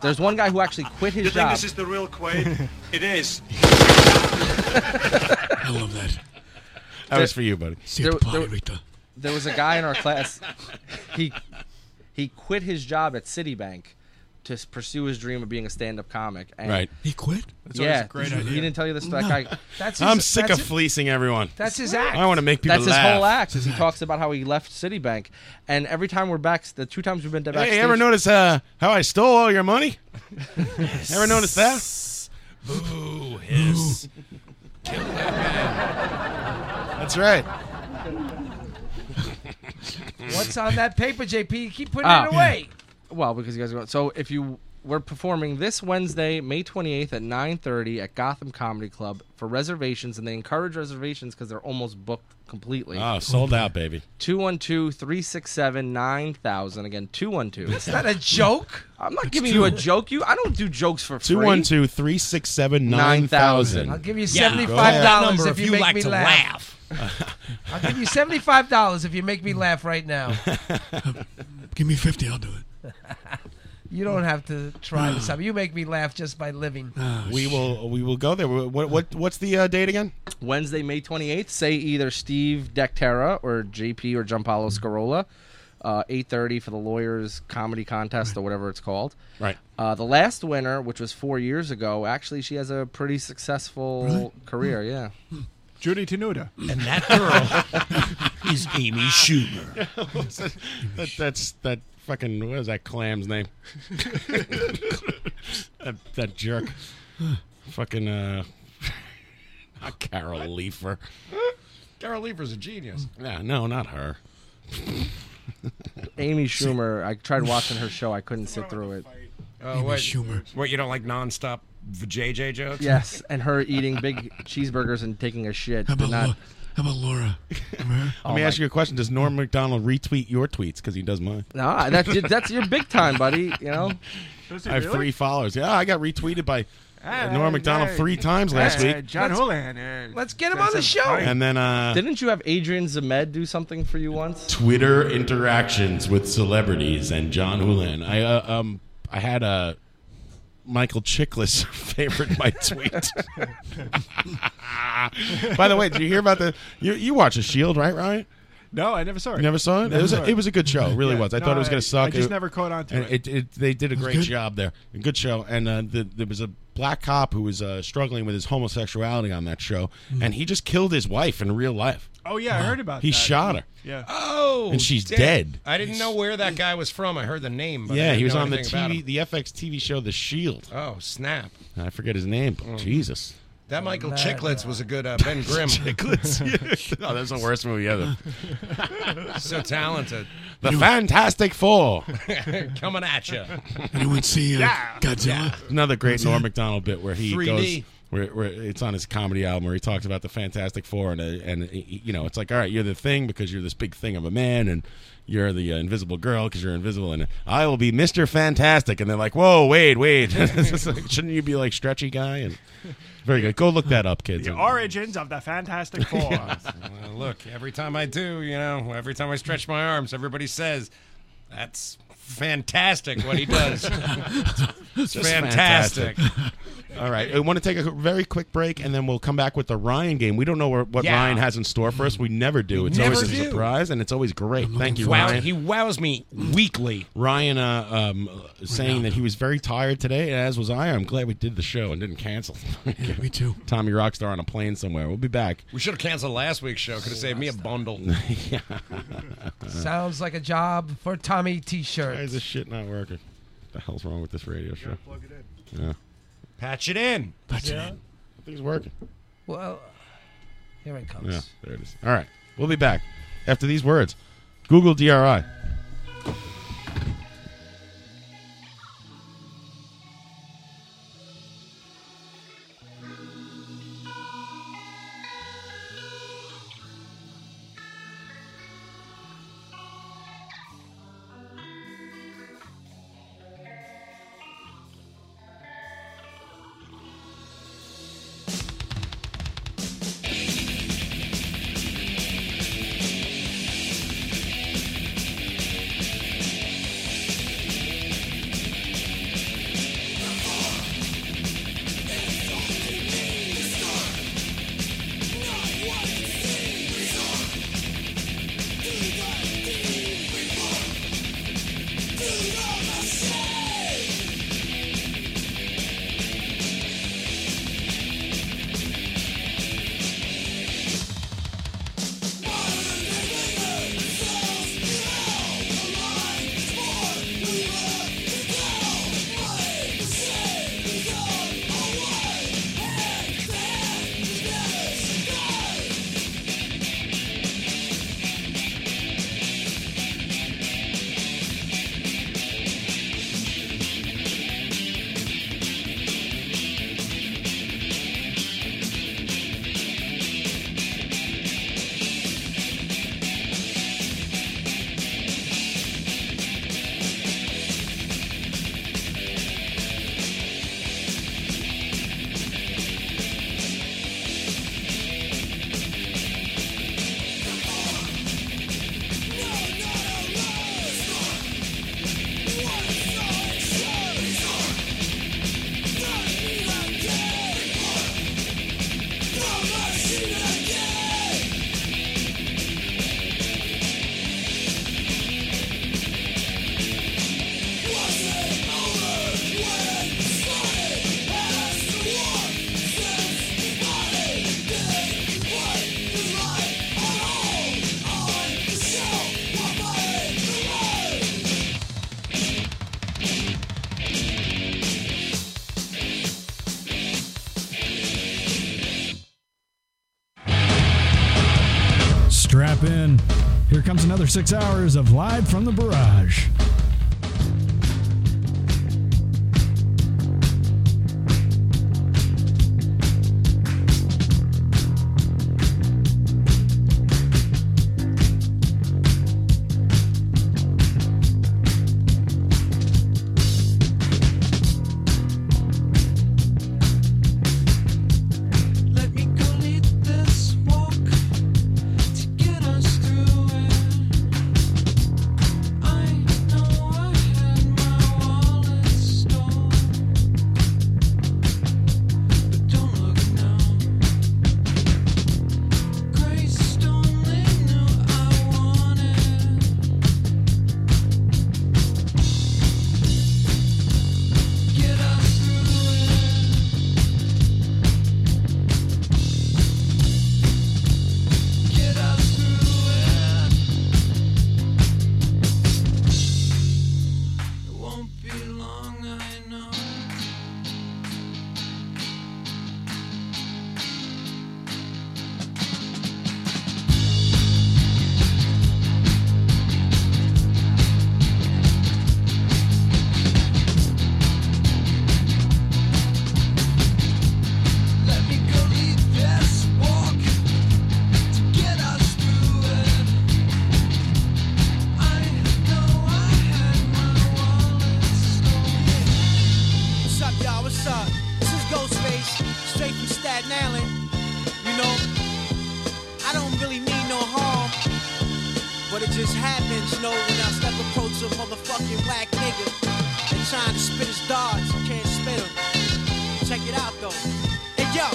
[SPEAKER 3] There's one guy who actually quit his
[SPEAKER 10] you think
[SPEAKER 3] job.
[SPEAKER 10] this is the real Quaid? it is.
[SPEAKER 3] I love that.
[SPEAKER 12] That was for you, buddy. See you at the party, Rita.
[SPEAKER 3] there was a guy in our class. He he quit his job at Citibank to s- pursue his dream of being a stand-up comic. And
[SPEAKER 12] Right.
[SPEAKER 8] He quit.
[SPEAKER 12] That's always
[SPEAKER 3] yeah,
[SPEAKER 12] a great
[SPEAKER 3] he, he
[SPEAKER 12] idea.
[SPEAKER 3] didn't tell you this.
[SPEAKER 12] No.
[SPEAKER 3] That guy.
[SPEAKER 9] That's
[SPEAKER 12] I'm sick of fleecing everyone.
[SPEAKER 9] That's his act.
[SPEAKER 12] I want to make people
[SPEAKER 3] That's
[SPEAKER 12] laugh.
[SPEAKER 3] his whole act. is He talks about how he left Citibank, and every time we're back, the two times we've been to backstage.
[SPEAKER 12] Hey, ever notice uh, how I stole all your money? ever notice that?
[SPEAKER 18] Boo, hiss. Kill that man.
[SPEAKER 12] That's right.
[SPEAKER 9] What's on that paper, JP? You keep putting
[SPEAKER 3] Ah.
[SPEAKER 9] it away.
[SPEAKER 3] Well, because you guys are going. So if you we're performing this Wednesday, May 28th at 9:30 at Gotham Comedy Club for reservations, and they encourage reservations because they're almost booked completely.
[SPEAKER 12] Oh, sold out, baby.
[SPEAKER 3] 212-367-9000. Again, 212. It's
[SPEAKER 9] not a joke.
[SPEAKER 3] I'm not
[SPEAKER 12] It's
[SPEAKER 3] giving
[SPEAKER 12] two-
[SPEAKER 3] you a joke. You, I don't do jokes for free.
[SPEAKER 12] 212 367 9000.
[SPEAKER 3] I'll give
[SPEAKER 9] you
[SPEAKER 12] Go ahead.
[SPEAKER 9] $75 if you, make me laugh. I'll give you seventy-five dollars if you make
[SPEAKER 12] Mm.
[SPEAKER 9] me laugh right now.
[SPEAKER 8] Give me fifty. I'll do it.
[SPEAKER 9] You don't have to try this up. You make me laugh just by living.
[SPEAKER 12] we will we will go there. What what what's the uh, date again?
[SPEAKER 3] Wednesday, May 28th. Say either Steve Dectera or JP or
[SPEAKER 12] Mm-hmm.
[SPEAKER 3] Giampaolo Scarola. Uh, 8.30 for the Lawyers Comedy Contest or whatever it's called.
[SPEAKER 12] Right.
[SPEAKER 3] Uh, the last winner, which was four years ago, actually she has a pretty successful
[SPEAKER 12] Hmm.
[SPEAKER 3] career, yeah.
[SPEAKER 13] Judy Tenuta.
[SPEAKER 3] And that
[SPEAKER 12] girl
[SPEAKER 13] is Amy Schumer.
[SPEAKER 12] that, that's that fucking what is that clam's name? that, that jerk. fucking uh not Carol Leifer.
[SPEAKER 7] Carol Lever's a
[SPEAKER 9] Mm.
[SPEAKER 7] genius.
[SPEAKER 12] Yeah, no, not her.
[SPEAKER 3] Amy Schumer, I tried watching her show, I couldn't sit through it.
[SPEAKER 7] Oh, what, What you don't like nonstop v- JJ jokes?
[SPEAKER 3] Yes, and her eating big cheeseburgers and taking a shit. Did not,
[SPEAKER 8] How about Laura?
[SPEAKER 12] Let me ask you a question. Does Norm McDonald retweet your tweets because he does mine?
[SPEAKER 3] Nah, that- that's your big time, buddy, you know? Does he
[SPEAKER 12] I have
[SPEAKER 3] really?
[SPEAKER 12] three followers. Yeah, I got retweeted by uh,
[SPEAKER 3] Hey,
[SPEAKER 12] Norm McDonald
[SPEAKER 3] hey.
[SPEAKER 12] three times last
[SPEAKER 3] Hey,
[SPEAKER 12] week.
[SPEAKER 3] Ah, John
[SPEAKER 13] Houlihan,
[SPEAKER 9] Let's get him on the show.
[SPEAKER 12] And then uh,
[SPEAKER 3] Didn't you have Adrian Zemed do something for you once?
[SPEAKER 12] Twitter interactions with celebrities and John Hulan. I uh, um I had a Michael Chiklis favorite my tweet. By the way, did you hear about the you you watch a Shield right? Right.
[SPEAKER 13] No, I never saw it.
[SPEAKER 12] You never saw it?
[SPEAKER 13] Never
[SPEAKER 12] it was
[SPEAKER 13] saw
[SPEAKER 12] a, it was a good show. It really
[SPEAKER 13] Yeah.
[SPEAKER 12] was. I
[SPEAKER 13] No,
[SPEAKER 12] thought it was
[SPEAKER 13] I-
[SPEAKER 12] going to suck.
[SPEAKER 13] I just
[SPEAKER 12] It-
[SPEAKER 13] never caught on to
[SPEAKER 12] and
[SPEAKER 13] it.
[SPEAKER 12] it, They did a great
[SPEAKER 13] good.
[SPEAKER 12] job there. A good show. And uh, the, there was a black cop who was uh, struggling with his homosexuality on that show, and he just killed his wife in real life.
[SPEAKER 13] Oh yeah, I heard about
[SPEAKER 12] He
[SPEAKER 13] that.
[SPEAKER 12] shot her.
[SPEAKER 13] Yeah.
[SPEAKER 7] Oh,
[SPEAKER 12] And she's dead.
[SPEAKER 7] I didn't know where that guy was from. I heard the name. But I
[SPEAKER 12] yeah,
[SPEAKER 7] didn't
[SPEAKER 12] he was
[SPEAKER 7] know
[SPEAKER 12] on the
[SPEAKER 7] anything about
[SPEAKER 12] TV,
[SPEAKER 7] him.
[SPEAKER 12] the FX TV show The Shield.
[SPEAKER 7] Oh snap!
[SPEAKER 12] I forget his name. but Jesus.
[SPEAKER 7] Oh, That Michael Chicklets was a good uh, Ben Grimm.
[SPEAKER 12] Chicklets. oh, that's the worst movie ever.
[SPEAKER 7] so talented.
[SPEAKER 12] The Fantastic Four.
[SPEAKER 7] Coming at you.
[SPEAKER 8] Anyone see uh,
[SPEAKER 7] Yeah.
[SPEAKER 8] Godzilla?
[SPEAKER 12] Another great Norm Macdonald bit where he
[SPEAKER 7] 3D.
[SPEAKER 12] goes. Where, where it's on his comedy album where he talks about the Fantastic Four and uh, and uh, you know it's like all right you're the thing because you're this big thing of a man and you're the uh, Invisible Girl because you're invisible and I will be Mister Fantastic and they're like whoa wait wait It's like, shouldn't you be like stretchy guy and very good go look that up kids
[SPEAKER 13] The origins of the Fantastic Four.
[SPEAKER 7] Well, look, every time I do, you know, every time I stretch my arms, everybody says, "That's fantastic what he does." it's
[SPEAKER 12] Just
[SPEAKER 7] fantastic.
[SPEAKER 12] All right. I want to take a very quick break and then we'll come back with the Ryan game. We don't know where, what
[SPEAKER 7] Yeah.
[SPEAKER 12] Ryan has in store for us. We never do. It's
[SPEAKER 7] never
[SPEAKER 12] always a
[SPEAKER 7] do.
[SPEAKER 12] surprise and it's always great. Thank you,
[SPEAKER 7] wow,
[SPEAKER 12] Ryan.
[SPEAKER 7] he wows me weekly.
[SPEAKER 12] Ryan uh, um, uh, saying that he was very tired today, as was I. I'm glad we did the show and didn't cancel.
[SPEAKER 8] me too.
[SPEAKER 12] Tommy Rockstar on a plane somewhere. We'll be back.
[SPEAKER 7] We should have canceled last week's show. Could have saved me a bundle.
[SPEAKER 12] yeah.
[SPEAKER 9] Sounds like a job for Tommy T-shirt. Why
[SPEAKER 12] is this shit not working? the hell's wrong with this radio show?
[SPEAKER 13] plug it
[SPEAKER 12] in. Yeah.
[SPEAKER 7] Patch it in.
[SPEAKER 8] Patch
[SPEAKER 12] it in. I think it's working.
[SPEAKER 9] Well, here it comes.
[SPEAKER 12] Yeah, there it is. All right. We'll be back after these words. Google DRI.
[SPEAKER 13] Strap in. Here comes another six hours of Live from the Barrage.
[SPEAKER 6] Let me go lead this walk to get us through it. I know I had my wallet stolen, but don't look now. Greystone, they knew I wanted. Get us through it. Get us through it. It won't be long, I know. Let me go lead this walk to get us through it. I know I had my wallet stolen.
[SPEAKER 15] What's up, y'all? What's up? This is Ghostface, straight from Staten Island. You know, I don't really mean no harm, but it just happens, you know, when I step approach a motherfucking black nigga and trying to spit his darts, I can't spit 'em. Check it out, though. And yo,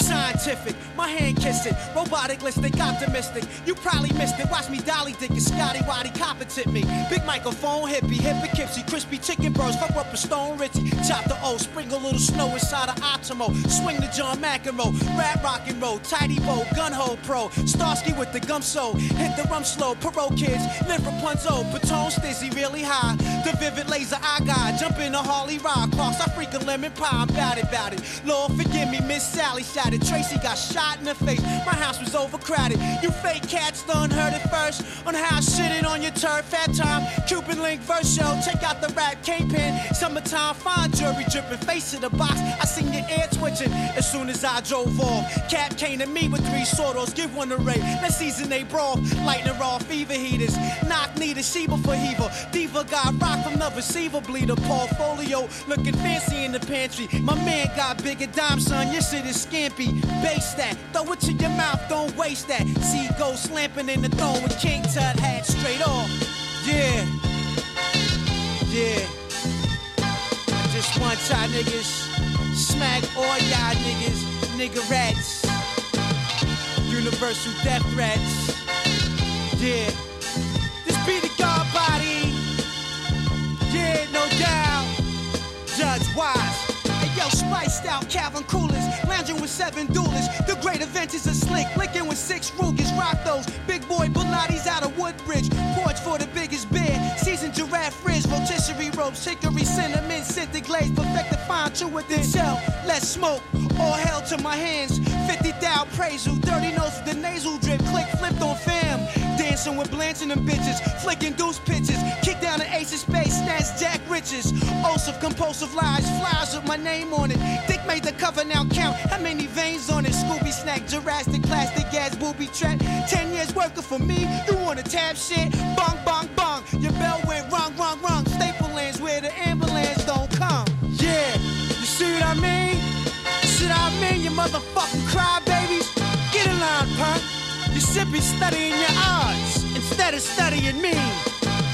[SPEAKER 15] scientific, my hand kissing, robotic, listic, optimistic. You probably missed it. Watch me dolly dick and Scotty Waddy copper tip me. Big microphone, hippie, hippie, kipsy, crispy chicken birds, fuck up a stone ritzy. Chop the O, sprinkle a little snow inside of Optimo. Swing the John McEnroe, rap rock and roll, tidy bow, gun hole pro. Starsky with the gum so hit the rum slow. Parole kids, live Rapunzel, Patone Stizzy really high. The vivid laser I got, jump in a Harley ride, cross, I freak a lemon pie, I'm bout it, bout it. Lord forgive me, Miss Sally shot it. Tracy got shot in the face, my house was overcrowded. You fake cats done heard it first on how I shitted on your turf at time. Cupid Link verse show, check out the rap K-Pin. Summertime fine jewelry dripping, face of the box. I seen your air twitching as soon as I drove off. Cap came to me with three sordos, give one to Ray. Let's season they broth, lightning raw fever heaters. Knock need a Sheba for Heva. Diva got rock from the receiver bleeder. Portfolio looking fancy in the pantry. My man got bigger dime, son. Your shit is scampy. Base that, throw it to your mouth, don't waste that. See go slamping in the throne with King Tut hat straight off. Yeah, yeah. I just want y'all niggas smack all y'all niggas, nigga rats. Universal death threats. Yeah, this be the God body. Maxed out Calvin coolers, lounging with seven duelers. The great event is a slick, licking with six Rugers. Rock those big boy Bulattis out of Woodbridge. Porch for the biggest beer, seasoned giraffe frizz, rotisserie ropes, hickory cinnamon, scented glaze, perfect the fine to within shell. Let's smoke, all hell to my hands. 50 thou praise you, dirty nose with the nasal drip, click flipped on fam. Dancing with Blanching them bitches, flicking deuce pitches, kick down the ace of space, snatch jack riches. Oaths of compulsive lies, flies with my name on it. Dick made the cover, now count how many veins on it. Scooby snack, Jurassic, plastic ass, booby trap. Ten years working for me, you wanna tap shit? Bong, bong, bong, your bell went wrong, wrong, wrong. Staple lands where the ambulance don't come. Yeah, you see what I mean? Shit, I mean, you motherfucking crybabies. Get in line, punk. You should be studying your odds instead of studying me.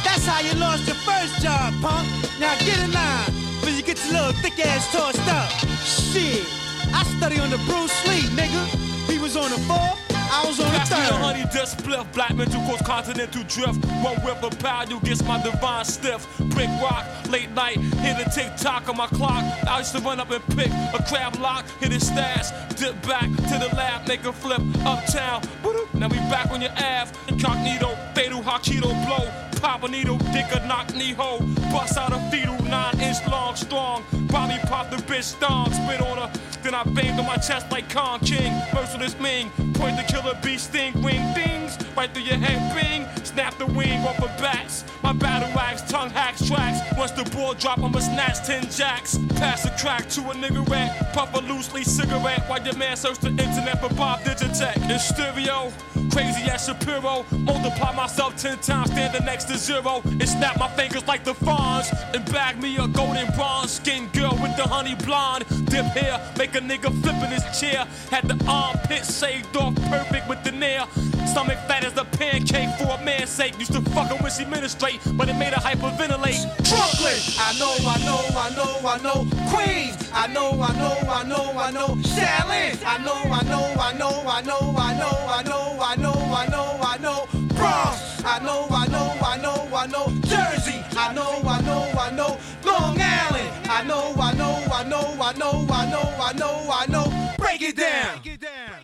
[SPEAKER 15] That's how you lost your first job, punk. Now get in line, but you get your little thick ass tossed up. Shit, I study on the Bruce Lee, nigga. He was on the fourth, I was on the
[SPEAKER 5] Pass me the
[SPEAKER 15] third.
[SPEAKER 5] honey dust spliff, black mental cause continental drift. One whip of power, you gets my divine stiff. Brick rock, late night, hit a tick tock on my clock. I used to run up and pick a crab lock, hit his stash, dip back to the lab, make a flip uptown. Woo-doo. Now we back on your ass, incognito, fatal hakito blow. Pop a needle, dick a knock knee hole. Bust out a fetal, nine inch long, strong. Bobby pop the bitch thong, spit on her. Then I banged on my chest like Kong King. Merciless Ming, point the killer bee sting, wing dings. Right through your head, bing. Snap the wing off of bats. My battle axe, tongue hacks, tracks. Once the ball drop, I'ma snatch ten jacks. Pass a crack to a nigga rat. Puff a loosely cigarette while your man search the internet for Bob Digitech. In stereo, crazy ass Shapiro. Multiply myself ten times, standing next to zero. And snap my fingers like the fawns. And bag me a golden bronze skin girl with the honey blonde. Dip hair, make a nigga flip in his chair. Had the armpit saved off perfect with the nail. Stomach fat as a pancake for a man's sake. Used to fuck her when she ministrate, but it made her hyperventilate.
[SPEAKER 15] Brooklyn. I know, I know, I know, I know. Queens. I know, I know, I know, I know. Shaolin. I know, I know, I know, I know, I know, I know, I know, I know, I know. Bronx. I know, I know, I know, I know. Jersey. I know, I know, I know. Long Island. I know, I know, I know, I know, I know, I know, I know. Break it down.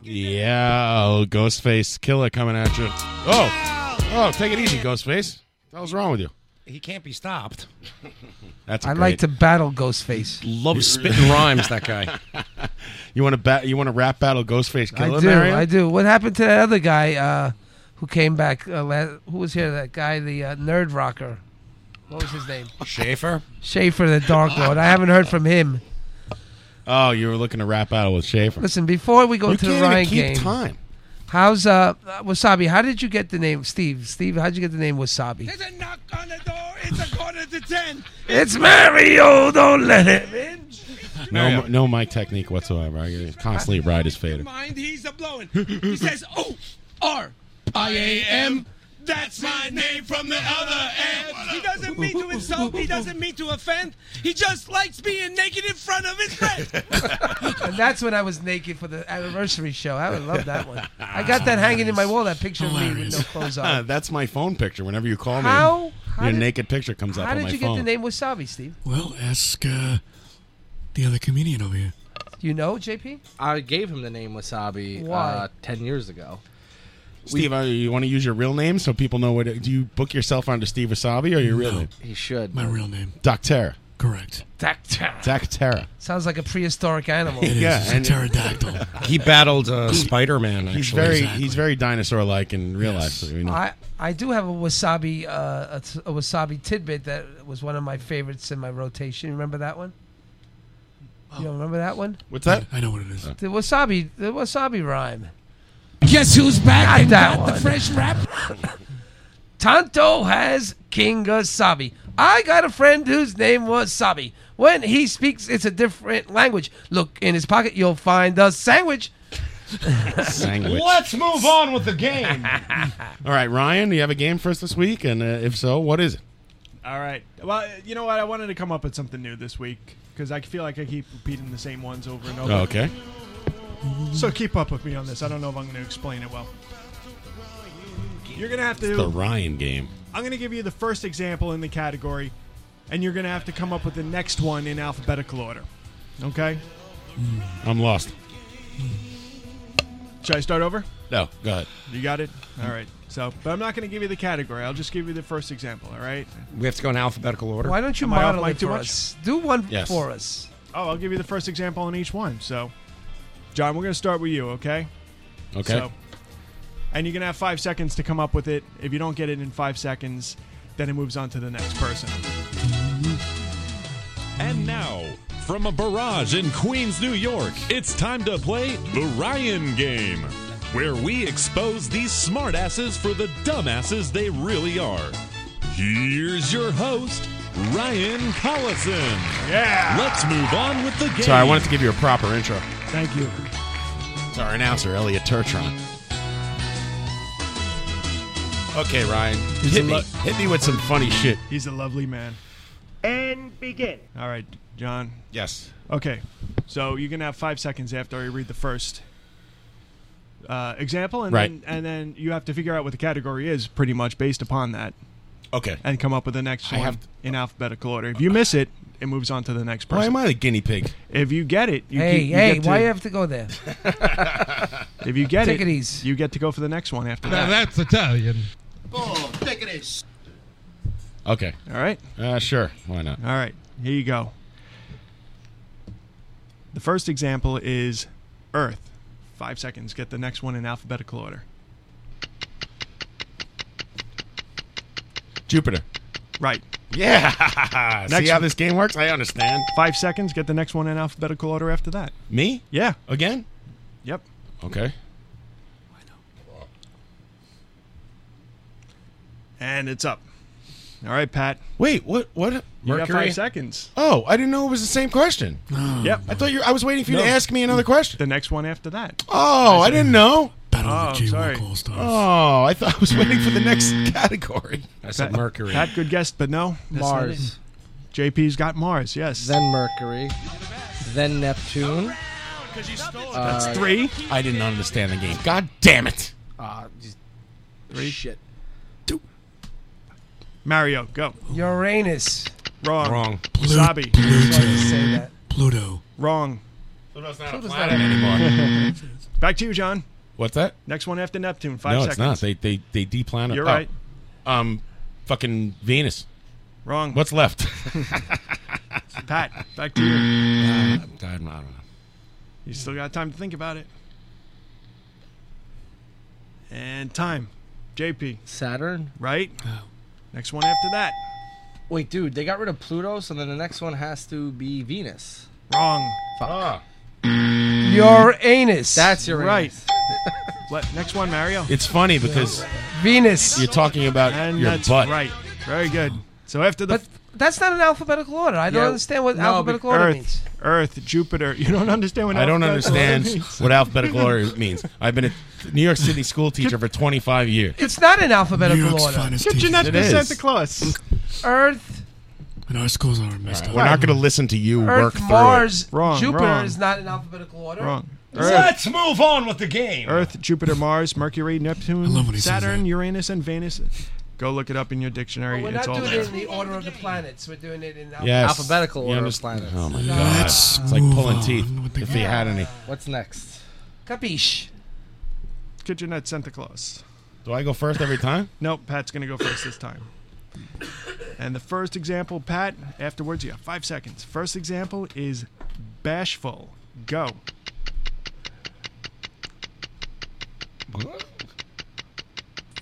[SPEAKER 12] Yeah, oh, Ghostface Killer coming at you. Oh, oh, take it easy, Ghostface. What was wrong with you?
[SPEAKER 7] He can't be stopped.
[SPEAKER 12] That's
[SPEAKER 9] I
[SPEAKER 12] great.
[SPEAKER 9] like to battle Ghostface.
[SPEAKER 12] Love spitting rhymes, that guy. you want to bat? You want to rap battle Ghostface Killer?
[SPEAKER 9] I do.
[SPEAKER 12] Mario?
[SPEAKER 9] I do. What happened to that other guy uh, who came back? Uh, la- who was here? That guy, the uh, nerd rocker. What was his name?
[SPEAKER 7] Schaefer?
[SPEAKER 9] Schaefer, the Dark Lord. I haven't heard from him.
[SPEAKER 12] Oh, you were looking to rap battle with Schaefer.
[SPEAKER 9] Listen, before we go
[SPEAKER 12] You
[SPEAKER 9] to the
[SPEAKER 12] can't even
[SPEAKER 9] Ryan
[SPEAKER 12] keep
[SPEAKER 9] game,
[SPEAKER 12] time.
[SPEAKER 9] How's uh Wasabi? How did you get the name Steve? Steve, how'd you get the name Wasabi?
[SPEAKER 18] There's a knock on the door. It's a quarter to ten.
[SPEAKER 9] It's Mario. Don't let him
[SPEAKER 18] in.
[SPEAKER 12] No, no mic technique whatsoever. I constantly ride his fader.
[SPEAKER 18] Mind he's a blowing. He says, "O R I A M." That's my name from the other end. He doesn't mean to insult. He doesn't mean to offend. He just likes being naked in front of his friends.
[SPEAKER 9] and that's when I was naked for the anniversary show. I would love that one. I got that hanging in my wall. That picture of me with no clothes on.
[SPEAKER 12] That's my phone picture. Whenever you call
[SPEAKER 9] How-
[SPEAKER 12] me,
[SPEAKER 9] how
[SPEAKER 12] your
[SPEAKER 9] did-
[SPEAKER 12] naked picture comes up
[SPEAKER 9] How
[SPEAKER 12] on
[SPEAKER 9] did
[SPEAKER 12] my
[SPEAKER 9] you get
[SPEAKER 12] phone.
[SPEAKER 9] the name Wasabi, Steve?
[SPEAKER 8] Well, ask uh, the other comedian over here.
[SPEAKER 9] You know, JP?
[SPEAKER 3] I gave him the name Wasabi
[SPEAKER 9] Why?
[SPEAKER 3] uh, 10 years ago.
[SPEAKER 12] Steve, uh you want to use your real name so people know what? it- Do you book yourself under Steve Wasabi or your Oh, real name?
[SPEAKER 3] He should.
[SPEAKER 8] My real name.
[SPEAKER 12] Doctera.
[SPEAKER 8] Correct.
[SPEAKER 9] Dactera.
[SPEAKER 12] Doctera.
[SPEAKER 9] Sounds like a prehistoric animal.
[SPEAKER 8] It is. It's a pterodactyl.
[SPEAKER 12] He battled uh, Spider Man. He's
[SPEAKER 8] actually.
[SPEAKER 12] very
[SPEAKER 8] Exactly.
[SPEAKER 12] he's very dinosaur like in real life. So you know.
[SPEAKER 9] I, I do have a wasabi uh, a, t- a wasabi tidbit that was one of my favorites in my rotation. Remember that one? You don't remember that one?
[SPEAKER 12] What's that?
[SPEAKER 8] I know what it is.
[SPEAKER 9] The wasabi the wasabi rhyme.
[SPEAKER 18] Guess who's back
[SPEAKER 9] Not
[SPEAKER 18] and
[SPEAKER 9] that
[SPEAKER 18] got the
[SPEAKER 9] one.
[SPEAKER 18] fresh rap?
[SPEAKER 9] Tonto has King Wasabi. I got a friend whose name was Sabi. When he speaks, it's a different language. Look in his pocket, you'll find a sandwich.
[SPEAKER 12] Sandwich.
[SPEAKER 17] Let's move on with the game.
[SPEAKER 12] All right, Ryan, do you have a game for us this week? And uh, if so, what is it?
[SPEAKER 13] All right. Well, you know what? I wanted to come up with something new this week because I feel like I keep repeating the same ones over and over.
[SPEAKER 12] Okay.
[SPEAKER 13] So keep up with me on this. I don't know if I'm going to explain it well. You're going to have to.
[SPEAKER 12] The Ryan game.
[SPEAKER 13] I'm going to give you the first example in the category, and you're going to have to come up with the next one in alphabetical order. Okay?
[SPEAKER 12] I'm lost.
[SPEAKER 13] Should I start over?
[SPEAKER 12] No, go ahead.
[SPEAKER 13] You got it? All right. So, but I'm not going to give you the category. I'll just give you the first example, all right?
[SPEAKER 7] We have to go in alphabetical order.
[SPEAKER 9] Why don't you
[SPEAKER 13] Am I off
[SPEAKER 9] model
[SPEAKER 13] mic
[SPEAKER 9] it for us? Do one
[SPEAKER 7] Yes.
[SPEAKER 9] for us.
[SPEAKER 13] Oh, I'll give you the first example on each one. So, John, we're going to start with you, okay?
[SPEAKER 12] Okay.
[SPEAKER 13] So, and you're going to have five seconds to come up with it. If you don't get it in five seconds, then it moves on to the next person.
[SPEAKER 14] And now, from a barrage in Queens, New York, it's time to play the Ryan game, where we expose these smartasses for the dumbasses they really are. Here's your host, Ryan Collison.
[SPEAKER 13] Yeah.
[SPEAKER 14] Let's move on with the game.
[SPEAKER 12] Sorry, I wanted to give you a proper intro.
[SPEAKER 13] Thank you.
[SPEAKER 12] It's our announcer, Elliot Turtron. Okay, Ryan.
[SPEAKER 13] He's
[SPEAKER 12] Hit
[SPEAKER 13] a
[SPEAKER 12] me,
[SPEAKER 13] lo-
[SPEAKER 12] hit me with some funny shit.
[SPEAKER 13] He's a lovely man.
[SPEAKER 16] And begin.
[SPEAKER 13] All right, John.
[SPEAKER 12] Yes.
[SPEAKER 13] Okay. So, you're going to have five seconds after I read the first uh, example, and,
[SPEAKER 12] Right.
[SPEAKER 13] then, and then you have to figure out what the category is pretty much based upon that.
[SPEAKER 12] Okay.
[SPEAKER 13] And come up with the next
[SPEAKER 12] I
[SPEAKER 13] one
[SPEAKER 12] have to-
[SPEAKER 13] in alphabetical order. If you miss it, it moves on to the next person.
[SPEAKER 12] Why am I the guinea pig?
[SPEAKER 13] If you get it, you
[SPEAKER 9] hey,
[SPEAKER 13] keep- you
[SPEAKER 9] hey,
[SPEAKER 13] get to-
[SPEAKER 9] why you have to go there?
[SPEAKER 13] If you get
[SPEAKER 9] Take
[SPEAKER 13] it, you get to go for the next one after that.
[SPEAKER 11] that's
[SPEAKER 12] Oh,
[SPEAKER 11] Italian.
[SPEAKER 15] Oh,
[SPEAKER 16] Boom, take it is.
[SPEAKER 12] Okay.
[SPEAKER 13] All right.
[SPEAKER 12] Uh, sure. Why not?
[SPEAKER 13] All right. Here you go. The first example is Earth. Five seconds. Get the next one in alphabetical order.
[SPEAKER 12] Jupiter.
[SPEAKER 13] Right.
[SPEAKER 12] Yeah. See
[SPEAKER 13] Next-
[SPEAKER 12] how this game works? I understand.
[SPEAKER 13] Five seconds. Get the next one in alphabetical order after that.
[SPEAKER 12] Me?
[SPEAKER 13] Yeah.
[SPEAKER 12] Again?
[SPEAKER 13] Yep.
[SPEAKER 12] Okay.
[SPEAKER 13] And it's up. All right, Pat.
[SPEAKER 12] Wait, what? What?
[SPEAKER 13] You got
[SPEAKER 12] Mercury?
[SPEAKER 13] five seconds.
[SPEAKER 12] Oh, I didn't know it was the same question.
[SPEAKER 13] Yep.
[SPEAKER 12] I thought you. I was waiting for you to
[SPEAKER 13] No.
[SPEAKER 12] ask me another question.
[SPEAKER 13] The next one after that.
[SPEAKER 12] Oh, I didn't know.
[SPEAKER 13] oh, I'm sorry.
[SPEAKER 12] Oh, I thought I was waiting for the next
[SPEAKER 8] Mm.
[SPEAKER 12] category.
[SPEAKER 7] I said
[SPEAKER 13] Pat-
[SPEAKER 7] Mercury.
[SPEAKER 13] Pat, good guess, but no. that's not
[SPEAKER 3] Mars.
[SPEAKER 13] it. JP's got Mars. Yes.
[SPEAKER 3] Then Mercury. Then Neptune.
[SPEAKER 13] That's
[SPEAKER 3] Uh,
[SPEAKER 13] three.
[SPEAKER 12] I didn't understand the game. God damn it.
[SPEAKER 3] Ah, just-
[SPEAKER 13] Three.
[SPEAKER 3] Shit.
[SPEAKER 13] Mario, go.
[SPEAKER 9] Uranus.
[SPEAKER 13] Wrong.
[SPEAKER 12] Wrong.
[SPEAKER 13] Wasabi.
[SPEAKER 9] Pluto.
[SPEAKER 8] Pluto.
[SPEAKER 13] Wrong.
[SPEAKER 9] Pluto's
[SPEAKER 12] planet
[SPEAKER 9] not-
[SPEAKER 12] anymore.
[SPEAKER 13] Back to you, John.
[SPEAKER 12] What's that?
[SPEAKER 13] Next one after Neptune. Five
[SPEAKER 12] no,
[SPEAKER 13] seconds.
[SPEAKER 12] it's not. They they they deplanet.
[SPEAKER 13] You're
[SPEAKER 12] oh,
[SPEAKER 13] right.
[SPEAKER 12] Um, fucking Venus.
[SPEAKER 13] Wrong.
[SPEAKER 12] What's left?
[SPEAKER 13] Pat, back to you.
[SPEAKER 12] Uh, God, I don't know.
[SPEAKER 13] You still got time to think about it. And time. JP.
[SPEAKER 3] Saturn.
[SPEAKER 13] Right?
[SPEAKER 12] Oh.
[SPEAKER 13] Next one after that.
[SPEAKER 3] Wait, dude, they got rid of Pluto, so then the next one has to be Venus.
[SPEAKER 13] Wrong.
[SPEAKER 3] Fuck.
[SPEAKER 12] Ah.
[SPEAKER 9] Uranus.
[SPEAKER 3] That's your
[SPEAKER 13] Right. What? Next one, Mario.
[SPEAKER 12] It's funny because
[SPEAKER 9] Venus.
[SPEAKER 12] you're talking about
[SPEAKER 13] And
[SPEAKER 12] your
[SPEAKER 13] that's
[SPEAKER 12] butt.
[SPEAKER 13] right. Very good. So after the
[SPEAKER 9] But that's not an alphabetical order. I don't
[SPEAKER 3] Yeah,
[SPEAKER 9] understand what
[SPEAKER 3] no,
[SPEAKER 9] alphabetical order means.
[SPEAKER 13] Earth, Earth, Jupiter. You don't understand what
[SPEAKER 12] I don't
[SPEAKER 13] alphabetical order
[SPEAKER 12] understand
[SPEAKER 13] means.
[SPEAKER 12] what alphabetical order means. I've been a New York City school teacher for 25 years.
[SPEAKER 9] It's not in alphabetical
[SPEAKER 8] New York's
[SPEAKER 9] order.
[SPEAKER 8] finest
[SPEAKER 13] Get your
[SPEAKER 8] teeth.
[SPEAKER 13] nuts
[SPEAKER 12] It
[SPEAKER 13] to
[SPEAKER 12] is.
[SPEAKER 13] Santa Claus.
[SPEAKER 9] Earth,
[SPEAKER 8] And our schools are messed up.
[SPEAKER 12] We're not going to listen to you work
[SPEAKER 9] Earth,
[SPEAKER 12] through
[SPEAKER 9] Mars,
[SPEAKER 13] Wrong,
[SPEAKER 9] Jupiter
[SPEAKER 13] wrong.
[SPEAKER 9] is not in alphabetical order.
[SPEAKER 13] Wrong. Earth,
[SPEAKER 7] Let's move on with the game.
[SPEAKER 13] Earth, Jupiter, Mars, Mercury, Neptune,
[SPEAKER 8] love when he says
[SPEAKER 13] Saturn, Uranus, and Venus. Go look it up in your dictionary.
[SPEAKER 9] We're
[SPEAKER 13] it's
[SPEAKER 9] not
[SPEAKER 13] all
[SPEAKER 9] doing
[SPEAKER 13] there.
[SPEAKER 9] it in the order of the planets. We're doing it in
[SPEAKER 12] it.
[SPEAKER 9] alphabetical.
[SPEAKER 12] Yes.
[SPEAKER 3] Alphabetical
[SPEAKER 12] You
[SPEAKER 3] order of
[SPEAKER 12] understand-
[SPEAKER 3] planets.
[SPEAKER 12] Oh my god.
[SPEAKER 8] Let's
[SPEAKER 12] It's like
[SPEAKER 8] move
[SPEAKER 12] pulling
[SPEAKER 8] on
[SPEAKER 12] teeth
[SPEAKER 8] with the
[SPEAKER 12] if he had any.
[SPEAKER 3] What's next?
[SPEAKER 9] Capiche.
[SPEAKER 13] Get your nuts, Santa Claus.
[SPEAKER 12] Do I go first every time?
[SPEAKER 13] Nope, Pat's going to go first this time. And the first example, Pat, afterwards you have five seconds. First example is bashful. Go.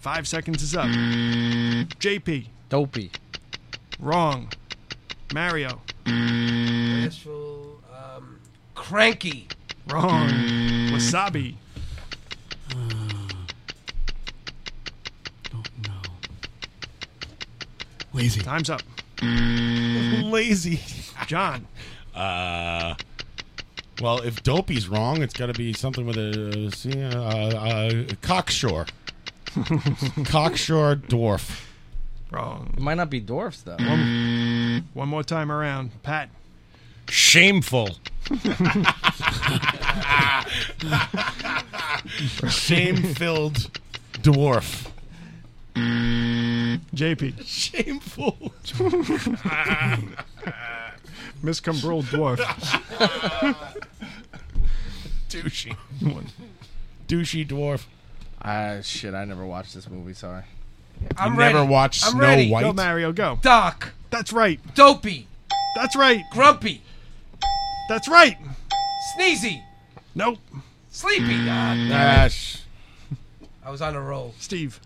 [SPEAKER 13] Five seconds is up. JP,
[SPEAKER 3] Dopey.
[SPEAKER 13] wrong. Mario,
[SPEAKER 9] Bashful, um, cranky.
[SPEAKER 13] wrong. Wasabi,
[SPEAKER 8] Uh, Lazy.
[SPEAKER 13] time's up.
[SPEAKER 12] Lazy.
[SPEAKER 13] John,
[SPEAKER 12] Mm. Uh, well, if dopey's wrong, it's got to be something with a see, uh, uh, cockshore. cockshore dwarf.
[SPEAKER 13] wrong.
[SPEAKER 3] It might not be dwarfs though.
[SPEAKER 13] One more time around. Pat,
[SPEAKER 7] Shameful.
[SPEAKER 12] Shame-filled dwarf.
[SPEAKER 9] Mm.
[SPEAKER 13] JP,
[SPEAKER 12] Shameful.
[SPEAKER 13] Miss Cumbrel Dwarf.
[SPEAKER 12] douchey. douchey dwarf.
[SPEAKER 3] Ah, shit. I never watched this movie. Sorry.
[SPEAKER 12] I'm You never ready. watched I'm Snow ready. White?
[SPEAKER 13] Go, Mario, go.
[SPEAKER 9] Doc.
[SPEAKER 13] That's right.
[SPEAKER 9] Dopey.
[SPEAKER 13] That's right.
[SPEAKER 9] Grumpy.
[SPEAKER 13] That's right.
[SPEAKER 9] Sneezy.
[SPEAKER 13] Nope.
[SPEAKER 9] Sleepy. God damn it.
[SPEAKER 12] Ash.
[SPEAKER 9] I was on a roll.
[SPEAKER 13] Steve.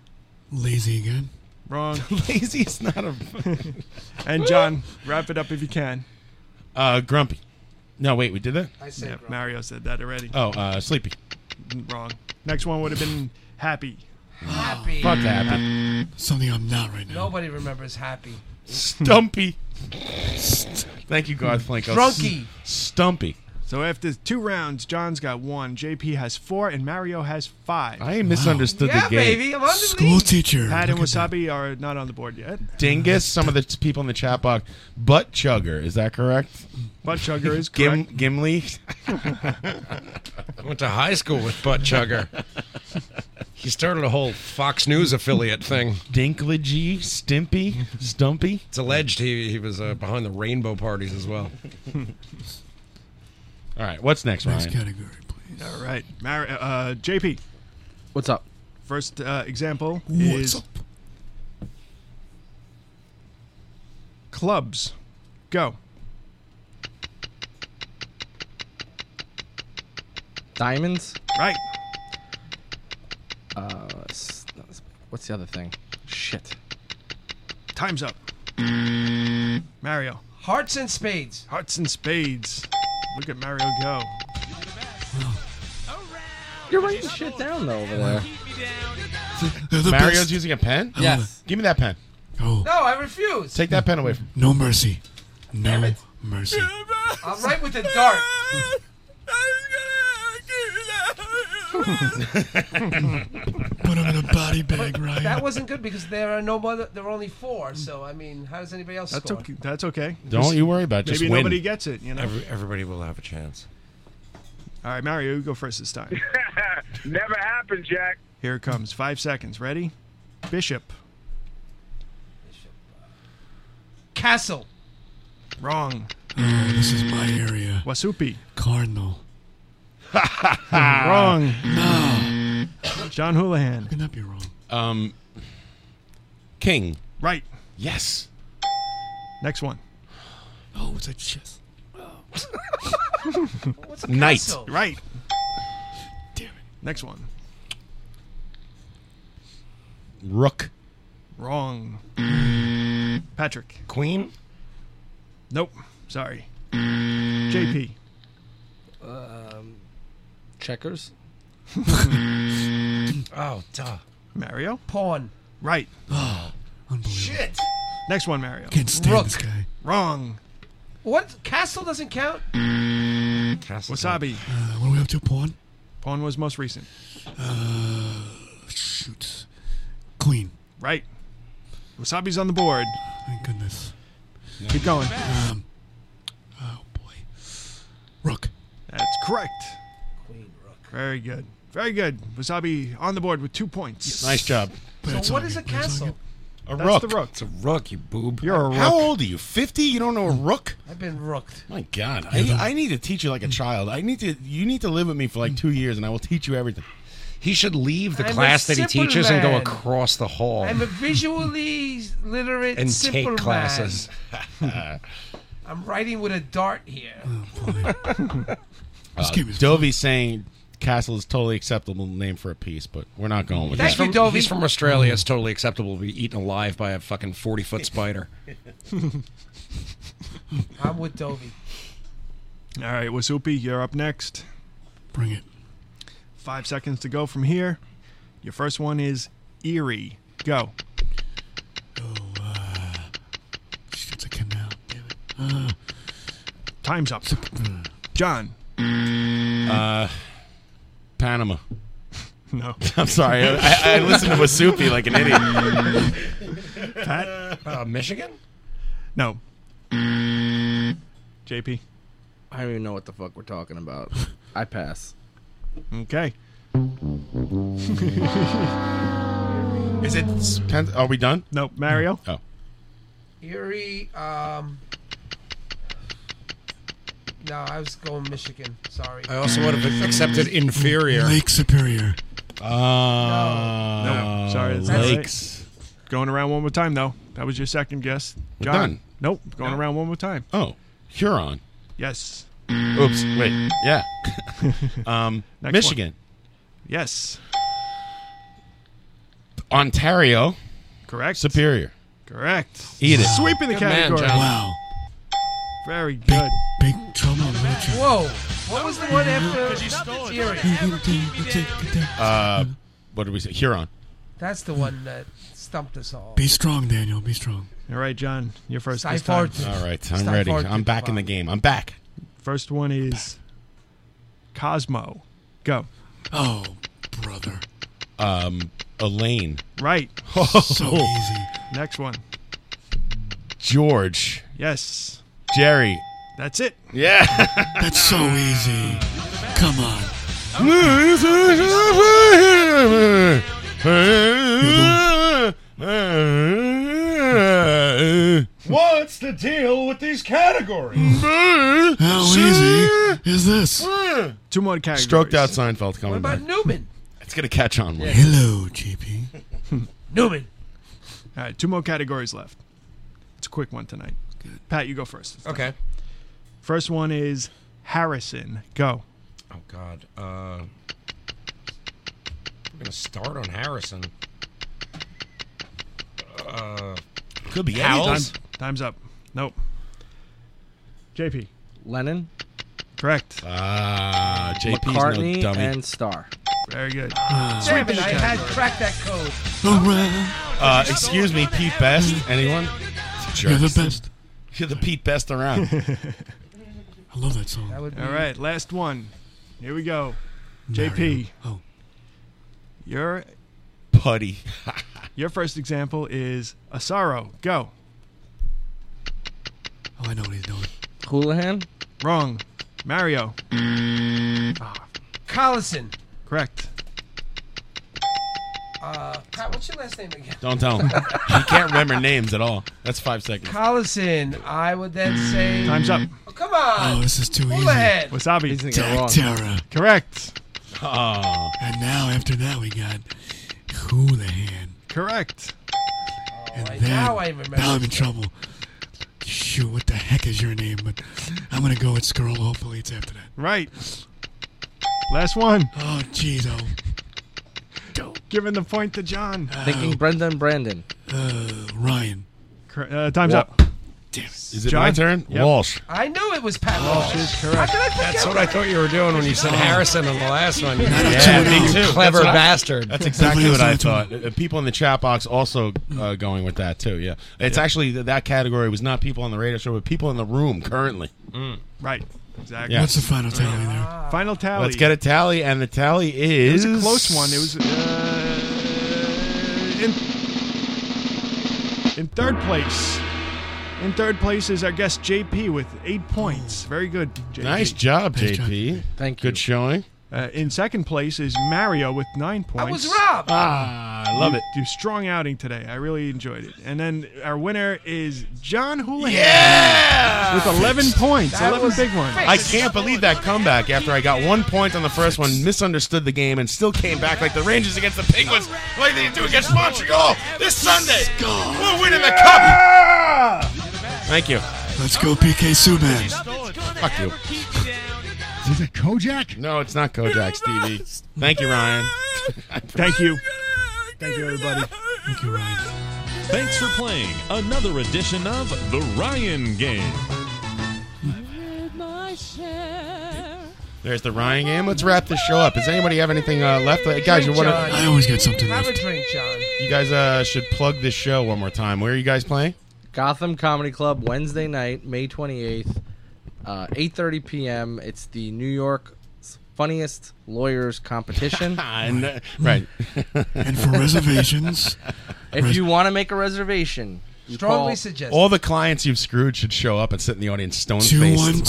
[SPEAKER 8] Lazy again.
[SPEAKER 13] Wrong.
[SPEAKER 12] Lazy is not a.
[SPEAKER 13] and John, wrap it up if you can.
[SPEAKER 12] Uh, grumpy. No, wait, we did that.
[SPEAKER 9] I said
[SPEAKER 13] Yeah, Mario said that already. Mm,
[SPEAKER 12] Oh, uh, sleepy.
[SPEAKER 13] Wrong. Next one would have been happy.
[SPEAKER 9] Happy.
[SPEAKER 12] Fuck happy.
[SPEAKER 9] Mm.
[SPEAKER 8] Something I'm not right now.
[SPEAKER 9] Nobody remembers Happy.
[SPEAKER 12] Stumpy. St- Thank you, God Flanko.
[SPEAKER 9] Drunky.
[SPEAKER 12] Stumpy.
[SPEAKER 13] So after two rounds, John's got one, JP has four, and Mario has five.
[SPEAKER 12] I misunderstood
[SPEAKER 9] yeah,
[SPEAKER 12] the game.
[SPEAKER 9] baby. I'm on the
[SPEAKER 8] School teacher.
[SPEAKER 13] Pat and
[SPEAKER 8] Look at that.
[SPEAKER 13] Wasabi are not on the board yet.
[SPEAKER 12] Dingus, some of the t- people in the chat box. Butt chugger, is that correct?
[SPEAKER 13] Butt chugger is
[SPEAKER 12] Gim-
[SPEAKER 13] correct.
[SPEAKER 12] Gimli?
[SPEAKER 4] I went to high school with Butt Chugger. he started a whole Fox News affiliate thing.
[SPEAKER 12] Dinklage? Stimpy? Stumpy?
[SPEAKER 4] It's alleged he, he was uh, behind the rainbow parties as well.
[SPEAKER 12] All right, what's next,
[SPEAKER 8] Next
[SPEAKER 12] Ryan?
[SPEAKER 8] category, please.
[SPEAKER 13] All right, Mar- uh, JP.
[SPEAKER 3] What's up?
[SPEAKER 13] First uh, example
[SPEAKER 8] What's
[SPEAKER 13] is
[SPEAKER 8] up?
[SPEAKER 13] clubs. Go.
[SPEAKER 3] Diamonds.
[SPEAKER 13] Right.
[SPEAKER 3] Uh, s- what's the other thing? Shit.
[SPEAKER 13] Time's up.
[SPEAKER 8] Mm.
[SPEAKER 13] Mario.
[SPEAKER 9] Hearts and Spades.
[SPEAKER 13] Hearts and spades. Look at Mario go.
[SPEAKER 3] You're writing shit down though over there.
[SPEAKER 8] They're the
[SPEAKER 12] Mario's
[SPEAKER 8] best.
[SPEAKER 12] using a pen?
[SPEAKER 3] Yes.
[SPEAKER 12] Give me that pen.
[SPEAKER 8] Oh,
[SPEAKER 9] No, I refuse.
[SPEAKER 12] Take that pen away from
[SPEAKER 8] no mercy. No mercy.
[SPEAKER 9] I'm right with the dart.
[SPEAKER 8] Put him in a body bag, Ryan.
[SPEAKER 9] That wasn't good because there are no mother. There are only four. So I mean, how does anybody else
[SPEAKER 13] That's
[SPEAKER 9] score?
[SPEAKER 13] okay. That's okay.
[SPEAKER 12] Don't you worry about it. Just
[SPEAKER 13] Maybe
[SPEAKER 12] win.
[SPEAKER 13] nobody gets it. You know.
[SPEAKER 4] Every, everybody will have a chance.
[SPEAKER 13] All right, Mario, you go first this time.
[SPEAKER 16] Never happened, Jack.
[SPEAKER 13] Here it comes. Five seconds. Ready? Bishop.
[SPEAKER 9] Castle.
[SPEAKER 13] Wrong.
[SPEAKER 8] Oh, this is my area.
[SPEAKER 13] Wasupi.
[SPEAKER 8] Cardinal. Ah.
[SPEAKER 13] Wrong. John Houlihan.
[SPEAKER 8] Could that be wrong?
[SPEAKER 12] Um, King.
[SPEAKER 13] Right.
[SPEAKER 12] Yes.
[SPEAKER 13] Next one.
[SPEAKER 8] Oh, it's a chess.
[SPEAKER 9] What's a
[SPEAKER 12] Knight.
[SPEAKER 9] castle?
[SPEAKER 13] Right.
[SPEAKER 8] Damn it.
[SPEAKER 13] Next one.
[SPEAKER 12] Rook.
[SPEAKER 13] Wrong.
[SPEAKER 8] Mm.
[SPEAKER 13] Patrick.
[SPEAKER 4] Queen?
[SPEAKER 13] Nope. Sorry. JP.
[SPEAKER 3] Checkers.
[SPEAKER 4] Oh, duh.
[SPEAKER 13] Mm. Mario.
[SPEAKER 9] Pawn.
[SPEAKER 13] Right.
[SPEAKER 8] Unbelievable.
[SPEAKER 13] Next one, Mario.
[SPEAKER 8] Can't stand
[SPEAKER 9] Rook.
[SPEAKER 8] this guy.
[SPEAKER 13] Wrong.
[SPEAKER 9] What? Castle doesn't count.
[SPEAKER 13] Wasabi.
[SPEAKER 8] Uh, what are we up to, pawn?
[SPEAKER 13] Pawn was most recent.
[SPEAKER 8] Uh, Shoot. Queen.
[SPEAKER 13] Right. Wasabi's on the board.
[SPEAKER 8] Thank goodness.
[SPEAKER 13] Keep going.
[SPEAKER 8] Um, oh, boy. Rook.
[SPEAKER 13] That's correct.
[SPEAKER 9] Queen rook.
[SPEAKER 13] Very good. Very good. Wasabi on the board with two points.
[SPEAKER 12] Nice job.
[SPEAKER 8] But it's
[SPEAKER 9] So what
[SPEAKER 8] on
[SPEAKER 9] is
[SPEAKER 8] you.
[SPEAKER 9] a
[SPEAKER 8] But it's on you.
[SPEAKER 9] castle?
[SPEAKER 12] A
[SPEAKER 13] That's
[SPEAKER 12] rook.
[SPEAKER 13] the rook.
[SPEAKER 4] It's a rook, you boob.
[SPEAKER 13] You're a rook.
[SPEAKER 12] How old are you? 50? You don't know a rook?
[SPEAKER 9] I've been rooked.
[SPEAKER 12] My God, I, I need to teach you like a child. I need to. You need to live with me for like two years, and I will teach you everything.
[SPEAKER 4] He should leave the
[SPEAKER 9] I'm a
[SPEAKER 4] class that he
[SPEAKER 9] simple
[SPEAKER 4] teaches and go
[SPEAKER 9] man.
[SPEAKER 4] across the hall
[SPEAKER 9] I'm a visually literate
[SPEAKER 4] and
[SPEAKER 9] simple
[SPEAKER 4] take classes.
[SPEAKER 9] Man. I'm writing with a dart here.
[SPEAKER 8] Oh, This game is
[SPEAKER 12] Uh, Dovey saying castle is totally acceptable name for a piece, but we're not going
[SPEAKER 9] Thank
[SPEAKER 12] with that.
[SPEAKER 4] He's from,
[SPEAKER 9] you, Dovey.
[SPEAKER 4] he's from Australia. It's totally acceptable to be eaten alive by a fucking 40 foot spider.
[SPEAKER 9] I'm with Dovey.
[SPEAKER 13] All right, Wasupi, you're up next.
[SPEAKER 8] Bring it.
[SPEAKER 13] Five seconds to go from here. Your first one is Erie. Go.
[SPEAKER 8] Oh, uh, Shoot, It's a canal. Damn it. Uh.
[SPEAKER 13] Time's up. John.
[SPEAKER 12] Uh, Panama.
[SPEAKER 13] No.
[SPEAKER 12] I'm sorry. I, I, I listened to Wasupi like an idiot.
[SPEAKER 13] Pat.
[SPEAKER 4] Uh, Michigan?
[SPEAKER 13] No.
[SPEAKER 8] Mm.
[SPEAKER 13] JP.
[SPEAKER 3] I don't even know what the fuck we're talking about. I pass.
[SPEAKER 13] Okay.
[SPEAKER 12] Is it? s- Pen- Are we done?
[SPEAKER 13] No. Mario.
[SPEAKER 12] Oh,
[SPEAKER 9] Erie, um, No, I was going Michigan. Sorry.
[SPEAKER 8] Oh.
[SPEAKER 7] I also would have accepted inferior.
[SPEAKER 8] Lake Superior.
[SPEAKER 12] Uh,
[SPEAKER 13] no, sorry, that's not
[SPEAKER 12] Lakes.
[SPEAKER 13] right. Going around one more time though. That was your second guess,
[SPEAKER 12] We're
[SPEAKER 13] John.
[SPEAKER 12] done.
[SPEAKER 13] Nope. Going around one more time.
[SPEAKER 12] Oh, Huron.
[SPEAKER 13] Yes.
[SPEAKER 12] Oops. Wait. Yeah. um,
[SPEAKER 13] Next
[SPEAKER 12] Michigan,
[SPEAKER 13] Yes.
[SPEAKER 12] Ontario.
[SPEAKER 13] Correct.
[SPEAKER 12] Superior.
[SPEAKER 13] Correct.
[SPEAKER 12] Eat it.
[SPEAKER 13] Sweeping the
[SPEAKER 12] Good man,
[SPEAKER 13] category.
[SPEAKER 12] John.
[SPEAKER 8] Wow.
[SPEAKER 13] Very good.
[SPEAKER 8] Big trouble in Little
[SPEAKER 9] Whoa. What was the one after? Jerry?
[SPEAKER 12] Uh, what did we say? Huron.
[SPEAKER 9] That's the one that stumped us all.
[SPEAKER 8] Be strong, Daniel. Be strong.
[SPEAKER 13] All right, John, you're first.
[SPEAKER 9] Stay
[SPEAKER 13] This time.
[SPEAKER 9] forward.
[SPEAKER 12] All right. I'm ready. I'm back in the game. I'm back.
[SPEAKER 13] First one is Cosmo. Go.
[SPEAKER 8] Oh, brother.
[SPEAKER 12] Um, Elaine.
[SPEAKER 13] Right.
[SPEAKER 8] So easy.
[SPEAKER 13] Next one.
[SPEAKER 12] George.
[SPEAKER 13] Yes.
[SPEAKER 12] Jerry.
[SPEAKER 13] That's it.
[SPEAKER 12] Yeah.
[SPEAKER 8] That's so easy. Come on.
[SPEAKER 17] What's the deal with these categories?
[SPEAKER 8] How easy is this?
[SPEAKER 13] Two more categories.
[SPEAKER 12] Stroked out Seinfeld coming
[SPEAKER 9] What about
[SPEAKER 12] back.
[SPEAKER 9] Newman?
[SPEAKER 12] It's gonna catch on. one.
[SPEAKER 8] Hello, GP.
[SPEAKER 9] Newman.
[SPEAKER 13] All right, two more categories left. It's a quick one tonight. Pat, you go first.
[SPEAKER 7] Okay.
[SPEAKER 13] First one is Harrison. Go.
[SPEAKER 7] Oh God. Uh, we're gonna start on Harrison. Uh,
[SPEAKER 12] Could be
[SPEAKER 13] Time's, time's up. Nope. JP.
[SPEAKER 3] Lennon,
[SPEAKER 13] Correct.
[SPEAKER 12] Ah, JP's
[SPEAKER 3] McCartney,
[SPEAKER 12] no dummy.
[SPEAKER 3] and Starr.
[SPEAKER 13] Very good.
[SPEAKER 3] Uh,
[SPEAKER 9] Damn it, I had cracked that code.
[SPEAKER 12] Uh, excuse me, Pete Best. Anyone?
[SPEAKER 8] You're the
[SPEAKER 12] Jerks.
[SPEAKER 8] best.
[SPEAKER 12] You're the Pete Best around.
[SPEAKER 8] I love that song.
[SPEAKER 9] That would be
[SPEAKER 13] All right, last one. Here we go.
[SPEAKER 8] Mm. Mario.
[SPEAKER 13] JP,
[SPEAKER 8] Oh,
[SPEAKER 13] your
[SPEAKER 12] Putty.
[SPEAKER 13] your first example is Asaro. Go.
[SPEAKER 8] oh, I know what he's doing.
[SPEAKER 3] Houlihan,
[SPEAKER 13] Wrong. Mario. Ah.
[SPEAKER 9] Collison.
[SPEAKER 13] Correct.
[SPEAKER 9] Uh, Pat, what's your last name again?
[SPEAKER 12] Don't tell him. he can't remember names at all. That's five seconds.
[SPEAKER 9] Collison. I would then say.
[SPEAKER 13] Time's up.
[SPEAKER 9] Oh, come on.
[SPEAKER 8] Oh, this is too
[SPEAKER 9] Pull
[SPEAKER 8] easy.
[SPEAKER 9] ahead.
[SPEAKER 3] He's gonna
[SPEAKER 13] Wasabi.
[SPEAKER 3] get it wrong.
[SPEAKER 8] Terra.
[SPEAKER 13] Correct. Ah.
[SPEAKER 12] Oh,
[SPEAKER 8] And now after that we got Houlihan.
[SPEAKER 13] Correct.
[SPEAKER 8] And
[SPEAKER 9] I-
[SPEAKER 8] then
[SPEAKER 9] now I remember.
[SPEAKER 8] now I'm in trouble. Shoot, what the heck is your name? But I'm gonna go with Skrull. Hopefully it's after that.
[SPEAKER 13] Right. Last one.
[SPEAKER 8] Oh, jeez, oh.
[SPEAKER 13] Giving the point to John.
[SPEAKER 3] thinking Brenda and Brandon.
[SPEAKER 8] Uh, Ryan.
[SPEAKER 13] Cor- Uh, time's
[SPEAKER 3] Wa-
[SPEAKER 13] up.
[SPEAKER 8] Damn it.
[SPEAKER 12] is it
[SPEAKER 13] John?
[SPEAKER 12] my turn?
[SPEAKER 13] Yep.
[SPEAKER 12] Walsh.
[SPEAKER 9] I knew it was Pat Walsh.
[SPEAKER 13] Oh, She's
[SPEAKER 9] How
[SPEAKER 13] correct.
[SPEAKER 9] could I forget?
[SPEAKER 7] that's what I thought you were doing when you said Harrison in the last one.
[SPEAKER 8] Yeah, me
[SPEAKER 7] You
[SPEAKER 12] Oh. too.
[SPEAKER 7] Clever
[SPEAKER 12] That's what I-
[SPEAKER 7] bastard.
[SPEAKER 12] That's exactly
[SPEAKER 8] Definitely
[SPEAKER 12] what I
[SPEAKER 8] listen
[SPEAKER 12] thought.
[SPEAKER 8] to
[SPEAKER 12] Uh, People in the chat box also uh, going with that too. Yeah, it's actually th- that category was not people on the radio show, but people in the room currently.
[SPEAKER 13] Right. Exactly.
[SPEAKER 12] Yeah.
[SPEAKER 8] What's the final tally there?
[SPEAKER 13] Final tally.
[SPEAKER 12] Let's get a tally, and the tally is
[SPEAKER 13] It was a close one. It was uh, in, in third place. In third place is our guest JP with eight points. Very good, JP.
[SPEAKER 12] Oh. nice job,
[SPEAKER 8] Nice job.
[SPEAKER 12] JP.
[SPEAKER 3] Thank you.
[SPEAKER 12] Good showing.
[SPEAKER 13] Uh, in second place is Mario with nine points.
[SPEAKER 9] I was robbed.
[SPEAKER 12] Ah, I love
[SPEAKER 13] You-
[SPEAKER 12] it.
[SPEAKER 13] You strong outing today. I really enjoyed it. And then our winner is John Houlihan
[SPEAKER 12] Yeah,
[SPEAKER 13] with 11 points.
[SPEAKER 9] That
[SPEAKER 13] 11
[SPEAKER 9] was
[SPEAKER 13] big ones.
[SPEAKER 9] fixed.
[SPEAKER 12] I can't believe that comeback after I got one point on the first one, misunderstood the game, and still came back like the Rangers against the Penguins, like they do against Montreal this Sunday. We're winning the cup. Thank you.
[SPEAKER 8] Let's go, PK Subban.
[SPEAKER 12] Fuck you.
[SPEAKER 11] Is it Kojak?
[SPEAKER 12] No, it's not Kojak, Stevie. Thank you, Ryan.
[SPEAKER 13] Thank you. Thank you, everybody.
[SPEAKER 8] Thank you, Ryan.
[SPEAKER 14] Thanks for playing another edition of The Ryan Game.
[SPEAKER 12] There's the Ryan game. Let's wrap this show up. Does anybody have anything uh, left? Uh, guys, you want to?
[SPEAKER 8] I always get something
[SPEAKER 9] Have a
[SPEAKER 8] left.
[SPEAKER 9] drink, John.
[SPEAKER 12] You guys uh, should plug this show one more time. Where are you guys playing?
[SPEAKER 3] Gotham Comedy Club Wednesday night, May 28th, uh, 8:30 p.m. It's the New York's funniest lawyers competition.
[SPEAKER 12] And, right.
[SPEAKER 8] And for reservations,
[SPEAKER 3] if you want to make a reservation, you
[SPEAKER 9] Strongly
[SPEAKER 3] call-
[SPEAKER 9] suggest.
[SPEAKER 12] All the clients you've screwed should show up and sit in the audience stone faced.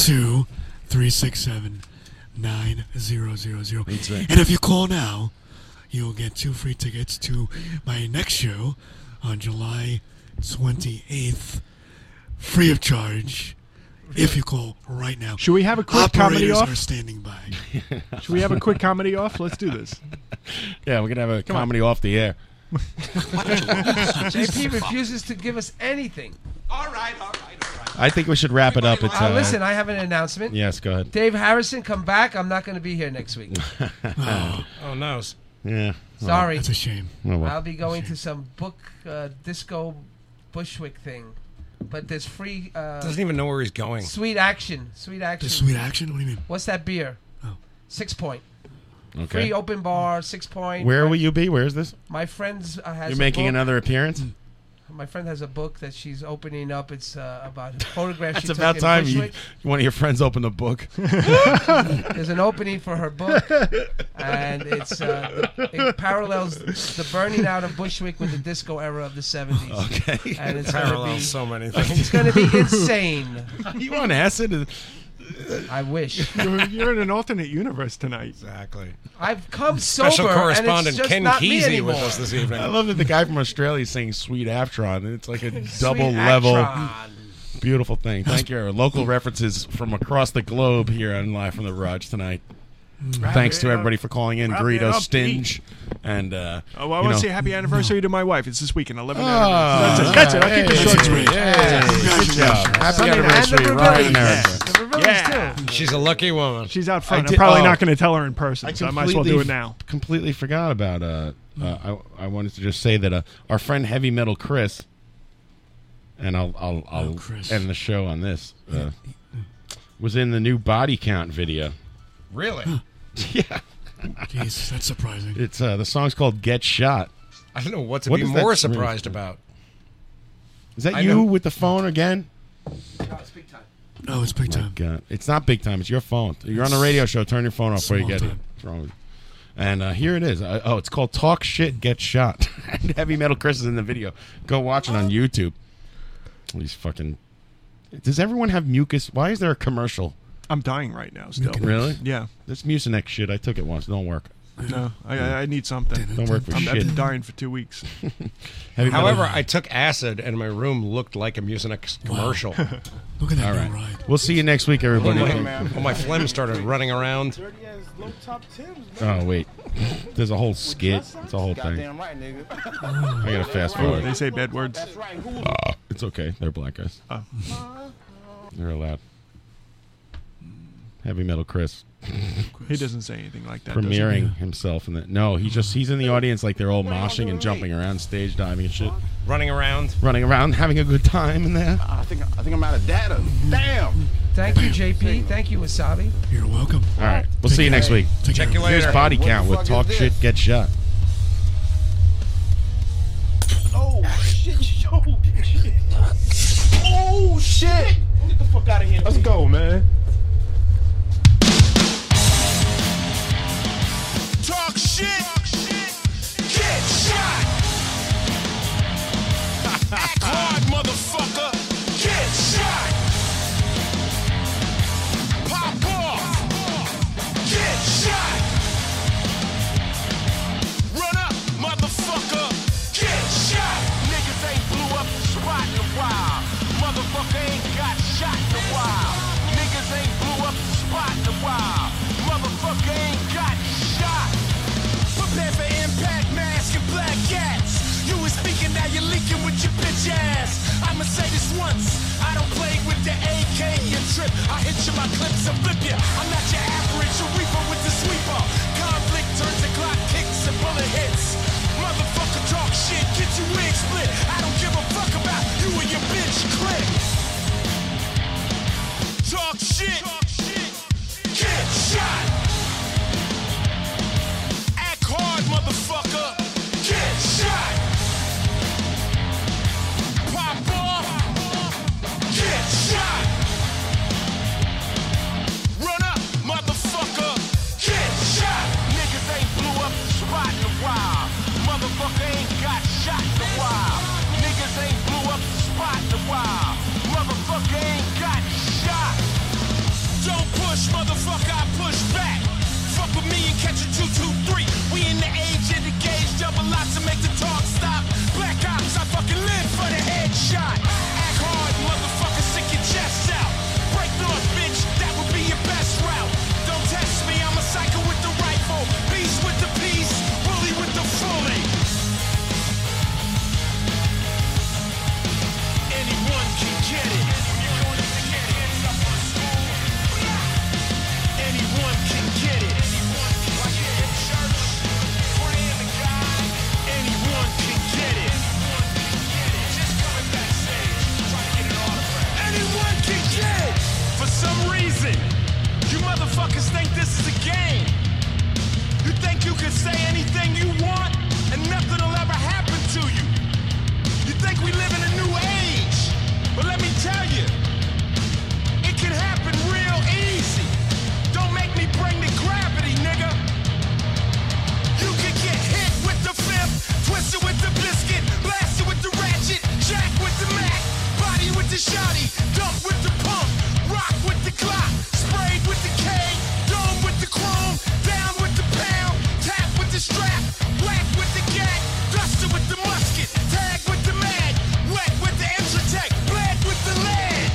[SPEAKER 8] 212 367 9000. And if you call now, you'll get two free tickets to my next show on July 28th, free of charge If you call right now.
[SPEAKER 13] Should we have a quick comedy
[SPEAKER 8] Operators
[SPEAKER 13] off?
[SPEAKER 8] are standing by.
[SPEAKER 13] Should we have a quick comedy off? Let's do this.
[SPEAKER 12] Yeah, we're gonna have a
[SPEAKER 13] Come on.
[SPEAKER 12] comedy off the air.
[SPEAKER 9] JP refuses to give us anything.
[SPEAKER 12] I think we should wrap it up. It's
[SPEAKER 9] Uh,
[SPEAKER 12] uh,
[SPEAKER 9] listen, I have an announcement.
[SPEAKER 12] Yes, go ahead.
[SPEAKER 9] Dave Harrison, come back. I'm not going to be here next week.
[SPEAKER 12] Oh.
[SPEAKER 7] Oh, noes.
[SPEAKER 12] Yeah.
[SPEAKER 9] Sorry.
[SPEAKER 12] Well, Oh, well.
[SPEAKER 9] I'll be going to some book uh, disco Bushwick thing. But there's free. Uh,
[SPEAKER 7] Doesn't even know where he's going.
[SPEAKER 9] Sweet action. Sweet action.
[SPEAKER 8] sweet action? What do you mean?
[SPEAKER 9] What's that beer? Oh. Six Point.
[SPEAKER 12] Okay.
[SPEAKER 9] Free open bar, Six Point.
[SPEAKER 12] Where will you be? Where is this?
[SPEAKER 9] My friend's uh, has
[SPEAKER 12] You're
[SPEAKER 9] a
[SPEAKER 12] making
[SPEAKER 9] book.
[SPEAKER 12] another appearance.
[SPEAKER 9] My friend has a book that she's opening up. It's uh, about photographs she
[SPEAKER 12] It's
[SPEAKER 9] took
[SPEAKER 12] about
[SPEAKER 9] in
[SPEAKER 12] time you,
[SPEAKER 9] Bushwick.
[SPEAKER 12] one of your friends opened a book.
[SPEAKER 9] There's an opening for her book, and it's uh, it parallels the burning out of Bushwick with the disco era of the '70s.
[SPEAKER 12] Okay.
[SPEAKER 9] and it's gonna
[SPEAKER 7] Parallels
[SPEAKER 9] be,
[SPEAKER 7] so many things.
[SPEAKER 9] It's going to be insane.
[SPEAKER 12] you on acid?
[SPEAKER 9] I wish.
[SPEAKER 13] You're, you're in an alternate universe tonight.
[SPEAKER 7] Exactly.
[SPEAKER 9] I've come sober,
[SPEAKER 7] Special
[SPEAKER 9] and it's
[SPEAKER 7] correspondent
[SPEAKER 9] just
[SPEAKER 7] Ken
[SPEAKER 9] not me
[SPEAKER 7] Kesey
[SPEAKER 9] anymore.
[SPEAKER 7] with us this evening.
[SPEAKER 12] I love that the guy from Australia is saying "Sweet Aftron," and it's like a double
[SPEAKER 9] Sweet
[SPEAKER 12] level,
[SPEAKER 9] Aftron.
[SPEAKER 12] beautiful thing. Thank you. Our local references from across the globe here on Live from the Garage tonight.
[SPEAKER 13] Mm. Wrap
[SPEAKER 12] Thanks
[SPEAKER 13] it
[SPEAKER 12] to
[SPEAKER 13] up.
[SPEAKER 12] everybody for calling in,
[SPEAKER 13] Wrap it
[SPEAKER 12] Greedo
[SPEAKER 13] up,
[SPEAKER 12] Stinge, and uh,
[SPEAKER 13] Oh, well, I
[SPEAKER 12] you
[SPEAKER 13] want
[SPEAKER 12] know-
[SPEAKER 13] to say happy anniversary to my wife. It's this weekend, 11
[SPEAKER 12] Ah,
[SPEAKER 13] anniversary. That's it. That's it. I'll keep
[SPEAKER 12] hey,
[SPEAKER 13] this short. and sweet.
[SPEAKER 12] hey, good job. Happy
[SPEAKER 13] Something.
[SPEAKER 12] anniversary,
[SPEAKER 13] And the
[SPEAKER 12] Ryan
[SPEAKER 13] Rebellion.
[SPEAKER 12] Aaron.
[SPEAKER 13] Yes. The Rebellion
[SPEAKER 7] Yeah.
[SPEAKER 13] too.
[SPEAKER 7] She's a lucky woman.
[SPEAKER 13] She's out front.
[SPEAKER 12] I
[SPEAKER 13] I'm
[SPEAKER 12] did-
[SPEAKER 13] probably
[SPEAKER 12] oh.
[SPEAKER 13] not going to tell her in person, so I might as well do it
[SPEAKER 12] completely-
[SPEAKER 13] now.
[SPEAKER 12] Completely forgot about. Uh, uh, I I wanted to just say that uh, our friend heavy metal Chris, and I'll I'll,
[SPEAKER 13] Oh,
[SPEAKER 12] I'll end the show on this. Uh, was in the new body count video.
[SPEAKER 7] Really?
[SPEAKER 12] yeah.
[SPEAKER 8] Jeez, that's surprising.
[SPEAKER 12] It's uh, the song's called "Get Shot."
[SPEAKER 7] I don't know what to be
[SPEAKER 12] is that
[SPEAKER 7] more
[SPEAKER 12] scream?
[SPEAKER 7] surprised about.
[SPEAKER 12] Is that
[SPEAKER 7] I
[SPEAKER 12] you
[SPEAKER 7] know-
[SPEAKER 12] with the phone again?
[SPEAKER 8] No, it's big
[SPEAKER 12] My
[SPEAKER 8] time.
[SPEAKER 12] God. It's not big time. It's your phone. You're on a radio show. Turn your phone off before you
[SPEAKER 8] Small
[SPEAKER 12] get it.
[SPEAKER 8] time.
[SPEAKER 12] What's wrong with you? And uh, here it is. Uh, oh, it's called "Talk Shit, Get Shot." and Heavy Metal Chris is in the video. Go watch it on YouTube. He's fucking. Does everyone have mucus? Why is there a commercial?
[SPEAKER 13] I'm dying right now still.
[SPEAKER 12] Really?
[SPEAKER 13] Yeah.
[SPEAKER 12] This mucinex shit. I took it once. Don't work.
[SPEAKER 13] No, I, I I need something.
[SPEAKER 12] Don't work for
[SPEAKER 13] I'm, I've been
[SPEAKER 12] shit.
[SPEAKER 13] dying for two weeks.
[SPEAKER 12] Heavy metal-
[SPEAKER 7] However, I took acid and my room looked like a Mucinex commercial.
[SPEAKER 8] Look at
[SPEAKER 12] All right. We'll see you next week, everybody.
[SPEAKER 7] Oh, my, oh, my phlegm started running around.
[SPEAKER 12] Oh wait, there's a whole skit. It's a whole thing.
[SPEAKER 18] right, nigga.
[SPEAKER 12] I gotta fast forward.
[SPEAKER 13] They say bad words. Oh.
[SPEAKER 12] Ah, it's okay. They're black guys. They're allowed. Heavy metal Chris
[SPEAKER 13] He doesn't say anything like that. does he?
[SPEAKER 12] premiering himself in that. No, he just he's in the audience like they're all moshing and jumping around, stage diving and shit,
[SPEAKER 7] Running around.
[SPEAKER 12] running around, having a good time in there.
[SPEAKER 18] I think I think I'm out of data. Damn.
[SPEAKER 9] Thank you, JP. Thank you, Wasabi.
[SPEAKER 8] You're welcome.
[SPEAKER 12] All right, we'll see you next week.
[SPEAKER 8] Take care. Check you
[SPEAKER 12] Here's
[SPEAKER 8] later.
[SPEAKER 12] body
[SPEAKER 8] What
[SPEAKER 12] count
[SPEAKER 8] the
[SPEAKER 12] with
[SPEAKER 8] fuck
[SPEAKER 12] talk
[SPEAKER 8] is
[SPEAKER 12] shit, get shot.
[SPEAKER 18] Oh shit, yo, shit. Oh shit. Get the fuck out of here.
[SPEAKER 17] Let's go, man.
[SPEAKER 18] Talk shit. Get shot. Act hard, motherfucker. Get shot. Pop off. Get shot. Run up, motherfucker. Get shot. Niggas ain't blew up the spot in a while. Motherfucker ain't got shot in a while. Niggas ain't blew up the spot in a while. Motherfucker ain't got shot. Prepare for impact, mask and black cats. You was speaking, now you're leaking with your bitch ass. I'ma say this once. I don't play with the AK and trip. I hit you my clips and flip you. I'm not your average, you reaper with the sweeper. Conflict turns the clock, kicks and bullet hits. Motherfucker talk shit, get your wig split. I don't give a fuck about you and your bitch clip. Talk shit, get shot. Act hard, motherfucker. Get shot. Pop off. Get shot. Run up, motherfucker. Get shot. Niggas ain't blew up the spot in a while. Motherfucker ain't got shot in a while. Niggas ain't blew up fucking kids. For some reason, you motherfuckers think this is a game. You think you can say anything you want and nothing'll ever happen to you. You think we live in a new age, but let me tell you, it can happen real easy. Don't make me bring the gravity, nigga. You can get hit with the fifth, twisted with the biscuit, blasted with the ratchet, jack with the mac, body with the shotty, dump with the pump, rock with the clock, sprayed with the K, dome with the chrome, down with the pound, tap with the strap, whack with the gag, duster with the musket, tag with the mag, wet with the Intratech, bled with the lead.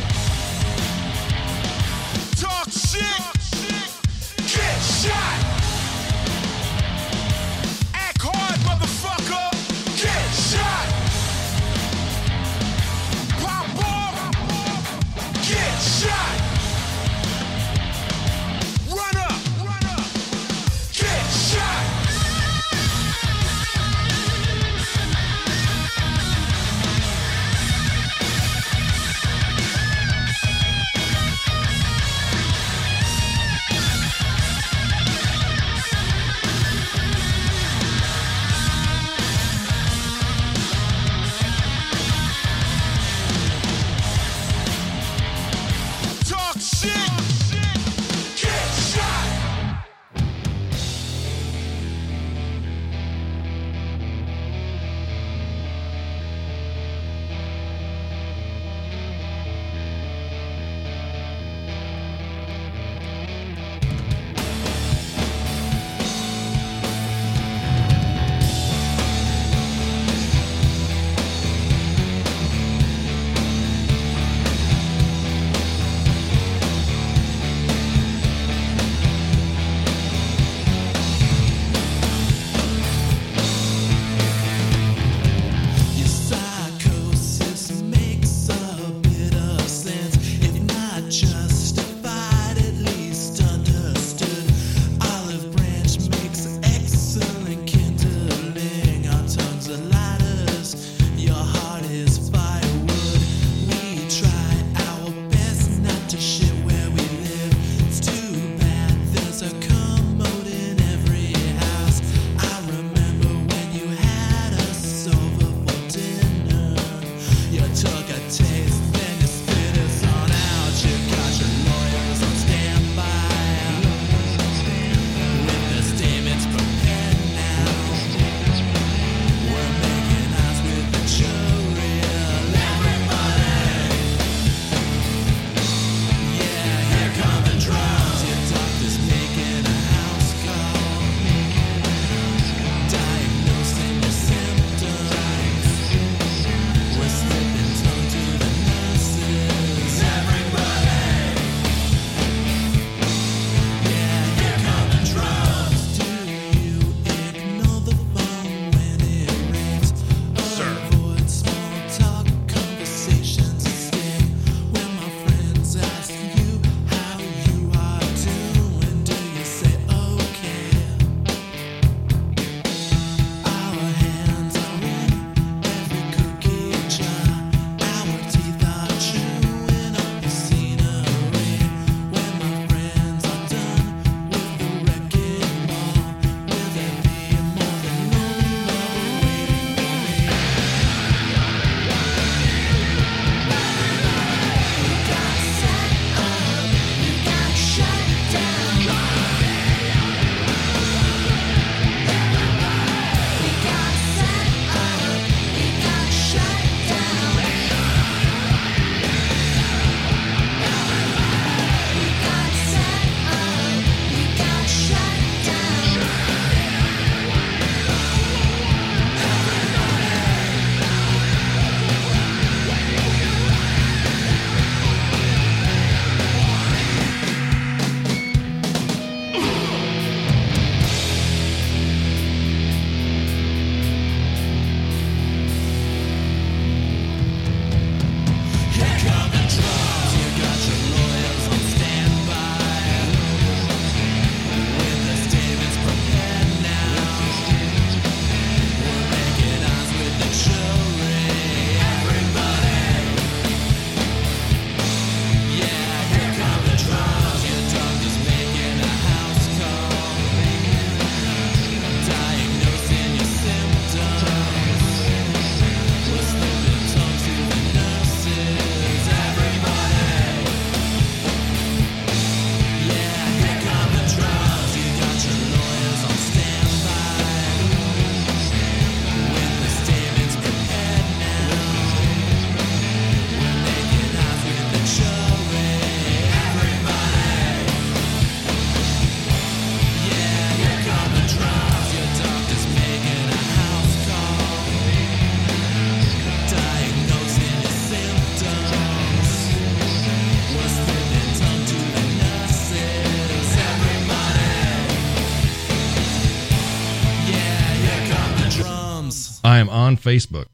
[SPEAKER 1] time on Facebook.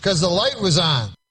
[SPEAKER 6] Because the light was on.